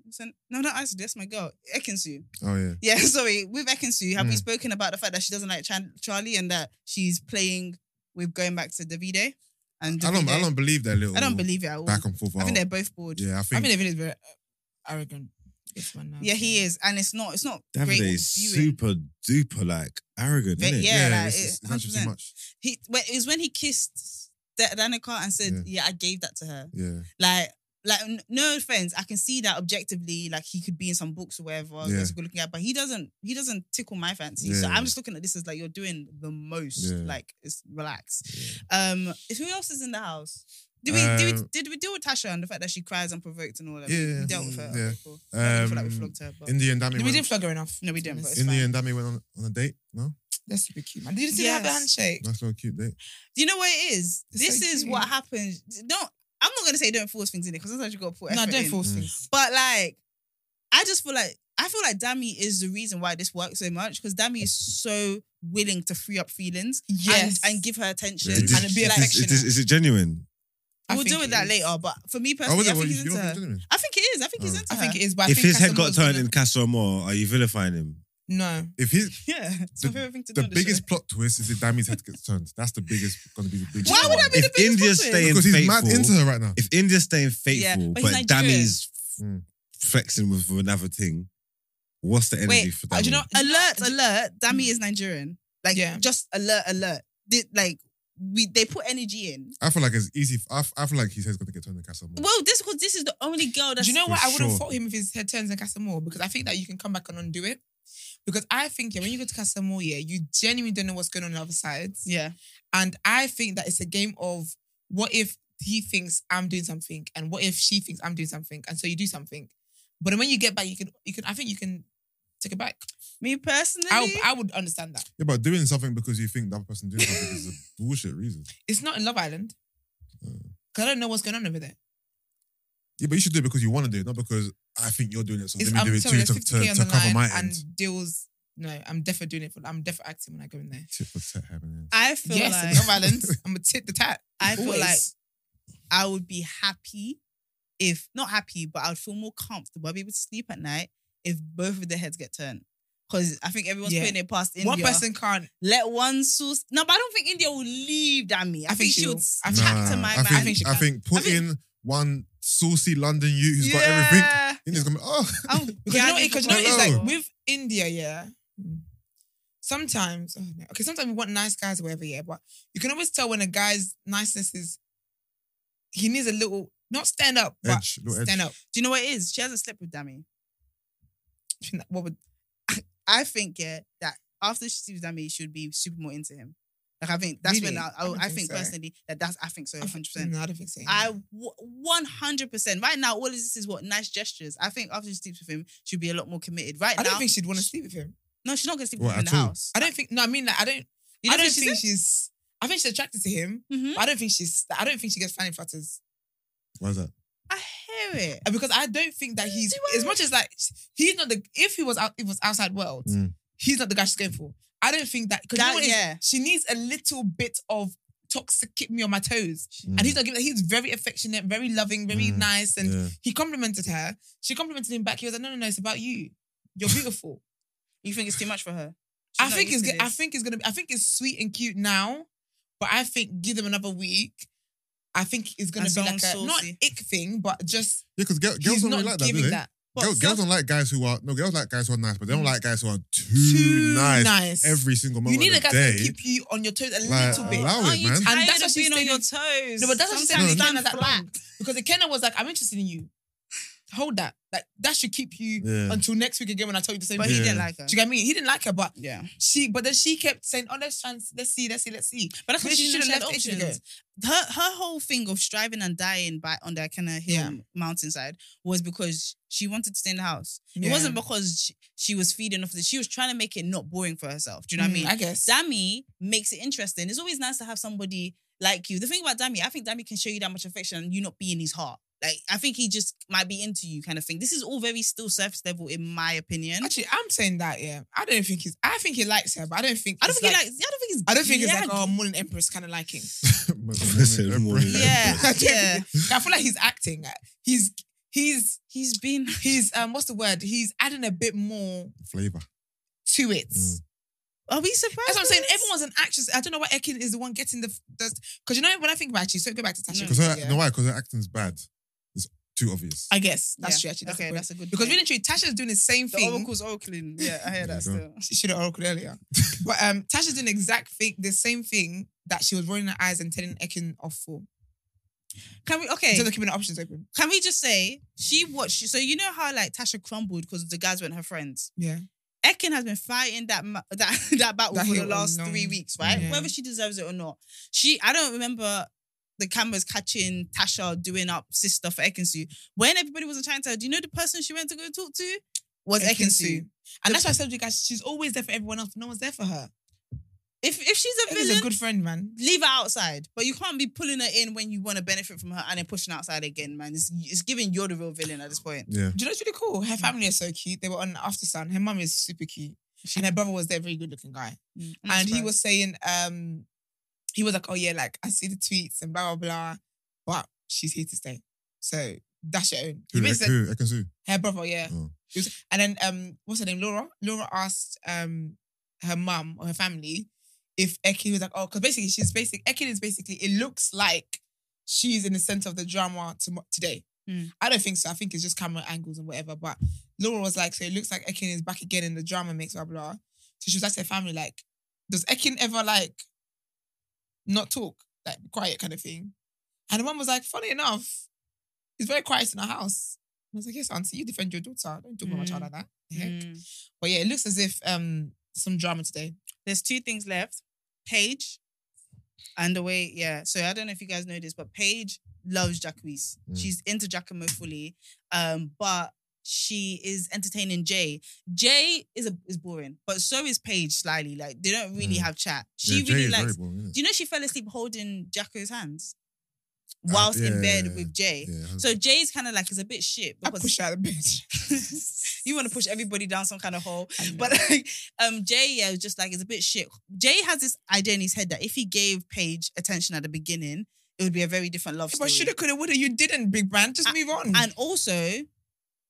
[SPEAKER 1] No, not Isatu. That's my girl, Ekinsu.
[SPEAKER 5] Oh yeah.
[SPEAKER 1] Yeah, sorry. With Ekinsu, have we
[SPEAKER 5] Mm.
[SPEAKER 1] spoken about the fact that she doesn't like Chan- Charlie and that she's playing with going back to Davide? And
[SPEAKER 5] I don't.
[SPEAKER 1] Davide-
[SPEAKER 5] I don't believe that little.
[SPEAKER 1] I don't believe it at all.
[SPEAKER 5] back and forth.
[SPEAKER 1] I think
[SPEAKER 5] out.
[SPEAKER 1] they're both bored. Yeah.
[SPEAKER 5] yeah, I
[SPEAKER 4] I
[SPEAKER 5] think.
[SPEAKER 4] mean, if it is very uh, arrogant, this man now.
[SPEAKER 1] he is, and it's not. It's not great
[SPEAKER 4] eh?
[SPEAKER 3] Davide is
[SPEAKER 1] viewing.
[SPEAKER 3] super duper like arrogant,
[SPEAKER 1] Ve-
[SPEAKER 3] isn't it?
[SPEAKER 1] yeah. like,
[SPEAKER 5] it's,
[SPEAKER 1] it-
[SPEAKER 5] it's actually
[SPEAKER 1] 100%.
[SPEAKER 5] too much.
[SPEAKER 1] He well, it was when he kissed Da- Danica and said, "Yeah, I gave that to her."
[SPEAKER 5] Yeah,
[SPEAKER 1] Like, like n- no offense, I can see that objectively, like he could be in some books or whatever,
[SPEAKER 5] Yeah.
[SPEAKER 1] he's a good looking guy, but he doesn't, he doesn't tickle my fancy. So
[SPEAKER 5] Yeah.
[SPEAKER 1] I'm just looking at this as like you're doing the most,
[SPEAKER 5] Yeah.
[SPEAKER 1] like it's relax. Um, who else is in the house? Did we, did we
[SPEAKER 5] Um,
[SPEAKER 1] did we deal with Tasha and the fact that she cries unprovoked and all that?
[SPEAKER 5] Yeah,
[SPEAKER 1] we dealt with her.
[SPEAKER 5] yeah.
[SPEAKER 1] Okay, cool. I don't feel like we
[SPEAKER 5] Um,
[SPEAKER 1] flogged her, but
[SPEAKER 5] in the end, Dami
[SPEAKER 4] We
[SPEAKER 5] went,
[SPEAKER 4] didn't flog her enough.
[SPEAKER 1] no, we didn't. But it's
[SPEAKER 5] in the
[SPEAKER 1] fine.
[SPEAKER 5] end, Dami went on, on a date. No,
[SPEAKER 4] That's super cute, man. Did you see they have the
[SPEAKER 1] Yes.
[SPEAKER 4] handshake?
[SPEAKER 5] nice little cute date.
[SPEAKER 1] Do you know what it is?
[SPEAKER 4] It's
[SPEAKER 1] this
[SPEAKER 4] so
[SPEAKER 1] is
[SPEAKER 4] cute.
[SPEAKER 1] what happens. Don't I'm not gonna say don't force things in it because sometimes you gotta put
[SPEAKER 4] No,
[SPEAKER 1] effort
[SPEAKER 4] don't
[SPEAKER 1] in.
[SPEAKER 4] force
[SPEAKER 5] Mm.
[SPEAKER 4] things.
[SPEAKER 1] But like, I just feel like I feel like Dami is the reason why this works so much because Dami is so willing to free up feelings
[SPEAKER 4] Yes.
[SPEAKER 1] and, and give her attention.
[SPEAKER 3] It is-
[SPEAKER 4] And be
[SPEAKER 3] it is-
[SPEAKER 4] affectionate.
[SPEAKER 3] it is- Is it genuine?
[SPEAKER 4] I
[SPEAKER 1] we'll
[SPEAKER 4] think
[SPEAKER 1] deal with
[SPEAKER 4] it
[SPEAKER 1] that
[SPEAKER 4] is.
[SPEAKER 1] later. But for me
[SPEAKER 5] Oh,
[SPEAKER 1] personally,
[SPEAKER 5] was
[SPEAKER 1] I
[SPEAKER 5] it?
[SPEAKER 1] think
[SPEAKER 5] Well,
[SPEAKER 1] he's
[SPEAKER 5] you
[SPEAKER 1] into
[SPEAKER 5] don't think
[SPEAKER 1] her.
[SPEAKER 5] genuine?
[SPEAKER 1] I think it is. I think he's
[SPEAKER 5] Oh.
[SPEAKER 1] into
[SPEAKER 4] I
[SPEAKER 1] her.
[SPEAKER 4] think it is, but I
[SPEAKER 3] If
[SPEAKER 4] think
[SPEAKER 3] his head got
[SPEAKER 4] Casanova's
[SPEAKER 3] turned
[SPEAKER 4] gonna-
[SPEAKER 3] in Castro Moore, are you vilifying him?
[SPEAKER 4] No.
[SPEAKER 5] If his
[SPEAKER 1] yeah, it's my
[SPEAKER 5] The-
[SPEAKER 1] favorite thing to do.
[SPEAKER 5] the
[SPEAKER 1] on this
[SPEAKER 5] biggest
[SPEAKER 1] show.
[SPEAKER 5] plot twist is if Dami's head gets turned, that's the biggest. Going to be the biggest.
[SPEAKER 1] Why would
[SPEAKER 5] one.
[SPEAKER 1] that be the
[SPEAKER 3] If
[SPEAKER 1] biggest
[SPEAKER 3] India's
[SPEAKER 1] plot twist?
[SPEAKER 3] staying
[SPEAKER 5] Because he's mad
[SPEAKER 3] faithful-
[SPEAKER 5] into her right now.
[SPEAKER 3] If India's staying faithful,
[SPEAKER 1] Yeah, but
[SPEAKER 3] but,
[SPEAKER 1] he's Nigerian.
[SPEAKER 3] Dami's f-
[SPEAKER 5] Mm.
[SPEAKER 3] flexing with another thing, what's the energy
[SPEAKER 4] Wait,
[SPEAKER 3] for
[SPEAKER 4] uh,
[SPEAKER 3] Dami?
[SPEAKER 4] do you know?
[SPEAKER 1] alert, alert. Dami is Nigerian. Like,
[SPEAKER 4] Yeah.
[SPEAKER 1] just alert, alert. They, like, we they put energy in.
[SPEAKER 5] I feel like it's easy. I, I feel like his head's going to get turned in Castle Moore.
[SPEAKER 1] Well, this because this is the only girl that's
[SPEAKER 4] Do you know what?
[SPEAKER 5] For
[SPEAKER 4] I wouldn't
[SPEAKER 5] sure.
[SPEAKER 4] fault him if his head turns in Casamore because I think that you can come back and undo it. Because I think yeah, when you go to Casamore, yeah, you genuinely don't know what's going on on the other side.
[SPEAKER 1] yeah.
[SPEAKER 4] And I think that it's a game of what if he thinks I'm doing something, and what if she thinks I'm doing something, and so you do something. But then when you get back, you can you can I think you can take it back.
[SPEAKER 1] Me personally,
[SPEAKER 4] I I would understand that.
[SPEAKER 5] Yeah, but doing something because you think the other person doing something is a bullshit reason.
[SPEAKER 4] It's not in Love Island.
[SPEAKER 5] Mm.
[SPEAKER 4] Cause I don't know what's going on over there.
[SPEAKER 5] Yeah, but you should do it because you want to do it, not because I think you're doing it. So
[SPEAKER 4] It's,
[SPEAKER 5] let me
[SPEAKER 4] I'm
[SPEAKER 5] do it
[SPEAKER 4] sorry,
[SPEAKER 5] too
[SPEAKER 4] there's
[SPEAKER 5] to,
[SPEAKER 4] 50k
[SPEAKER 5] to,
[SPEAKER 4] on
[SPEAKER 5] to
[SPEAKER 4] the
[SPEAKER 5] cover
[SPEAKER 4] line
[SPEAKER 5] my
[SPEAKER 4] and
[SPEAKER 5] end.
[SPEAKER 4] deals. No, I'm definitely doing it for. I'm definitely acting when I go in there.
[SPEAKER 5] Tit for tat happening.
[SPEAKER 1] I feel
[SPEAKER 4] yes,
[SPEAKER 1] like
[SPEAKER 4] in Love Island. I'm a tit the tat.
[SPEAKER 1] I feel
[SPEAKER 4] Always.
[SPEAKER 1] like I would be happy if not happy, but I would feel more comfortable. I'd be able to sleep at night if both of their heads get turned. Because I think everyone's
[SPEAKER 4] Yeah.
[SPEAKER 1] putting it past India.
[SPEAKER 4] one person can't.
[SPEAKER 1] let one source. No, but I don't think India will leave Dami. I,
[SPEAKER 4] I
[SPEAKER 1] think
[SPEAKER 4] think
[SPEAKER 1] she
[SPEAKER 4] she
[SPEAKER 1] would
[SPEAKER 4] will.
[SPEAKER 1] I chat to my
[SPEAKER 5] I
[SPEAKER 1] man.
[SPEAKER 5] think,
[SPEAKER 4] think she
[SPEAKER 5] I
[SPEAKER 4] can.
[SPEAKER 5] think put
[SPEAKER 1] I think-
[SPEAKER 5] in one saucy London you who's got
[SPEAKER 1] Yeah.
[SPEAKER 5] everything. And he's going, oh,
[SPEAKER 1] I'm
[SPEAKER 4] Because you know,
[SPEAKER 1] gagging
[SPEAKER 4] because you
[SPEAKER 1] for
[SPEAKER 4] know, it's
[SPEAKER 1] her.
[SPEAKER 4] like with India, yeah.
[SPEAKER 1] Hmm.
[SPEAKER 4] Sometimes, oh, no. okay, sometimes we want nice guys or whatever, yeah. But you can always tell when a guy's niceness is. He needs a little, not stand up, but
[SPEAKER 5] Edge, little
[SPEAKER 4] stand
[SPEAKER 5] edge.
[SPEAKER 4] up.
[SPEAKER 1] Do you know what it is? She hasn't slept with Dami.
[SPEAKER 4] Do you know What would
[SPEAKER 1] I think yeah that after she sleeps with Dami, she should be super more into him. Like I think that's when
[SPEAKER 4] Really?
[SPEAKER 1] I,
[SPEAKER 4] I
[SPEAKER 1] I,
[SPEAKER 4] don't
[SPEAKER 1] I
[SPEAKER 4] think
[SPEAKER 1] think
[SPEAKER 4] so.
[SPEAKER 1] personally that that's I think so 100. percent
[SPEAKER 4] uh, No, I don't think so.
[SPEAKER 1] I one hundred percent right now. All of this is what nice gestures. I think after she sleeps with him, she'll be a lot more committed. Right
[SPEAKER 4] I don't
[SPEAKER 1] now,
[SPEAKER 4] think she'd want to sleep with him.
[SPEAKER 1] no, she's not gonna sleep with
[SPEAKER 5] What,
[SPEAKER 1] him in
[SPEAKER 5] at
[SPEAKER 1] the
[SPEAKER 5] all?
[SPEAKER 1] house.
[SPEAKER 4] I don't think. No, I mean, like, I don't.
[SPEAKER 1] You
[SPEAKER 4] I
[SPEAKER 1] don't
[SPEAKER 4] don't
[SPEAKER 1] think
[SPEAKER 4] think she's. I think she's attracted to him.
[SPEAKER 1] Mhm.
[SPEAKER 4] But I don't think she's. I don't think she gets fanny flutters
[SPEAKER 5] Why is that?
[SPEAKER 1] I Mm-hmm. hear it.
[SPEAKER 4] And because I don't think that he's
[SPEAKER 1] Do I?
[SPEAKER 4] as much as like he's not the. If he was out, if it was outside world,
[SPEAKER 5] Mm.
[SPEAKER 4] he's not the guy she's going for. I don't think that because
[SPEAKER 1] That-
[SPEAKER 4] you know what it is?
[SPEAKER 1] yeah.
[SPEAKER 4] she needs a little bit of toxic keep me on my toes, and he's not giving. that. He's very affectionate, very loving, very
[SPEAKER 5] Mm.
[SPEAKER 4] nice, and
[SPEAKER 5] Yeah.
[SPEAKER 4] he complimented her. She complimented him back. He was like, "No, no, no, it's about you. You're beautiful."
[SPEAKER 1] You think it's too much for her?
[SPEAKER 4] I
[SPEAKER 1] She's not
[SPEAKER 4] think it's.
[SPEAKER 1] used to
[SPEAKER 4] go- I
[SPEAKER 1] this.
[SPEAKER 4] think it's gonna. Be, I think it's sweet and cute now, but I think give them another week. I think it's gonna
[SPEAKER 1] And
[SPEAKER 4] be like a
[SPEAKER 1] someone
[SPEAKER 4] not
[SPEAKER 1] saucy.
[SPEAKER 4] ick thing, but just
[SPEAKER 5] Yeah, because girls
[SPEAKER 4] he's
[SPEAKER 5] don't
[SPEAKER 4] not
[SPEAKER 5] really like that, do
[SPEAKER 4] giving
[SPEAKER 5] they?
[SPEAKER 4] that. Mm.
[SPEAKER 1] But
[SPEAKER 5] girls, girls
[SPEAKER 1] self-
[SPEAKER 5] don't like guys who are no girls like guys who are nice, but they don't like guys who are too,
[SPEAKER 4] Too
[SPEAKER 5] nice,
[SPEAKER 4] nice.
[SPEAKER 5] every single
[SPEAKER 4] You
[SPEAKER 5] moment.
[SPEAKER 4] need a
[SPEAKER 5] of the
[SPEAKER 4] guy
[SPEAKER 5] day.
[SPEAKER 4] to keep you on your toes a
[SPEAKER 5] Like,
[SPEAKER 4] little bit.
[SPEAKER 5] allow
[SPEAKER 1] Aren't
[SPEAKER 5] it,
[SPEAKER 1] you
[SPEAKER 5] man. And
[SPEAKER 1] tired
[SPEAKER 4] that's
[SPEAKER 1] of
[SPEAKER 4] what she's
[SPEAKER 1] being on
[SPEAKER 4] saying.
[SPEAKER 1] your toes.
[SPEAKER 4] No, but that's what she's
[SPEAKER 1] Sometimes
[SPEAKER 4] saying.
[SPEAKER 1] stand
[SPEAKER 4] No,
[SPEAKER 1] at
[SPEAKER 4] no,
[SPEAKER 1] the
[SPEAKER 4] no.
[SPEAKER 1] back.
[SPEAKER 4] Because Ikenna was like, I'm interested in you. Hold that. Like that should keep you
[SPEAKER 5] Yeah.
[SPEAKER 4] until next week again when I tell you the same
[SPEAKER 1] But
[SPEAKER 4] thing.
[SPEAKER 1] he
[SPEAKER 5] Yeah.
[SPEAKER 1] didn't like her.
[SPEAKER 4] Do you get me? He didn't like her, but
[SPEAKER 1] Yeah,
[SPEAKER 4] she but then she kept saying, Oh, let's try and let's see, let's see, let's see.
[SPEAKER 1] but that's
[SPEAKER 4] Maybe
[SPEAKER 1] what she,
[SPEAKER 4] she
[SPEAKER 1] should
[SPEAKER 4] should've
[SPEAKER 1] have
[SPEAKER 4] left
[SPEAKER 1] left
[SPEAKER 4] ages ago.
[SPEAKER 1] options. Her her whole thing of striving and dying by on that kind of hill
[SPEAKER 4] Yeah.
[SPEAKER 1] mountainside was because she wanted to stay in the house. It
[SPEAKER 4] Yeah.
[SPEAKER 1] wasn't because she, she was feeding off the. She was trying to make it not boring for herself. Do you know
[SPEAKER 4] Mm,
[SPEAKER 1] what I mean?
[SPEAKER 4] I guess.
[SPEAKER 1] Dami makes it interesting. It's always nice to have somebody like you. The thing about Dami, I think Dami can show you that much affection and you not be in his heart. Like I think he just might be into you, kind of thing. This is all very still surface level, in my opinion.
[SPEAKER 4] Actually, I'm saying that, yeah. I don't think he's I think he likes her, but I don't think
[SPEAKER 1] I don't
[SPEAKER 4] it's
[SPEAKER 1] think he likes. I don't think he's.
[SPEAKER 4] I don't think it's like
[SPEAKER 1] gag.
[SPEAKER 4] oh morning empress kind of liking.
[SPEAKER 3] Listen, morning.
[SPEAKER 1] Yeah,
[SPEAKER 4] I don't
[SPEAKER 1] yeah.
[SPEAKER 4] think- I feel like he's acting. He's he's
[SPEAKER 1] He's been.
[SPEAKER 4] he's um what's the word? He's adding a bit more
[SPEAKER 5] flavor.
[SPEAKER 4] to it.
[SPEAKER 5] Mm.
[SPEAKER 1] Are we surprised?
[SPEAKER 4] That's what I'm
[SPEAKER 1] by
[SPEAKER 4] saying.
[SPEAKER 1] this?
[SPEAKER 4] Everyone's an actress. I don't know why Ekin is the one getting the because you know when I think about you, so go back to Tasha.
[SPEAKER 5] Because her,
[SPEAKER 4] yeah.
[SPEAKER 5] no, why? Because her acting's bad. It's too obvious.
[SPEAKER 4] I guess that's
[SPEAKER 1] Yeah.
[SPEAKER 4] true. Actually, that's
[SPEAKER 1] okay,
[SPEAKER 4] okay,
[SPEAKER 1] that's a good.
[SPEAKER 4] because
[SPEAKER 1] point.
[SPEAKER 4] really, true. Tasha's doing the same
[SPEAKER 1] the
[SPEAKER 4] thing.
[SPEAKER 1] oracle's oracling. Yeah, I
[SPEAKER 5] Yeah,
[SPEAKER 1] hear that
[SPEAKER 5] go on.
[SPEAKER 1] still.
[SPEAKER 4] She should have oracle earlier, but um, Tasha's doing the exact thing, the same thing that she was rolling her eyes and telling Ekin off for.
[SPEAKER 1] Can we? Okay,
[SPEAKER 4] So they're keeping the options open.
[SPEAKER 1] can we just say she watched? So you know how like Tasha crumbled because the guys weren't her friends.
[SPEAKER 4] Yeah,
[SPEAKER 1] Ekin has been fighting that ma- that that battle
[SPEAKER 4] That
[SPEAKER 1] for the
[SPEAKER 4] hill
[SPEAKER 1] last
[SPEAKER 4] long.
[SPEAKER 1] three weeks, right?
[SPEAKER 4] Yeah.
[SPEAKER 1] Whether she deserves it or not, she I don't remember the cameras catching Tasha doing up sister for Ekinsu when everybody was trying to. Do you know the person she went to go talk to was Ekinsu?
[SPEAKER 4] And that's why I said to you guys, she's always there for everyone else, but no one's there for her.
[SPEAKER 1] If if she's a
[SPEAKER 4] He's
[SPEAKER 1] villain,
[SPEAKER 4] a good friend, man.
[SPEAKER 1] leave her outside. But you can't be pulling her in when you want to benefit from her and then pushing her outside again, man. It's it's giving you're the real villain at this point.
[SPEAKER 5] Yeah.
[SPEAKER 4] Do you know what's really cool? Her
[SPEAKER 5] Mm.
[SPEAKER 4] family is so cute. They were on After Sun. Her mum is super cute. And her brother was there, very good looking guy.
[SPEAKER 1] I'm not
[SPEAKER 4] and he
[SPEAKER 1] surprised.
[SPEAKER 4] was saying, um, he was like, oh yeah, like I see the tweets and blah, blah, blah. But she's here to stay. So that's your own. He
[SPEAKER 5] Who?
[SPEAKER 4] basically
[SPEAKER 5] Who? I can see.
[SPEAKER 4] said- her brother, yeah.
[SPEAKER 5] Oh.
[SPEAKER 4] He was- and then um, what's her name? Laura. Laura asked um her mum or her family if Eki was like, oh, because basically she's basic. Eki is basically it looks like she's in the center of the drama tom- today.
[SPEAKER 1] Mm.
[SPEAKER 4] I don't think so. I think it's just camera angles and whatever. But Laura was like, so it looks like Ekin is back again in the drama mix, blah blah. So she was asking her family like, does Ekin ever like not talk, like be quiet kind of thing? And the mum was like, funny enough, he's very quiet in our house. And I was like, yes, auntie, you defend your daughter. Don't talk about my
[SPEAKER 1] Mm.
[SPEAKER 4] child like that. The heck?
[SPEAKER 1] Mm.
[SPEAKER 4] But yeah, it looks as if um some drama today.
[SPEAKER 1] There's two things left. Paige and the way, yeah. So I don't know if you guys know this, but Paige loves Jacquees.
[SPEAKER 5] Mm.
[SPEAKER 1] She's into Giacomo fully. Um, but she is entertaining Jay. Jay is a, is boring, but so is Paige slyly. Like they don't really
[SPEAKER 5] Mm.
[SPEAKER 1] have chat. She
[SPEAKER 5] yeah, Jay
[SPEAKER 1] really
[SPEAKER 5] is very
[SPEAKER 1] likes
[SPEAKER 5] boring, isn't it?
[SPEAKER 1] do you know she fell asleep holding Jacko's hands whilst
[SPEAKER 5] Ah, yeah,
[SPEAKER 1] in bed
[SPEAKER 5] yeah,
[SPEAKER 1] with Jay?
[SPEAKER 5] Yeah.
[SPEAKER 1] So Jay's kind of like is a bit shit
[SPEAKER 4] I
[SPEAKER 1] because
[SPEAKER 4] push her out of bed.
[SPEAKER 1] you want to push everybody down some kind of hole.
[SPEAKER 4] I know.
[SPEAKER 1] But like, um, Jay yeah, is just like is a bit shit. Jay has this idea in his head that if he gave Paige attention at the beginning, it would be a very different love
[SPEAKER 4] but
[SPEAKER 1] story.
[SPEAKER 4] shoulda, coulda, woulda. You didn't, big man. Just
[SPEAKER 1] I-
[SPEAKER 4] move on.
[SPEAKER 1] and also,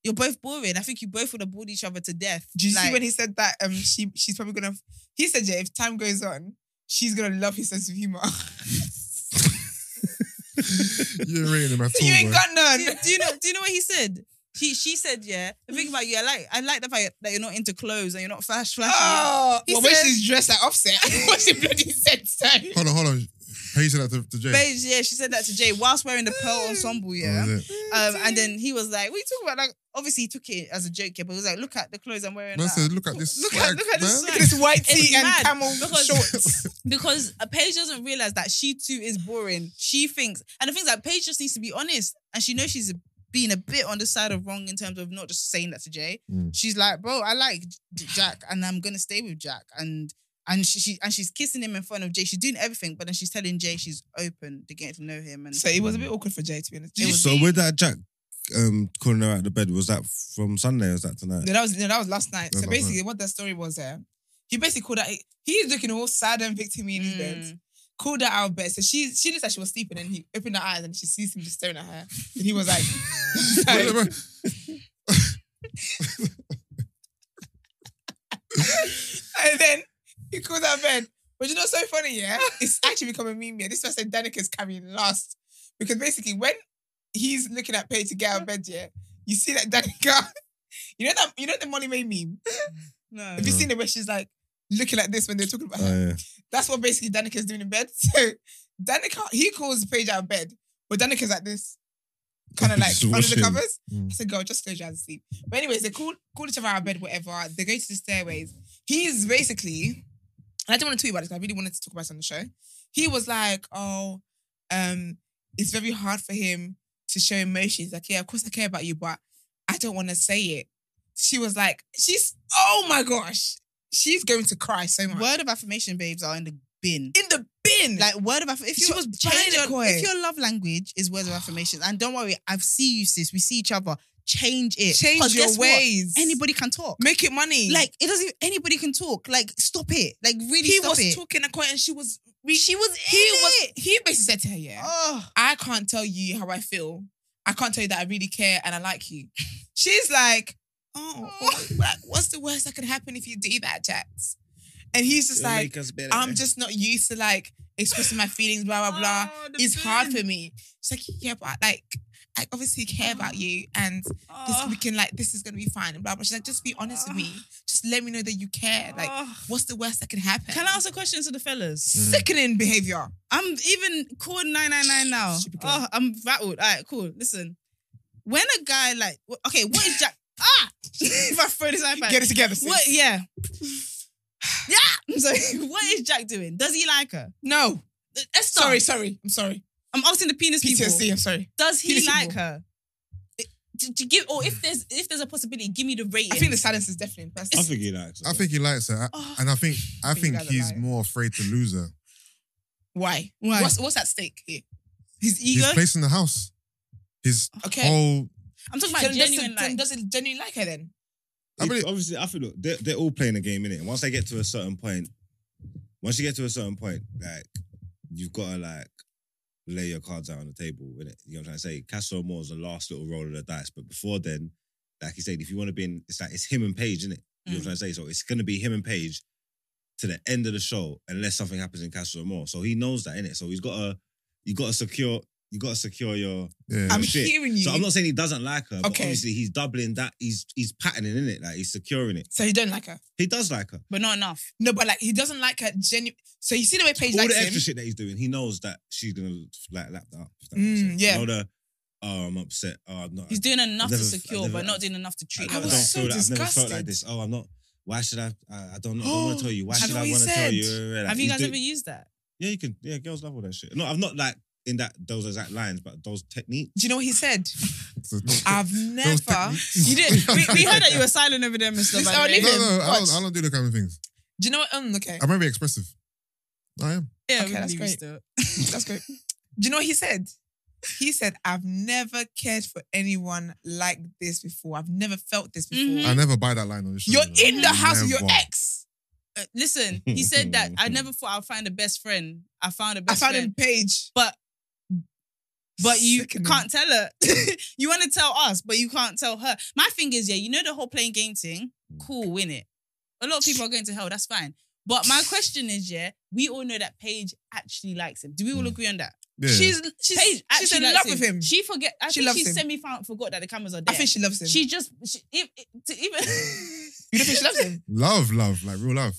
[SPEAKER 1] you're both boring. I think you both would have bored each other to death.
[SPEAKER 4] Do you see
[SPEAKER 1] Like,
[SPEAKER 4] when he said that um she she's probably gonna he said yeah if time goes on she's gonna love his sense of humor.
[SPEAKER 5] you ain't rating him at all.
[SPEAKER 4] you ain't
[SPEAKER 5] boy.
[SPEAKER 4] got
[SPEAKER 1] do,
[SPEAKER 4] none.
[SPEAKER 1] you- do you know? Do you know what he said? She she said, "Yeah, the thing about you, I like I like the fact that you're not into clothes and you're not flash flashy.
[SPEAKER 4] Oh,
[SPEAKER 1] He
[SPEAKER 4] well, when
[SPEAKER 1] said-
[SPEAKER 4] she's dressed like Offset, what she bloody said so.
[SPEAKER 5] Hold on, hold on. Paige said that to, to Jay.
[SPEAKER 1] Paige, yeah, she said that to Jay whilst wearing the pearl ensemble,
[SPEAKER 5] Oh,
[SPEAKER 1] yeah.
[SPEAKER 5] is it?
[SPEAKER 1] Um, and then he was like, "What are you talking about?" Like, obviously he took it as a joke, yeah, but he was like, "Look at the clothes I'm wearing."
[SPEAKER 5] Man
[SPEAKER 1] now."
[SPEAKER 5] said, look at this
[SPEAKER 1] Look
[SPEAKER 5] swag,
[SPEAKER 1] at look at this
[SPEAKER 5] man.
[SPEAKER 1] swag.
[SPEAKER 4] This white
[SPEAKER 1] It's
[SPEAKER 4] tee and
[SPEAKER 1] mad
[SPEAKER 4] camel
[SPEAKER 1] because-
[SPEAKER 4] shorts.
[SPEAKER 1] because uh, Paige doesn't realize that she too is boring. She thinks, and the things that Paige just needs to be honest, and she knows she's being a bit on the side of wrong in terms of not just saying that to Jay.
[SPEAKER 5] Mm.
[SPEAKER 1] She's like, bro, I like J- Jack, and I'm gonna stay with Jack, and and she, she and she's kissing him in front of Jay. She's doing everything, but then she's telling Jay she's open to getting to know him. And
[SPEAKER 4] So it was a bit awkward for Jay to be honest.
[SPEAKER 1] It was-
[SPEAKER 3] So with that Jack um, calling her out of bed, was that from Sunday or was that tonight?
[SPEAKER 4] No, that was no, that was last night.
[SPEAKER 5] That was
[SPEAKER 4] so
[SPEAKER 5] last
[SPEAKER 4] basically, what the story was there, he basically called out. He's looking all sad and victim in his bed. Called her out of bed. So she she looked like she was sleeping, and he opened her eyes and she sees him just staring at her. And he was like,
[SPEAKER 5] Wait, wait,
[SPEAKER 4] and then he called her bed. But you know, what's so funny, yeah. It's actually become a meme. Yeah, this person Danica's carrying last because basically when he's looking at Paige to get out of bed, yeah, you see that Danica. You know that you know the Molly May meme.
[SPEAKER 1] no,
[SPEAKER 4] Have you seen it where she's like looking like this when they're talking about her?
[SPEAKER 3] Oh, yeah.
[SPEAKER 4] That's what basically Danica's doing in bed. So Danica, he calls Paige out of bed, but Danica's like this, kind of like
[SPEAKER 3] Just
[SPEAKER 4] under the
[SPEAKER 3] watching.
[SPEAKER 4] covers.
[SPEAKER 5] Mm.
[SPEAKER 4] I said, girl, just close your eyes and sleep. But anyways, they call, call each other out of bed, whatever. They go to the stairways. He's basically, and I didn't want to tweet about this, 'cause I really wanted to talk about it on the show. He was like, oh, um, it's very hard for him to show emotions. Like, yeah, of course I care about you, but I don't want to say it. She was like, she's, oh my gosh. She's going to cry so much
[SPEAKER 1] word of affirmation, babes are in the bin.
[SPEAKER 4] in the bin.
[SPEAKER 1] Like word of affirmation. If
[SPEAKER 4] She
[SPEAKER 1] you
[SPEAKER 4] was
[SPEAKER 1] change
[SPEAKER 4] buying it,
[SPEAKER 1] your,
[SPEAKER 4] Koi.
[SPEAKER 1] if your love language is words of affirmation, and don't worry, I've see you, sis. We see each other. Change it. 'Cause
[SPEAKER 4] change
[SPEAKER 1] guess
[SPEAKER 4] your
[SPEAKER 1] what?
[SPEAKER 4] ways.
[SPEAKER 1] Anybody can talk.
[SPEAKER 4] make it money.
[SPEAKER 1] Like it doesn't. Anybody can talk. Like stop it. Like really
[SPEAKER 4] he
[SPEAKER 1] stop
[SPEAKER 4] was
[SPEAKER 1] it.
[SPEAKER 4] talking a quote and she was
[SPEAKER 1] she was in
[SPEAKER 4] he was
[SPEAKER 1] it.
[SPEAKER 4] he basically said to her, Yeah,
[SPEAKER 1] Oh,
[SPEAKER 4] I can't tell you how I feel. I can't tell you that I really care and I like you. She's like, Oh, what- what's the worst that could happen if you do that, Jax? And he's just like, I'm just not used to like expressing my feelings, blah blah blah.
[SPEAKER 1] Oh,
[SPEAKER 4] it's hard for me. She's like, yeah, but like, I obviously care about you, and this
[SPEAKER 1] Oh.
[SPEAKER 4] we can like, this is gonna be fine, and blah blah. She's like, just be honest with me. Just let me know that you care. Like, what's the worst that can happen?
[SPEAKER 1] Oh. Can I ask a question to the fellas?
[SPEAKER 4] Sickening behavior.
[SPEAKER 1] I'm even called 999 now.
[SPEAKER 4] Stupid girl.
[SPEAKER 1] Oh, I'm rattled. All right, cool. Listen. When a guy like, wh- okay, what is Jack? ah! if I throw this iPad.
[SPEAKER 4] Get it together. sis.
[SPEAKER 1] What? Yeah. Yeah. I'm sorry. What is Jack doing? Does he like her?
[SPEAKER 4] No.
[SPEAKER 1] Uh, Esther.
[SPEAKER 4] Sorry, sorry. I'm sorry.
[SPEAKER 1] I'm asking the penis people.
[SPEAKER 4] PTSD. I'm sorry.
[SPEAKER 1] Does he
[SPEAKER 4] Penis
[SPEAKER 1] like
[SPEAKER 4] people.
[SPEAKER 1] her? It- to, to give or if there's if there's a possibility, give me the rating.
[SPEAKER 4] I think the silence is definitely impressive.
[SPEAKER 3] I think he likes. her.
[SPEAKER 5] I think he likes her, I-
[SPEAKER 1] Oh.
[SPEAKER 5] and I think I
[SPEAKER 4] Think
[SPEAKER 5] think
[SPEAKER 4] you guys are
[SPEAKER 5] he's
[SPEAKER 4] lying.
[SPEAKER 5] more afraid to lose her.
[SPEAKER 4] Why?
[SPEAKER 1] Why?
[SPEAKER 4] What's what's at stake here?
[SPEAKER 1] his
[SPEAKER 5] His
[SPEAKER 1] ego.
[SPEAKER 5] place in the house, his
[SPEAKER 4] Okay.
[SPEAKER 5] whole.
[SPEAKER 1] I'm talking
[SPEAKER 4] So
[SPEAKER 1] about
[SPEAKER 4] does
[SPEAKER 1] genuine
[SPEAKER 4] it- then
[SPEAKER 1] like
[SPEAKER 4] does it genuinely like her then?
[SPEAKER 5] I believe-
[SPEAKER 3] obviously, I feel look, they're, they're all playing a game in it. Once they get to a certain point, once you get to a certain point, like you've got to like lay your cards out on the table. In it, you know what I'm trying to say. Castro Moore's the last little roll of the dice, but before then, like he said, if you want to be in, it's like it's him and Paige, is it? You know what I'm trying to say. So it's gonna be him and Paige to the end of the show, unless something happens in Castro Moore. So he knows that in it. So he's got to you got to secure you got to secure your
[SPEAKER 5] Yeah.
[SPEAKER 4] I'm
[SPEAKER 3] shit.
[SPEAKER 4] hearing you.
[SPEAKER 3] So I'm not saying he doesn't like her, but
[SPEAKER 4] Okay.
[SPEAKER 3] obviously he's doubling that. He's he's patterning in it, like he's securing it.
[SPEAKER 4] So he don't like her.
[SPEAKER 3] He does like her.
[SPEAKER 1] but not enough.
[SPEAKER 4] No, but like he doesn't like her genu So you see the way Paige
[SPEAKER 3] All
[SPEAKER 4] likes
[SPEAKER 3] the extra
[SPEAKER 4] him.
[SPEAKER 3] shit that he's doing, he knows that she's gonna like lap that up. If that makes
[SPEAKER 4] Mm,
[SPEAKER 3] sense.
[SPEAKER 4] yeah.
[SPEAKER 3] You know the oh I'm upset. Oh I'm not.
[SPEAKER 1] He's doing enough
[SPEAKER 3] I've
[SPEAKER 1] to
[SPEAKER 3] never- I've
[SPEAKER 1] secure,
[SPEAKER 3] never-
[SPEAKER 1] but not doing enough to
[SPEAKER 3] I,
[SPEAKER 1] treat.
[SPEAKER 3] I
[SPEAKER 1] her
[SPEAKER 3] don't
[SPEAKER 4] was
[SPEAKER 1] well.
[SPEAKER 4] so
[SPEAKER 3] feel like, I've never felt
[SPEAKER 4] disgusted.
[SPEAKER 3] like this. Oh I'm not. Why should I? I, I don't know. I don't want
[SPEAKER 4] Oh,
[SPEAKER 3] to tell you. Why
[SPEAKER 4] have
[SPEAKER 3] should
[SPEAKER 4] you
[SPEAKER 3] I want to tell
[SPEAKER 4] said?
[SPEAKER 3] you? Like,
[SPEAKER 1] Have you
[SPEAKER 3] he's
[SPEAKER 1] guys
[SPEAKER 3] doing-
[SPEAKER 1] ever used that?
[SPEAKER 3] Yeah, you can. Yeah, girls love all that shit. No, I've not like in that those exact lines, but those techniques.
[SPEAKER 4] Do you know what he said?
[SPEAKER 5] So don't-
[SPEAKER 4] I've
[SPEAKER 5] don't stick
[SPEAKER 4] never.
[SPEAKER 5] me-
[SPEAKER 1] You did. We, we heard that you were silent over there, Mister.
[SPEAKER 4] This
[SPEAKER 1] by
[SPEAKER 4] our
[SPEAKER 1] the way.
[SPEAKER 5] No,
[SPEAKER 4] living.
[SPEAKER 5] no, I
[SPEAKER 4] Watch.
[SPEAKER 5] don't, I don't do the kind of things.
[SPEAKER 4] Do you know what? Um, okay,
[SPEAKER 5] I'm very expressive. I am.
[SPEAKER 1] Yeah,
[SPEAKER 4] Okay,
[SPEAKER 1] we
[SPEAKER 4] that's
[SPEAKER 1] believe you
[SPEAKER 4] great.
[SPEAKER 1] still.
[SPEAKER 4] that's great. Do you know what he said? He said, "I've never cared for anyone like this before. I've never felt this before.
[SPEAKER 1] Mhm.
[SPEAKER 5] I never buy that line on the show.
[SPEAKER 4] You're
[SPEAKER 5] you know.
[SPEAKER 4] in the house with your
[SPEAKER 5] Mm-hmm. Never.
[SPEAKER 4] ex.
[SPEAKER 1] Uh, listen, he said that I never thought I'd find a best friend. I found a
[SPEAKER 4] I
[SPEAKER 1] best
[SPEAKER 4] found
[SPEAKER 1] friend.
[SPEAKER 4] him Paige,
[SPEAKER 1] But but you
[SPEAKER 4] Sickening.
[SPEAKER 1] can't tell her. you want to tell us, but you can't tell her. My thing is, yeah, you know the whole playing game thing.
[SPEAKER 4] Mm.
[SPEAKER 1] Cool, win it. A lot of people are going to hell. That's fine. But my question is, yeah, we all know that Paige actually likes him. Do we all
[SPEAKER 5] Mm.
[SPEAKER 1] agree on that?
[SPEAKER 5] Yeah.
[SPEAKER 4] She's she's
[SPEAKER 1] Paige actually
[SPEAKER 4] she's in
[SPEAKER 1] likes
[SPEAKER 4] love with him.
[SPEAKER 1] She forget. I
[SPEAKER 4] She
[SPEAKER 1] think
[SPEAKER 4] loves
[SPEAKER 1] she
[SPEAKER 4] him.
[SPEAKER 1] semi found forgot that the cameras are
[SPEAKER 4] I
[SPEAKER 1] there.
[SPEAKER 4] think she loves him.
[SPEAKER 1] she just she, if, to even.
[SPEAKER 4] you don't think she loves him?
[SPEAKER 5] love, love, like real love.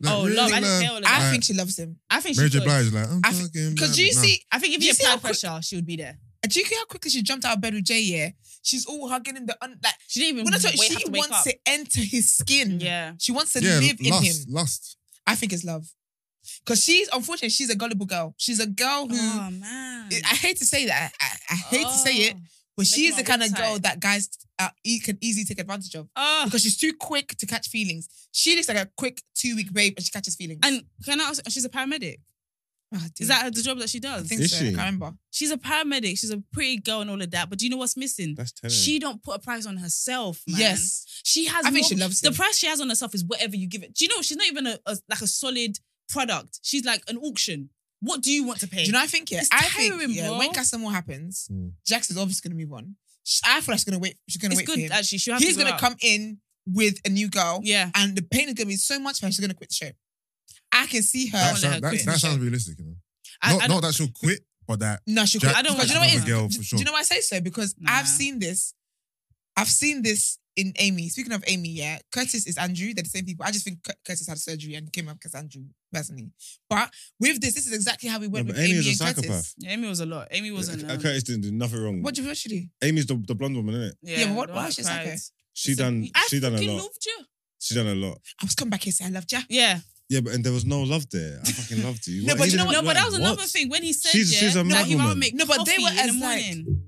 [SPEAKER 5] Like,
[SPEAKER 1] oh,
[SPEAKER 5] real
[SPEAKER 1] love! I didn't feel all of
[SPEAKER 4] I
[SPEAKER 1] that.
[SPEAKER 5] Right.
[SPEAKER 4] think she loves him.
[SPEAKER 1] I think
[SPEAKER 5] Mary
[SPEAKER 1] she
[SPEAKER 5] J.
[SPEAKER 1] could.
[SPEAKER 5] Blige, like, I'm
[SPEAKER 4] I think-
[SPEAKER 5] talking.
[SPEAKER 4] Because do you
[SPEAKER 5] about-
[SPEAKER 4] see?
[SPEAKER 1] I think if
[SPEAKER 4] Do
[SPEAKER 1] you
[SPEAKER 4] you see
[SPEAKER 1] applied
[SPEAKER 4] how quick-
[SPEAKER 1] pressure, she would be there.
[SPEAKER 4] Do you see how quickly she jumped out of bed with Jay? Yeah, she's all hugging him. The un- like
[SPEAKER 1] She didn't even.
[SPEAKER 4] when I told
[SPEAKER 1] Mm, wait,
[SPEAKER 4] you,
[SPEAKER 1] have
[SPEAKER 4] she
[SPEAKER 1] to wake
[SPEAKER 4] wants
[SPEAKER 1] up.
[SPEAKER 4] to enter his skin.
[SPEAKER 1] Yeah.
[SPEAKER 4] She wants to
[SPEAKER 5] yeah,
[SPEAKER 4] live in him.
[SPEAKER 5] lust, lust.
[SPEAKER 4] I think it's love. Because she's, unfortunately, she's a gullible girl. She's a girl who,
[SPEAKER 1] Oh man.
[SPEAKER 4] I hate to say that. I, I hate to say it, but she
[SPEAKER 1] Oh, Make
[SPEAKER 4] is the
[SPEAKER 1] my
[SPEAKER 4] kind of girl
[SPEAKER 1] website.
[SPEAKER 4] that guys uh, e- can easily take advantage of
[SPEAKER 1] Oh.
[SPEAKER 4] because she's too quick to catch feelings. She looks like a quick two week babe and she catches feelings.
[SPEAKER 1] And can I ask? She's a paramedic.
[SPEAKER 4] Ah,
[SPEAKER 1] Is
[SPEAKER 4] dear.
[SPEAKER 1] that her- the job that she
[SPEAKER 4] I
[SPEAKER 1] does?
[SPEAKER 4] think
[SPEAKER 3] Is
[SPEAKER 4] so.
[SPEAKER 3] she?
[SPEAKER 4] I can't remember.
[SPEAKER 1] she's a paramedic. She's a pretty girl and all of that. But do you know what's missing?
[SPEAKER 3] That's telling.
[SPEAKER 1] She don't put a price on herself, man.
[SPEAKER 4] Yes.
[SPEAKER 1] she has.
[SPEAKER 4] I think
[SPEAKER 1] no-
[SPEAKER 4] she loves
[SPEAKER 1] the
[SPEAKER 4] him.
[SPEAKER 1] price she has on herself is whatever you give it. Do you know she's not even a, a like a solid product? She's like an auction. What do you want to pay?
[SPEAKER 4] Do you know, I think, yeah,
[SPEAKER 1] It's
[SPEAKER 4] I think
[SPEAKER 1] tiring,
[SPEAKER 4] yeah,
[SPEAKER 1] bro.
[SPEAKER 4] when Casamore happens,
[SPEAKER 5] Mm.
[SPEAKER 4] Jax is obviously going to move on. Sh- I feel like she's going to wait. She's going to
[SPEAKER 1] it's
[SPEAKER 4] wait
[SPEAKER 1] good
[SPEAKER 4] for him.
[SPEAKER 1] actually. She have
[SPEAKER 4] He's
[SPEAKER 1] to
[SPEAKER 4] going to
[SPEAKER 1] out.
[SPEAKER 4] come in with a new girl.
[SPEAKER 1] Yeah.
[SPEAKER 4] and the pain is gonna be so much for her. She's gonna quit the show. I can see her.
[SPEAKER 5] That,
[SPEAKER 1] let
[SPEAKER 5] sound-
[SPEAKER 1] her
[SPEAKER 5] that,
[SPEAKER 1] quit.
[SPEAKER 5] that sounds realistic, you know.
[SPEAKER 1] I,
[SPEAKER 5] not,
[SPEAKER 1] I
[SPEAKER 5] not
[SPEAKER 1] don't-
[SPEAKER 5] that she'll quit, but that
[SPEAKER 4] no, she'll
[SPEAKER 5] Jack,
[SPEAKER 4] quit.
[SPEAKER 1] I don't
[SPEAKER 4] Because
[SPEAKER 1] want
[SPEAKER 4] you know what
[SPEAKER 1] another
[SPEAKER 4] it is?
[SPEAKER 5] girl
[SPEAKER 4] Do-
[SPEAKER 5] for
[SPEAKER 4] Do
[SPEAKER 5] sure.
[SPEAKER 4] you know why I say so? Because
[SPEAKER 1] Nah.
[SPEAKER 4] I've seen this. I've seen this in Amy. Speaking of Amy, yeah, Curtis is Andrew. They're the same people. I just think Cur- Curtis had surgery and came up as Andrew personally. But with this, this is exactly how we went
[SPEAKER 3] No,
[SPEAKER 4] with
[SPEAKER 3] but Amy
[SPEAKER 4] Amy,
[SPEAKER 3] is a
[SPEAKER 4] and Curtis.
[SPEAKER 3] psychopath.
[SPEAKER 1] Yeah, Amy was a lot. Amy wasn't.
[SPEAKER 3] Uh,
[SPEAKER 1] um,
[SPEAKER 3] Curtis didn't do nothing wrong.
[SPEAKER 4] What do you what should do?
[SPEAKER 3] Amy's the, the blonde woman, isn't it?
[SPEAKER 1] Yeah,
[SPEAKER 4] Yeah, but what-
[SPEAKER 1] the
[SPEAKER 4] why
[SPEAKER 1] one
[SPEAKER 4] is she
[SPEAKER 1] that
[SPEAKER 4] like
[SPEAKER 1] cried.
[SPEAKER 4] her?
[SPEAKER 3] She done.
[SPEAKER 1] I
[SPEAKER 3] She done a
[SPEAKER 1] fucking
[SPEAKER 3] lot.
[SPEAKER 1] loved you.
[SPEAKER 3] She done a lot.
[SPEAKER 4] I was coming back here saying I loved you.
[SPEAKER 1] Yeah.
[SPEAKER 3] Yeah, but and there was no love there. I fucking loved you.
[SPEAKER 4] No,
[SPEAKER 3] What-
[SPEAKER 4] but
[SPEAKER 3] he
[SPEAKER 4] you know
[SPEAKER 3] didn't-
[SPEAKER 1] No, but that was
[SPEAKER 3] what?
[SPEAKER 1] another thing when he said
[SPEAKER 3] She's-
[SPEAKER 1] yeah,
[SPEAKER 3] she's a
[SPEAKER 1] that he
[SPEAKER 3] madwoman.
[SPEAKER 1] would make
[SPEAKER 4] No, but they
[SPEAKER 1] coffee
[SPEAKER 4] were
[SPEAKER 1] in the
[SPEAKER 4] as like-
[SPEAKER 1] morning.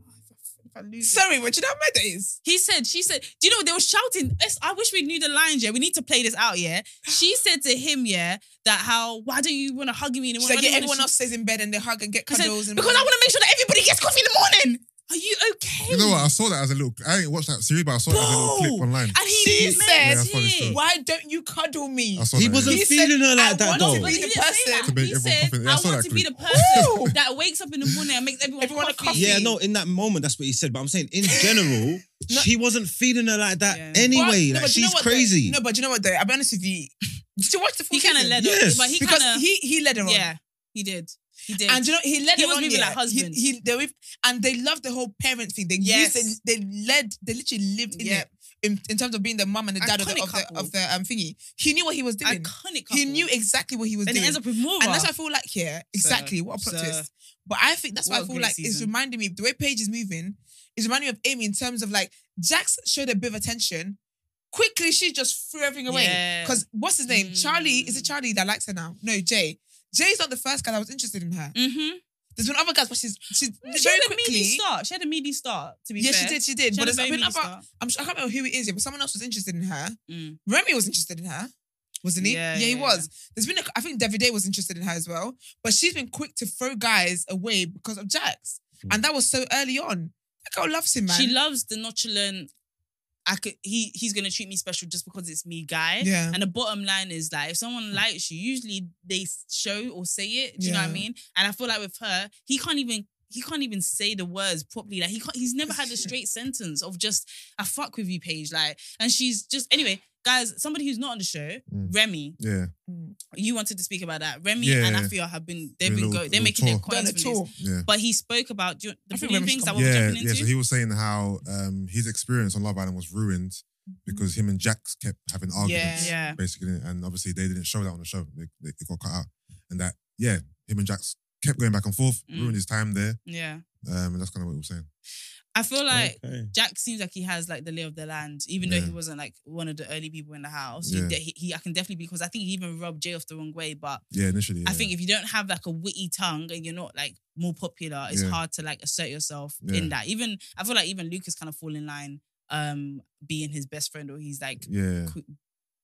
[SPEAKER 4] Sorry, but you know how mad that is?
[SPEAKER 1] He said, she said, do you know they were shouting? "Yes, I wish we knew the lines, yeah. We need to play this out, yeah. She said to him, yeah, that how why don't you want to hug me in the
[SPEAKER 4] She's
[SPEAKER 1] morning? Why
[SPEAKER 4] like, yeah,
[SPEAKER 1] don't you
[SPEAKER 4] everyone
[SPEAKER 1] wanna
[SPEAKER 4] else stays in bed and they hug and get
[SPEAKER 1] He said,
[SPEAKER 4] cuddles. and
[SPEAKER 1] because I want to make sure that everybody gets coffee in the morning. Are you okay?
[SPEAKER 5] you know what? I saw that as a little. I didn't watch that series, but I saw it as a little
[SPEAKER 1] Bro!
[SPEAKER 5] clip online.
[SPEAKER 1] And he
[SPEAKER 4] She
[SPEAKER 1] meant
[SPEAKER 4] said-
[SPEAKER 5] Yeah, I probably
[SPEAKER 1] it.
[SPEAKER 5] saw.
[SPEAKER 4] Why don't you cuddle me?
[SPEAKER 5] I saw
[SPEAKER 3] He
[SPEAKER 5] that,
[SPEAKER 3] wasn't
[SPEAKER 5] yeah.
[SPEAKER 4] He
[SPEAKER 3] Mm. feeling
[SPEAKER 4] said,
[SPEAKER 3] her
[SPEAKER 4] "I
[SPEAKER 3] like that
[SPEAKER 4] want to
[SPEAKER 3] though.
[SPEAKER 1] But he
[SPEAKER 4] Be the
[SPEAKER 1] didn't say that.
[SPEAKER 4] person-
[SPEAKER 5] To make
[SPEAKER 1] He
[SPEAKER 5] everyone
[SPEAKER 1] said,
[SPEAKER 5] confident. Yeah, I
[SPEAKER 1] I
[SPEAKER 5] saw
[SPEAKER 1] want
[SPEAKER 5] that
[SPEAKER 1] to be the
[SPEAKER 5] clip.
[SPEAKER 1] person
[SPEAKER 4] Woo!
[SPEAKER 1] that wakes up in the morning and makes everyone,
[SPEAKER 4] Everyone a
[SPEAKER 1] coffee.
[SPEAKER 3] Yeah, no, in that moment, that's what he said. But I'm saying, in general, she wasn't feeling her like that
[SPEAKER 1] Yeah.
[SPEAKER 3] anyway.
[SPEAKER 4] But- no,
[SPEAKER 3] like,
[SPEAKER 4] but do you know
[SPEAKER 3] she's
[SPEAKER 4] what, though?
[SPEAKER 3] crazy.
[SPEAKER 4] no, but you know what though? I'll be honest with you. Did you watch the full
[SPEAKER 1] He kind of led
[SPEAKER 4] season?
[SPEAKER 3] Yes.
[SPEAKER 1] on, but he
[SPEAKER 4] because
[SPEAKER 1] kind of,
[SPEAKER 4] he he led her on.
[SPEAKER 1] yeah, he did. He did.
[SPEAKER 4] And you know he led
[SPEAKER 1] He
[SPEAKER 4] her
[SPEAKER 1] was
[SPEAKER 4] on.
[SPEAKER 1] moving
[SPEAKER 4] yeah.
[SPEAKER 1] like husband.
[SPEAKER 4] He, he they were- and they loved the whole parent thing. They
[SPEAKER 1] Yes.
[SPEAKER 4] used they, they led they literally lived in
[SPEAKER 1] Yeah.
[SPEAKER 4] it in, in terms of being the mum and the dad of the,
[SPEAKER 1] Iconic
[SPEAKER 4] of the
[SPEAKER 1] couple.
[SPEAKER 4] of the um thingy. He knew what he was doing.
[SPEAKER 1] Iconic couple.
[SPEAKER 4] He knew exactly what he was
[SPEAKER 1] And it
[SPEAKER 4] doing.
[SPEAKER 1] ends up with more.
[SPEAKER 4] and that's what I feel like here. Exactly. what a plot
[SPEAKER 1] sir.
[SPEAKER 4] twist. But I think that's
[SPEAKER 1] What
[SPEAKER 4] why
[SPEAKER 1] a
[SPEAKER 4] I feel
[SPEAKER 1] great
[SPEAKER 4] like it's
[SPEAKER 1] season.
[SPEAKER 4] reminding me the way Paige is moving, is reminding me of Amy in terms of like Jax showed a bit of attention. Quickly, she just threw everything away.
[SPEAKER 1] Yeah.
[SPEAKER 4] Because what's his name? Charlie. Is
[SPEAKER 1] Mm.
[SPEAKER 4] it Charlie that likes her now? No, Jay. Jay's not the first guy that was interested in her.
[SPEAKER 1] Mm-hmm.
[SPEAKER 4] There's been other guys, but she's she's
[SPEAKER 1] She
[SPEAKER 4] very
[SPEAKER 1] had a
[SPEAKER 4] quickly.
[SPEAKER 1] meaty start. She had a meaty start, to be
[SPEAKER 4] Yeah,
[SPEAKER 1] fair.
[SPEAKER 4] she did, she did.
[SPEAKER 1] She
[SPEAKER 4] but
[SPEAKER 1] had a
[SPEAKER 4] there's
[SPEAKER 1] very
[SPEAKER 4] been
[SPEAKER 1] meaty
[SPEAKER 4] other.
[SPEAKER 1] start.
[SPEAKER 4] I'm sure, I can't remember who it is, yeah, but someone else was interested in her.
[SPEAKER 1] Mm.
[SPEAKER 4] Remy was interested in her, wasn't he?
[SPEAKER 1] Yeah,
[SPEAKER 4] he
[SPEAKER 1] yeah,
[SPEAKER 4] was. There's been, a, I think Davide was interested in her as well, but she's been quick to throw guys away because of Jax, and that was so early on. That girl loves him, man.
[SPEAKER 1] She loves the nonchalant. I could. He he's gonna treat me special just because it's me, guy.
[SPEAKER 4] Yeah.
[SPEAKER 1] And the bottom line is that if someone likes you, usually they show or say it. Do you know what I
[SPEAKER 4] Yeah.
[SPEAKER 1] mean? And I feel like with her, he can't even. He can't even say the words properly. Like he can't, he's never had a straight sentence of just I fuck with you, Paige. Like, and she's just anyway, guys. Somebody who's not on the show,
[SPEAKER 5] Mm.
[SPEAKER 1] Remy.
[SPEAKER 5] Yeah.
[SPEAKER 1] You wanted to speak about that. Remy
[SPEAKER 5] Yeah,
[SPEAKER 1] and
[SPEAKER 5] yeah.
[SPEAKER 1] Afia have been they've
[SPEAKER 5] Doing
[SPEAKER 1] been
[SPEAKER 5] a little-
[SPEAKER 1] going. They're
[SPEAKER 5] little
[SPEAKER 1] making
[SPEAKER 5] tour.
[SPEAKER 1] their coins
[SPEAKER 4] Done
[SPEAKER 1] for
[SPEAKER 4] a
[SPEAKER 1] this.
[SPEAKER 4] tour.
[SPEAKER 5] Yeah.
[SPEAKER 1] But he spoke about do you, the
[SPEAKER 4] I think
[SPEAKER 1] blue
[SPEAKER 4] Remy should
[SPEAKER 1] things that
[SPEAKER 4] come on.
[SPEAKER 1] we're
[SPEAKER 5] yeah,
[SPEAKER 1] jumping
[SPEAKER 5] yeah.
[SPEAKER 1] into.
[SPEAKER 5] So he was saying how um, his experience on Love Island was ruined because him and Jax kept having arguments,
[SPEAKER 1] Mm-hmm. yeah.
[SPEAKER 5] basically, and obviously they didn't show that on the show. They, they, it got cut out, and that yeah, him and Jax kept going back and forth,
[SPEAKER 1] Mm.
[SPEAKER 5] ruined his time there,
[SPEAKER 1] Yeah.
[SPEAKER 5] um, and that's kind of what he was saying.
[SPEAKER 1] I feel like
[SPEAKER 3] Okay.
[SPEAKER 1] Jack seems like he has like the lay of the land, even though
[SPEAKER 5] Yeah.
[SPEAKER 1] he wasn't like one of the early people in the house.
[SPEAKER 5] Yeah.
[SPEAKER 1] He, he, he- I can definitely because I think he even rubbed Jay off the wrong way. But
[SPEAKER 5] Yeah, initially.
[SPEAKER 1] I
[SPEAKER 5] yeah.
[SPEAKER 1] think if you don't have like a witty tongue and you're not like more popular, it's
[SPEAKER 5] Yeah.
[SPEAKER 1] hard to like assert yourself
[SPEAKER 5] Yeah.
[SPEAKER 1] in that. Even I feel like even Lucas kind of fall in line, um, being his best friend or he's like
[SPEAKER 5] yeah, Mm-hmm.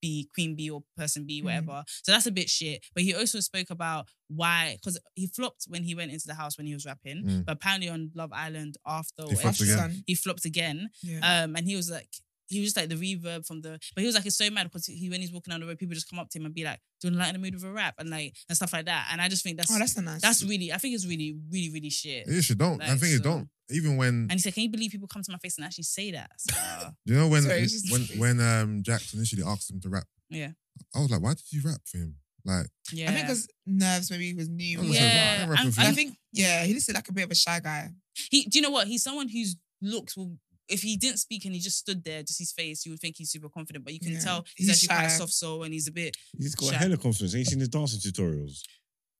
[SPEAKER 1] be Queen B or Person B, whatever. So that's a bit shit. But he also spoke about why, because he flopped when he went into the house when he was rapping.
[SPEAKER 5] Mm.
[SPEAKER 1] But apparently on Love Island after or
[SPEAKER 5] He flopped
[SPEAKER 1] after,
[SPEAKER 5] again.
[SPEAKER 1] he flopped again.
[SPEAKER 4] Yeah.
[SPEAKER 1] Um, and he was like, he was just like the reverb from the, but he was like, it's so mad because he when he's walking down the road, people just come up to him and be like, "Do you want to lighten the mood with a rap?" and like and stuff like that. And I just think that's
[SPEAKER 4] oh,
[SPEAKER 1] that's,
[SPEAKER 4] that's not nice.
[SPEAKER 1] really, I think it's really, really, really shit.
[SPEAKER 5] yeah. She don't. I
[SPEAKER 1] Like,
[SPEAKER 5] think it
[SPEAKER 1] so-
[SPEAKER 5] don't. Even when
[SPEAKER 1] And he said, "Can you believe people come to my face and actually say that?" So, uh,
[SPEAKER 5] you know when
[SPEAKER 4] Sorry, it's just-
[SPEAKER 5] when when um, Jax initially asked him to rap.
[SPEAKER 1] Yeah.
[SPEAKER 5] I was like, why did you rap for him? Like,
[SPEAKER 1] yeah,
[SPEAKER 4] I think because nerves maybe he was new.
[SPEAKER 5] I'm not
[SPEAKER 1] Yeah.
[SPEAKER 5] sure, I can rap
[SPEAKER 1] I'm-
[SPEAKER 5] for
[SPEAKER 4] And I
[SPEAKER 5] him.
[SPEAKER 4] think yeah, he just looked like a bit of a shy guy.
[SPEAKER 1] He, do you know what? He's someone whose looks will. If he didn't speak and he just stood there, just his face, you would think he's super confident, but you can
[SPEAKER 4] Yeah.
[SPEAKER 1] tell he's,
[SPEAKER 4] He's
[SPEAKER 1] actually quite
[SPEAKER 4] shy.
[SPEAKER 1] soft soul and he's a bit.
[SPEAKER 3] He's got
[SPEAKER 1] Shaq.
[SPEAKER 3] a hella confidence. Ain't seen his dancing tutorials.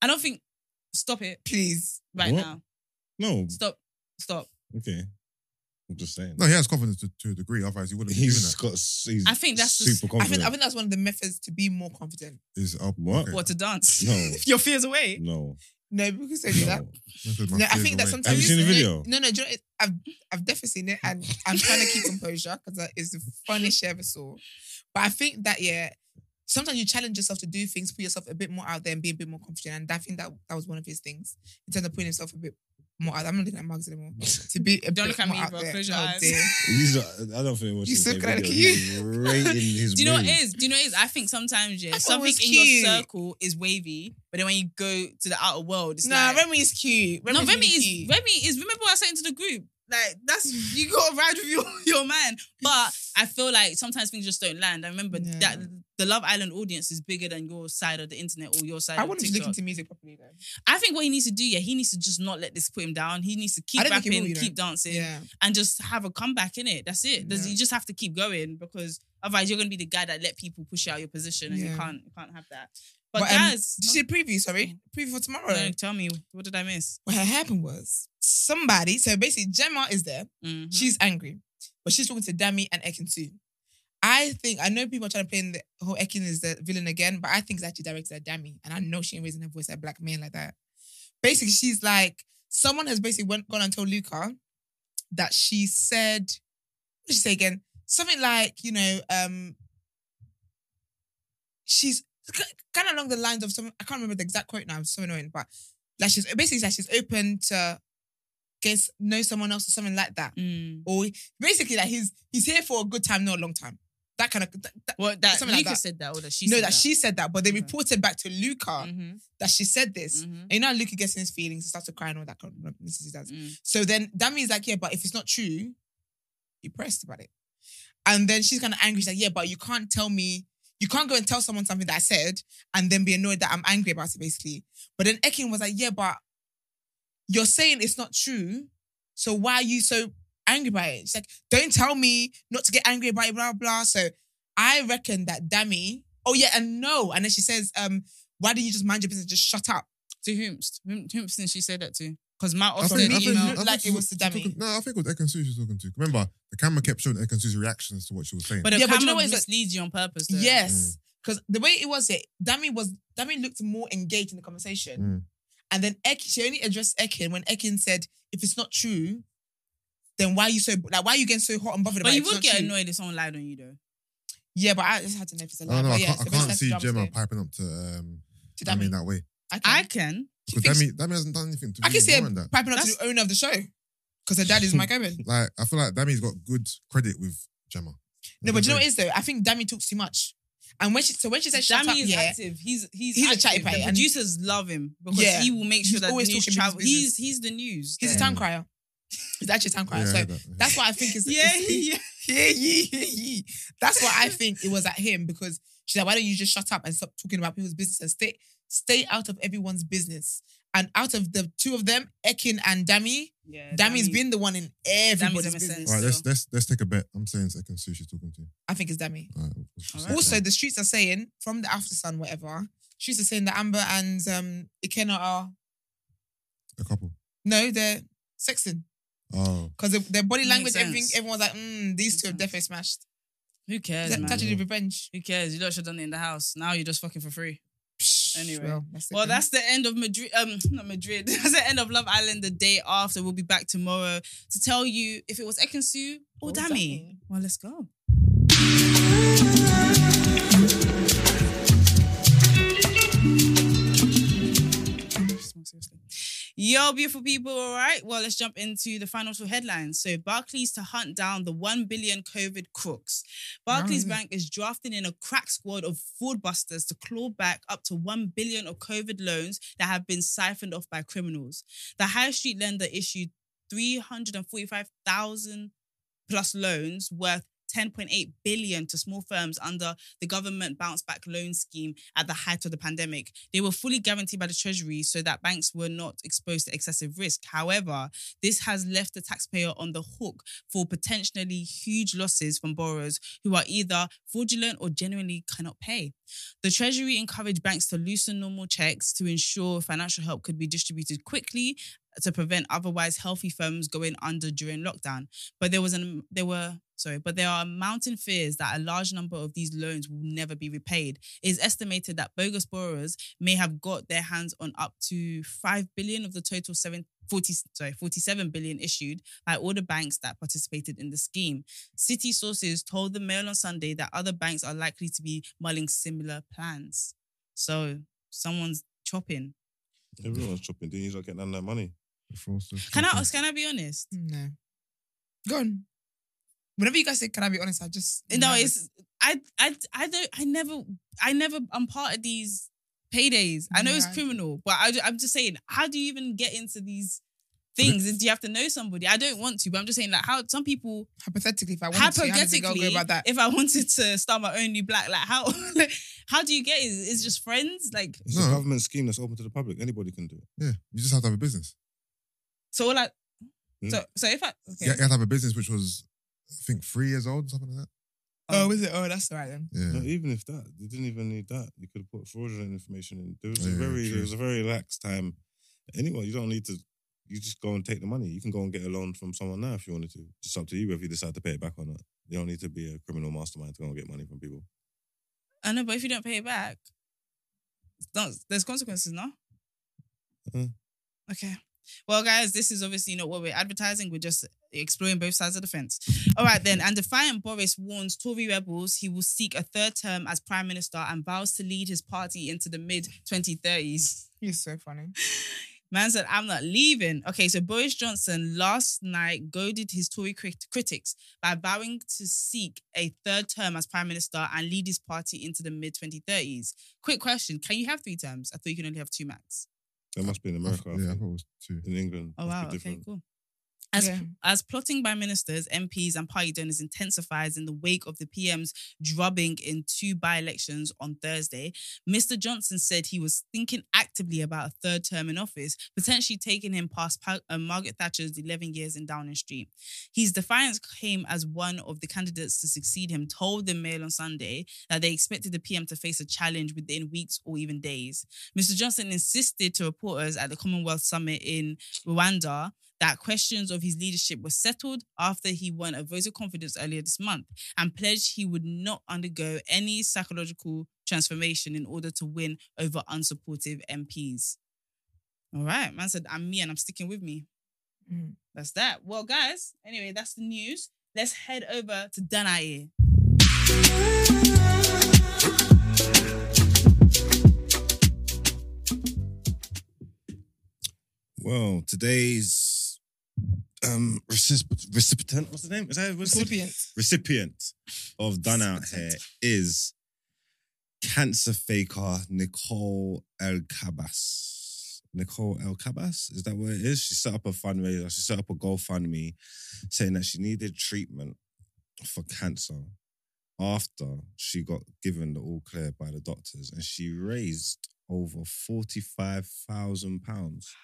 [SPEAKER 1] I don't think. Stop it
[SPEAKER 4] Please,
[SPEAKER 1] right
[SPEAKER 3] What?
[SPEAKER 1] now.
[SPEAKER 3] No.
[SPEAKER 1] Stop. Stop.
[SPEAKER 3] Okay. I'm just saying.
[SPEAKER 5] no, he has confidence to, to a degree. Otherwise, he wouldn't be doing
[SPEAKER 3] He's
[SPEAKER 5] that.
[SPEAKER 3] got. He's
[SPEAKER 1] I think that's the-
[SPEAKER 3] super
[SPEAKER 4] I think
[SPEAKER 3] confident.
[SPEAKER 4] I think that's one of the methods to be more confident.
[SPEAKER 5] Is up.
[SPEAKER 3] What?
[SPEAKER 5] oh, okay.
[SPEAKER 1] What to dance?
[SPEAKER 3] No.
[SPEAKER 1] Your fears away.
[SPEAKER 3] no.
[SPEAKER 4] No, because they do that.
[SPEAKER 3] no.
[SPEAKER 5] This is my
[SPEAKER 4] No, I
[SPEAKER 5] fears
[SPEAKER 4] think that
[SPEAKER 5] away.
[SPEAKER 4] sometimes
[SPEAKER 3] Have you seen the
[SPEAKER 4] No,
[SPEAKER 3] video?
[SPEAKER 4] No, no, do you know, it- I've I've definitely seen it, and I'm trying to keep composure because that is the funniest shit I ever saw. But I think that yeah, sometimes you challenge yourself to do things, put yourself a bit more out there, and be a bit more confident. And I think that that was one of his things in terms of putting himself a bit more out. I'm not looking at mugs anymore. To be a
[SPEAKER 1] Don't
[SPEAKER 4] bit
[SPEAKER 1] look at
[SPEAKER 4] more
[SPEAKER 1] me,
[SPEAKER 4] out
[SPEAKER 1] bro.
[SPEAKER 4] there.
[SPEAKER 1] Close your
[SPEAKER 4] Oh,
[SPEAKER 1] eyes.
[SPEAKER 4] dear.
[SPEAKER 3] He's not, I don't think watching
[SPEAKER 4] He's so
[SPEAKER 3] that
[SPEAKER 4] cranky.
[SPEAKER 3] video. He's rating his
[SPEAKER 1] Do you know what
[SPEAKER 3] mood.
[SPEAKER 1] it is? Do you know what it is? I think sometimes yeah,
[SPEAKER 4] I thought it
[SPEAKER 1] something
[SPEAKER 4] was
[SPEAKER 1] in your
[SPEAKER 4] cute.
[SPEAKER 1] circle is wavy, but then when you go to the outer world, it's
[SPEAKER 4] Nah,
[SPEAKER 1] like
[SPEAKER 4] Remy is cute. Remy
[SPEAKER 1] no.
[SPEAKER 4] is,
[SPEAKER 1] Remy
[SPEAKER 4] really
[SPEAKER 1] is
[SPEAKER 4] cute.
[SPEAKER 1] Remy is. Remember what I said into the group? Like that's you got to ride with your your man. But I feel like sometimes things just don't land. I remember
[SPEAKER 4] Yeah.
[SPEAKER 1] that the Love Island audience is bigger than your side of the internet or your side.
[SPEAKER 4] I
[SPEAKER 1] of
[SPEAKER 4] want him to
[SPEAKER 1] TikTok.
[SPEAKER 4] look into music properly though.
[SPEAKER 1] I think what he needs to do, yeah, he needs to just not let this put him down. He needs to keep
[SPEAKER 4] I don't think he
[SPEAKER 1] rapping,
[SPEAKER 4] will, you know.
[SPEAKER 1] keep dancing,
[SPEAKER 4] Yeah.
[SPEAKER 1] and just have a comeback in it. That's it. There's-
[SPEAKER 4] Yeah.
[SPEAKER 1] You just have to keep going because otherwise you're gonna be the guy that let people push you out of your position, and you
[SPEAKER 4] Yeah.
[SPEAKER 1] can't you can't have that. But,
[SPEAKER 4] But, um,
[SPEAKER 1] guys,
[SPEAKER 4] Did you see the preview? Sorry, preview for tomorrow.
[SPEAKER 1] Mm. no, tell me what did I miss?
[SPEAKER 4] What had happened was somebody. So basically, Gemma is there.
[SPEAKER 1] Mhm.
[SPEAKER 4] She's angry, but she's talking to Dami and Ekin too. I think I know people are trying to play in the whole Ekin is the villain again, but I think it's actually directed at Dami, and I know she ain't raising her voice at black men like that. Basically, she's like someone has basically went, gone and told Luca that she said, what did she say again? Something like you know, um, she's kind of along the lines of some. I can't remember the exact quote now. It's so annoying, but like she's basically like she's open to guess know someone else or something like that
[SPEAKER 1] Mm.
[SPEAKER 4] or basically like he's he's here for a good time, not a long time. That kind of that, that,
[SPEAKER 1] Well, that
[SPEAKER 4] Something like
[SPEAKER 1] Lucas
[SPEAKER 4] that.
[SPEAKER 1] said that, or that Mm-hmm. she
[SPEAKER 4] no,
[SPEAKER 1] said
[SPEAKER 4] that, she said that, but they
[SPEAKER 1] Okay.
[SPEAKER 4] reported back to Luca
[SPEAKER 1] Mhm,
[SPEAKER 4] that she said this.
[SPEAKER 1] mhm,
[SPEAKER 4] And you know, how Luca gets in his feelings and starts to cry and all that kind of nonsense he does.
[SPEAKER 1] mm.
[SPEAKER 4] So then that means like, yeah, but if it's not true, you pressed about it. And then she's kind of angry. She's like, yeah, but you can't tell me, you can't go and tell someone something that I said and then be annoyed that I'm angry about it, basically. But then Ekin was like, yeah, but you're saying it's not true. So why are you so angry about it? She's like, don't tell me not to get angry about it, blah, blah. So I reckon that Dami, oh yeah, and no. And then she says, um, why don't you just mind your business? Just shut up.
[SPEAKER 1] To whomst, whom, whomst, she said that to. Because my
[SPEAKER 5] I
[SPEAKER 1] offer
[SPEAKER 5] think, I
[SPEAKER 4] it
[SPEAKER 5] think,
[SPEAKER 1] email.
[SPEAKER 5] I think
[SPEAKER 4] like
[SPEAKER 5] she
[SPEAKER 4] it was
[SPEAKER 5] she's
[SPEAKER 4] Dami.
[SPEAKER 5] talking- No, I think it was Ekansu she was talking to. Remember, the camera kept showing Ekansu's reactions to what she was saying.
[SPEAKER 1] But the
[SPEAKER 4] Yeah, but you
[SPEAKER 1] camera
[SPEAKER 4] know what it's like-
[SPEAKER 1] misleads you on purpose. Though.
[SPEAKER 5] Mm.
[SPEAKER 4] Yes. Because the way it was, it Dami was Dami looked more engaged in the conversation.
[SPEAKER 5] Mm.
[SPEAKER 4] And then Ekin, she only addressed Ekin when Ekin said, if it's not true, then why are you so like why are you getting so hot and bothered about
[SPEAKER 1] But
[SPEAKER 4] it?
[SPEAKER 1] you
[SPEAKER 4] if it's
[SPEAKER 1] would
[SPEAKER 4] not
[SPEAKER 1] get
[SPEAKER 4] true?
[SPEAKER 1] annoyed if someone lied on you, though.
[SPEAKER 4] Yeah, but I just had to know if it's a
[SPEAKER 5] I
[SPEAKER 4] lie.
[SPEAKER 5] don't know.
[SPEAKER 4] But
[SPEAKER 5] Oh, I
[SPEAKER 4] yeah,
[SPEAKER 5] can't,
[SPEAKER 4] it's
[SPEAKER 5] I
[SPEAKER 4] the best
[SPEAKER 5] can't
[SPEAKER 4] left
[SPEAKER 5] see
[SPEAKER 4] jump
[SPEAKER 5] Gemma
[SPEAKER 4] to-
[SPEAKER 5] piping up to um,
[SPEAKER 4] to
[SPEAKER 5] I mean
[SPEAKER 4] Dami.
[SPEAKER 5] that way
[SPEAKER 4] I can,
[SPEAKER 1] I can.
[SPEAKER 5] because
[SPEAKER 4] thinks-
[SPEAKER 5] Dami, Dami hasn't done anything to
[SPEAKER 4] I can see
[SPEAKER 5] really
[SPEAKER 4] her
[SPEAKER 5] warrant that.
[SPEAKER 4] piping up to the owner of the show because her dad is Mike Owen.
[SPEAKER 5] Like I feel like Dami's got good credit with Gemma.
[SPEAKER 4] No, but do you know what it is though? I think Dami talks too much. And when she so when she said shut up,
[SPEAKER 1] Dammy is
[SPEAKER 4] yeah,
[SPEAKER 1] active. He's he's
[SPEAKER 4] He's a
[SPEAKER 1] active.
[SPEAKER 4] chatty patty
[SPEAKER 1] The
[SPEAKER 4] and-
[SPEAKER 1] producers love him because
[SPEAKER 4] Yeah.
[SPEAKER 1] he will make sure
[SPEAKER 4] He's
[SPEAKER 1] that the
[SPEAKER 4] always
[SPEAKER 1] news
[SPEAKER 4] talking business,
[SPEAKER 1] travels. He's he's the news.
[SPEAKER 4] he's a
[SPEAKER 1] Yeah.
[SPEAKER 4] town crier. He's actually a town crier.
[SPEAKER 5] Yeah,
[SPEAKER 4] so
[SPEAKER 5] I heard that, yeah.
[SPEAKER 4] that's what I think is
[SPEAKER 1] Yeah,
[SPEAKER 4] is-
[SPEAKER 1] yeah.
[SPEAKER 4] yeah, yeah, yeah, yeah. That's what I think it was at him because she's like, why don't you just shut up and stop talking about people's business and stay stay out of everyone's business. And out of the two of them, Ekin and Dami,
[SPEAKER 1] Yeah,
[SPEAKER 4] Dami's
[SPEAKER 1] Dami-
[SPEAKER 4] been the one in everybody's
[SPEAKER 1] MSN.
[SPEAKER 4] business.
[SPEAKER 5] All right, let's
[SPEAKER 1] So-
[SPEAKER 5] let's let's take a bet. I'm saying second Sue she's talking to.
[SPEAKER 4] I think it's Dami.
[SPEAKER 5] All right, let's just-
[SPEAKER 1] All right.
[SPEAKER 4] Also, the streets are saying from the after sun, whatever. Streets are saying that Amber and um, Ikenna are
[SPEAKER 5] a couple.
[SPEAKER 4] no, they're sexing
[SPEAKER 5] Oh,
[SPEAKER 4] because their body
[SPEAKER 1] Makes
[SPEAKER 4] language, everything,
[SPEAKER 1] sense.
[SPEAKER 4] everyone's like, mm, these
[SPEAKER 1] Makes
[SPEAKER 4] two have
[SPEAKER 1] sense.
[SPEAKER 4] definitely smashed.
[SPEAKER 1] Who cares,
[SPEAKER 4] Is that
[SPEAKER 1] man?
[SPEAKER 4] Tragedy revenge.
[SPEAKER 1] Who cares? You lot should have done it in the house. Now you're just fucking for free.
[SPEAKER 4] Psh,
[SPEAKER 1] Anyway.
[SPEAKER 4] that's it
[SPEAKER 1] Well,
[SPEAKER 4] then.
[SPEAKER 1] that's the end of Madrid. Um, not Madrid. That's the end of Love Island. The day after, we'll be back tomorrow to tell you if it was Ekansu or Dami. Oh, Well, let's go. Yo, beautiful people. All right. Well, let's jump into the financial headlines. So, Barclays to hunt down the 1 billion COVID crooks. Barclays Bank is drafting in a crack squad of fraudbusters to claw back up to 1 billion of COVID loans that have been siphoned off by criminals. The high street lender issued 345,000 plus loans worth 10.8 billion to small firms under the government bounce back loan scheme at the height of the pandemic. They were fully guaranteed by the Treasury so that banks were not exposed to excessive risk. However, this has left the taxpayer on the hook for potentially huge losses from borrowers who are either fraudulent or genuinely cannot pay. The Treasury encouraged banks to loosen normal checks to ensure financial help could be distributed quickly to prevent otherwise healthy firms going under during lockdown. But there was an there were sorry, but there are mounting fears that a large number of these loans will never be repaid. It is estimated that bogus borrowers may have got their hands on up to five billion of the total seven. 40, sorry, 47 billion issued by all the banks that participated in the scheme. City sources told the Mail on Sunday that other banks are likely to be mulling similar plans. So someone's chopping.
[SPEAKER 3] Everyone's chopping. Didn't you not get none of that money?
[SPEAKER 1] Can I can I be honest?
[SPEAKER 4] No. Go on. Whenever you guys say, can I be honest? I just.
[SPEAKER 1] No, it's I I I don't I never I never I'm part of these paydays. I know it's
[SPEAKER 4] Right.
[SPEAKER 1] criminal, but I, am just saying, how do you even get into these things? Do you have to know somebody? I don't want to, but I'm just saying, like how some people
[SPEAKER 4] Hypothetically, if I wanted to, how does a girl
[SPEAKER 1] hypothetically,
[SPEAKER 4] go about that?
[SPEAKER 1] if I wanted to start my own new black, like how like, how do you get? it? Is it just friends? Like
[SPEAKER 3] It's
[SPEAKER 5] No.
[SPEAKER 3] a government scheme that's open to the public. Anybody can do it.
[SPEAKER 5] Yeah, you just have to have a business.
[SPEAKER 1] so, like
[SPEAKER 3] Hmm.
[SPEAKER 4] Mm.
[SPEAKER 1] so so if I okay.
[SPEAKER 5] Yeah, you have to have a business which was, I think, three years old, something like that.
[SPEAKER 4] Oh, is it? Oh, that's all right then.
[SPEAKER 5] Yeah.
[SPEAKER 3] Not even if that, you didn't even need that. You could have put fraudulent information in. There was a
[SPEAKER 5] Yeah,
[SPEAKER 3] very,
[SPEAKER 5] true.
[SPEAKER 3] there was a very lax time. Anyway, you don't need to. You just go and take the money. You can go and get a loan from someone now if you wanted to. It's up to you whether you decide to pay it back or not. You don't need to be a criminal mastermind to go and get money from people.
[SPEAKER 1] I know, but if you don't pay it back, it's not, there's consequences, no?
[SPEAKER 3] Mm.
[SPEAKER 1] Okay. Well, guys, this is obviously not what we're advertising. We're just exploring both sides of the fence. All right, then. And defiant Boris warns Tory rebels he will seek a third term as prime minister and vows to lead his party into the mid 2030s.
[SPEAKER 4] You're so funny.
[SPEAKER 1] Man said, I'm not leaving. Okay, so Boris Johnson last night goaded his Tory crit- critics by vowing to seek a third term as prime minister and lead his party into the mid 2030s. Quick question Can you have three terms? I thought you can only have two max.
[SPEAKER 3] There must be in
[SPEAKER 5] I th-
[SPEAKER 3] America, I
[SPEAKER 5] yeah, I
[SPEAKER 3] think.
[SPEAKER 5] thought it was two.
[SPEAKER 3] in England.
[SPEAKER 1] Oh,
[SPEAKER 3] must
[SPEAKER 1] wow.
[SPEAKER 3] be
[SPEAKER 1] Okay,
[SPEAKER 3] different.
[SPEAKER 1] cool. As,
[SPEAKER 4] Yeah.
[SPEAKER 1] as plotting by ministers, MPs, and party donors intensifies in the wake of the PM's drubbing in two by elections on Thursday, Mr. Johnson said he was thinking actively about a third term in office, potentially taking him past Pa- uh, Margaret Thatcher's 11 years in Downing Street. His defiance came as one of the candidates to succeed him told the Mail on Sunday that they expected the PM to face a challenge within weeks or even days. Mr. Johnson insisted to reporters at the Commonwealth Summit in Rwanda that questions of his leadership were settled after he won a vote of confidence earlier this month and pledged he would not undergo any psychological transformation in order to win over unsupportive MPs. All right, man said, I'm me and I'm sticking with me.
[SPEAKER 4] Mhm.
[SPEAKER 1] That's that. Well, guys, anyway, that's the news. Let's head over to Danae.
[SPEAKER 3] Well, today's um recipient, recipient what's the name? Is that what's it called?
[SPEAKER 4] Recipient.
[SPEAKER 3] recipient of Done Out Here is cancer faker Nicole El Cabas. Nicole El Cabas, is that what it is? She set up a fundraiser, she set up a GoFundMe saying that she needed treatment for cancer after she got given the all clear by the doctors and she raised over 45,000 pounds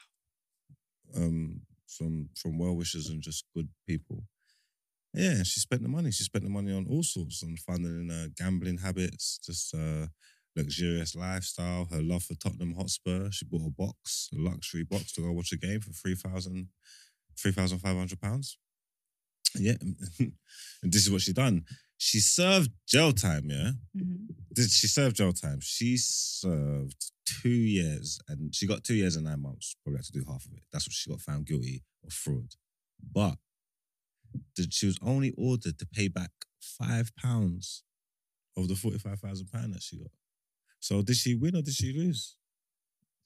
[SPEAKER 3] um, from from well wishers and just good people. Yeah, she spent the money. She spent the money on all sorts, on funding her gambling habits, just uh, luxurious lifestyle, her love for Tottenham Hotspur. She bought a box, a luxury box, to go watch a game for 3,000 3,500 pounds. Yeah, and this is what she done. She served jail time. Yeah,
[SPEAKER 1] Mm-hmm.
[SPEAKER 3] did she serve jail time? She served two years and she got two years and nine months. Probably had to do half of it. That's what she got found guilty of fraud. But did she was only ordered to pay back five pounds of the forty five thousand pound that she got. So did she win or did she lose?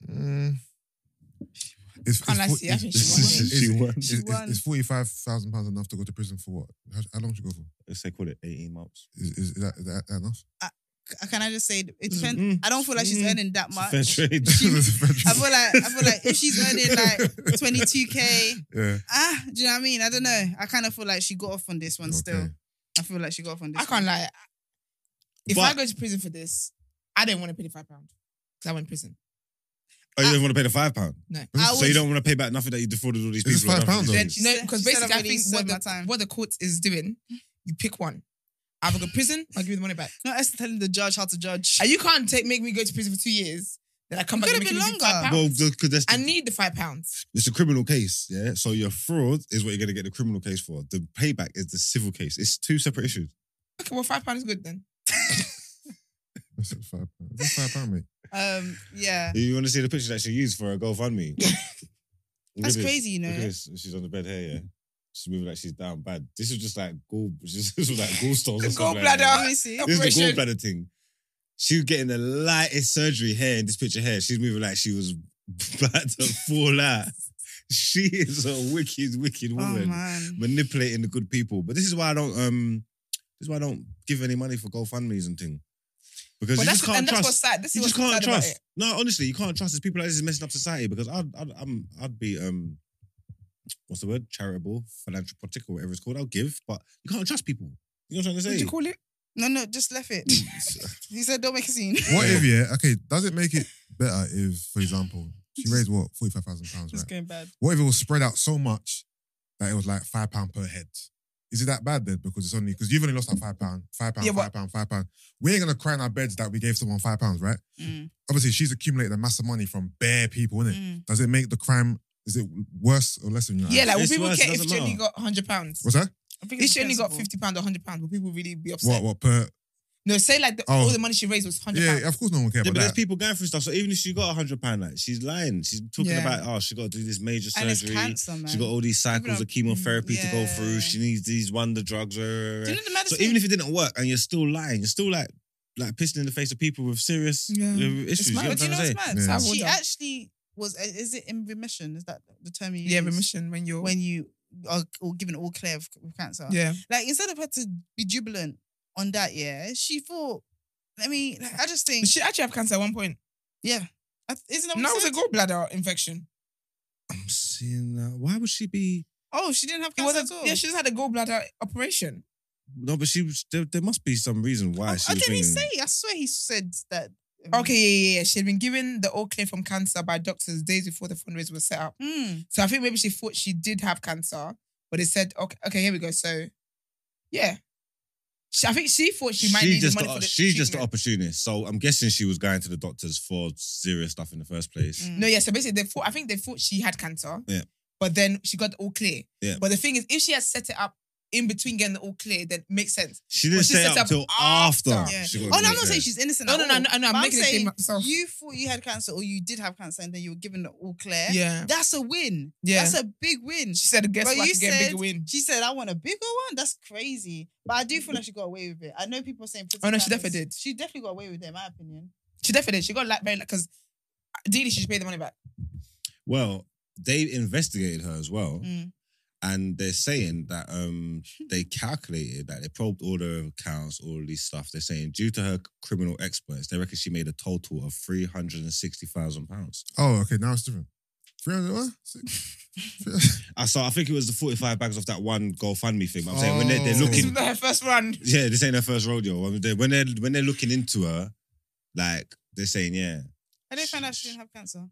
[SPEAKER 5] Mm. It's,
[SPEAKER 4] Can't lie, see, I think she
[SPEAKER 5] it's-
[SPEAKER 4] won.
[SPEAKER 5] it's-
[SPEAKER 3] She won.
[SPEAKER 5] it's-
[SPEAKER 1] She
[SPEAKER 5] it's-
[SPEAKER 1] won.
[SPEAKER 5] it's forty-five thousand pounds enough to go to prison for what? How, how long should you go for?
[SPEAKER 3] Let's say call it eighteen months.
[SPEAKER 5] Is, is, that, is that enough?
[SPEAKER 1] Can I just say it
[SPEAKER 3] Mm,
[SPEAKER 1] depends?
[SPEAKER 3] mm,
[SPEAKER 1] I don't feel like she's
[SPEAKER 3] mm.
[SPEAKER 1] earning that
[SPEAKER 3] It's a
[SPEAKER 1] much.
[SPEAKER 3] fair trade.
[SPEAKER 5] That's a fair
[SPEAKER 1] I
[SPEAKER 5] trade.
[SPEAKER 1] feel like I feel like if she's earning like 22k,
[SPEAKER 5] yeah.
[SPEAKER 1] ah, do you know what I mean? I don't know. I kind of feel like she got off on this one. Still,
[SPEAKER 5] Okay.
[SPEAKER 1] I feel like she got off on this.
[SPEAKER 4] I can't lie. If
[SPEAKER 3] But-
[SPEAKER 4] I go to prison for this, I don't want to pay the five pound because I went to prison.
[SPEAKER 3] Oh, you didn't want to pay the five pound.
[SPEAKER 1] I
[SPEAKER 3] So you don't want to pay back nothing that you defrauded all these
[SPEAKER 5] Is this
[SPEAKER 3] people. or
[SPEAKER 5] £5
[SPEAKER 3] nothing?
[SPEAKER 5] though?
[SPEAKER 1] Then she
[SPEAKER 4] No,
[SPEAKER 1] said-
[SPEAKER 4] because
[SPEAKER 1] she said I've
[SPEAKER 4] basically, I
[SPEAKER 1] already
[SPEAKER 4] think what
[SPEAKER 1] served my
[SPEAKER 4] the,
[SPEAKER 1] time.
[SPEAKER 4] what the court is doing, you pick one. Either go to prison or give me the money back.
[SPEAKER 1] No, Esther telling the judge how to judge.
[SPEAKER 4] And you can't take make me go to prison for two years. Then I come
[SPEAKER 1] It
[SPEAKER 4] back. and
[SPEAKER 1] could've
[SPEAKER 4] make
[SPEAKER 1] been
[SPEAKER 4] you lose five
[SPEAKER 1] longer.
[SPEAKER 4] pounds.
[SPEAKER 3] Well, because that's the
[SPEAKER 4] I need the five pounds.
[SPEAKER 3] It's a criminal case, yeah. So your fraud is what you're gonna get the criminal case for. The payback is the civil case. It's two separate issues.
[SPEAKER 4] Okay, well, five pounds is good then.
[SPEAKER 5] That's a five pound. That's five pound, mate.
[SPEAKER 1] Um, yeah,
[SPEAKER 3] You want to see the picture that she used for a GoFundMe? Look
[SPEAKER 1] That's
[SPEAKER 3] at this.
[SPEAKER 1] crazy, you know,
[SPEAKER 3] Look at
[SPEAKER 1] yeah.
[SPEAKER 3] this. She's on the bed here, yeah. She's moving like she's down bad. This is just like gall. This is like gallstones. or something like that.
[SPEAKER 1] obviously.
[SPEAKER 3] This is the
[SPEAKER 4] operation.
[SPEAKER 3] gallbladder thing. She was getting the lightest surgery here in this picture here. She's moving like she was about to fall out. She is a wicked, wicked
[SPEAKER 1] Oh
[SPEAKER 3] woman.
[SPEAKER 1] man.
[SPEAKER 3] manipulating the good people. But this is why I don't um this is why I don't give any money for GoFundMe's and thing. Because
[SPEAKER 4] But
[SPEAKER 3] you
[SPEAKER 4] that's
[SPEAKER 3] just can't
[SPEAKER 4] and that's what's
[SPEAKER 3] trust.
[SPEAKER 4] sad. This
[SPEAKER 3] You
[SPEAKER 4] is
[SPEAKER 3] just
[SPEAKER 4] what's
[SPEAKER 3] can't
[SPEAKER 4] sad about
[SPEAKER 3] trust.
[SPEAKER 4] it.
[SPEAKER 3] No, honestly, you can't trust. These people like this is messing up society because I'd I'd I'm, I'd be um what's the word? Charitable, philanthropic, or whatever it's called. I'll give, but you can't trust people. You know what I'm
[SPEAKER 4] What
[SPEAKER 3] trying
[SPEAKER 4] do
[SPEAKER 3] to
[SPEAKER 4] you
[SPEAKER 3] say?
[SPEAKER 4] call it?
[SPEAKER 1] No, no, just left it. he said, "Don't make a scene."
[SPEAKER 5] What if yeah? Okay, does it make it better if, for example, she raised what forty-five thousand pounds,
[SPEAKER 1] It's
[SPEAKER 5] right?
[SPEAKER 1] going bad.
[SPEAKER 5] What if it was spread out so much that it was like five pound per head? Is it that bad then? Because it's only because you've only lost that five pound, five pound,
[SPEAKER 4] Yeah, but-
[SPEAKER 5] five pound, five pound. We ain't gonna cry in our beds that we gave someone five pounds, right?
[SPEAKER 1] Mm,
[SPEAKER 5] Obviously, she's accumulated a mass of money from bare people, innit?
[SPEAKER 1] mm.
[SPEAKER 5] Does it make the crime? Is it worse or less than you?
[SPEAKER 4] Yeah, like will
[SPEAKER 3] It's
[SPEAKER 4] people
[SPEAKER 3] worse,
[SPEAKER 4] care
[SPEAKER 3] it
[SPEAKER 4] if
[SPEAKER 3] doesn't
[SPEAKER 4] she only
[SPEAKER 3] matter.
[SPEAKER 4] got hundred pounds?
[SPEAKER 5] what's that?
[SPEAKER 1] I think
[SPEAKER 4] If she only got
[SPEAKER 1] defensible.
[SPEAKER 4] fifty pound or hundred pounds, will people really be upset?
[SPEAKER 5] What? What per?
[SPEAKER 4] No, say like the,
[SPEAKER 5] Oh.
[SPEAKER 4] all the money she raised was hundred
[SPEAKER 5] Yeah,
[SPEAKER 4] pounds.
[SPEAKER 5] of course, no one cares
[SPEAKER 3] Yeah, but
[SPEAKER 5] about
[SPEAKER 3] there's
[SPEAKER 5] that.
[SPEAKER 3] people going through stuff. So even if she got a hundred pound, like she's lying. She's talking
[SPEAKER 4] Yeah.
[SPEAKER 3] about oh, she got to do this major
[SPEAKER 1] And it's
[SPEAKER 3] surgery.
[SPEAKER 1] cancer, man.
[SPEAKER 3] She got all these cycles
[SPEAKER 1] Even
[SPEAKER 3] of chemotherapy to go
[SPEAKER 1] yeah.
[SPEAKER 3] through. She needs these wonder drugs. rah, rah, rah.
[SPEAKER 1] Do you know the
[SPEAKER 3] So
[SPEAKER 1] medicine?
[SPEAKER 3] even if it didn't work and you're still lying, you're still like like pissing in the face of people with serious
[SPEAKER 4] Yeah.
[SPEAKER 3] uh, issues. You know
[SPEAKER 4] mad.
[SPEAKER 3] what I'm
[SPEAKER 1] but do you know
[SPEAKER 3] trying to
[SPEAKER 1] what's
[SPEAKER 3] say?
[SPEAKER 1] mad?
[SPEAKER 5] Yeah.
[SPEAKER 1] She
[SPEAKER 4] Yeah.
[SPEAKER 1] actually was. uh, Is it in remission? Is that the term you use?
[SPEAKER 4] Yeah, remission when you're
[SPEAKER 1] When you are or given all clear of, of cancer.
[SPEAKER 4] yeah.
[SPEAKER 1] Like instead of her to be jubilant on that, yeah, she thought. Let me. Like, I just think.
[SPEAKER 4] She actually have cancer at one point.
[SPEAKER 1] yeah. I, isn't that what
[SPEAKER 4] No, it
[SPEAKER 1] you
[SPEAKER 4] was a
[SPEAKER 1] said?
[SPEAKER 4] gallbladder infection.
[SPEAKER 3] I'm seeing that. Why would she be?
[SPEAKER 1] Oh, she didn't have
[SPEAKER 4] It
[SPEAKER 1] cancer
[SPEAKER 4] was
[SPEAKER 1] at all.
[SPEAKER 4] a, yeah, she just had a gallbladder operation.
[SPEAKER 3] No, but she was. There, there must be some reason why
[SPEAKER 1] Oh,
[SPEAKER 3] she was
[SPEAKER 1] didn't he
[SPEAKER 3] being-
[SPEAKER 1] say? I swear he said that. um,
[SPEAKER 4] Okay, yeah, yeah, yeah. She had been given the all clear from cancer by doctors days before the fundraiser was set up.
[SPEAKER 1] Mm.
[SPEAKER 4] So I think maybe she thought she did have cancer, but they said, okay, okay, here we go. So, yeah, she, I think she thought she might
[SPEAKER 3] She's
[SPEAKER 4] need the
[SPEAKER 3] just
[SPEAKER 4] money
[SPEAKER 3] the-
[SPEAKER 4] for the
[SPEAKER 3] she's just an
[SPEAKER 4] treatment.
[SPEAKER 3] opportunist. So I'm guessing she was going to the doctors for serious stuff in the first place.
[SPEAKER 1] Mm.
[SPEAKER 4] No, yeah. So basically, they thought I think they thought she had cancer.
[SPEAKER 3] Yeah.
[SPEAKER 4] But then she got all clear.
[SPEAKER 3] Yeah.
[SPEAKER 4] But the thing is, if she had set it up in between getting it all clear, then it makes sense.
[SPEAKER 3] She didn't
[SPEAKER 4] she
[SPEAKER 3] stay
[SPEAKER 4] set
[SPEAKER 3] up
[SPEAKER 4] up
[SPEAKER 3] till after.
[SPEAKER 1] Yeah.
[SPEAKER 8] She got
[SPEAKER 1] Oh, no, I'm
[SPEAKER 8] it,
[SPEAKER 1] not
[SPEAKER 8] yeah.
[SPEAKER 1] saying she's innocent.
[SPEAKER 4] No,
[SPEAKER 1] at
[SPEAKER 4] no, no,
[SPEAKER 1] all.
[SPEAKER 4] no, no, oh, I'm
[SPEAKER 1] But
[SPEAKER 4] making a
[SPEAKER 1] saying
[SPEAKER 4] statement myself.
[SPEAKER 1] You thought you had cancer or you did have cancer and then you were given it all clear.
[SPEAKER 4] Yeah.
[SPEAKER 1] That's a win.
[SPEAKER 4] Yeah.
[SPEAKER 1] That's a big win.
[SPEAKER 4] She said, guess
[SPEAKER 1] But
[SPEAKER 4] what? I
[SPEAKER 1] you
[SPEAKER 4] can get a bigger
[SPEAKER 1] said-
[SPEAKER 4] win.
[SPEAKER 1] She said, I want a bigger one. That's crazy. But I do feel like she got away with it. I know people are saying.
[SPEAKER 4] Oh, no, she definitely did.
[SPEAKER 1] She definitely got away with it, in my opinion.
[SPEAKER 4] She definitely did. She got like very because ideally she should pay the money back.
[SPEAKER 3] Well, they investigated her as well.
[SPEAKER 1] Mm.
[SPEAKER 3] And they're saying that um, they calculated that they probed all her accounts, all of these stuff. They're saying due to her criminal experts, they reckon she made a total of three hundred and sixty thousand pounds.
[SPEAKER 5] Oh, okay. Now it's different. 300, what? Six?
[SPEAKER 3] I saw. I think it was the forty-five bags off that one GoFundMe thing. But I'm saying when they're, they're
[SPEAKER 5] Oh.
[SPEAKER 3] looking,
[SPEAKER 4] Her first run.
[SPEAKER 3] yeah, this ain't her first rodeo. When they're when they're, when they're looking into her, like they're saying, yeah,
[SPEAKER 1] I didn't find out she didn't have cancer.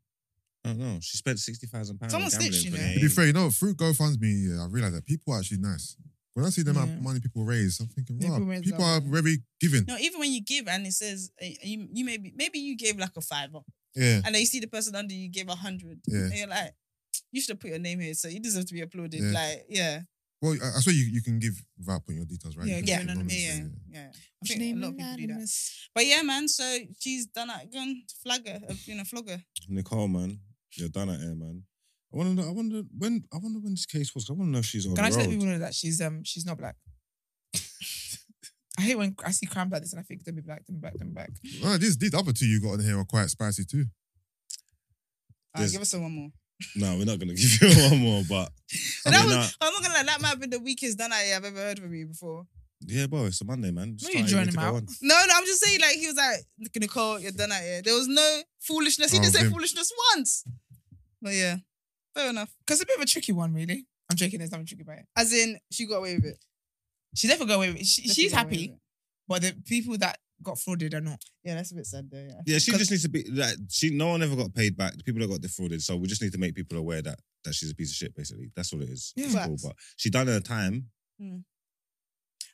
[SPEAKER 3] I don't know. She spent sixty thousand pounds.
[SPEAKER 1] Someone
[SPEAKER 3] on gambling
[SPEAKER 1] snitched, you
[SPEAKER 3] for
[SPEAKER 1] know.
[SPEAKER 3] the
[SPEAKER 5] To be
[SPEAKER 3] aim.
[SPEAKER 5] fair, you know, through GoFundMe, yeah, I realized that people are actually nice. When I see them amount of money people raise, I'm thinking,
[SPEAKER 4] People
[SPEAKER 5] wow, people,
[SPEAKER 4] raise
[SPEAKER 5] are
[SPEAKER 4] love.
[SPEAKER 5] very giving.
[SPEAKER 1] No, even when you give and it says uh, you, you maybe maybe you gave like a fiver
[SPEAKER 5] Yeah.
[SPEAKER 1] and then you see the person under you gave a hundred
[SPEAKER 5] Yeah.
[SPEAKER 1] and you're like, you should have put your name here, so you deserve to be applauded.
[SPEAKER 5] Yeah.
[SPEAKER 1] Like, yeah,
[SPEAKER 5] Well, I, I swear you, you can give without putting your details, right?
[SPEAKER 4] Yeah,
[SPEAKER 5] You can
[SPEAKER 1] yeah,
[SPEAKER 5] just
[SPEAKER 1] yeah,
[SPEAKER 5] anonymously,
[SPEAKER 1] yeah, yeah. I think a lot of people do that.
[SPEAKER 4] Anonymous.
[SPEAKER 1] But yeah, man. So she's done that. Go and flag her, uh, you know, flog her.
[SPEAKER 3] Nicole, man, you're done at air, man. I wonder. I wonder when. I wonder when this case was. I want to know if she's on
[SPEAKER 4] Can I
[SPEAKER 3] the
[SPEAKER 4] just let
[SPEAKER 3] road.
[SPEAKER 4] people know that she's um she's not black? I hate when I see crime like this and I think they'll be black, they'll be black, they'll be black.
[SPEAKER 5] Well, these, these "Oh, other two you got on here are quite spicy too.
[SPEAKER 1] All right,
[SPEAKER 3] There's-
[SPEAKER 1] give us a one more.
[SPEAKER 3] no, we're not gonna give you one more. But I
[SPEAKER 1] that
[SPEAKER 3] mean,
[SPEAKER 1] was,
[SPEAKER 3] uh,
[SPEAKER 1] I'm not gonna lie. That might have been the weakest done I I've ever heard from you before.
[SPEAKER 3] yeah, bro, it's a Monday, man.
[SPEAKER 4] No, you
[SPEAKER 3] Start,
[SPEAKER 4] join
[SPEAKER 3] need
[SPEAKER 4] him
[SPEAKER 3] to go
[SPEAKER 4] out.
[SPEAKER 3] on.
[SPEAKER 1] No, no, I'm just saying, like, he was like, "Look, Nicole, you're done out here. There was no foolishness. He
[SPEAKER 5] Oh,
[SPEAKER 1] didn't say
[SPEAKER 5] him.
[SPEAKER 1] foolishness once. But yeah, fair enough.
[SPEAKER 4] Because it's a bit of a tricky one, really. I'm joking, there's nothing tricky about it.
[SPEAKER 1] As in, she got away with it.
[SPEAKER 4] She never got away with it. She,
[SPEAKER 1] Definitely
[SPEAKER 4] she's
[SPEAKER 1] got away with
[SPEAKER 4] happy,
[SPEAKER 1] it.
[SPEAKER 4] but the people that got frauded are not.
[SPEAKER 1] Yeah, that's a bit sad though. Yeah.
[SPEAKER 3] Yeah, she just needs to be. Like, she no one ever got paid back. The people that got defrauded. So we just need to make people aware that that she's a piece of shit. Basically, that's all it is.
[SPEAKER 4] Yeah.
[SPEAKER 3] It's cool,
[SPEAKER 1] Facts.
[SPEAKER 3] but she done her time.
[SPEAKER 1] And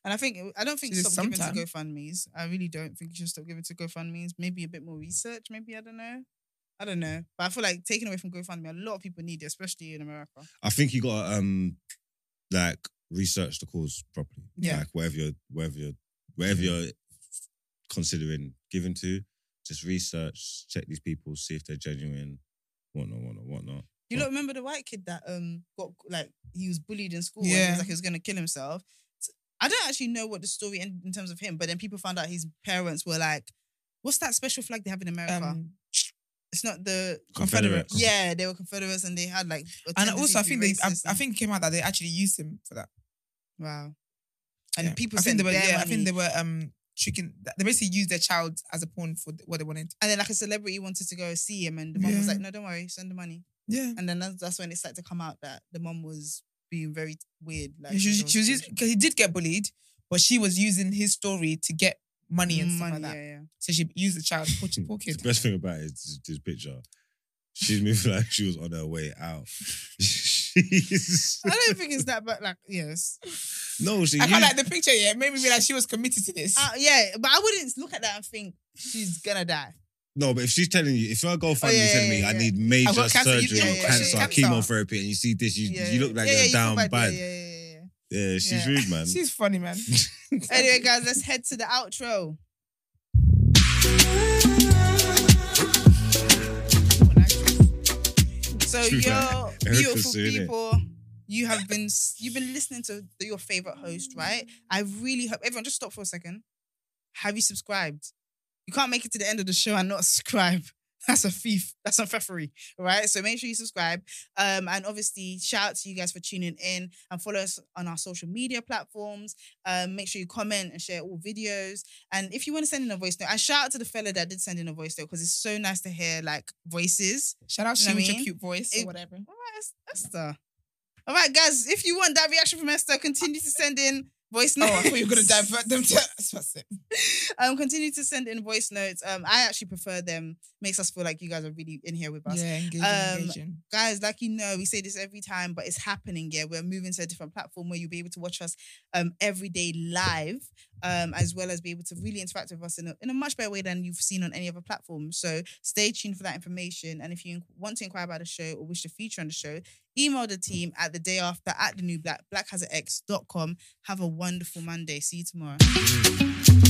[SPEAKER 1] I think I don't think
[SPEAKER 4] She's
[SPEAKER 1] stop giving to
[SPEAKER 4] sometime.
[SPEAKER 1] GoFundmes. I really don't think you should stop giving to GoFundmes. Maybe a bit more research. Maybe I don't know. I don't know. But I feel like taking away from GoFundMe, a lot of people need it, especially in America.
[SPEAKER 3] I think you got to um, like research the cause properly.
[SPEAKER 4] Yeah.
[SPEAKER 3] Like wherever you're, wherever you're, wherever you're considering giving to, just research, check these people, see if they're genuine, whatnot, whatnot, whatnot.
[SPEAKER 1] You
[SPEAKER 3] What?
[SPEAKER 1] lot remember the white kid that um got like he was bullied in school and he
[SPEAKER 4] Yeah.
[SPEAKER 1] was like he was gonna kill himself. S- I don't actually know what the story ended in terms of him, but then people found out his parents were like, "What's that special flag they have in America?
[SPEAKER 4] Um,
[SPEAKER 1] it's not the
[SPEAKER 3] Confederate. Confederate.
[SPEAKER 1] Yeah, they were Confederates and they had like. a
[SPEAKER 4] and
[SPEAKER 1] tendency
[SPEAKER 4] also, I
[SPEAKER 1] to
[SPEAKER 4] think
[SPEAKER 1] be
[SPEAKER 4] they, I,
[SPEAKER 1] racist
[SPEAKER 4] I
[SPEAKER 1] and-
[SPEAKER 4] think it came out that they actually used him for that.
[SPEAKER 1] wow. And
[SPEAKER 4] Yeah.
[SPEAKER 1] people
[SPEAKER 4] I
[SPEAKER 1] sent
[SPEAKER 4] think they were,
[SPEAKER 1] their
[SPEAKER 4] yeah, I
[SPEAKER 1] money.
[SPEAKER 4] think they were um tricking. They basically used their child as a pawn for what they wanted.
[SPEAKER 1] And then like a celebrity wanted to go see him, and the mom was
[SPEAKER 4] Yeah.
[SPEAKER 1] like, "No, don't worry, send the money."
[SPEAKER 4] Yeah,
[SPEAKER 1] And then that's, that's when it started to come out that the mom was being very weird. Like
[SPEAKER 4] she was,
[SPEAKER 1] with
[SPEAKER 4] she
[SPEAKER 1] those
[SPEAKER 4] was using because he did get bullied, but she was using his story to get money and stuff
[SPEAKER 1] money,
[SPEAKER 4] like that.
[SPEAKER 1] yeah, yeah.
[SPEAKER 4] So she used the child, poor, poor kid.
[SPEAKER 3] The best thing about it is this, this picture. She's moving like she was on her way out. She's-
[SPEAKER 1] I don't think it's that, but like yes,
[SPEAKER 3] no, she
[SPEAKER 4] I
[SPEAKER 3] used-
[SPEAKER 4] can't like the picture. Yeah, it made me realize she was committed to this.
[SPEAKER 1] uh, yeah. But I wouldn't look at that and think she's gonna die.
[SPEAKER 3] No, but if she's telling you, if your girlfriend
[SPEAKER 1] Oh, yeah,
[SPEAKER 3] is telling me
[SPEAKER 1] yeah,
[SPEAKER 3] I
[SPEAKER 1] yeah.
[SPEAKER 3] need major
[SPEAKER 4] I've got cancer, you
[SPEAKER 3] surgery,
[SPEAKER 1] know,
[SPEAKER 3] or
[SPEAKER 1] yeah,
[SPEAKER 3] cancer,
[SPEAKER 1] yeah, yeah.
[SPEAKER 3] chemotherapy, and you see this, you,
[SPEAKER 1] Yeah,
[SPEAKER 3] you look like
[SPEAKER 1] yeah, yeah,
[SPEAKER 3] you're
[SPEAKER 1] you
[SPEAKER 3] down
[SPEAKER 1] feel
[SPEAKER 3] bad.
[SPEAKER 1] Yeah, yeah, yeah. yeah.
[SPEAKER 3] Yeah, she's
[SPEAKER 1] Yeah.
[SPEAKER 3] rude, man.
[SPEAKER 4] She's funny, man.
[SPEAKER 1] Anyway, guys, let's head to the outro. So,
[SPEAKER 3] True,
[SPEAKER 1] yo,
[SPEAKER 3] man. Erica's
[SPEAKER 1] beautiful
[SPEAKER 3] doing it.
[SPEAKER 1] people, you have been you've been listening to the- your favorite host, right? I really hope everyone just stop for a second. Have you subscribed? You can't make it to the end of the show and not subscribe. That's a thief. That's unfaithful, right? So make sure you subscribe. Um, and obviously, shout out to you guys for tuning in and follow us on our social media platforms. Um, make sure you comment and share all videos. And if you want to send in a voice note, and shout out to the fella that did send in a voice note because it's so nice to hear like voices.
[SPEAKER 4] Shout out
[SPEAKER 1] You
[SPEAKER 4] she
[SPEAKER 1] know what
[SPEAKER 4] with
[SPEAKER 1] I
[SPEAKER 4] your
[SPEAKER 1] mean?
[SPEAKER 4] cute voice
[SPEAKER 1] It-
[SPEAKER 4] or whatever.
[SPEAKER 1] All right, Es- Esther. All right, guys. If you want that reaction from Esther, continue to send in voice
[SPEAKER 4] Oh,
[SPEAKER 1] notes.
[SPEAKER 4] I thought you were gonna divert them to. That's it.
[SPEAKER 1] um, continue to send in voice notes. Um, I actually prefer them. Makes us feel like you guys are really in here with us.
[SPEAKER 4] Yeah, engaging,
[SPEAKER 1] Um,
[SPEAKER 4] engaging.
[SPEAKER 1] guys, like you know, we say this every time, but it's happening. Yeah, we're moving to a different platform where you'll be able to watch us um every day live.
[SPEAKER 4] um, as well as be able to really interact with us in a, in a much better way than you've seen on any other platform. So stay tuned for that information. And if you want to inquire about the show or wish to feature on the show, email the team at the day after at the new black, blackhazardx.com. Have a wonderful Monday. See you tomorrow.